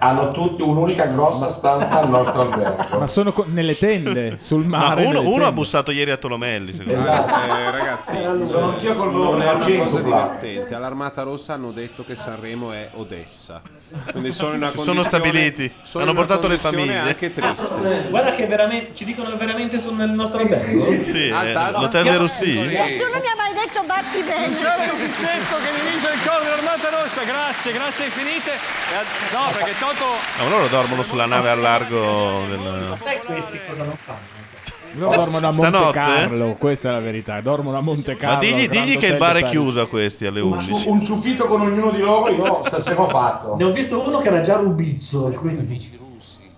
Hanno tutti un'unica grossa stanza al nostro albergo.
Ma sono co- nelle tende, sul
Ma
mare.
uno,
nelle
uno ha
tende.
bussato ieri a Tolomelli, secondo me.
Esatto.
Ah,
Eh, ragazzi,
Sono anch'io col volo
non è una
accento
cosa
qua.
divertente. All'Armata Rossa hanno detto che Sanremo è Odessa. Quindi sono in una
Si sono
condizione-
stabiliti,
sono
hanno
in una
portato le
condizione
famiglie.
anche triste.
Guarda che veramente ci dicono che veramente sono nel nostro albergo.
Sì, eh, l'hotel dei Rossi.
Nessuno mi ha mai detto batti bene.
C'è il Pizzetto che dirige il coro dell'Armata Rossa, grazie, grazie infinite. E a- No, perché Toto
No, ma loro dormono sulla nave al largo del...
Sai questi cosa non fanno?
Loro dormono a Monte
Stanotte?
Carlo, questa è la verità. Dormono a Monte Carlo.
Ma digli,
Grand
digli che il
Hotel
bar è
Hotel.
chiuso a questi alle 11.
Un ciuffito con ognuno di loro, io stasera ho fatto.
Ne ho visto uno che era già rubizzo. Quindi.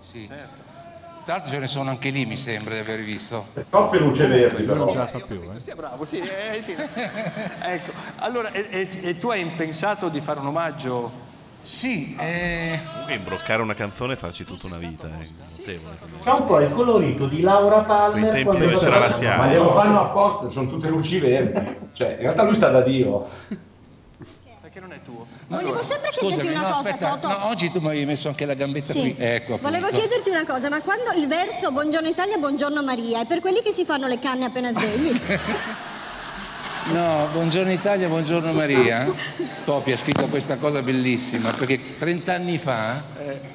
Sì. Tra l'altro ce ne sono anche lì, mi sembra di aver visto.
Troppe luce verdi,
Non
però.
ce la fa più, eh.
Sì, bravo, sì, eh, sì. ecco, allora, e, e- e tu hai pensato di fare un omaggio? Sì, eh,
Comunque imbroccare una canzone e farci tutta una vita è notevole.
C'ha un po' il colorito di Laura Palmer.
Quei tempi
quando
dove c'era la SIA.
Ma glielo fanno apposta, sono tutte luci verdi. Cioè, in realtà lui sta da Dio.
Volevo sempre chiederti
Scusami,
una
no,
cosa,
aspetta,
Toto.
no, oggi tu mi hai messo anche la gambetta
Sì.
qui. Ecco, appunto.
Volevo chiederti una cosa, ma quando il verso Buongiorno Italia, Buongiorno Maria è per quelli che si fanno le canne appena svegli?
No, buongiorno Italia, buongiorno Maria. Topi ha scritto questa cosa bellissima perché 30 anni fa,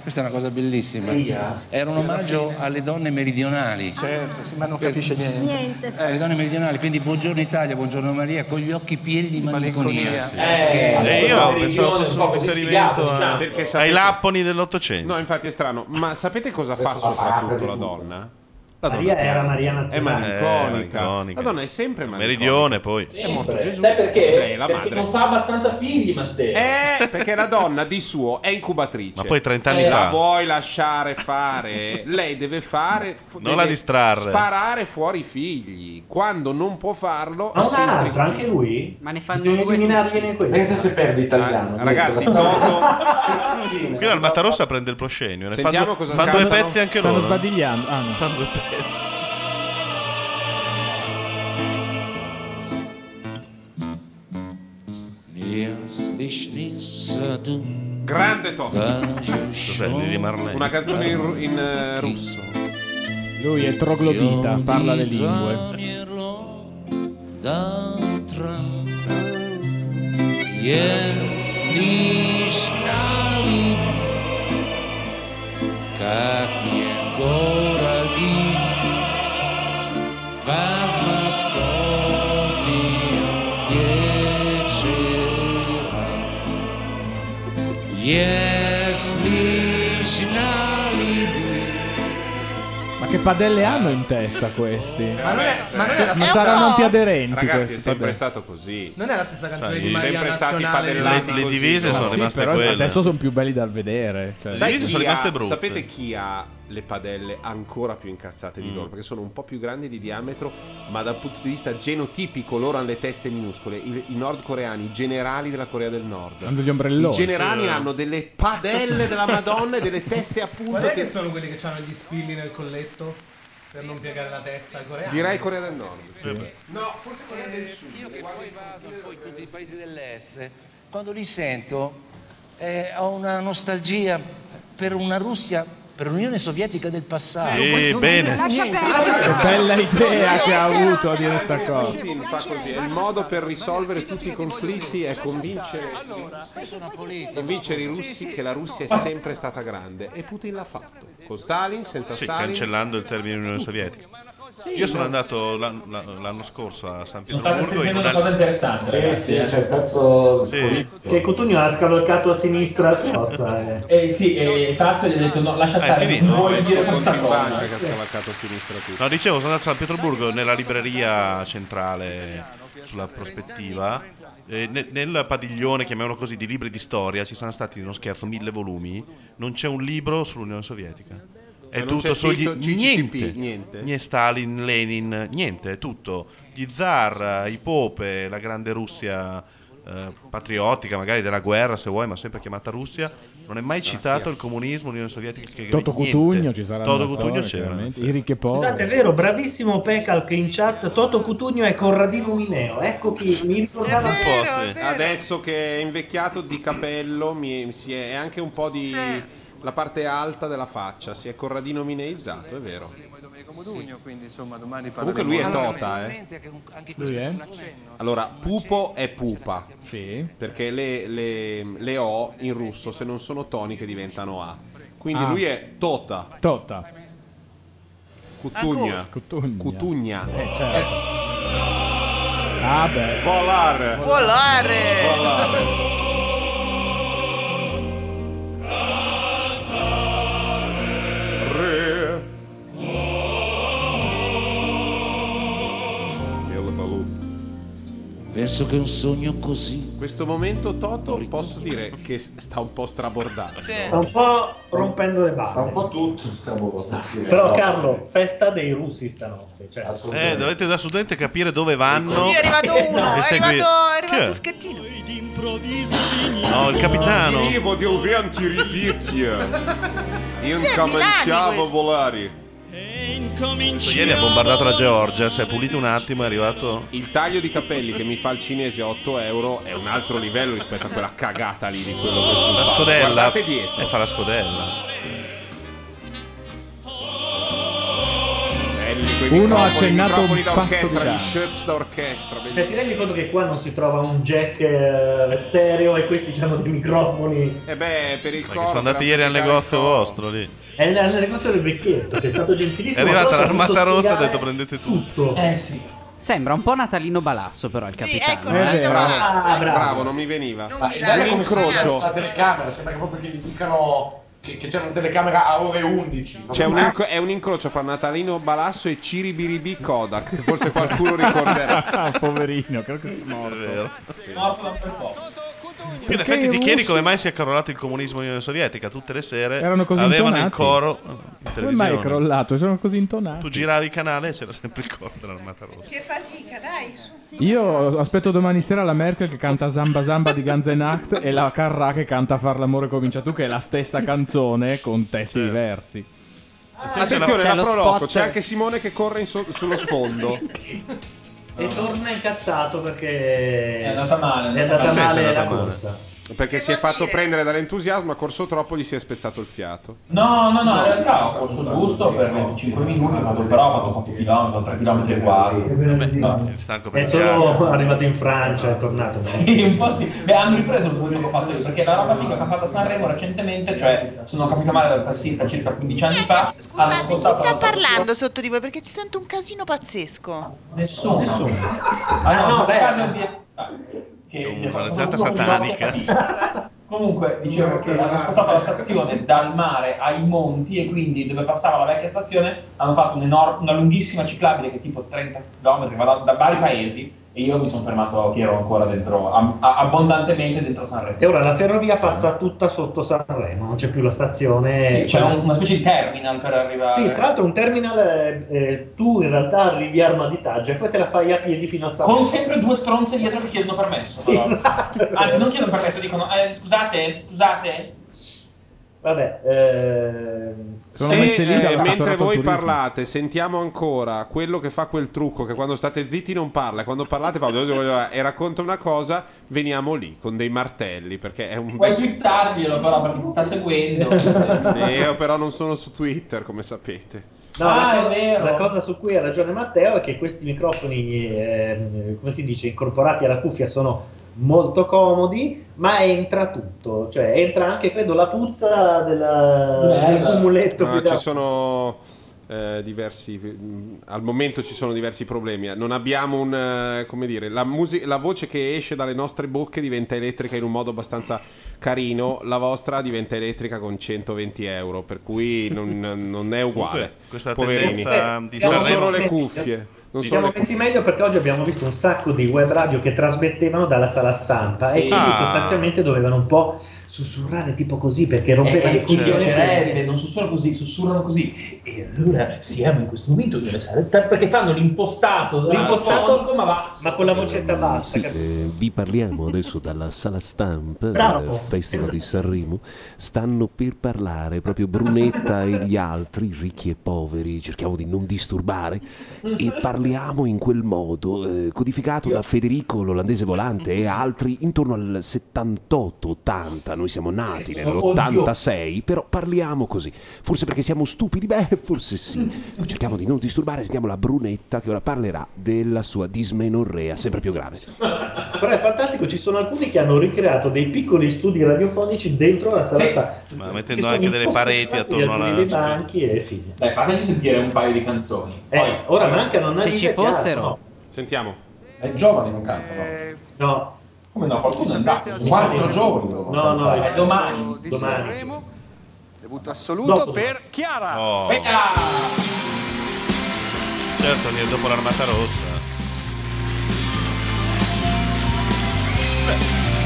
questa è una cosa bellissima,
Maria.
era un omaggio alle donne meridionali. Eh,
Certo, sì, ma non capisce niente.
Niente.
Alle donne meridionali, quindi buongiorno Italia, buongiorno Maria, con gli occhi pieni di malinconia.
Eh,
Che-
io pensavo fosse un riferimento a-
perché
ai
sapete-
lapponi dell'Ottocento.
No, infatti è strano, ma sapete cosa fa
Adesso fa
soprattutto
casa
la
e tutto.
donna? La donna
Maria
piange.
era Maria
È
Nazionale.
malinconica.
Eh, malinconica.
La donna è sempre malinconica.
Meridione, poi.
È morto
Sempre.
Gesù.
Sai perché?
Lei è la
Perché
madre.
non fa abbastanza figli, Matteo.
Eh, perché la donna di suo è incubatrice. Eh,
Ma poi 30 anni
la
fa.
La vuoi lasciare fare? Lei deve fare. fu-
Non
deve
la distrarre.
Sparare fuori i figli. Quando non può farlo,
Ma un
si
altro,
intristisce.
anche lui?
Ma ne fanno
Bisogna
due.
eliminargliene quello.
Pensa se
perdi
italiano. Ah, ragazzi,
Qui
al Matarossa prende il proscenio. Ne fa
Sentiamo
due,
cosa
fa due
scambiano.
pezzi anche
Stanno
loro.
sbadigliando. Ah, no.
Fanno due pezzi.
Grande top.
Eh,
Cos'è, di Marlene?
Una canzone in, ru- in, eh, russo.
Lui è
No
troglodita, parla le lingue.
Yes, nicht
Как мне дороги подмосковные вечера. Если знали вы,
Ma che padelle hanno in testa questi?
Ma non è- ma non è la
Ma
stessa-
saranno
No.
antiaderenti
eh, Ragazzi,
questi,
è sempre
vabbè.
stato così.
Non è la stessa canzone
Cioè,
di
sono
Maria
sempre stati
Nazionale.
padellati
Le- le
così.
divise sono
Sì,
rimaste
però
quelle.
Adesso sono più belli da vedere. cioè.
Sai
Sì,
chi
sono
ha-
rimaste brutte.
Sapete chi ha le padelle ancora più incazzate
Mm.
di loro? Perché sono un po' più grandi di diametro, ma dal punto di vista genotipico loro hanno le teste minuscole. I, i nordcoreani, i generali della Corea del Nord.
Hanno gli ombrelloni.
I generali
Sì.
hanno delle padelle della Madonna e delle teste a punto.
Qual è che
che-
sono quelli che hanno gli spilli nel colletto per non piegare la testa? Coreani?
Direi Corea del Nord.
No, forse quella del sud. Io che poi vado poi tutti i paesi dell'est,
Quando li sento eh, ho una nostalgia per una Russia, per l'Unione Sovietica del passato.
Sì, bene.
Lascia
Che bella idea che ha avuto a dire sta cosa.
Putin fa così, è il modo per risolvere tutti i conflitti è convincere, convincere i russi che la Russia è sempre stata grande e Putin l'ha fatto con Stalin, senza
Sì,
Stalin.
cancellando il termine Unione Sovietica. Io sono andato l'an- la- l'anno scorso a San
State
Pietroburgo.
sentendo una cosa interessante,
Sì,
ragazzi, eh.
sì,
Cioè, il pezzo-
Sì.
Che Cotugno ha scavalcato a sinistra. Cozza, eh.
Eh sì, e Tazio gli ha detto no, lascia
Eh,
stare,
finito,
non vuoi
sì,
dire
sono
questa
contro
cosa.
Ivanka che ha
Sì.
scavalcato a sinistra tutto.
No, dicevo, sono andato a San Pietroburgo nella libreria centrale sulla prospettiva. e ne- nel padiglione, chiamiamolo così, di libri di storia ci sono stati, non scherzo, mille volumi. Non c'è un libro sull'Unione Sovietica. È
Cioè, non
tutto
c'è
sugli
scritto CCCP,
niente.
niente.
Niente Stalin, Lenin, niente, è tutto. Gli zar, i pope, la grande Russia eh, patriottica, magari della guerra se vuoi, ma sempre chiamata Russia. Non è
Ah,
mai citato il comunismo, l'Unione Sovietica. che-
Toto
niente.
Cutugno ci sarà.
Toto
nella
Cutugno
storia,
c'era.
chiaramente. I ricchi e
Scusate, è
poveri.
vero, bravissimo Pecal che in chat Toto Cutugno è Corradino Mineo. Ecco chi mi ricordava
Adesso che è invecchiato di capello mi, si è, è anche un po' di la parte alta della faccia, si è corradino mineizzato, è vero.
Modugno, quindi insomma domani parleremo.
Comunque lui è Tota, eh.
Lui è?
Allora, pupo è pupa. Perché le, le- le O in russo, se non sono toniche, diventano A. Quindi
Ah.
lui è tota.
Tota.
Cutugna.
Ancora? Cutugna.
Cutugna.
Eh, certo. Ah, beh.
Volare.
Volare.
Volare. Re.
Penso che un sogno così
Questo momento Toto posso dire che s- sta un po' strabordando.
Sta un po' rompendo le balle. Sta un
po' tutto strabordando.
Però Carlo, festa dei russi stanotte. Cioè.
Eh, dovete da studente capire dove vanno.
Oddio, è arrivato uno,
Esatto. e
è
seguire.
arrivato-
è arrivato
Chi
Schettino.
No, il capitano.
Arrivo del venti
Incominciavo a
volare.
Adesso Ieri ha bombardato la Georgia, si è pulito un attimo, è arrivato.
Il taglio di capelli che mi fa il cinese a 8 euro è un altro livello rispetto a quella cagata lì di quello che sono
La
fatto.
scodella.
Guardate dietro.
E fa la scodella.
Belli quei
Uno ha
microfoni,
accennato
microfoni
un
da
passo
orchestra,
di là.
gli Sherps da orchestra.
Cioè, ti rendi conto che qua non si trova un jack eh, stereo e questi hanno dei microfoni.
Eh.
E Eh beh, per il
Perché sono andati ieri al negozio vostro lì.
È il il negozio del vecchietto, che è stato
È
gentilissimo.
arrivata
però ci ha
l'armata
dovuto
rossa e ha
spiegare-
detto prendete tutto.
Eh sì.
Sembra un po' Natalino Balasso, però il capitano.
ecco, Natalino Eh, bravo.
Ah,
Balasso, Ah, ecco. bravo, non mi veniva.
Non
mi dà-
Un incrocio.
Delle camere, sembra che proprio gli dicano
che, che c'era una telecamera a ore 11.
C'è un inc- è un incrocio fra Natalino Balasso e Ciribiribi Kodak. che Forse qualcuno ricorderà.
Ah, Poverino, credo che sia
morto. È vero. Più in
Perché
effetti
i
ti chiedi
russi-
come mai si è crollato il comunismo in Unione Sovietica. Tutte le sere
Erano così
avevano il
intonati.
coro in
Come mai è
televisione.
crollato? Sono così intonato.
tu giravi il canale e c'era sempre il coro dell'Armata Rossa.
Che fatica, dai, su.
Io aspetto domani sera la Merkel che canta Zamba Zamba di Guns N' Act e la Carrà che canta Far l'amore comincia tu, che è la stessa canzone con testi diversi.
Attenzione,
Ah, C'è
la
Cioè, lo
proloco.
spot.
C'è anche Simone che corre in so- sullo sfondo.
E torna incazzato perché.
È
andata male. È
Ah,
andata
Sì,
male
sì, è
la
andata male.
corsa.
Perché si è fatto prendere dall'entusiasmo, ha corso troppo, gli si è spezzato il fiato.
No, no, no, in realtà ho corso giusto per 25 minuti, ho fatto però ho fatto pochi chilometri, 3 km e quadro.
Stanco
È solo arrivato in Francia, è tornato.
Sì, un po' sì. Beh, hanno ripreso il punto che ho fatto io, perché la roba figa che ha fatto a Sanremo recentemente, cioè, se non ho capito male dal tassista circa 15 anni fa, hanno
Scusate, Eh, chi
spostato la
sta
stazione-
parlando sotto di voi? Perché ci sento un casino pazzesco.
Nessuno.
Nessuno.
Ah no,
no,
in questo
beh.
caso è di- che
Una risata satanica.
Comunque dicevo che hanno spostato la stazione dal mare ai monti e quindi dove passava la vecchia stazione hanno fatto un enor- una lunghissima ciclabile che è tipo 30 km va da, da vari paesi e io mi sono fermato che ero ancora dentro a- a- abbondantemente dentro Sanremo.
E ora la ferrovia passa tutta sotto Sanremo, non c'è più la stazione.
Sì, c'è un- una specie di terminal per arrivare.
Sì, tra l'altro un terminal, eh, eh, tu in realtà arrivi a Armaditaggio e poi te la fai a piedi fino a Sanremo.
Con sempre due stronze dietro che chiedono permesso. però.
esatto.
Anzi, non chiedono permesso, dicono eh, scusate, scusate.
Vabbè, ehm,
Sono
Se,
messe lì
eh,
dall'assessorato
mentre
al
voi
turismo.
parlate, sentiamo ancora quello che fa quel trucco che quando state zitti non parla, e quando parlate fa e racconta una cosa, veniamo lì con dei martelli perché è un
Puoi twittarglielo però perché ti sta seguendo.
Sì, io però non sono su Twitter, come sapete.
No,
Ah,
la,
è
co-
vero.
la cosa su cui ha ragione Matteo è che questi microfoni, ehm, come si dice, incorporati alla cuffia sono molto comodi, ma entra tutto, cioè entra anche credo la puzza della,
Eh,
Eh,
del
Merda.
cumuletto.
No,
che
ci
dà-
sono eh, diversi mh, al momento ci sono diversi problemi non abbiamo un eh, come dire la, musi- la voce che esce dalle nostre bocche diventa elettrica in un modo abbastanza carino la vostra diventa elettrica con 120 euro per cui non, non è uguale
Comunque, questa
poverini
tendenza diciamo, di
non
Sanremo-
sono le cuffie non sono
Siamo
le
messi meglio perché oggi abbiamo visto un sacco di web radio che trasmettevano dalla sala stampa
Sì.
e quindi
Ah.
sostanzialmente dovevano un po' sussurrare tipo così perché rompeva
Eh,
il
ci piacerebbe,
coglione.
non sussurrano così, sussurrano così. E allora siamo in questo momento della sala stampa perché fanno l'impostato,
L'impostato
ma
ma con la vocetta bassa.
Sì, eh, vi parliamo adesso dalla sala stampa
Bravo.
del Festival di Sanremo. Stanno per parlare proprio Brunetta e gli altri, ricchi e poveri, cerchiamo di non disturbare e parliamo in quel modo eh, codificato da Federico l'olandese volante e altri intorno al 78-80. Noi siamo nati nell'86, però parliamo così. Forse perché siamo stupidi? Beh, forse sì. Cerchiamo di non disturbare, sentiamo la Brunetta che ora parlerà della sua dismenorrea sempre più grave.
Però è fantastico, ci sono alcuni che hanno ricreato dei piccoli studi radiofonici dentro la sala
Sì.
stampa.
Ma
Si
mettendo
sono
anche delle
impossessati
pareti
di
attorno
alcuni
alla.
dei banchi e fine.
Dai, fateci sentire un paio di canzoni.
Eh, ora mancano
Se
Annalisa
ci
e Chiara,
fossero.
no.
Sentiamo.
È giovane non canta, no?
No.
Come no? Qualcuno è andato. Quattro giorni.
No, no,
è
domani.
Di
domani.
Sanremo, debutto assoluto
Dopo.
per Chiara.
Oh. Certo, viene dopo l'armata rossa. Beh, il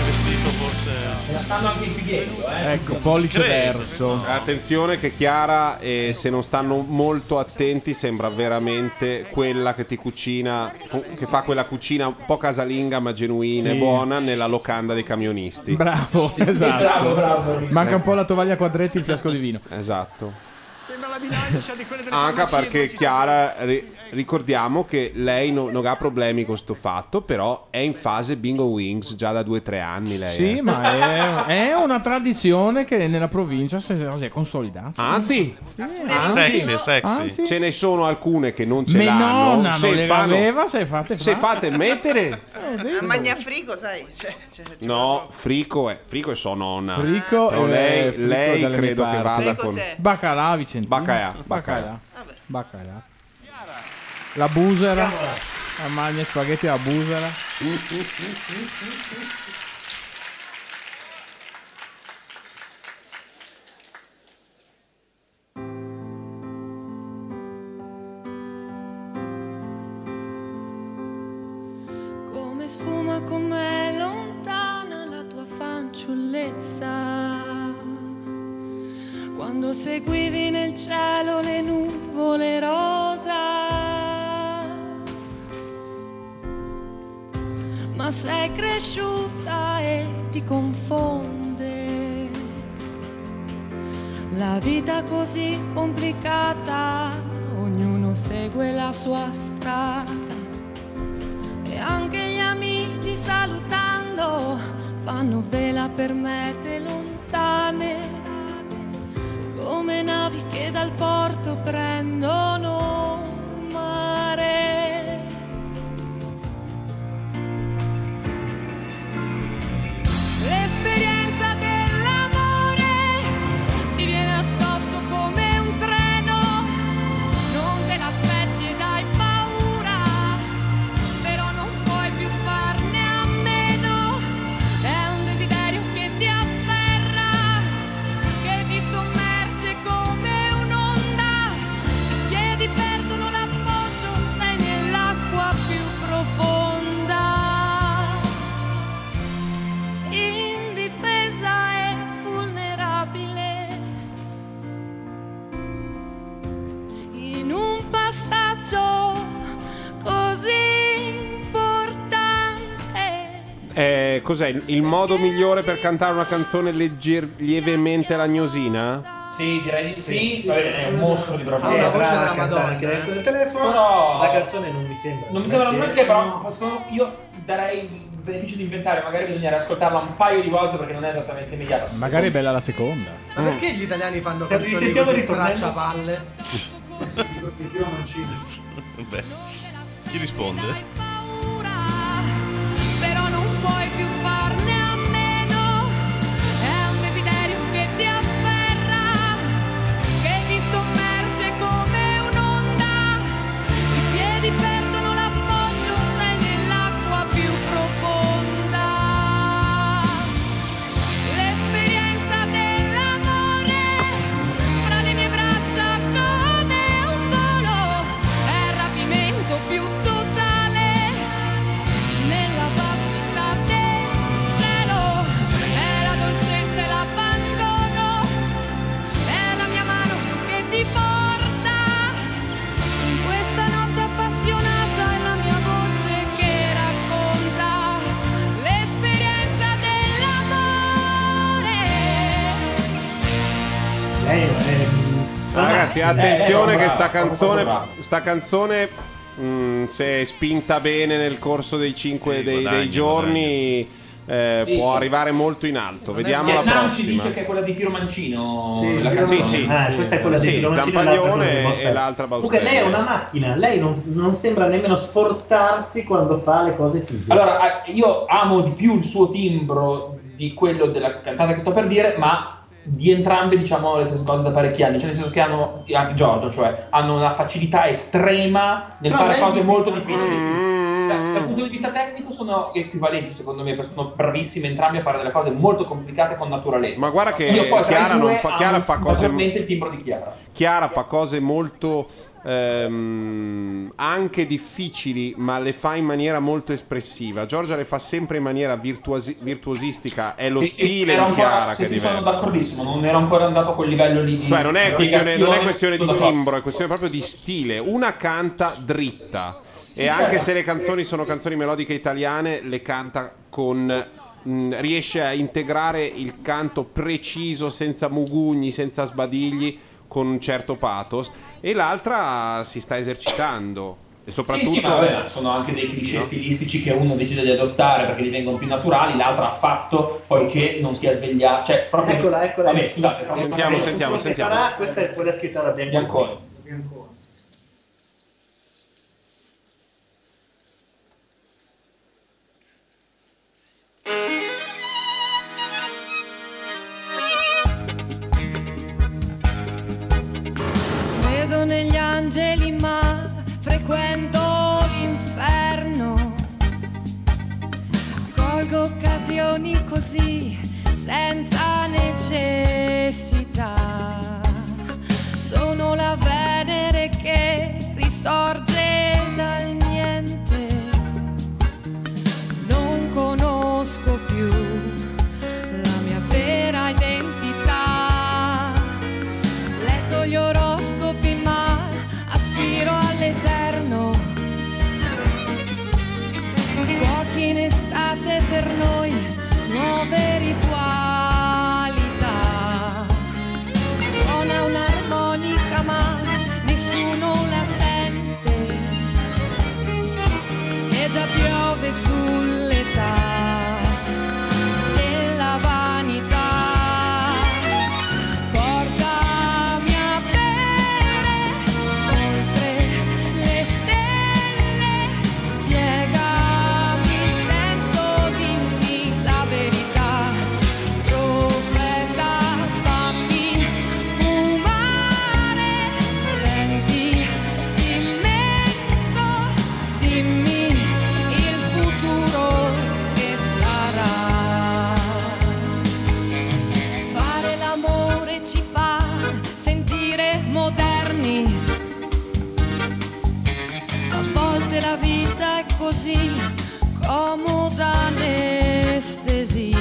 vestito forse.
Stanno anche infighetto, eh.
Ecco,
pollice
verso. Attenzione che Chiara, eh, se non stanno molto attenti, sembra veramente quella che ti cucina, cu- che fa quella cucina un po' casalinga ma genuina e
Sì.
buona nella locanda dei camionisti.
Bravo,
Sì, sì,
esatto.
bravo, bravo.
Manca un po' la tovaglia a quadretti e il fiasco di vino.
Esatto.
Sembra la bilancia di quelle delle
Ah, Anche
farmacie
perché Chiara, ri- ricordiamo che lei no- non ha problemi con sto fatto, però è in fase bingo wings già da 2-3 anni lei.
Sì,
eh.
ma è, è una tradizione che nella provincia si è, si è consolidata.
Anzi,
anzi,
sexy,
anzi.
ce ne sono alcune che non ce
Me
l'hanno.
Ah, nonna
se
non le
fanno-
aveva, se fate
se
fa.
fate mettere,
A Magnafrigo, sai. Cioè, cioè, cioè.
no, Frico è, Frico è sua nonna.
Frico
Ah, Però
è-
lei,
Frico
lei
dalle mie
credo che
parti.
vada
Lei
con.
cos'è? Bacalà Vicentino.
Bacalà,
Bacalà. Bacalà. La busera. La magna spaghetti alla busera.
Mm,
ma com'è lontana la tua fanciullezza. Quando seguivi nel cielo le nuvole rosa. Ma sei cresciuta e ti confonde. La vita così complicata, ognuno segue la sua strada. E anche gli amici salutando fanno vela per mete lontane. Come navi che dal porto prendono mare. L'esperienza dell'amore ti viene addosso come un treno, non te l'aspetti ed hai paura, però non puoi più farne a meno, è un desiderio che ti afferra, che ti sommerge come un'onda, i piedi perdono l'appoggio, sei nell'acqua più profonda indifesa e vulnerabile. In un passaggio così importante.
Eh, cos'è il il modo migliore per cantare una canzone legger- lievemente lagnosina?
Sì, direi di sì.
Vabbè, è un mostro di
proprio.
proprio.
la voce della
cantante
Madonna.
anche nel-
eh.
nel telefono.
Però-
La canzone non mi sembra.
Non mi sembra un
Perché-
perché, però secondo- io darei il beneficio di inventare. Magari bisognerà ascoltarla un paio di volte perché non è esattamente immediata.
Magari è bella la seconda.
Ma perché gli italiani fanno
Se-
canzoni
sentiamo
così
il ritornello.
stracciapalle?
Beh, chi risponde?
però non puoi più farne a meno. È un desiderio che ti afferra, che ti sommerge come un'onda. I piedi perdono l'appoggio, sei nell'acqua più profonda. L'esperienza dell'amore fra le mie braccia come un volo, è il rapimento più totale nella vastità del cielo è la dolcezza e l'abbandono è la mia mano che ti porta in questa notte appassionata è la mia voce che racconta l'esperienza dell'amore
Lei è-
Ah, Ragazzi,
Eh,
attenzione
eh,
che sta
bravo,
canzone,
bravo.
sta canzone mh, se spinta bene nel corso dei cinque dei, dei
guadagna,
giorni, eh,
Sì.
può arrivare molto in alto. Vediamo la
Vietnam ci
prossima.
dice che è quella di Piero Mancino.
Sì,
la
Piero
canzone.
Mancino. Ah,
Sì.
Eh, questa è quella di
Sì,
Piero Mancini,
Zampagnone
l'altra quella di
e
Baustelle.
l'altra
Comunque lei è
Baustelle.
una macchina, lei non, non sembra nemmeno sforzarsi quando fa le cose fighe.
Allora, ah, io amo di più il suo timbro di quello della cantante che sto per dire, ma di entrambe diciamo le stesse cose da parecchi anni, cioè nel senso che hanno, anche Giorgio, cioè hanno una facilità estrema nel
No,
fare
lei-
cose molto difficili. Da- dal punto di vista tecnico sono equivalenti secondo me, perché sono bravissime entrambi a fare delle cose molto complicate con naturalezza.
Ma guarda che
Io poi tra i
Chiara non
due
fa-
amo
Chiara fa cose-
maggiormente il timbro di Chiara.
Chiara fa cose molto ehm, anche difficili, ma le fa in maniera molto espressiva. Giorgia le fa sempre in maniera virtuosi- virtuosistica. È lo
Sì, sì,
stile
ero
di
ancora-
Chiara
sì,
che è
sì,
diverso.
Sono d'accordissimo, non ero ancora andato a quel livello lì. di
Cioè, non è questione, non è
spiegazione,
questione di
sono d'accordo.
timbro, è questione proprio di stile. Una canta dritta.
Sì,
E anche
certo.
se le canzoni sono canzoni melodiche italiane, le canta con. mh, riesce a integrare il canto preciso, senza mugugni, senza sbadigli, con un certo pathos. E l'altra si sta esercitando. E soprattutto.
Sì, sì, ma vabbè, ma sono anche dei cliché stilistici che uno decide di adottare perché gli vengono più naturali, l'altro ha fatto poiché non si è svegliato. Cioè, proprio...
Eccola, eccola.
Vabbè, scusate, proprio-
Sentiamo, sentiamo,
Questa
sentiamo.
sarà- questa è quella scritta da Bianconi.
Credo negli angeli ma frequento l'inferno. Colgo occasioni così senza necessità. Sono la Venere che risorge dal niente. Non
mm,
volte la vita è così comoda anestesia.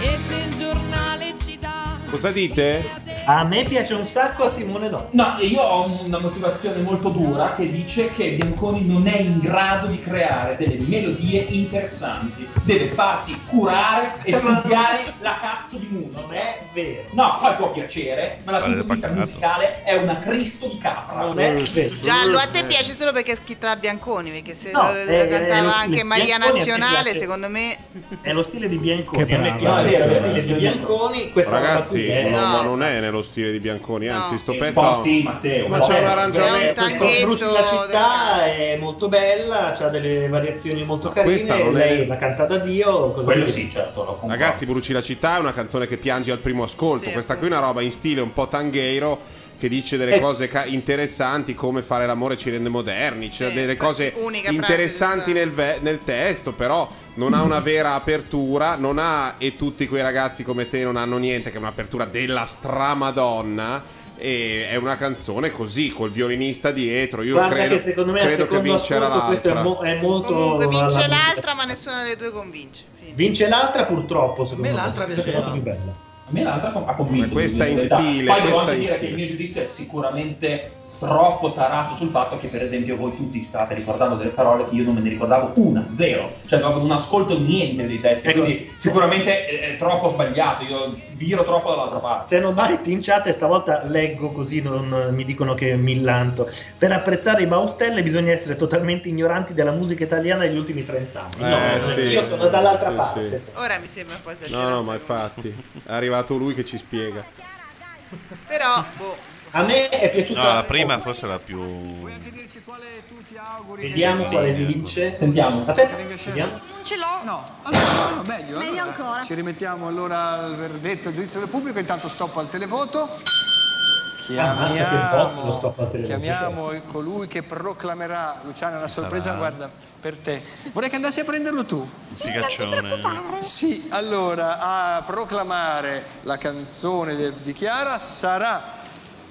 E se il giornale ci dà
Cosa dite?
A me piace un sacco, a Simone no.
No, io ho una motivazione molto dura che dice che Bianconi non è in grado di creare delle melodie interessanti. Deve farsi curare e studiare la cazzo di musica. Non è vero. No, poi può piacere, ma la
Vale,
punto di vista
paccato.
musicale è una Cristo di capra. Non è vero.
Giallo, a te piace solo perché è scritta da Bianconi, perché se
eh. No,
la-
eh,
la
eh, lo
cantava
stile
anche Maria
Bianconi a te
Nazionale,
piace.
secondo me...
È lo stile di Bianconi.
Che
a me
brava,
piace, è lo
ragazzi.
stile di Bianconi. Questa
Ragazzi,
roba qui è-
no, ma non è nello stile di Bianconi, anzi, sto
Eh,
pezzo.
un po' sì, Matteo,
ma
un po'
c'è un
è-
arrangiamento.
questo Bruci la città è molto bella, ha delle variazioni molto
questa
carine.
non è-
Lei l'ha cantata Dio. Cosa
Quello
vuoi
sì,
dire?
certo.
Ragazzi, Bruci la città è una canzone che piangi al primo ascolto. Questa qui è una roba in stile un po' tangheiro che dice delle
Eh.
cose ca- interessanti come fare l'amore ci rende moderni, cioè delle cose
unica frase
interessanti nel, ve- nel testo, però non ha una vera apertura, non ha e tutti quei ragazzi come te non hanno niente, che è un'apertura della stramadonna. E è una canzone così, col violinista dietro. Io
Guarda
credo,
che secondo me al
credo che
secondo
vincerà
ascolto questo è
l'altra.
mo- è molto-
Comunque vince
alla-
l'altra, ma nessuna delle due convince.
Vince l'altra purtroppo, secondo
A
me.
me l'altra
Questa è
piaceva.
la più bella.
A me l'altra ha convinto.
Ma questa
devo
in
dire la verità.
stile,
Poi devo
questa
anche
in
dire che
stile.
il mio giudizio è sicuramente troppo tarato sul fatto che, per esempio, voi tutti state ricordando delle parole che io non me ne ricordavo una, zero. Cioè, proprio non ascolto niente dei testi.
Ecco.
Quindi, sicuramente è, è troppo sbagliato. Io viro troppo dall'altra parte.
Se non mariti in chat, e stavolta leggo così, non eh, mi dicono che mi lanto. Per apprezzare i Baustelle bisogna essere totalmente ignoranti della musica italiana degli ultimi 30 anni.
Eh,
No,
sì.
io sono dall'altra
Sì,
parte.
sì.
Ora mi sembra un po' esagerato.
No, no, ma infatti è arrivato lui che ci spiega.
Però, boh,
A me è piaciuta.
No, la prima forse è la più. eh,
Vediamo quale vince.
Sentiamo.
Aspetta, vediamo.
Ce l'ho.
No, allora, Ah, no, no, meglio. Meglio ancora. Ci rimettiamo allora al verdetto, al giudizio del pubblico, intanto stop al televoto.
Ammazza Ah, che
Chiamiamo,
botto lo sto a
chiamiamo colui che proclamerà, Luciano, una sorpresa, guarda, per te. Vorrei che andassi a prenderlo tu.
Figaccione.
Sì, allora, a proclamare la canzone de- di Chiara sarà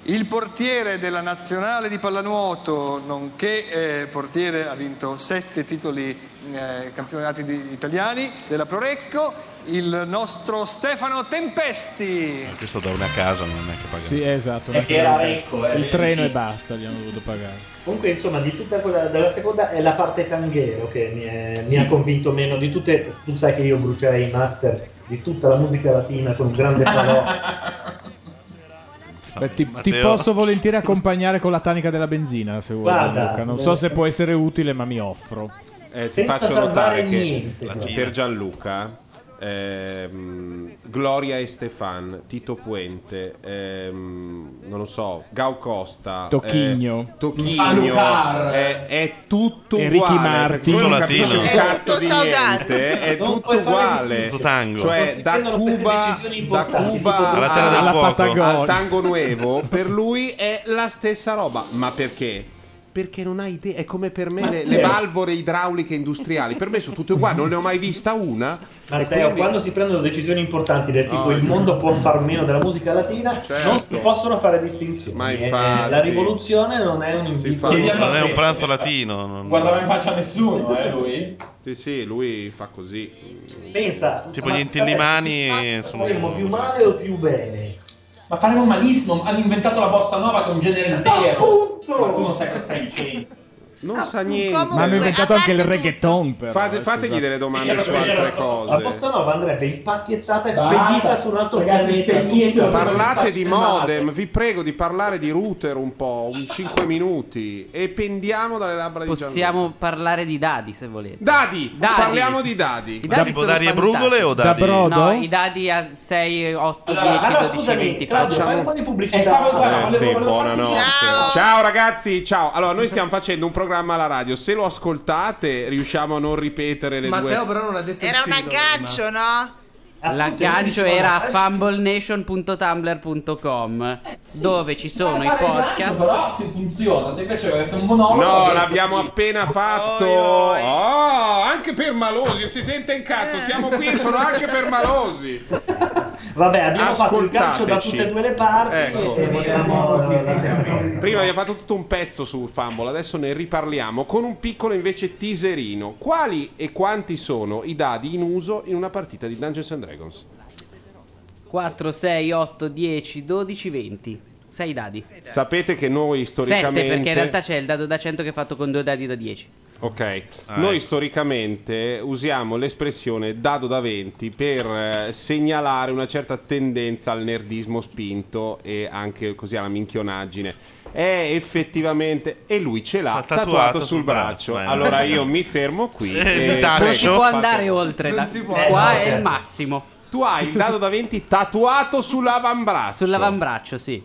il portiere della nazionale di pallanuoto, nonché eh, portiere, ha vinto sette titoli eh, campionati di- italiani della Prorecco, il nostro Stefano Tempesti.
Questo da una casa non è che paga.
Sì, esatto.
È che era Recco, eh,
il treno
sì.
e basta, gli hanno dovuto pagare.
Comunque, insomma, di tutta quella della seconda è la parte tanghero che mi, è- mi
Sì.
ha convinto meno di tutte. Tu sai che io brucerei i master di tutta la musica latina
mm.
con un grande falò.
Beh, ti, ti
Matteo.
posso volentieri accompagnare con la tanica della benzina se vuoi.
Guarda,
Gianluca. non
beh.
so se può essere utile, ma mi offro.
Eh, ti
Senza
faccio
salvare
notare che
niente,
per
però.
per Gianluca, ehm, Gloria Estefan, Tito Puente, ehm, non lo so, Gau Costa,
Tocchigno.
eh, Tocchigno,
Alucard.
eh, è tutto
E Ricky
uguale.
Martin.
perché tu non
Tutto
capisci
latino.
un
È
cazzo
tutto
di
saudade.
niente, eh, è
Non
tutto
puoi fare
uguale.
distinzione. Tango.
Cioè,
Si
da
prendono queste
Cuba,
decisioni
da
importanti,
Cuba
tipo Alla Terra del alla Fuoco. Patagonia.
al tango nuovo, per lui è la stessa roba. Ma perché? Perché non ha idea, è come per me le, le
Matteo.
valvole idrauliche industriali, per me sono tutte uguali, non ne ho mai vista una. e
Matteo,
quindi- Ah.
quando si prendono decisioni importanti del tipo
No,
il
no.
mondo può far meno della musica latina,
Certo.
non si possono fare distinzioni.
Ma
Eh,
infatti.
la rivoluzione non è un invito.
Non è un pranzo latino. Non...
Guardava in
faccia a nessuno, eh, lui.
Sì, sì, lui fa così.
Pensa,
Tipo
ma
gli intillimani
vabbè, faremo più
sono.
male o più bene?
Ma faremo malissimo. Hanno inventato la bossa nova che è un genere intero. Ma tu non sai cosa stai dicendo.
Non sa niente.
Ma hanno inventato anche il reggaeton. Però,
Fate-
eh,
fategli
scusate.
delle domande su altre cose.
La bossa nova andrebbe impacchettata e
Basta.
spedita su un altro
Ragazzi,
pianeta.
Parlate di modem, vi prego di parlare di router un po', un 5 minuti e pendiamo dalle labbra di Gianluca.
Possiamo parlare di dadi se volete.
Dadi,
Dadi.
parliamo di dadi.
I dadi sono fantastici. No, i dadi a 6, 8, 10, 12, 20
facciamo-
Eh, stavo- guarda,
Eh,
volevo-
sì,
volevo fare-
buonanotte. Ciao.
Ciao.
ragazzi, ciao. Allora, noi stiamo facendo un programma alla radio. Se lo ascoltate, riusciamo a non ripetere le
Matteo
due.
però non ha detto
era
il
un
siglo
aggancio, no?
L'aggancio era a fumblenation.tumblr.com
Eh,
dove ci sono i podcast.
Però se funziona, se invece avete un monologo.
No,
avete-
l'abbiamo appena fatto. Oh, anche per Malosi, si sente in
Eh.
cazzo. Siamo qui, sono anche per Malosi.
Vabbè, abbiamo fatto il calcio da
Ascoltateci.
tutte e due le parti.
Ecco.
E vogliamo la stessa cosa.
Prima abbiamo fatto tutto un pezzo su Fumble, adesso ne riparliamo con un piccolo invece teaserino. Quali e quanti sono i dadi in uso in una partita di Dungeons and Dragons?
4, 6, 8, 10, 12, 20. 6 dadi.
Sapete che noi
7
storicamente
perché in realtà c'è il dado da 100 che è fatto con due dadi da 10.
Ok,
Ah,
noi storicamente usiamo l'espressione dado da 20 per eh, segnalare una certa tendenza al nerdismo spinto e anche così alla minchionaggine. È effettivamente, e lui ce l'ha
Sa,
tatuato, sul braccio.
braccio, eh.
Allora io mi fermo qui.
Eh,
e-
taccio.
Non si può
Faccio-
andare oltre. da- eh, qua è il massimo.
Tu hai il dado da 20 tatuato sull'avambraccio.
Sull'avambraccio, sì.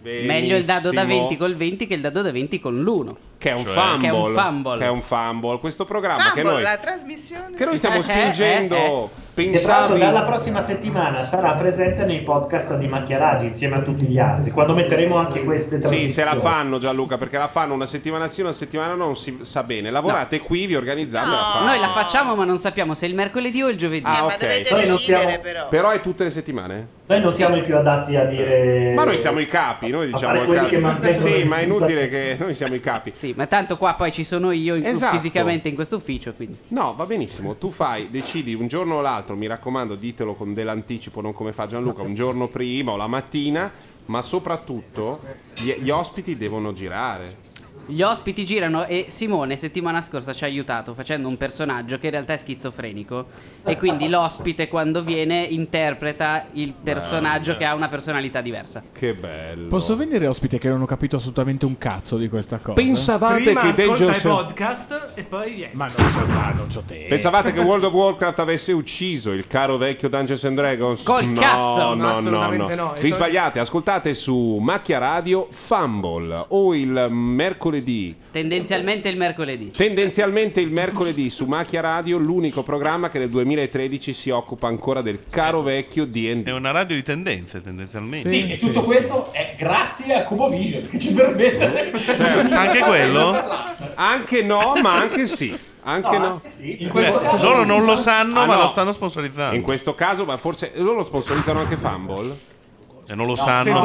Meglio il dado da 20
certo. Benissimo. Cioè.
col 20 che il dado da 20 con l'1.
Che è un fumble.
Che è un fumble.
Che è un fumble. Questo programma
Fumble,
che noi
la trasmissione.
che noi stiamo
Eh, eh,
spingendo,
eh.
E tra l'altro
pensavi
dalla prossima settimana sarà presente nei podcast di Macchiaraggi insieme a tutti gli altri, quando metteremo anche queste
Sì,
trasmissioni.
se la fanno Gianluca, perché la fanno una settimana sì, una settimana no, non si sa bene. Lavorate qui, vi organizzate la fanno.
Noi la facciamo, ma non sappiamo se il mercoledì o il giovedì. Eh,
Ah, ok.
Noi non siamo-
però. è tutte le settimane?
Noi non siamo i più adatti a dire...
Ma noi siamo i capi, noi diciamo
fare
il
quelli
capo.
che mantengono
Sì,
il-
ma è inutile che noi siamo i capi.
Sì, ma tanto qua poi ci sono io in-
Esatto.
fisicamente in questo ufficio, quindi.
No, va benissimo. Tu fai, decidi un giorno o l'altro, mi raccomando, ditelo con dell'anticipo, non come fa Gianluca, un giorno prima o la mattina, ma soprattutto gli, gli ospiti devono girare.
Gli ospiti girano e Simone settimana scorsa ci ha aiutato facendo un personaggio che in realtà è schizofrenico e quindi l'ospite quando viene interpreta il personaggio
Bello.
che ha una personalità diversa.
Che bello.
Posso venire ospite che non ho capito assolutamente un cazzo di questa cosa?
Prima ascolta i podcast e poi vieni. Ma non c'ho, ma non c'ho te.
Eh. Pensavate che World of Warcraft avesse ucciso il caro vecchio Dungeons and Dragons?
Col
no,
cazzo! No,
No, no, no,
assolutamente no.
Vi sbagliate, ascoltate su Macchia Radio Fumble o il mercoledì.
Tendenzialmente il mercoledì.
Tendenzialmente il mercoledì su Macchia Radio, l'unico programma che nel 2013 si occupa ancora del caro vecchio D&D. È una radio di tendenze, tendenzialmente.
Sì, e tutto questo è grazie a Cubo Vision che ci permette.
Certo.
Certo.
anche quello?
Anche no, ma anche sì. Anche
No,
no.
anche sì. In questo caso- loro non lo sanno, ma lo stanno sponsorizzando.
Ah, In questo caso, ma forse loro sponsorizzano anche Fumble.
E Eh, non lo
sanno,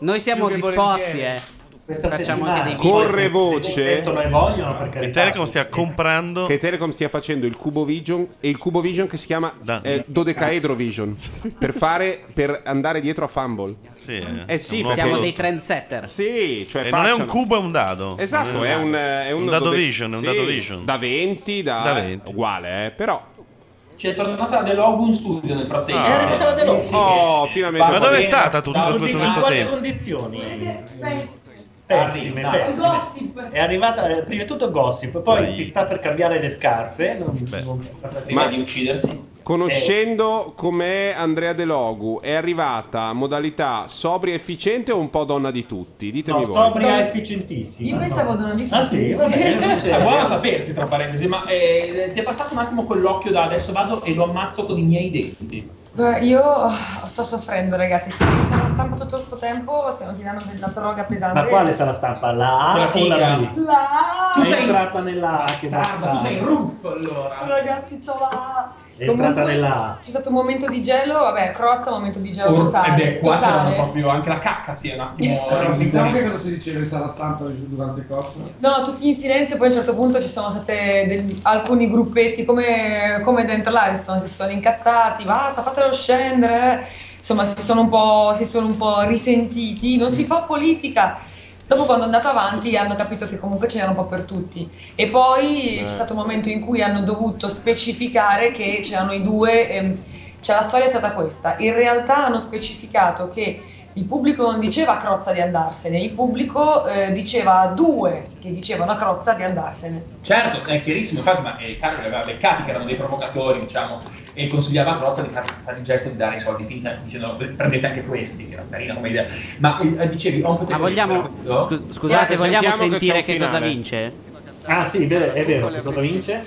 Noi siamo
Più che
disposti,
volentieri.
eh.
Questa
Facciamo
settimana.
diciamo anche dei
Corre
Se
voce
sentono e vogliono, per
che
carità.
Telecom stia comprando che Telecom stia facendo il Cubo Vision e il Cubo Vision che si chiama eh, Dodecaedro Vision per fare per andare dietro a Fumble. Sì, eh sì,
Siamo
perché-
dei trendsetter.
Sì, cioè
E non è un
facciano.
cubo, è un dado. Eh,
Esatto, è un, è
Un dado
dode-
vision, è un
sì,
dado vision.
Da 20, da,
Da 20.
uguale, eh, però
Ci è tornata De Logo in studio nel frattempo.
Ah. È arrivata la De Logo. Oh, finalmente. Ma dove è stata tutto
Da
questo-
ultime-
questo
in quali
tempo?
condizioni? Pessime,
Arriva.
pessime.
Gossip.
È arrivata eh, prima di tutto gossip, poi si sta per cambiare le scarpe. Non, non si sta per-
Ma-
di uccidersi.
conoscendo com'è Andrea De Logu, è arrivata a modalità sobria efficiente o un po' donna di tutti? Ditemi
No,
voi.
sobria è efficientissima.
Io pensavo donna di
Ah sì?
tutti.
Vabbè,
È buono sapersi, tra parentesi, ma eh, ti è passato un attimo quell'occhio da adesso vado e lo ammazzo con i miei denti.
Beh, Io oh, sto soffrendo, ragazzi. Sì, mi sono stampa tutto questo tempo, stiamo tirando della droga pesante.
Ma quale sarà stampa? La
Quella
A o la
figa.
B?
La...
Tu sei entrata nella A che basta.
tu sei Ruff allora.
Ragazzi, c'ho la...
È entrata
Comunque,
nella-
C'è stato un momento di gelo, vabbè, Crozza, momento di gelo
Or-
totale.
eh beh, qua
totale.
c'erano proprio anche la cacca, si è un attimo.
Eh,
sentiamo
che
cosa si diceva in sala stampa durante il corso?
No, tutti in silenzio, poi a un certo punto ci sono state del- alcuni gruppetti come, come dentro l'Ariston, che si sono incazzati, basta, fatelo scendere. Insomma, si sono, un po', si sono un po' risentiti, non si fa politica. Dopo quando è andato avanti hanno capito che comunque ce n'era un po' per tutti. E poi
Eh.
c'è stato un momento in cui hanno dovuto specificare che c'erano i due... ehm, cioè la storia è stata questa. In realtà hanno specificato che il pubblico non diceva a Crozza di andarsene, il pubblico eh, diceva a due che dicevano a Crozza di andarsene.
Certo, è chiarissimo, infatti, ma eh, Carlo li aveva beccati che erano dei provocatori, diciamo, e consigliava a Crozza di far- fare il gesto di dare i soldi finta, dicendo prendete anche questi, che era carina come idea. Ma eh, dicevi, ho un potere
Ma vogliamo-
di fare questo?
scus- scusate, vogliamo sentire che cosa vince?
Ah sì, è vero, è vero. Cosa vince?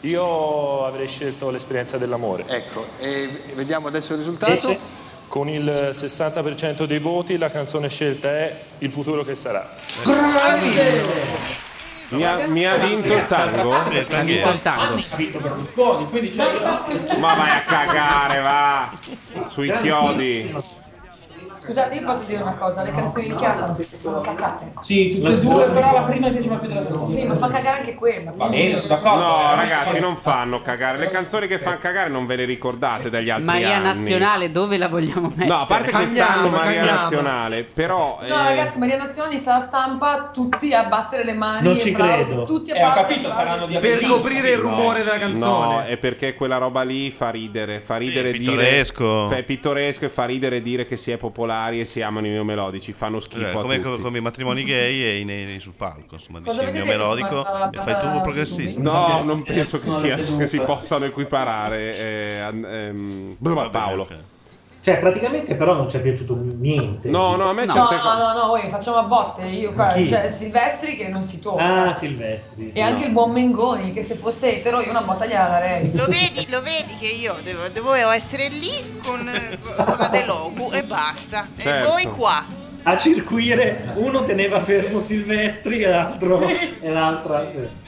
Io avrei scelto l'esperienza dell'amore.
Ecco, e vediamo adesso il risultato.
Con il 60% dei voti la canzone scelta è Il futuro che sarà.
Mi ha, mi ha vinto il tango?
Sì, il tanghiere. Ha vinto il
tango.
Capito Berlusconi, quindi c'è
Ma vai a cagare, va! Sui chiodi.
Scusate, io posso dire una cosa, le canzoni di Chiara non si fanno cagare.
Sì, tutte e due, però la prima mi piace più della seconda.
Sì, ma fa cagare anche quella.
Va bene, sono d'accordo.
No, ragazzi, non fanno cagare. Le canzoni che fanno cagare non ve le ricordate dagli altri
Maria
anni.
Nazionale, dove la vogliamo mettere?
No, a parte quest'anno Maria
cambiamo.
Nazionale, però... eh,
No, ragazzi, Maria Nazionale sarà stampa, tutti a battere le mani.
Non ci
applausi,
credo.
Tutti a
Eh, ho
battere
capito,
applausi.
saranno di
Per coprire il
No,
rumore della canzone.
No, è perché quella roba lì fa ridere, fa ridere
è
dire-
pittoresco.
fa- è pittoresco e fa ridere dire che si è popolari e si amano i neomelodici, fanno schifo
Eh,
a
come,
tutti.
come i matrimoni gay e i nei, nei sul palco, insomma,
Cosa
dici il
avete
mio
detto?
melodico
Sono andata-
e fai tu un progressista.
No, non penso che,
Sono
sia-
venuto.
che si possano equiparare. eh, an- ehm, Paolo.
Cioè, praticamente però non ci è piaciuto niente.
No, no, a me
No,
certe
no, no, no, voi facciamo a botte. Io qua,
Chi?
cioè, Silvestri che non si tocca.
Ah, Silvestri.
E anche il buon Mengoni, che se fosse etero io una botta gliela darei.
Lo vedi, lo vedi che io devo, dovevo essere lì con, eh, con la De Logu e basta.
Certo.
E voi qua.
A circuire uno teneva fermo Silvestri e l'altro... E l'altra... eh,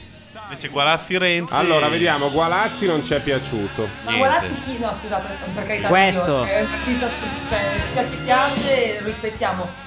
Invece Gualazzi Renzi.
Allora, vediamo, Gualazzi non ci è piaciuto.
Ma Gualazzi chi? No, scusate, per carità. eh,
Questo.
Dio, è un artista sp- cioè, a chi piace rispettiamo.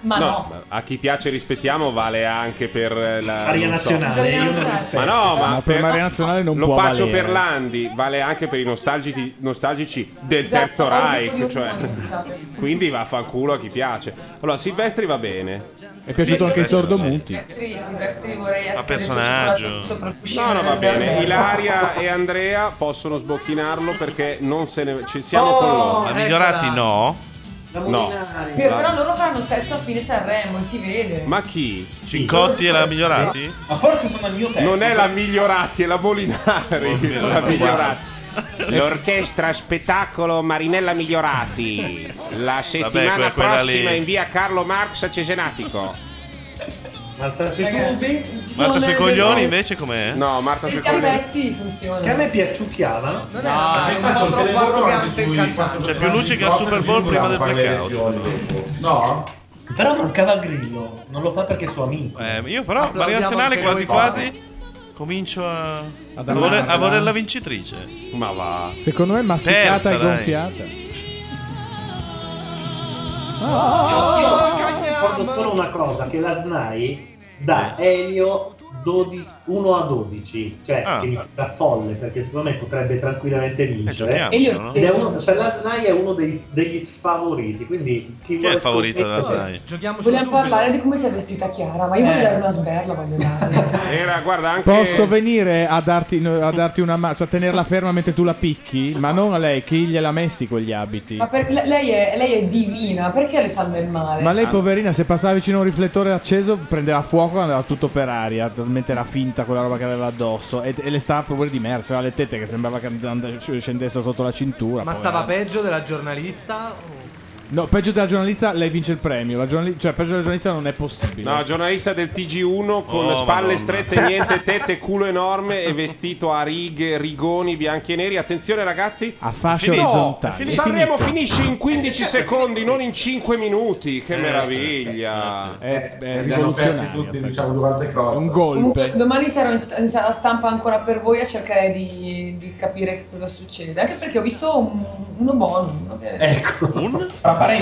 Ma no.
ma a chi piace rispettiamo vale anche per eh, la
Maria
non so.
Nazionale, io non
Ma no, ma,
Ma per Maria Nazionale non
lo
può
faccio
valere.
per Landi, vale anche per i nostalgici, nostalgici del
Esatto,
terzo
oggi con
Reich,
gli
cioè,
ormoni, scusate.
quindi vaffanculo a chi piace. Allora, Silvestri va bene.
È piaciuto anche il Sordomuti.
Silvestri, Silvestri vorrei essere
personaggio.
sopra- sopra il cuscino
No, no, va
del-
bene. Ilaria e Andrea possono sbocchinarlo perché non se ne... ci siamo
Oh,
con loro.
Ma migliorati eccola.
no? No.
Per- Però loro faranno sesso a fine Sanremo, e si vede.
Ma chi?
Cincotti e la Migliorati?
Ma forse sono il mio tempo.
Non è la Migliorati, è la Molinari. La Migliorati. L'orchestra spettacolo Marinella Migliorati. La settimana
que- quella
prossima
lì.
in via Carlo Marx a Cesenatico.
Marta
Marta sui coglioni invece com'è?
No, Marta
Questi a pezzi funziona.
Che a me piacciucchiava.
Non è- No,
Ah,
hai
è
fatto il
troppo
televoto
arrogante
anche
il
sui
cantante.
quattro
C'è più
personaggi
luce che
di
al
Super
Super Bowl prima del
fare le
blackout.
No? Però mancava Grillo, non lo fa perché è suo amico.
Eh, Io però, Maria Nazionale quasi quasi comincio a, a, voler- a
amarla.
voler la vincitrice.
Ma va.
Secondo me masticata
Terza,
e
dai.
gonfiata.
Ah.
Io ricordo solo una cosa, che la SNAI dà Elio 12 1 a 12, cioè
Ah.
che mi sembra folle perché secondo me potrebbe tranquillamente vincere.
giochiamocelo, Eh, no?
Ed è uno- per la SNAI è uno dei- degli sfavoriti, quindi chi,
Chi è il
vuole
favorito della
scommettere-
SNAI?
Vogliamo parlare di come si è vestita Chiara, ma io voglio dare una sberla, voglio dare.
Era, Ah, guarda, anche...
Posso venire a darti, a darti una mano, cioè a tenerla ferma mentre tu la picchi? Ma non a lei, chi gliela messi quegli abiti?
Ma per- le- lei, è, lei è divina, perché le fanno del male?
Ma lei,
Ah.
poverina, se passava vicino a un riflettore acceso, prendeva fuoco e andava tutto per aria. Talmente era finta quella roba che aveva addosso. E, e le stava pure di merda. Aveva le tette che sembrava che and- scendessero sotto la cintura.
Ma
povera.
stava peggio della giornalista?
No, peggio della giornalista, lei vince il premio. La giornali- cioè, peggio della giornalista non è possibile.
No, giornalista del TG1 con
Oh,
spalle
Madonna.
strette, niente, tette, culo enorme e vestito a righe, rigoni bianchi e neri. Attenzione ragazzi.
A fasce
Finito.
orizzontali.
No,
È
Sanremo
finito.
finisce in
Eh,
15 secondi, non in 5 minuti. Che meraviglia.
Eh,
È,
li hanno persi tutti diciamo, durante il cross.
eh, Un golpe.
Comunque, domani sarò in, sta- in sala stampa ancora per voi a cercare di, di capire che cosa succede. Anche perché ho visto un, uno buono.
Ecco.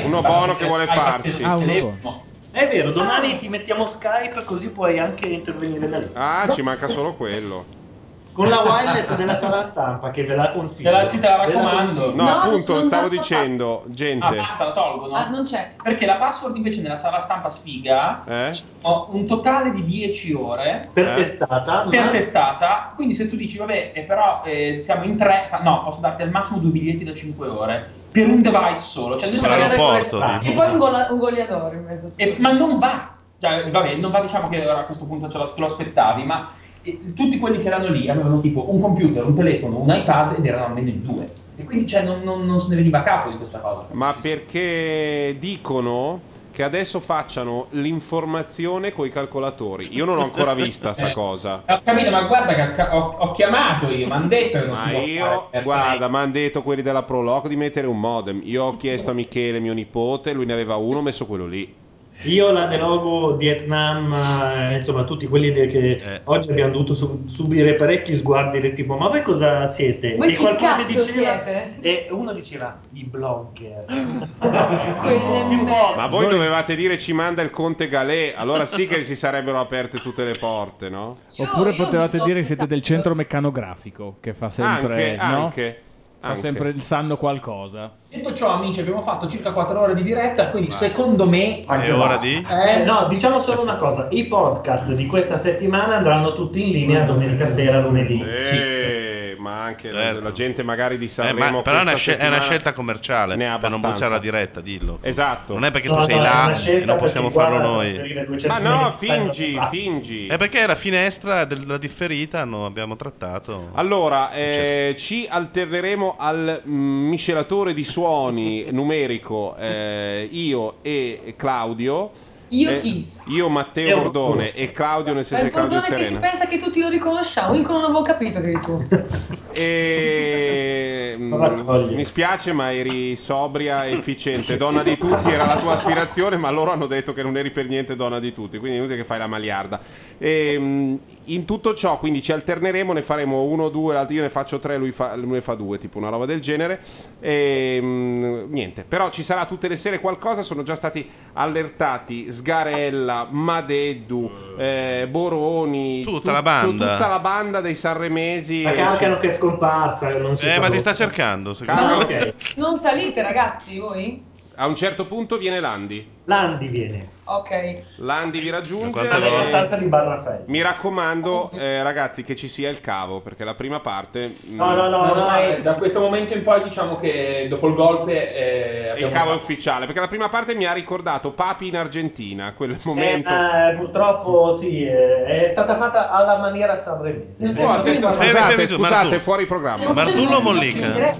Uno bono che vuole farsi.
Ah, uno buono. È vero,
Ah.
domani ti mettiamo Skype così puoi anche intervenire da lì.
Ah, ci manca solo quello.
Con la wireless della sala stampa che ve la consiglio.
Te la- sì, te la raccomando.
consiglio.
No,
No,
appunto,
non
stavo
dà la
dicendo, gente.
Ah, basta, la tolgono.
Ah, non c'è.
Perché la password invece nella sala stampa sfiga
Eh?
ho un totale di 10 ore
Per testata.
per
ma-
testata. Quindi se tu dici, vabbè, eh, però eh, siamo in tre, fa- no, posso darti al massimo due biglietti da 5 ore per un device solo. Cioè,
Sarà
dobbiamo avere
l'opposto,
due
E
spazi.
poi un, gola- un goleador in mezzo.
E- ma non va. Cioè, vabbè, non va, diciamo che ora a questo punto ce lo, te lo aspettavi, ma eh, tutti quelli che erano lì avevano tipo un computer, un telefono, un iPad ed erano almeno in due. E quindi cioè, non, non- non se ne veniva a capo di questa cosa.
Ma perché dicono che adesso facciano l'informazione coi calcolatori. Io non l'ho ancora vista sta
Eh,
cosa.
Ho capito, ma guarda che ho ca- ho, ho chiamato io, mi hanno detto che Eh, non si
Ma
può
io,
fare.
guarda, mi hanno detto quelli della Proloco di mettere un modem. Io ho chiesto a Michele, mio nipote, lui ne aveva uno, ho messo quello lì.
Io la Delogo, Vietnam, eh, insomma tutti quelli de- che
Eh.
oggi abbiamo dovuto su- subire parecchi sguardi del tipo ma voi cosa siete? e
Voi che
qualcuno
cazzo
diceva
siete?
e uno diceva i blogger.
Ma voi dovevate dire ci manda il conte Galè, allora sì che si sarebbero aperte tutte le porte, no?
Oppure potevate dire che siete del centro meccanografico che fa sempre.
Anche,
no?
anche,
Fa
anche.
sempre il sanno qualcosa.
Detto ciò, amici, abbiamo fatto circa 4 ore di diretta, quindi secondo me...
Anche basta. Eh, no, diciamo solo una cosa, i podcast di questa settimana andranno tutti in linea domenica sera, lunedì.
Eh, ma anche la- la gente magari di
certo. Eh,
Sanremo
ma- però è una,
questa
scel- è una
settimana-
scelta commerciale per non
abbastanza.
bruciare la diretta, dillo.
Esatto.
Non è perché
No,
tu sei
no, è
là
una
e
scelta
non possiamo
perché
farlo
guarda,
noi.
trasferire 200 Ma no, milioni di euro fingi, fa. fingi.
È perché la finestra della differita non abbiamo trattato.
Allora, eh, ci alterneremo al mm, miscelatore di suoni numerico eh, io e Claudio.
Io
Eh,
chi?
io Matteo
Io-
Bordone e Claudio nel
È
senso
il
che Claudio
portone
è
che si
Serena.
pensa che tutti lo riconosciamo, io ancora non avevo capito che eri tu.
E, mm, mi spiace, ma eri sobria, efficiente, donna di tutti era la tua aspirazione, ma loro hanno detto che non eri per niente donna di tutti, quindi è inutile che fai la maliarda. E, mm, in tutto ciò, quindi ci alterneremo, ne faremo uno, due, l'altro- io ne faccio tre, lui, fa- lui ne fa due, tipo una roba del genere. E, mm, niente, però ci sarà tutte le sere qualcosa, sono già stati allertati Sgarella, Madeddu, eh, Boroni,
Tutta la banda.
tutta la banda dei sanremesi.
La
e
Calcano
ci-
che è scomparsa, non si
Eh,
sa
ma ti
dove.
sta cercando, secondo
Calma.
Non salite ragazzi voi?
Ah, A un certo punto viene Landi.
Landi viene.
Ok.
Landi vi raggiunge. Eh,
È nella stanza di Bar Raffaele.
Mi raccomando, eh, ragazzi, che ci sia il cavo, perché la prima parte. mm,
No, no, no, da questo momento in poi diciamo che dopo il golpe... eh,
Il
abbiamo
cavo è
fatto-
ufficiale, perché la prima parte mi ha ricordato Papi in Argentina, quel
Eh,
momento.
ma purtroppo sì, eh, è stata fatta alla maniera sanremese.
Non si è Oh, capito. attenzione,
Fermi,
Scusate,
fermi tu,
scusate,
Marzullo.
fuori programma.
Marzullo o Mollica?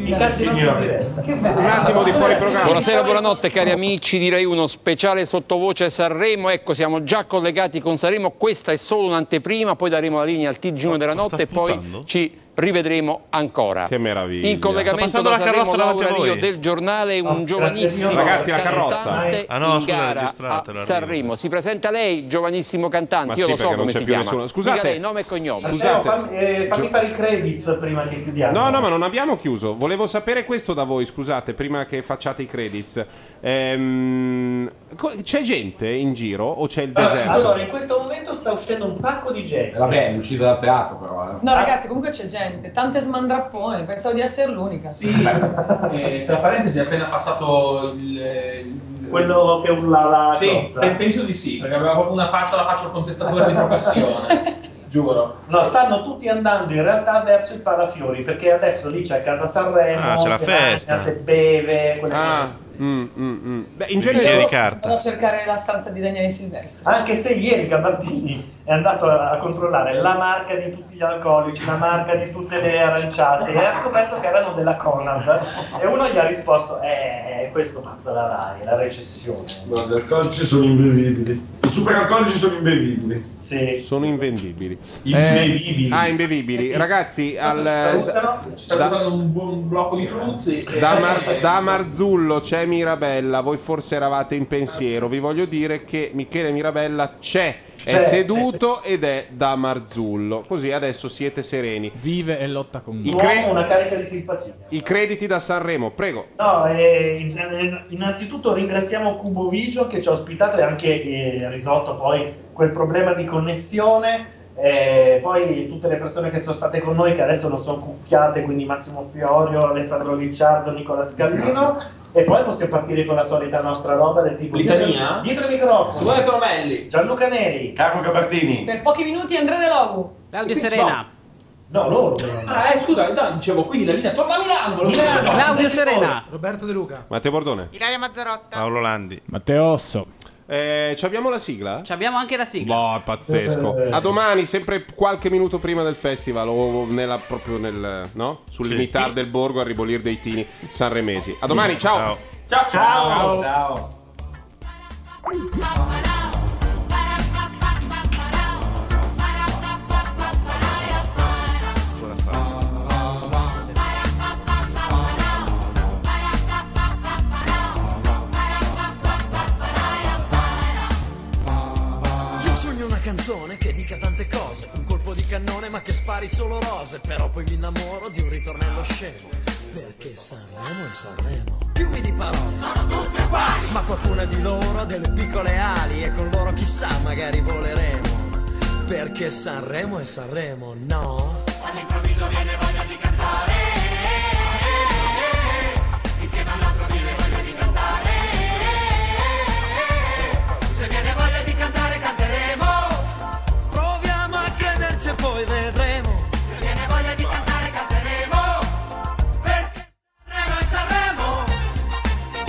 Un attimo di fuori programma.
Buonasera, buonanotte cari amici, direi uno speciale sottovoce a Sanremo, ecco siamo già collegati con Sanremo, questa è solo un'anteprima, poi daremo la linea al TG1 della notte e poi ci rivedremo ancora. Che
meraviglia.
In collegamento
Sta passando
da
la
Sanremo
carrozza davanti a
Laura
voi.
Rio del giornale, un giovanissimo
Ragazzi, la
cantante
carrozza.
Ah,
in gara a Sanremo. Si presenta lei, giovanissimo cantante,
Ma
io
sì,
lo so
perché non
come
c'è
si
più
chiama.
nessuno. Scusate.
Dica lei nome e cognome.
Matteo, fammi, eh, fammi
Gio-
fare i credits prima che chiudiamo.
No, no, ma non abbiamo chiuso. Volevo sapere questo da voi, scusate, prima che facciate i credits. Ehm, co- c'è gente in giro o c'è il deserto?
Ah, Allora, in questo momento sta uscendo un pacco di gente.
Vabbè, è uscita dal teatro però. eh.
No ragazzi, comunque c'è gente, tante smandrappone, pensavo di essere l'unica.
Eh, tra parentesi è appena passato il... il-
Quello che urlava.
Sì,
Cozza.
pe- penso di sì, perché aveva proprio una faccia, la faccia al contestatore di professione. Giuro.
No, stanno tutti andando in realtà verso il parafiori perché adesso lì c'è Casa Sanremo,
Ah, c'è la
se
festa.
mangia, se beve, quelle
Ah,
cose.
mm, mm, mm. Beh, in
Il
genere
bicchiere di carta.
Vado a cercare la stanza di Daniele Silvestri.
Anche se ieri Gabardini è andato a, a controllare la marca di tutti gli alcolici, la marca di tutte le aranciate e ha scoperto che erano della Conad e uno gli ha risposto eh, questo passa la RAI, la recessione.
Guarda, gli alcolici sono imbevibili. I superalcolici sono imbevibili.
Sono invendibili.
Imbevibili.
Eh, ah, imbevibili. Ragazzi, al,
Salutano- ci sta
da-
salutando un buon blocco di fruzzi. eh, e-
Da, Mar-
eh,
e-
da Marzullo c'è Mirabella, voi forse eravate in pensiero, vi voglio dire che Michele Mirabella c'è, è
C'è.
seduto ed è da Marzullo, così adesso siete sereni.
Vive e lotta con
I,
me.
cre-
Uomo, una carica di simpatia.
i crediti da Sanremo, prego.
No, eh, in- eh, innanzitutto ringraziamo Cubo Vision che ci ha ospitato e anche eh, risolto poi quel problema di connessione. eh, poi tutte le persone che sono state con noi, che adesso non sono cuffiate, quindi Massimo Fiorio, Alessandro Ricciardo, Nicola Scallino. E poi possiamo partire con la solita nostra roba del tipo
Litania?
Dietro i microfoni.
Simone Tromelli.
Gianluca Neri. Carlo Gabardini.
Per pochi minuti Andrea De Logu.
Claudio Serena.
No, loro.
Ah, eh, scusa, no, dicevo, quindi la linea torna a Milano. lo dico.
Claudio Serena.
Roberto De Luca.
Matteo Bordone.
Ilaria Mazzarotta.
Paolo Landi.
Matteo Osso.
Eh, abbiamo la sigla?
Abbiamo anche la sigla.
Boh, è pazzesco.
Eh.
A domani, sempre qualche minuto prima del festival, o nella- proprio nel, no? Sul
Sì.
limitar del borgo a ribolir dei tini sanremesi. A domani, ciao.
Ciao.
Ciao.
Ciao.
Io sogno una canzone che dica tante cose, un colpo di cannone ma che spari solo rose, però poi mi innamoro di un ritornello scemo, perché Sanremo è Sanremo. Fiumi di parole, sono tutte uguali, ma qualcuna di loro ha delle piccole ali e con loro chissà magari voleremo, perché Sanremo è Sanremo, no?
All'improvviso viene voglia di cantare. Insieme all'altro viene voglia di cantare.
Se viene voglia di cantare canteremo, proviamo a crederci e poi vedremo,
Se viene voglia di cantare, canteremo.
perché Sanremo è Sanremo.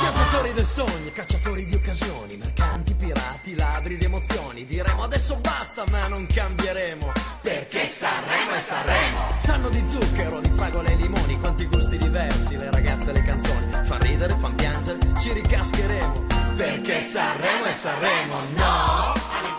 Viaggiatori del sogno, cacciatori di occasioni, mercanti, pirati, ladri di emozioni. Diremo adesso basta, ma non cambieremo. Perché Sanremo è Sanremo. Sanno di zucchero, di fragole e limoni, quanti gusti diversi le ragazze e le canzoni. Fan ridere, fan piangere, ci ricascheremo. Perché Sanremo è Sanremo, no!